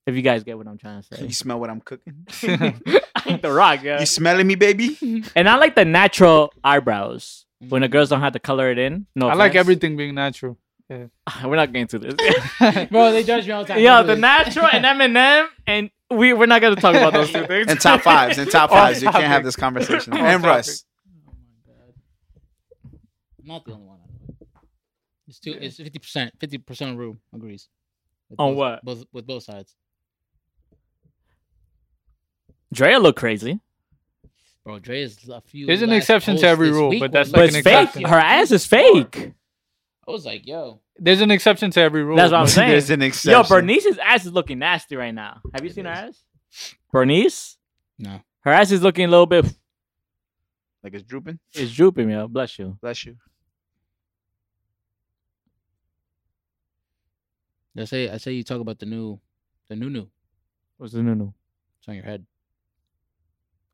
Speaker 4: if you guys get what I'm trying to
Speaker 2: You
Speaker 4: say.
Speaker 2: smell what I'm cooking?
Speaker 4: *laughs* I ain't the rock, yo.
Speaker 2: You smelling me, baby?
Speaker 4: And I like the natural eyebrows. When the girls don't have to color it in.
Speaker 2: Oh,
Speaker 4: No.
Speaker 3: I like
Speaker 4: offense.
Speaker 3: everything being natural.
Speaker 4: We're not getting to *laughs* this.
Speaker 5: *laughs* Bro, they judge me all the time.
Speaker 4: Yo,
Speaker 5: Don't do
Speaker 4: the
Speaker 5: this.
Speaker 4: natural and Eminem, and we we're not gonna talk about those two things.
Speaker 2: And top fives. And
Speaker 4: *laughs*
Speaker 2: top
Speaker 4: Off
Speaker 2: fives. You can't
Speaker 4: topic.
Speaker 2: have this conversation.
Speaker 4: *laughs* Off
Speaker 2: And
Speaker 3: topic.
Speaker 2: Russ.
Speaker 5: Oh my god. I'm not the only one. I know. It's two. It's fifty percent. Fifty percent room agrees. With
Speaker 4: On
Speaker 5: both-
Speaker 4: what?
Speaker 5: Both with both sides,
Speaker 4: Drea look crazy,
Speaker 5: bro. Dre is a few.
Speaker 3: There's an
Speaker 5: last
Speaker 3: exception to
Speaker 5: posts
Speaker 3: every
Speaker 5: this
Speaker 3: rule,
Speaker 5: week
Speaker 3: but
Speaker 5: where
Speaker 3: that's
Speaker 5: I'm
Speaker 3: Like
Speaker 4: but
Speaker 3: an
Speaker 4: it's fake.
Speaker 3: exception.
Speaker 4: Her ass is fake.
Speaker 5: I was like, yo,
Speaker 3: There's an exception to every rule.
Speaker 4: That's what I'm
Speaker 3: but-
Speaker 4: saying.
Speaker 2: There's an exception.
Speaker 4: Yo, Bernice's ass is looking nasty right now. Have you
Speaker 5: It
Speaker 4: seen her ass?
Speaker 5: is.
Speaker 4: Bernice,
Speaker 5: no.
Speaker 4: her ass is looking a little bit.
Speaker 2: Like it's drooping.
Speaker 4: It's drooping, yo. Bless you.
Speaker 2: Bless you.
Speaker 5: I say, I say, you talk about the new, the new new.
Speaker 4: What's the new new?
Speaker 5: It's on your head.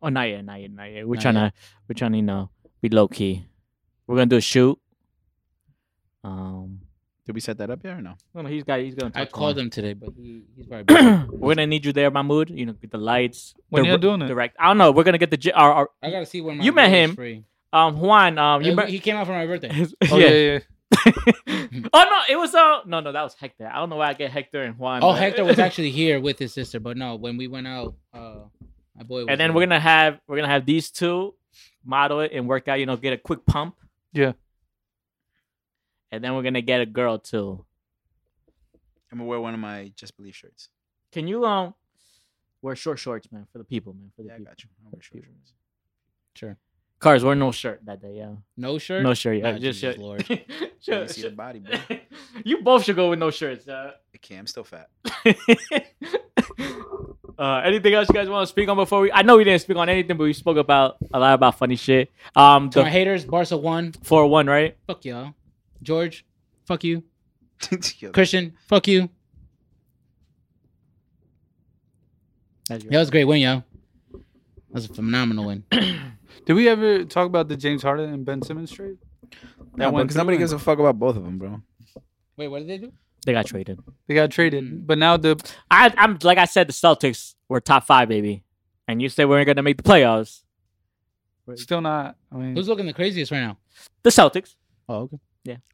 Speaker 4: Oh, not yet, not yet, not yet. We're
Speaker 5: Not
Speaker 4: trying to, we're trying to, you know, be low key. We're gonna do a shoot. Um,
Speaker 2: Did we set that up yet or no?
Speaker 4: no, no, he's got, he's gonna. Talk
Speaker 5: I
Speaker 4: to
Speaker 5: called
Speaker 4: her.
Speaker 5: him today, but he, he's probably. busy.
Speaker 4: *clears throat* we're gonna need you there, Mahmood. You know, get the lights.
Speaker 3: When
Speaker 4: the
Speaker 3: y'all
Speaker 4: r-
Speaker 3: doing it?
Speaker 4: Direct. I don't know. We're gonna get the j- our, our
Speaker 5: I gotta see when my
Speaker 4: You met
Speaker 5: birthday is
Speaker 4: him.
Speaker 5: Free.
Speaker 4: um Juan. Um, you
Speaker 5: Uh,
Speaker 4: mer- *laughs*
Speaker 5: he came out for my birthday.
Speaker 4: his-
Speaker 3: Oh yeah,
Speaker 4: yeah.
Speaker 3: yeah.
Speaker 4: *laughs* oh no, it was uh no no that was Hector. I don't know why I get Hector and Juan.
Speaker 5: Oh,
Speaker 4: but- *laughs*
Speaker 5: Hector was actually here with his sister, but no, when we went out, uh, my boy. Was
Speaker 4: and then we're gonna have we're gonna have these two model it and work out. You know, get a quick pump.
Speaker 3: Yeah.
Speaker 4: And then we're gonna get a girl too.
Speaker 2: I'm gonna wear one of my Just Believe shirts.
Speaker 4: Can you um wear short shorts, man, for the people, man, for the
Speaker 2: Yeah, I
Speaker 4: people.
Speaker 2: got you. I'll wear short shorts.
Speaker 5: sure.
Speaker 4: Cars wear no shirt that day, yeah.
Speaker 5: No shirt.
Speaker 4: No shirt, yeah.
Speaker 5: Nah,
Speaker 4: just
Speaker 5: Jesus
Speaker 4: shirt.
Speaker 5: Lord.
Speaker 4: *laughs*
Speaker 2: Let me
Speaker 4: Shirt,
Speaker 2: see the
Speaker 4: shirt.
Speaker 2: body,
Speaker 4: *laughs*
Speaker 2: bro.
Speaker 4: you both should go with no shirts. Uh.
Speaker 2: Okay, I'm still fat.
Speaker 4: *laughs* uh, anything else you guys want to speak on before we? I know we didn't speak on anything, but we spoke about a lot about funny shit. Um,
Speaker 5: To my
Speaker 4: the
Speaker 5: haters, Barca won.
Speaker 4: four one, right?
Speaker 5: Fuck y'all. George, fuck you.
Speaker 2: *laughs* Yo,
Speaker 5: Christian, fuck you. That was a great win, yo. That was a
Speaker 4: *clears throat*
Speaker 5: phenomenal win.
Speaker 3: Did we ever talk about the James Harden and Ben Simmons trade?
Speaker 2: Nah,
Speaker 3: one
Speaker 2: because nobody
Speaker 3: through
Speaker 2: gives a fuck about both of them,
Speaker 4: *laughs*
Speaker 2: bro. *laughs*
Speaker 5: Wait, what did they do?
Speaker 4: They got traded.
Speaker 3: They got
Speaker 4: Mm.
Speaker 3: traded, but now the
Speaker 4: I, I'm like I said, the Celtics were top five, baby, and you said we weren't gonna make the playoffs.
Speaker 3: still not. I mean,
Speaker 5: Who's looking the craziest right now?
Speaker 4: The Celtics.
Speaker 5: Oh, okay.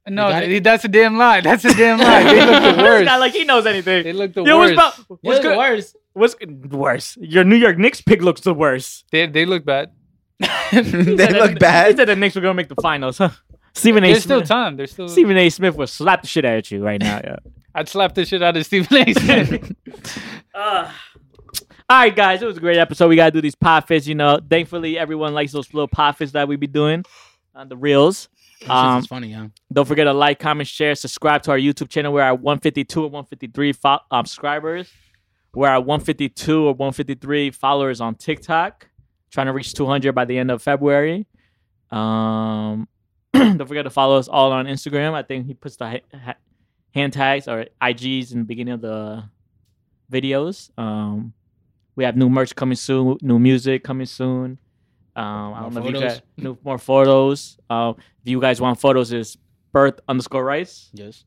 Speaker 3: no,
Speaker 5: got it?
Speaker 3: th- that's a damn lie. That's a damn lie. *laughs* They
Speaker 4: *laughs*
Speaker 3: look the
Speaker 4: This guy,
Speaker 3: worst.
Speaker 4: like he knows anything.
Speaker 3: They look the
Speaker 4: Yo, what's,
Speaker 3: worst.
Speaker 4: about, what's,
Speaker 5: What's the
Speaker 4: good,
Speaker 5: worst?
Speaker 4: what's good- worse? Your New York Knicks pick looks
Speaker 3: *laughs*
Speaker 4: the worst.
Speaker 3: They they look bad.
Speaker 4: He
Speaker 2: they
Speaker 4: said
Speaker 2: look
Speaker 4: that- He
Speaker 2: bad.
Speaker 4: said the Knicks were gonna make the finals, huh? Stephen A.
Speaker 3: There's still
Speaker 4: Smith.
Speaker 3: time. There's still.
Speaker 4: Stephen A. Smith will slap the shit at you right now. Yeah.
Speaker 3: I'd slap the shit out of Stephen A.
Speaker 4: *laughs*
Speaker 3: Smith.
Speaker 4: Uh, all right, guys, it was a great episode. We gotta do these pod fits, you know. Thankfully, everyone likes those little pod fits that we be doing on the reels. Um,
Speaker 5: it's funny, yo.
Speaker 4: Don't forget to like, comment, share, subscribe to our YouTube channel. We're at 152 or 153 fo- um, subscribers. We're at 152 or 153 followers on TikTok. Trying to reach 200 by the end of February. Um, *clears throat* don't forget to follow us all on Instagram. I think he puts the ha- ha- hand tags or IGs in the beginning of the videos. Um, we have new merch coming soon, new music coming soon. Um, I
Speaker 5: More
Speaker 4: don't know if you
Speaker 5: photos.
Speaker 4: guys new, more photos. Uh, if you guys want photos, is birth underscore rights.
Speaker 5: Yes.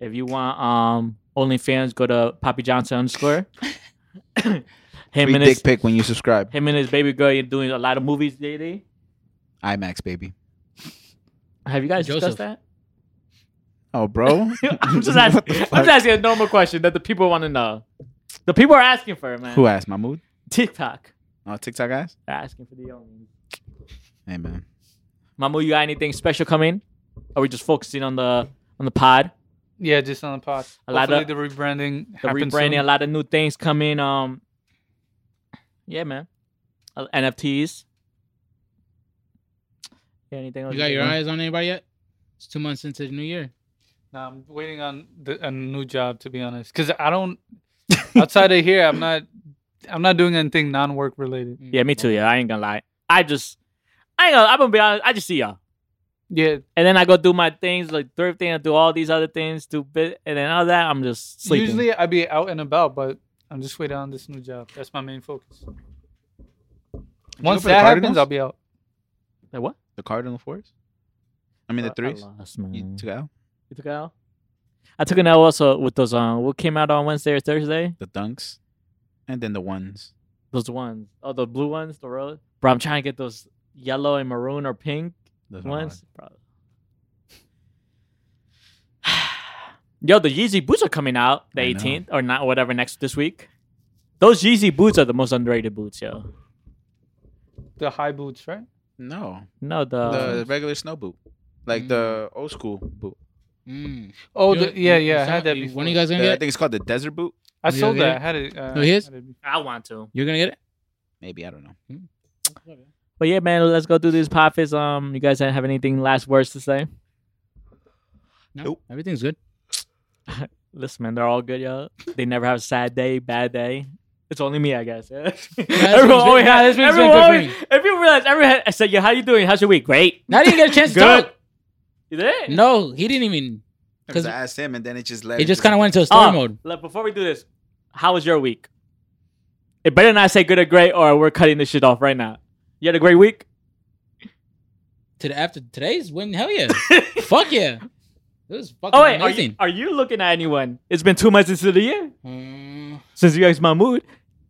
Speaker 4: If you want um OnlyFans, go to Poppy Johnson underscore. *coughs* him
Speaker 2: Free
Speaker 4: and
Speaker 2: dick
Speaker 4: his
Speaker 2: pic when you subscribe.
Speaker 4: him and his baby girl are doing a lot of movies daily.
Speaker 2: IMAX baby.
Speaker 4: Have you guys
Speaker 5: Joseph.
Speaker 4: discussed that?
Speaker 2: Oh, bro.
Speaker 4: *laughs*
Speaker 2: *laughs*
Speaker 4: I'm
Speaker 2: What
Speaker 4: just asking.
Speaker 2: the
Speaker 4: I'm
Speaker 2: fuck?
Speaker 4: just asking a normal question that the people want to know. The people are asking for it, man.
Speaker 2: Who asked? Mahmood?
Speaker 4: TikTok.
Speaker 2: Oh, TikTok asked?
Speaker 4: They're asking for the only.
Speaker 2: Hey, man.
Speaker 4: Mamu, you got anything special coming? Are we just focusing on the on the pod?
Speaker 3: Yeah, just on the pod.
Speaker 4: A lot
Speaker 3: Hopefully
Speaker 4: of-
Speaker 3: the rebranding.
Speaker 4: The
Speaker 3: happens
Speaker 4: rebranding, a
Speaker 3: soon.
Speaker 4: lot of new things coming. Um, yeah, man. Uh, NFTs. Yeah, anything? else
Speaker 5: You got your
Speaker 4: think of?
Speaker 5: eyes on anybody yet? It's two months into the new year.
Speaker 3: Nah, I'm waiting on the, a new job to be honest, because I
Speaker 4: *laughs*
Speaker 3: don't. outside of here, I'm not. I'm not doing anything non-work related.
Speaker 4: Yeah, me too. Yeah, I ain't gonna lie. I just, I ain't gonna. I'm gonna be honest. I just see y'all.
Speaker 3: Yeah,
Speaker 4: And then I go do my things, like thrifting, I do all these other things, do bit, and then all that. I'm just sleeping.
Speaker 3: usually I'd be out and about, but I'm just waiting on this new job. That's my main focus. Once
Speaker 2: for the
Speaker 3: that happens,
Speaker 2: Cardinals?
Speaker 3: I'll be out.
Speaker 4: Like, what?
Speaker 2: The Cardinal Force? I mean, the
Speaker 4: I- I
Speaker 2: threes?
Speaker 4: lost, man.
Speaker 2: You took out?
Speaker 4: You took an L? I took an L also with those um what came out on Wednesday or Thursday?
Speaker 2: The dunks? And then the ones.
Speaker 4: Those ones. Oh the blue ones, the road. Bro, I'm trying to get those yellow and maroon or pink
Speaker 2: Those are
Speaker 4: ones. Bro. *sighs* Yo, the Yeezy boots are coming out the
Speaker 2: I know.
Speaker 4: 18th or not whatever next this week. Those Yeezy boots are the most underrated boots, yo.
Speaker 3: The high boots, right?
Speaker 2: hard. No.
Speaker 4: No, the,
Speaker 2: the, the regular snow boot. Like the old school boot.
Speaker 5: Mm.
Speaker 3: Oh,
Speaker 5: You
Speaker 3: the,
Speaker 5: know-
Speaker 3: yeah,
Speaker 5: you-
Speaker 3: yeah. I
Speaker 5: you saw-
Speaker 3: had that
Speaker 5: you-
Speaker 3: before.
Speaker 5: When are you guys gonna
Speaker 2: The- I
Speaker 5: get? it?
Speaker 2: think it's called the desert boot.
Speaker 3: I
Speaker 5: you
Speaker 3: sold
Speaker 5: get
Speaker 3: that.
Speaker 5: it?
Speaker 3: I had it. Uh,
Speaker 5: Oh, his?
Speaker 3: had it before.
Speaker 4: I want to.
Speaker 5: You're gonna get it.
Speaker 2: Maybe. I don't know.
Speaker 4: But yeah, man, let's go through these poppets. Um, you guys have anything last words to say?
Speaker 5: No,
Speaker 2: Nope.
Speaker 5: everything's good.
Speaker 4: Listen, man, they're all good, yo. They never have a sad day, bad day. It's only me, I guess. *laughs* Yeah.
Speaker 5: been-
Speaker 4: everyone always
Speaker 5: nah,
Speaker 4: has.
Speaker 5: this one's been
Speaker 4: Everyone
Speaker 5: good for
Speaker 4: always,
Speaker 5: me.
Speaker 4: if you realize, everyone I said, "Yo, how you doing? How's your week? Great."
Speaker 5: Now didn't get a chance to
Speaker 4: Good.
Speaker 5: talk.
Speaker 4: You did?
Speaker 5: No, he didn't even.
Speaker 2: Because
Speaker 5: Because
Speaker 2: I asked him and then it just led.
Speaker 5: it just kind of went into a story
Speaker 4: Oh,
Speaker 5: mode.
Speaker 4: Look, before we do this, how was your week? It better not say good or great, or we're cutting this shit off right now. You had a great week.
Speaker 5: To the after today's win, hell yeah, *laughs* fuck yeah, it was fucking
Speaker 4: Oh wait, are you,
Speaker 5: amazing.
Speaker 4: are you looking at anyone? It's been two months into the year.
Speaker 5: Mm,
Speaker 4: since you asked Mahmood,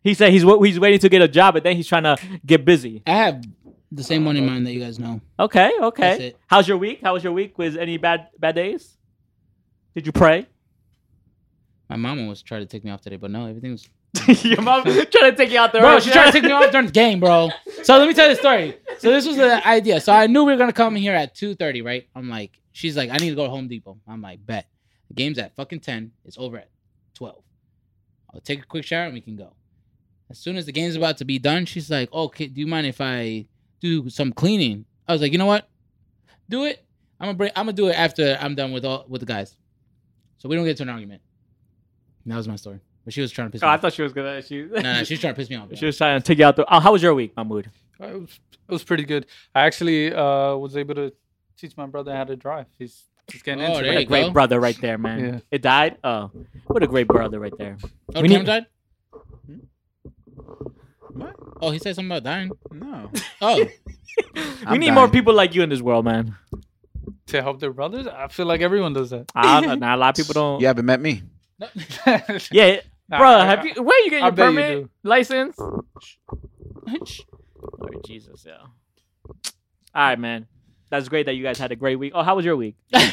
Speaker 4: he said he's wa- he's waiting to get a job, but then he's trying to get busy.
Speaker 5: I have the same one in mind that you guys know.
Speaker 4: Okay,
Speaker 5: That's
Speaker 4: okay.
Speaker 5: it.
Speaker 4: How's your week? How was your week? Was any bad bad days? Did you pray? *laughs*
Speaker 5: My mom almost tried to take me off today, but no, everything's.
Speaker 4: Your mom trying to take you out there.
Speaker 5: Bro, she tried to
Speaker 4: *laughs*
Speaker 5: take me off during the game, bro. So let me tell you the story. So this was the idea. So I knew we were gonna come here at two thirty, right? I'm like, she's like, I need to go to Home Depot. I'm like, bet. The game's at fucking ten. It's over at twelve. I'll take a quick shower and we can go. As soon as the game's about to be done, she's like, okay, do you mind if I do some cleaning? I was like, you know what? Do it. I'm gonna bring, I'm gonna do it after I'm done with all with the guys. So we don't get into an argument. And that was my story. But she was trying to piss me
Speaker 4: Oh, I
Speaker 5: off.
Speaker 4: thought she was gonna. She,
Speaker 5: No, no, she's trying to piss me off.
Speaker 4: *laughs*
Speaker 5: bro.
Speaker 4: she was trying to take you out there. Oh, how was your week, Mahmood?
Speaker 3: Uh, It was, it was pretty good. I actually uh, was able to teach my brother how to drive. He's, he's getting
Speaker 5: Oh,
Speaker 3: into
Speaker 5: there
Speaker 4: What
Speaker 5: you
Speaker 3: it.
Speaker 4: a great
Speaker 5: go.
Speaker 4: brother right there, man.
Speaker 3: Yeah.
Speaker 4: It died. Oh, what a great brother right there. We
Speaker 5: Oh, we
Speaker 4: need-
Speaker 5: died?
Speaker 2: What?
Speaker 5: Oh, he said something about dying.
Speaker 2: No.
Speaker 4: *laughs*
Speaker 5: Oh,
Speaker 4: we
Speaker 2: I'm
Speaker 4: need more
Speaker 2: dying.
Speaker 4: people like you in this world, man.
Speaker 3: to help their brothers. I feel like everyone does *laughs* that.
Speaker 4: I don't know. A lot of people don't.
Speaker 2: You haven't met me.
Speaker 4: Yeah,
Speaker 3: Nah,
Speaker 4: bro.
Speaker 3: I- *laughs*
Speaker 4: Have you? Where you getting
Speaker 3: I
Speaker 4: your
Speaker 3: bet you
Speaker 4: permit,
Speaker 3: do.
Speaker 4: license? Lord Jesus, yeah. All right, man. That's great that you guys had a great week. Oh, how was your week?
Speaker 2: Um,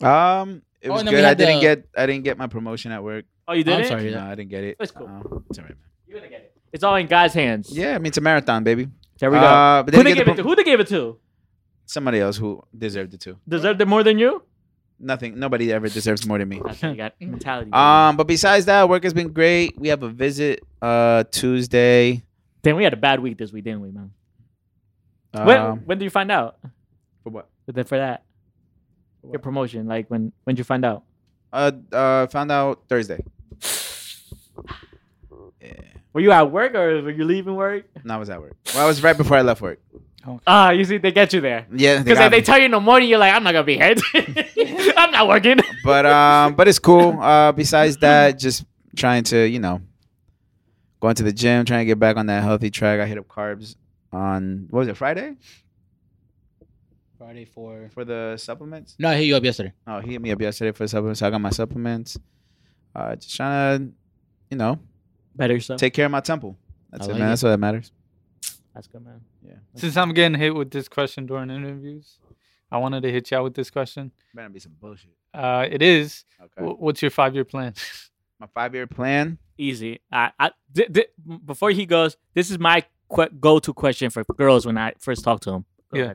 Speaker 2: it
Speaker 5: Oh,
Speaker 2: was
Speaker 5: and then we
Speaker 2: good. I
Speaker 5: had
Speaker 2: didn't
Speaker 5: the-
Speaker 2: get. I didn't get my promotion at work.
Speaker 4: Oh, you did
Speaker 5: I'm
Speaker 4: it?
Speaker 5: sorry.
Speaker 2: No, I didn't get it.
Speaker 4: It's cool.
Speaker 2: Um, it's all right, man.
Speaker 4: You're gonna get it. It's all in God's hands.
Speaker 2: Yeah, I mean it's a marathon, baby.
Speaker 4: There we go.
Speaker 2: Uh, but they
Speaker 4: Who
Speaker 2: didn't
Speaker 4: they
Speaker 2: get
Speaker 4: gave
Speaker 2: the
Speaker 4: it
Speaker 2: prom-
Speaker 4: to? Who they gave it to?
Speaker 2: Somebody else who deserved it too.
Speaker 4: Deserved it more than you?
Speaker 2: Nothing. Nobody ever deserves more than me.
Speaker 4: That's how you got mentality.
Speaker 2: Um, but besides that, work has been great. We have a visit uh Tuesday.
Speaker 4: Damn, we had a bad week this week, didn't we, man?
Speaker 2: Um,
Speaker 4: when when did you find out
Speaker 2: for what?
Speaker 4: that for that? Your promotion, like when when did you find out?
Speaker 2: Uh, uh, found out Thursday.
Speaker 4: Were you at work or were you leaving work?
Speaker 2: No, I was at work. Well, I was right before I left work.
Speaker 4: Ah, you see, they get you there.
Speaker 2: Yeah, they
Speaker 4: Because if
Speaker 2: got
Speaker 4: they
Speaker 2: me.
Speaker 4: tell you in the morning, you're like, I'm not gonna be here. *laughs* I'm not working.
Speaker 2: but um, but it's cool. Uh, besides that, just trying to you know, going to the gym, trying to get back on that healthy track. I hit up carbs on what was it Friday
Speaker 5: Friday for.
Speaker 2: for the supplements.
Speaker 5: No, I hit you up yesterday.
Speaker 2: Oh, he hit me up yesterday for the supplements. So I got my supplements. Uh, just trying to, you know,
Speaker 4: Better yourself.
Speaker 2: take care of my temple. That's
Speaker 5: I
Speaker 2: it,
Speaker 5: like
Speaker 2: man.
Speaker 5: it.
Speaker 2: That's all that matters.
Speaker 4: That's good, man.
Speaker 3: Since I'm getting hit with this question during interviews, I wanted to hit you out with this question.
Speaker 2: Better be some bullshit.
Speaker 3: Uh, it is,
Speaker 2: Okay.
Speaker 3: wh- what's your five-year plan? *laughs*
Speaker 2: my five year plan.
Speaker 4: Easy. I, I, th- th- before he goes, this is my que- go-to question for girls when I first talk to him.
Speaker 3: Yeah.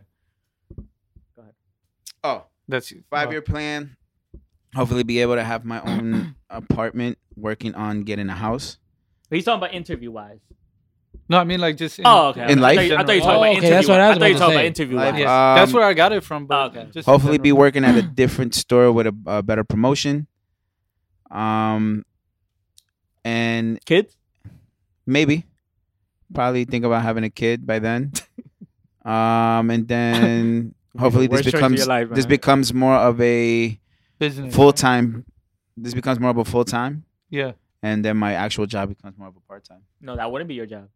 Speaker 2: Oh,
Speaker 3: That's uh,
Speaker 2: five year plan. Hopefully, be able to have my own
Speaker 4: *clears throat*
Speaker 2: apartment. Working on getting a house.
Speaker 4: He's talking about interview-wise.
Speaker 3: No, I mean like just. In,
Speaker 4: oh, okay.
Speaker 2: In
Speaker 4: I
Speaker 2: life?
Speaker 4: thought you- I thought you were
Speaker 3: general. Oh,
Speaker 4: talking about
Speaker 5: Oh, okay, that's
Speaker 4: interview-wise. thought you were talking about
Speaker 5: what I was about to say.
Speaker 4: interview-wise.
Speaker 2: Life-
Speaker 3: Yes,
Speaker 2: Um,
Speaker 3: that's where I got it from. But
Speaker 4: Oh, okay.
Speaker 3: just in
Speaker 2: Hopefully, be
Speaker 3: general.
Speaker 2: working
Speaker 4: *clears throat*
Speaker 2: at a different store with a, a better promotion. Um, and
Speaker 4: Kids?
Speaker 2: maybe, probably think about having a kid by
Speaker 4: *laughs*
Speaker 2: then. um, and then hopefully this
Speaker 4: Worst choice of your
Speaker 2: becomes
Speaker 4: life,
Speaker 2: this
Speaker 4: man.
Speaker 2: becomes more of a
Speaker 3: business
Speaker 2: full time. This becomes more of a full time,
Speaker 3: Yeah,
Speaker 2: and then my actual job becomes more of a part time.
Speaker 4: No, that wouldn't be your job.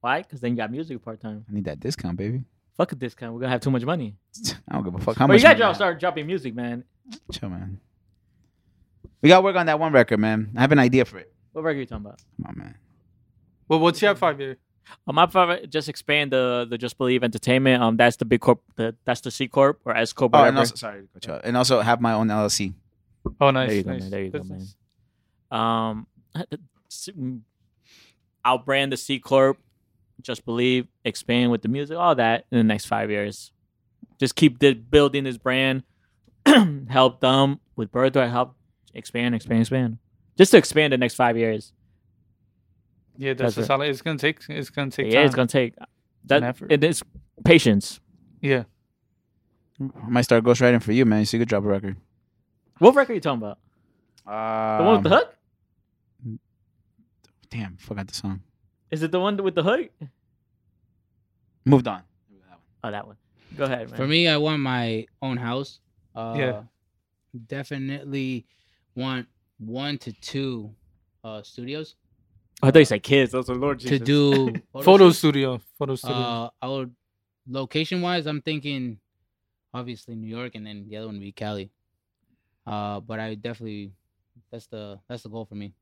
Speaker 4: Why? Because then you got music part-time.
Speaker 2: I need that discount, baby. *laughs*
Speaker 4: Fuck a discount. We're gonna have too much money.
Speaker 2: I don't give a fuck how
Speaker 4: but
Speaker 2: much.
Speaker 4: you
Speaker 2: money I
Speaker 4: gotta drop-
Speaker 2: have.
Speaker 4: start dropping music, man.
Speaker 2: Chill, man. We gotta work on that one record, man. I have an idea for it.
Speaker 4: What record are you talking about?
Speaker 2: Come on, man.
Speaker 3: well, what's your five-year?
Speaker 4: Um, my favorite, just expand the the Just Believe Entertainment. Um, that's the big corp. The, that's the C corp or S corp.
Speaker 2: Oh,
Speaker 4: Whatever.
Speaker 2: and also sorry, to cut you off. and also have my own LLC.
Speaker 3: Oh, nice.
Speaker 4: there you go,
Speaker 3: nice.
Speaker 4: man. There you go, man.
Speaker 3: Business.
Speaker 4: Um, *laughs* I'll brand the C corp. Just believe, expand with the music, all that in the next five years. Just keep the, building this brand. *clears throat* help them with birthright. Help expand, expand, expand. Just to expand the next five years.
Speaker 3: Yeah, that's,
Speaker 4: That's
Speaker 3: a
Speaker 4: it.
Speaker 3: solid. It's gonna take. It's gonna take.
Speaker 4: yeah, it's
Speaker 3: time.
Speaker 4: gonna take uh, that.
Speaker 3: an effort.
Speaker 4: It is patience.
Speaker 3: Yeah.
Speaker 2: I might start ghostwriting for you, man. So you could drop a record.
Speaker 4: What record are you talking about?
Speaker 2: Uh,
Speaker 4: The one
Speaker 3: Um,
Speaker 4: with the hook?
Speaker 2: Damn, forgot the song.
Speaker 4: Is it the one with the hook?
Speaker 2: Moved on.
Speaker 4: Oh, that one. Go ahead, man.
Speaker 5: For me, I want my own house. Uh,
Speaker 3: Yeah.
Speaker 5: Definitely want one to two uh, studios
Speaker 4: I thought you said kids. Those are Lord Jesus.
Speaker 3: *laughs*
Speaker 4: *laughs*
Speaker 5: to do
Speaker 3: Photo
Speaker 5: shoots.
Speaker 3: studio. Photo studio.
Speaker 5: Uh, I would location wise, I'm thinking obviously New York, and then the other one would be Cali. Uh, but I definitely that's the that's the goal for me.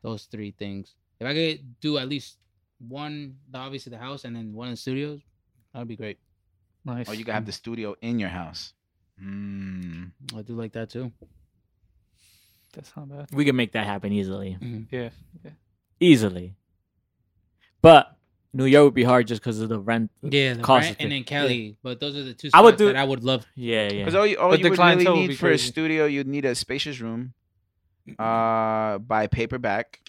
Speaker 5: Those three things. If I could do at least one, the- obviously the house, and then one in the studios, that would be great.
Speaker 3: nice.
Speaker 2: Oh, you could have the studio in your house. Mm.
Speaker 5: I do like that too.
Speaker 3: That's not bad.
Speaker 4: We can make that happen easily.
Speaker 3: Yeah.
Speaker 4: Easily. But New York would be hard just because of the rent.
Speaker 5: Yeah, the
Speaker 4: Cost
Speaker 5: rent
Speaker 4: effective.
Speaker 5: and then Cali. But those are the two.
Speaker 4: I would
Speaker 5: spots
Speaker 4: do-
Speaker 5: that. I would love.
Speaker 4: Yeah, yeah.
Speaker 2: Because all you, all
Speaker 3: But
Speaker 2: you
Speaker 3: the
Speaker 2: would really
Speaker 3: clientele would be
Speaker 2: need for a
Speaker 3: crazy.
Speaker 2: studio, you'd need a spacious room, uh, by paperback.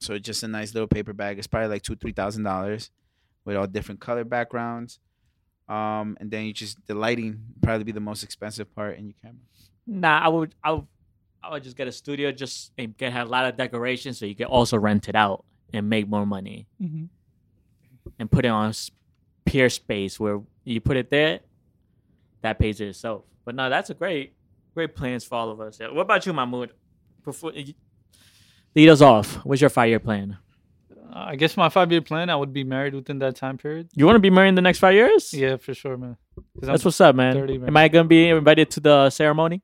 Speaker 2: So just a nice little paper bag. It's probably like two, three thousand dollars, with all different color backgrounds. Um, and then you just the lighting probably be the most expensive part in your camera.
Speaker 4: Nah, I would, I would, I would just get a studio, just and get have a lot of decorations, so you can also rent it out and make more money,
Speaker 3: Mm-hmm.
Speaker 4: and put it on s- peer space where you put it there, that pays it itself. But no, that's a great, great plans for all of us. Yeah. What about you, Mahmoud? Before you- lead us off, what's your five-year plan?
Speaker 3: Uh, I guess my five-year plan. I would be married within that time period.
Speaker 4: You want to be married in the next five years?
Speaker 3: Yeah, for sure, man. 'Cause I'm-
Speaker 4: That's what's up, man.
Speaker 3: 30, man.
Speaker 4: Am I gonna be invited to
Speaker 3: *laughs*
Speaker 4: the ceremony?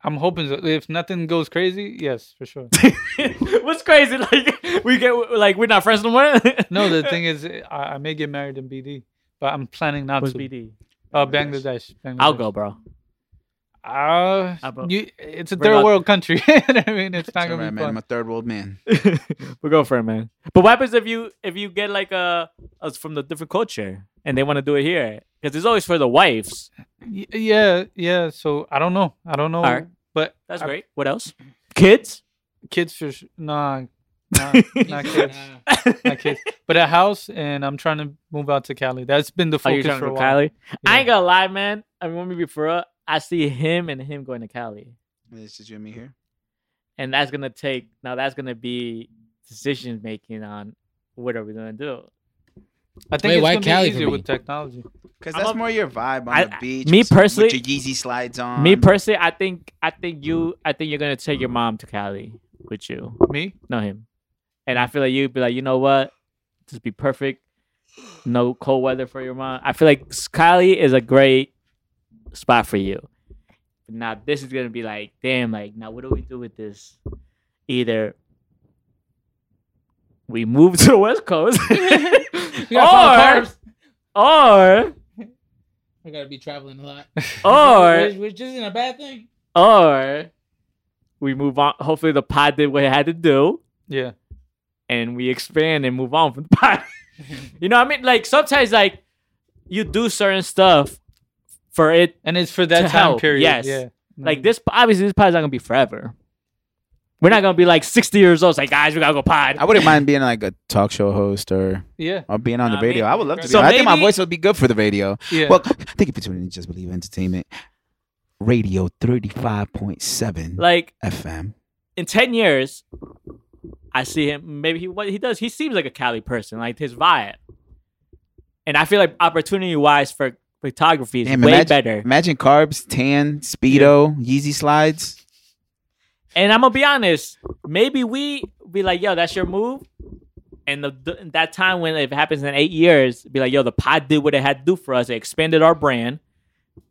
Speaker 3: I'm hoping so. if nothing goes crazy, yes, for sure.
Speaker 4: what's crazy? Like we get like we're not friends no more.
Speaker 3: no,
Speaker 4: *laughs*
Speaker 3: the thing is, I, I may get married in BD, but I'm planning not
Speaker 4: was
Speaker 3: to.
Speaker 4: BD.
Speaker 3: Uh, Bangladesh. Bangladesh.
Speaker 4: I'll go, bro.
Speaker 3: Uh,
Speaker 4: I'll go.
Speaker 3: you, it's a
Speaker 4: Bring
Speaker 3: third
Speaker 4: out-
Speaker 3: world country. *laughs* You know what I mean, it's not
Speaker 2: It's all
Speaker 3: gonna
Speaker 2: right,
Speaker 3: be
Speaker 2: man.
Speaker 3: fun.
Speaker 2: I'm a third world man.
Speaker 4: *laughs* we'll go for it, man. But what happens if you if you get like a us from the different culture and they want to do it here? Because it's always for the wives.
Speaker 3: Y- yeah, yeah. So I don't know. I don't know.
Speaker 4: Alright.
Speaker 3: But
Speaker 4: That's
Speaker 3: I-
Speaker 4: great. What
Speaker 3: *clears throat*
Speaker 4: else? Kids.
Speaker 3: Kids for sh-
Speaker 4: *laughs*
Speaker 3: nah, nah,
Speaker 5: *laughs*
Speaker 3: not kids,
Speaker 5: Nah.
Speaker 3: not kids. But a house, and I'm trying to move out to Cali. That's been the
Speaker 4: Are you
Speaker 3: focus
Speaker 4: Oh, trying
Speaker 3: for
Speaker 4: to
Speaker 3: a
Speaker 4: go
Speaker 3: while.
Speaker 4: Cali? I
Speaker 3: Yeah.
Speaker 4: ain't gonna lie, man. I mean, let me be for real. I see him and him going to Cali,
Speaker 2: This is you and me here.
Speaker 4: and that's gonna take. Now that's gonna be decision making on what are we gonna do.
Speaker 3: I think
Speaker 5: Wait,
Speaker 3: it's
Speaker 5: why
Speaker 3: gonna
Speaker 5: Cali
Speaker 3: be
Speaker 5: for
Speaker 3: easier
Speaker 5: me?
Speaker 3: with technology.
Speaker 2: Because
Speaker 4: I'm
Speaker 2: that's
Speaker 4: a-
Speaker 2: more your vibe on
Speaker 4: I-
Speaker 2: the beach.
Speaker 4: me
Speaker 2: with- with
Speaker 4: personally-
Speaker 2: your Yeezy slides on.
Speaker 3: Um,
Speaker 4: Me personally, I think I think you I think you're gonna take your mom to Cali with you.
Speaker 3: Me?
Speaker 4: No him. And I feel like you'd be like, you know what? Just be perfect. No cold weather for your mom. I feel like s- Cali is a great spot for you. Now this is gonna be like, damn, like now what do we do with this? Either we move *laughs* to the West
Speaker 5: *laughs*
Speaker 4: Coast
Speaker 5: We gotta follow
Speaker 4: or
Speaker 5: carbs.
Speaker 4: or
Speaker 5: We gotta be traveling a lot.
Speaker 4: or
Speaker 5: *laughs* which, which isn't a bad thing.
Speaker 4: or we move on. Hopefully the pod did what it had to do.
Speaker 3: Yeah.
Speaker 4: and we expand and move on from the
Speaker 2: *laughs*
Speaker 4: *laughs* pot. you know what I mean? Like sometimes like you do certain stuff for it.
Speaker 3: And it's for that
Speaker 4: To
Speaker 3: time
Speaker 4: help,
Speaker 3: period.
Speaker 4: yes.
Speaker 3: Yeah. Mm.
Speaker 2: Mm.
Speaker 4: Like this obviously this pod's not gonna be forever. We're not gonna be like sixty years old, it's like guys, we gotta go pod.
Speaker 2: I wouldn't mind being like a talk show host or,
Speaker 3: Yeah.
Speaker 2: or being on
Speaker 4: I
Speaker 2: the radio.
Speaker 4: mean,
Speaker 2: I would love to be.
Speaker 4: so
Speaker 2: on- I think my
Speaker 4: maybe-
Speaker 2: voice would be good for the radio.
Speaker 3: Yeah.
Speaker 2: Well, *laughs* thank you for tuning in. to Just believe entertainment. Radio thirty five point seven
Speaker 4: like
Speaker 2: FM.
Speaker 4: in ten years, I see him maybe he what he does, he seems like a Cali person, like his vibe. And I feel like opportunity wise for photography is
Speaker 2: Damn,
Speaker 4: way
Speaker 2: imagine-
Speaker 4: better.
Speaker 2: Imagine carbs, tan, speedo, Yeezy slides.
Speaker 4: And I'm gonna be honest, maybe we be like, yo, that's your move. And the, the- that time when it happens in eight years, be like, yo, the pod did what it had to do for us. It expanded our brand.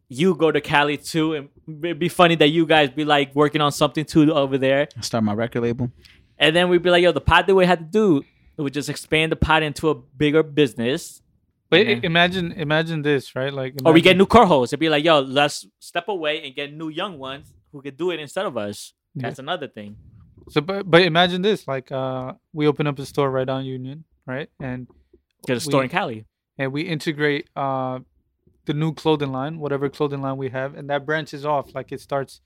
Speaker 4: You go to Cali too, and it'd be funny that you guys be like working on something too over there.
Speaker 2: Start my record label.
Speaker 4: And then we'd be like, yo, the pod did what it had to do. It would just expand the pod into a bigger business.
Speaker 3: but
Speaker 4: yeah.
Speaker 3: i- imagine imagine this, right? Like
Speaker 4: Or Oh, we get
Speaker 3: imagine-
Speaker 4: new core hosts. It'd be like, yo, let's step away and get new young ones who could do it instead of us. That's another thing.
Speaker 3: So, but, but imagine this: like, uh, we open up a store right on Union, right, and
Speaker 4: Get a store
Speaker 3: We-
Speaker 4: in Cali.
Speaker 3: and we integrate uh, the new clothing line, whatever clothing line we have, and that branches off. Like, it starts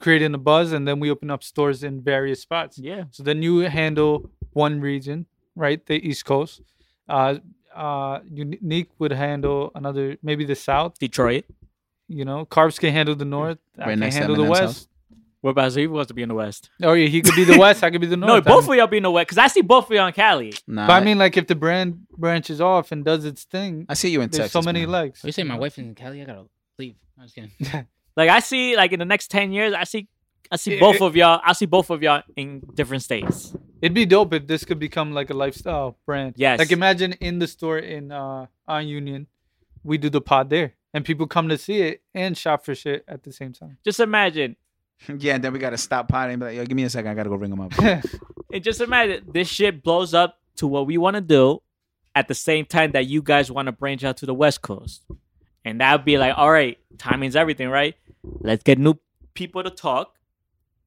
Speaker 3: creating a buzz, and then we open up stores in various spots.
Speaker 4: Yeah.
Speaker 3: So then you handle one region, right, the East Coast. Uh, uh, Unique would handle another, maybe the South.
Speaker 4: Detroit.
Speaker 3: You know, Carbs can handle the North. I
Speaker 2: Right
Speaker 3: can
Speaker 2: next to
Speaker 3: handle the
Speaker 2: Eminem's
Speaker 3: West.
Speaker 2: house.
Speaker 4: What about so he wants to be in the West?
Speaker 3: Oh yeah, he could be the West. I could be the North.
Speaker 4: *laughs* No,
Speaker 3: I
Speaker 4: both
Speaker 3: mean-
Speaker 4: of y'all be in the West because I see both of you on Cali.
Speaker 2: Nah,
Speaker 3: But I mean, like, if the brand branches off and does its thing,
Speaker 2: Uh, I see you in
Speaker 3: there's
Speaker 2: Texas.
Speaker 3: so many
Speaker 2: man.
Speaker 3: legs.
Speaker 5: Are you saying my wife is in Cali? I gotta leave. I'm just kidding.
Speaker 4: Like I see, like in the next ten years, I see, I see
Speaker 3: It-
Speaker 4: both
Speaker 3: it-
Speaker 4: of y'all. I see both of y'all in different states.
Speaker 3: It'd be dope if this could become like a lifestyle brand.
Speaker 4: Yes.
Speaker 3: Like imagine in the store in uh on Union, we do the pod there, and people come to see it and shop for shit at the same time. *laughs*
Speaker 4: Just imagine,
Speaker 2: *laughs* Yeah, and then we gotta stop potting and be like, yo, give me a second, I gotta go ring
Speaker 3: *laughs*
Speaker 2: them up.
Speaker 4: and just imagine this shit blows up to what we want to do, at the same time that you guys want to branch out to the West Coast, and that'd be like, all right, timing's everything, right? Let's get new people to talk,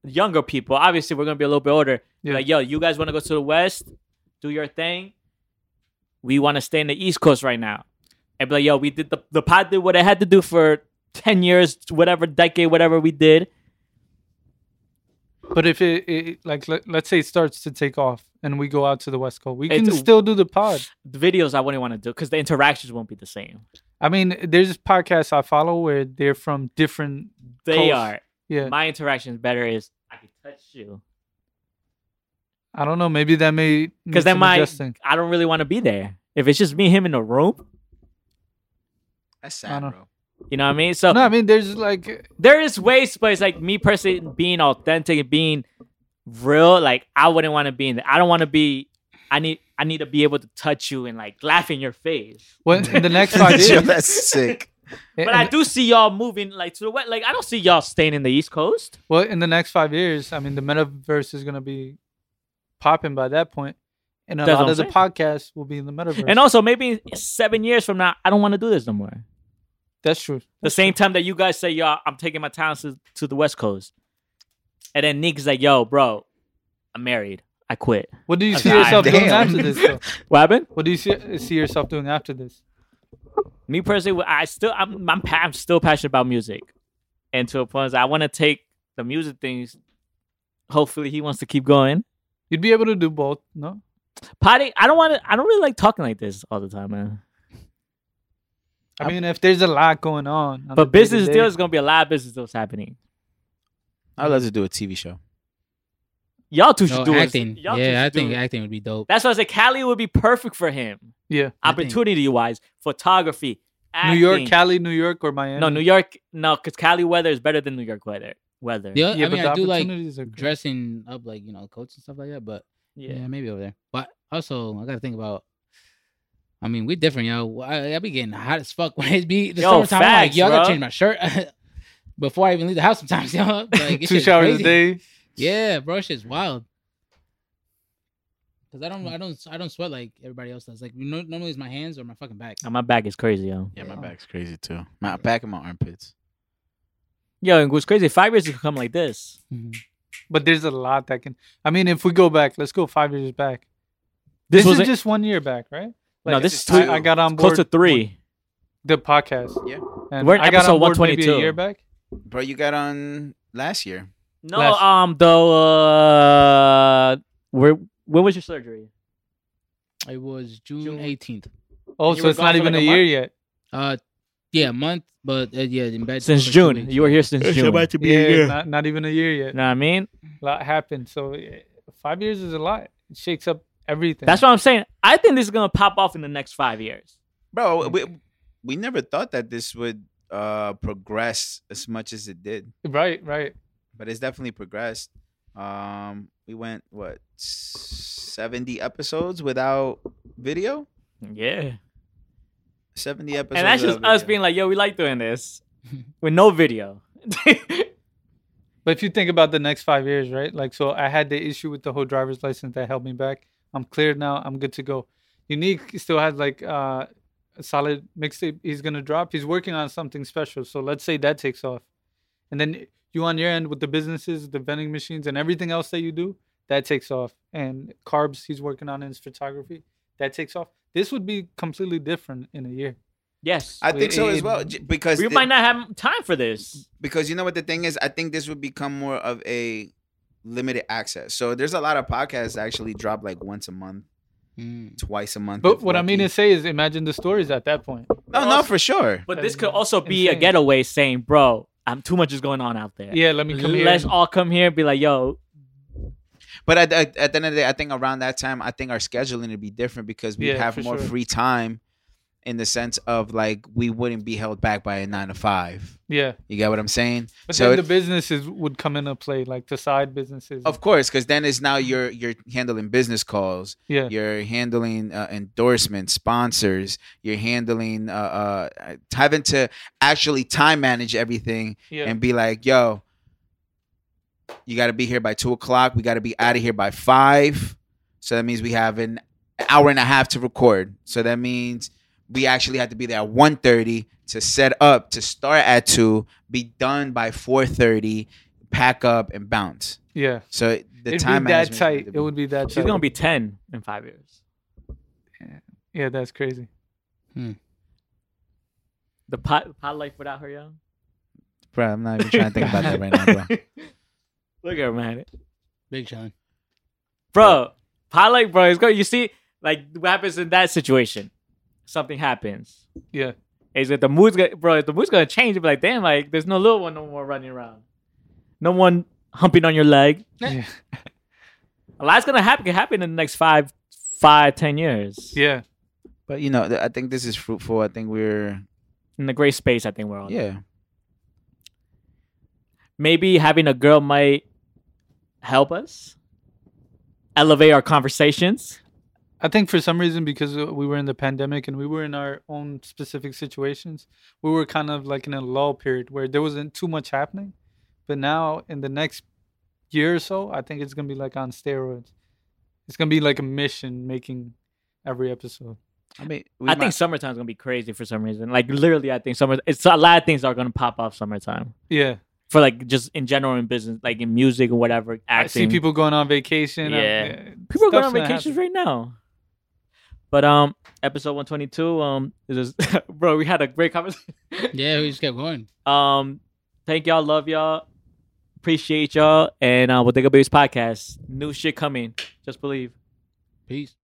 Speaker 4: younger people. Obviously, we're gonna be a little bit older.
Speaker 3: Yeah.
Speaker 4: Like, yo, you guys want to go to the West, do your thing. We want to stay in the East Coast right now. And be like, yo, we did the the pod did what it had to do for ten years, whatever decade, whatever we did.
Speaker 3: But if it, it like let, let's say it starts to take off and we go out to the West Coast, we can
Speaker 4: It's-
Speaker 3: still do the pod.
Speaker 4: The videos I wouldn't want to do because the interactions won't be the same.
Speaker 3: I mean, there's podcasts I follow where they're from different.
Speaker 4: They
Speaker 3: Coast.
Speaker 4: are.
Speaker 3: Yeah,
Speaker 4: My interaction is better is I can touch you
Speaker 3: I don't know. Maybe that may
Speaker 4: because
Speaker 3: that
Speaker 4: then my I don't really want to be there if it's just me him in a room.
Speaker 2: That's
Speaker 3: I
Speaker 2: sad,
Speaker 3: know.
Speaker 2: bro.
Speaker 4: You know what I mean? So
Speaker 3: No, I mean there's like
Speaker 4: there is ways, but it's like me personally being authentic and being real. Like I wouldn't want to be in. The, I don't want to be. I need. I need to be able to touch you and like laugh in your face.
Speaker 3: when in the next
Speaker 4: *laughs*
Speaker 3: five
Speaker 2: Yo,
Speaker 3: years.
Speaker 2: *laughs* that's
Speaker 3: *laughs*
Speaker 2: sick.
Speaker 4: But I do see y'all moving like to the west. Like I don't see y'all staying in the East Coast.
Speaker 3: Well, in the next five years, I mean, the metaverse is going to be popping by that point, and a
Speaker 4: That's
Speaker 3: lot
Speaker 4: what
Speaker 3: of
Speaker 4: I'm
Speaker 3: the podcasts will be in the metaverse.
Speaker 4: And also maybe in seven years from now, I don't want to do this no more.
Speaker 3: that's true.
Speaker 4: The same time that you guys say, y'all, I'm taking my talents to, to the West Coast, and then Nick's like, yo, bro, I'm married. I quit.
Speaker 3: What do you
Speaker 4: That's
Speaker 3: see
Speaker 4: right.
Speaker 3: yourself doing
Speaker 2: Damn.
Speaker 3: after this? Though?
Speaker 4: What happened?
Speaker 3: What do you see, see yourself doing after this?
Speaker 4: me personally, I still I'm I'm, pa- I'm still passionate about music, and to a point, I want to take the music things. Hopefully, he wants to keep going.
Speaker 3: You'd be able to do both, no?
Speaker 4: Potty, I don't want to. I don't really like talking like this all the time, man.
Speaker 3: I
Speaker 4: I'm-
Speaker 3: mean, if there's a lot going on, on the
Speaker 4: But business
Speaker 3: day-to-day-
Speaker 4: deal is gonna be a lot of business deals happening.
Speaker 2: I'd love to do a TV show.
Speaker 4: Y'all two should
Speaker 5: No,
Speaker 4: do it.
Speaker 5: acting.
Speaker 4: Y'all two
Speaker 5: Yeah,
Speaker 4: should
Speaker 5: I
Speaker 4: do
Speaker 5: think
Speaker 4: it.
Speaker 5: acting would be dope.
Speaker 4: That's why I said Cali would be perfect for him.
Speaker 3: Yeah.
Speaker 5: I think.
Speaker 4: opportunity wise, photography,
Speaker 3: New
Speaker 4: acting.
Speaker 3: York, Cali, New York, or Miami.
Speaker 4: no, New York, no, because Cali weather is better than New York weather. Weather.
Speaker 5: The other,
Speaker 3: Yeah,
Speaker 5: I
Speaker 3: but
Speaker 5: mean,
Speaker 3: the
Speaker 5: I do like
Speaker 3: opportunities are great.
Speaker 5: dressing up like you know coats and stuff like that. But yeah.
Speaker 4: Yeah.
Speaker 5: maybe over there. But also, I gotta think about. I mean, we different, yo. I, I be getting hot as fuck *laughs* when it be the
Speaker 4: Yo,
Speaker 5: summertime. I'm like,
Speaker 4: facts,
Speaker 5: yo, I gotta
Speaker 4: bro.
Speaker 5: change my shirt *laughs* before I even leave the house. Sometimes, *laughs* yo, like,
Speaker 4: *laughs*
Speaker 5: it's
Speaker 3: Two
Speaker 5: just
Speaker 3: showers
Speaker 5: crazy.
Speaker 3: a day.
Speaker 5: Yeah, bro, shit's wild. Cause I don't,
Speaker 4: Mm.
Speaker 5: I don't, I don't sweat like everybody else does. Like, you know, normally it's my hands or my fucking back.
Speaker 4: Oh, my back is crazy, yo.
Speaker 2: Yeah, my back's crazy too. My back and my armpits.
Speaker 4: Yo, and what's crazy, five years could come like this.
Speaker 3: But there's a lot that can. I mean, if we go back, let's go five years back. This, is
Speaker 4: wasn't-
Speaker 3: just one year back, right?
Speaker 4: No, this
Speaker 3: it's-
Speaker 4: is two-
Speaker 3: I, I got on board
Speaker 4: close to three.
Speaker 3: the podcast.
Speaker 2: Yeah.
Speaker 3: and
Speaker 4: We're at
Speaker 3: I got
Speaker 4: episode
Speaker 3: on board maybe a
Speaker 4: 122.
Speaker 3: year back.
Speaker 2: Bro, you got on last year.
Speaker 4: No,
Speaker 3: Less.
Speaker 4: um, though, uh, where when was your surgery?
Speaker 5: It was June
Speaker 4: June.
Speaker 5: eighteenth.
Speaker 3: Oh,
Speaker 4: You
Speaker 3: so
Speaker 4: were
Speaker 3: it's
Speaker 4: gone
Speaker 3: not
Speaker 4: for
Speaker 3: even
Speaker 4: like
Speaker 3: a
Speaker 4: a
Speaker 3: year yet.
Speaker 5: Uh, yeah, month, but uh, yeah, in bed
Speaker 4: Since
Speaker 5: for two
Speaker 4: June,
Speaker 5: weeks.
Speaker 4: you were here since June. You
Speaker 2: to
Speaker 3: Yeah, Not, not even a year yet.
Speaker 4: know what I mean?
Speaker 3: A lot happened. So eh, five years is a lot. It shakes up everything.
Speaker 4: That's what I'm saying. I think this is gonna pop off in the next five years.
Speaker 2: Bro, we, we never thought that this would uh progress as much as it did.
Speaker 3: Right, right.
Speaker 2: But it's definitely progressed. Um we went what 70 episodes without video?
Speaker 4: Yeah,
Speaker 2: 70 episodes.
Speaker 4: and that's just
Speaker 2: without
Speaker 4: us
Speaker 2: video.
Speaker 4: being like, yo, we like doing
Speaker 5: *laughs*
Speaker 4: this with no video. *laughs*
Speaker 3: But if you think about the next five years, right? Like, so I had the issue with the whole driver's license that held me back. I'm cleared now. I'm good to go. Unique still has like uh, a solid mixtape he's gonna drop. He's working on something special. So let's say that takes off, and then you on your end with the businesses, the vending machines, and everything else that you do, that takes off. And carbs he's working on in his photography, that takes off. This would be completely different in a year.
Speaker 4: yes,
Speaker 2: I think so as
Speaker 3: in-
Speaker 2: well j- because
Speaker 4: we
Speaker 2: the-
Speaker 4: might not have time for this.
Speaker 2: because you know what the thing is i think this would become more of a limited access so there's a lot of podcasts that actually drop like once a month
Speaker 5: Mm.
Speaker 2: twice a month
Speaker 3: But
Speaker 2: if
Speaker 3: what I mean
Speaker 2: lucky.
Speaker 3: is, say is imagine the stories at that point.
Speaker 2: no no for sure
Speaker 4: But
Speaker 3: That
Speaker 4: this
Speaker 3: is
Speaker 4: could also be a
Speaker 3: insane.
Speaker 4: getaway saying, bro, I'm too much is going on out there.
Speaker 3: Yeah, let me come here.
Speaker 4: Let's all come here and be like, yo,
Speaker 2: but at, at, at the end of the day i think around that time i think our scheduling would be different because we would
Speaker 3: Yeah,
Speaker 2: have
Speaker 3: for
Speaker 2: more
Speaker 3: sure.
Speaker 2: free time in the sense of like we wouldn't be held back by a nine to five
Speaker 3: yeah.
Speaker 2: you get what i'm saying
Speaker 3: But
Speaker 2: so
Speaker 3: then
Speaker 2: it-
Speaker 3: the businesses would come into play, like the side businesses.
Speaker 2: of course because then it's now you're you're handling business calls
Speaker 3: yeah,
Speaker 2: you're handling uh, endorsements sponsors you're handling uh, uh, having to actually time manage everything
Speaker 3: yeah.
Speaker 2: and be like yo you got to be here by two o'clock we got to be out of here by five so that means we have an hour and a half to record so that means we actually have to be there at 1.30 to set up to start at 2 be done by 4.30 pack up and bounce
Speaker 3: yeah.
Speaker 2: so the
Speaker 3: It'd
Speaker 2: time
Speaker 3: be that
Speaker 2: management's gonna
Speaker 3: tight.
Speaker 2: be-
Speaker 3: It would be that
Speaker 4: she's
Speaker 3: tight.
Speaker 4: gonna be ten in five years.
Speaker 3: yeah, that's crazy.
Speaker 4: The pot pot life without her, yo.
Speaker 2: Bro, I'm not even trying to think about that right now,
Speaker 3: *laughs*
Speaker 2: bro.
Speaker 4: Look at her, man.
Speaker 5: Big challenge.
Speaker 4: Bro, pot life, bro, it's going you see, like what happens in that situation. Something happens.
Speaker 3: Yeah.
Speaker 4: Is that the mood's gonna bro, the mood's gonna change, you'll be like, damn, like there's no little one no more running around. No one humping on
Speaker 3: *laughs*
Speaker 4: your leg.
Speaker 3: yeah.
Speaker 4: A lot's gonna happen can happen in the next five five, ten years.
Speaker 3: Yeah.
Speaker 2: But you know, th- I think this is fruitful. I think we're
Speaker 4: In the gray space I think we're all in.
Speaker 2: yeah.
Speaker 4: maybe having a girl might help us elevate our conversations.
Speaker 3: I think for some reason, because uh, we were in the pandemic and we were in our own specific situations, we were kind of like in a lull period where there wasn't too much happening. But now, in the next year or so, I think it's gonna be like on steroids. It's gonna be like a mission making every episode.
Speaker 2: I mean, we
Speaker 4: I
Speaker 2: might-
Speaker 4: think summertime's gonna be crazy for some reason. Like literally, I think summer. It's a lot of things are gonna pop off summertime
Speaker 3: Yeah.
Speaker 4: for like just in general in business, like in music and whatever. Acting.
Speaker 3: I see people going on vacation. I-
Speaker 4: Yeah.
Speaker 3: uh,
Speaker 4: People are going on
Speaker 3: stuff's gonna
Speaker 4: vacations
Speaker 3: happen.
Speaker 4: right now. But um, episode one twenty two. Um, is just, *laughs* bro, we had a great conversation.
Speaker 5: Yeah, we just kept going.
Speaker 4: Um, thank y'all, love y'all, appreciate y'all, and uh, we'll think about this podcast. New shit coming. Just believe.
Speaker 5: Peace.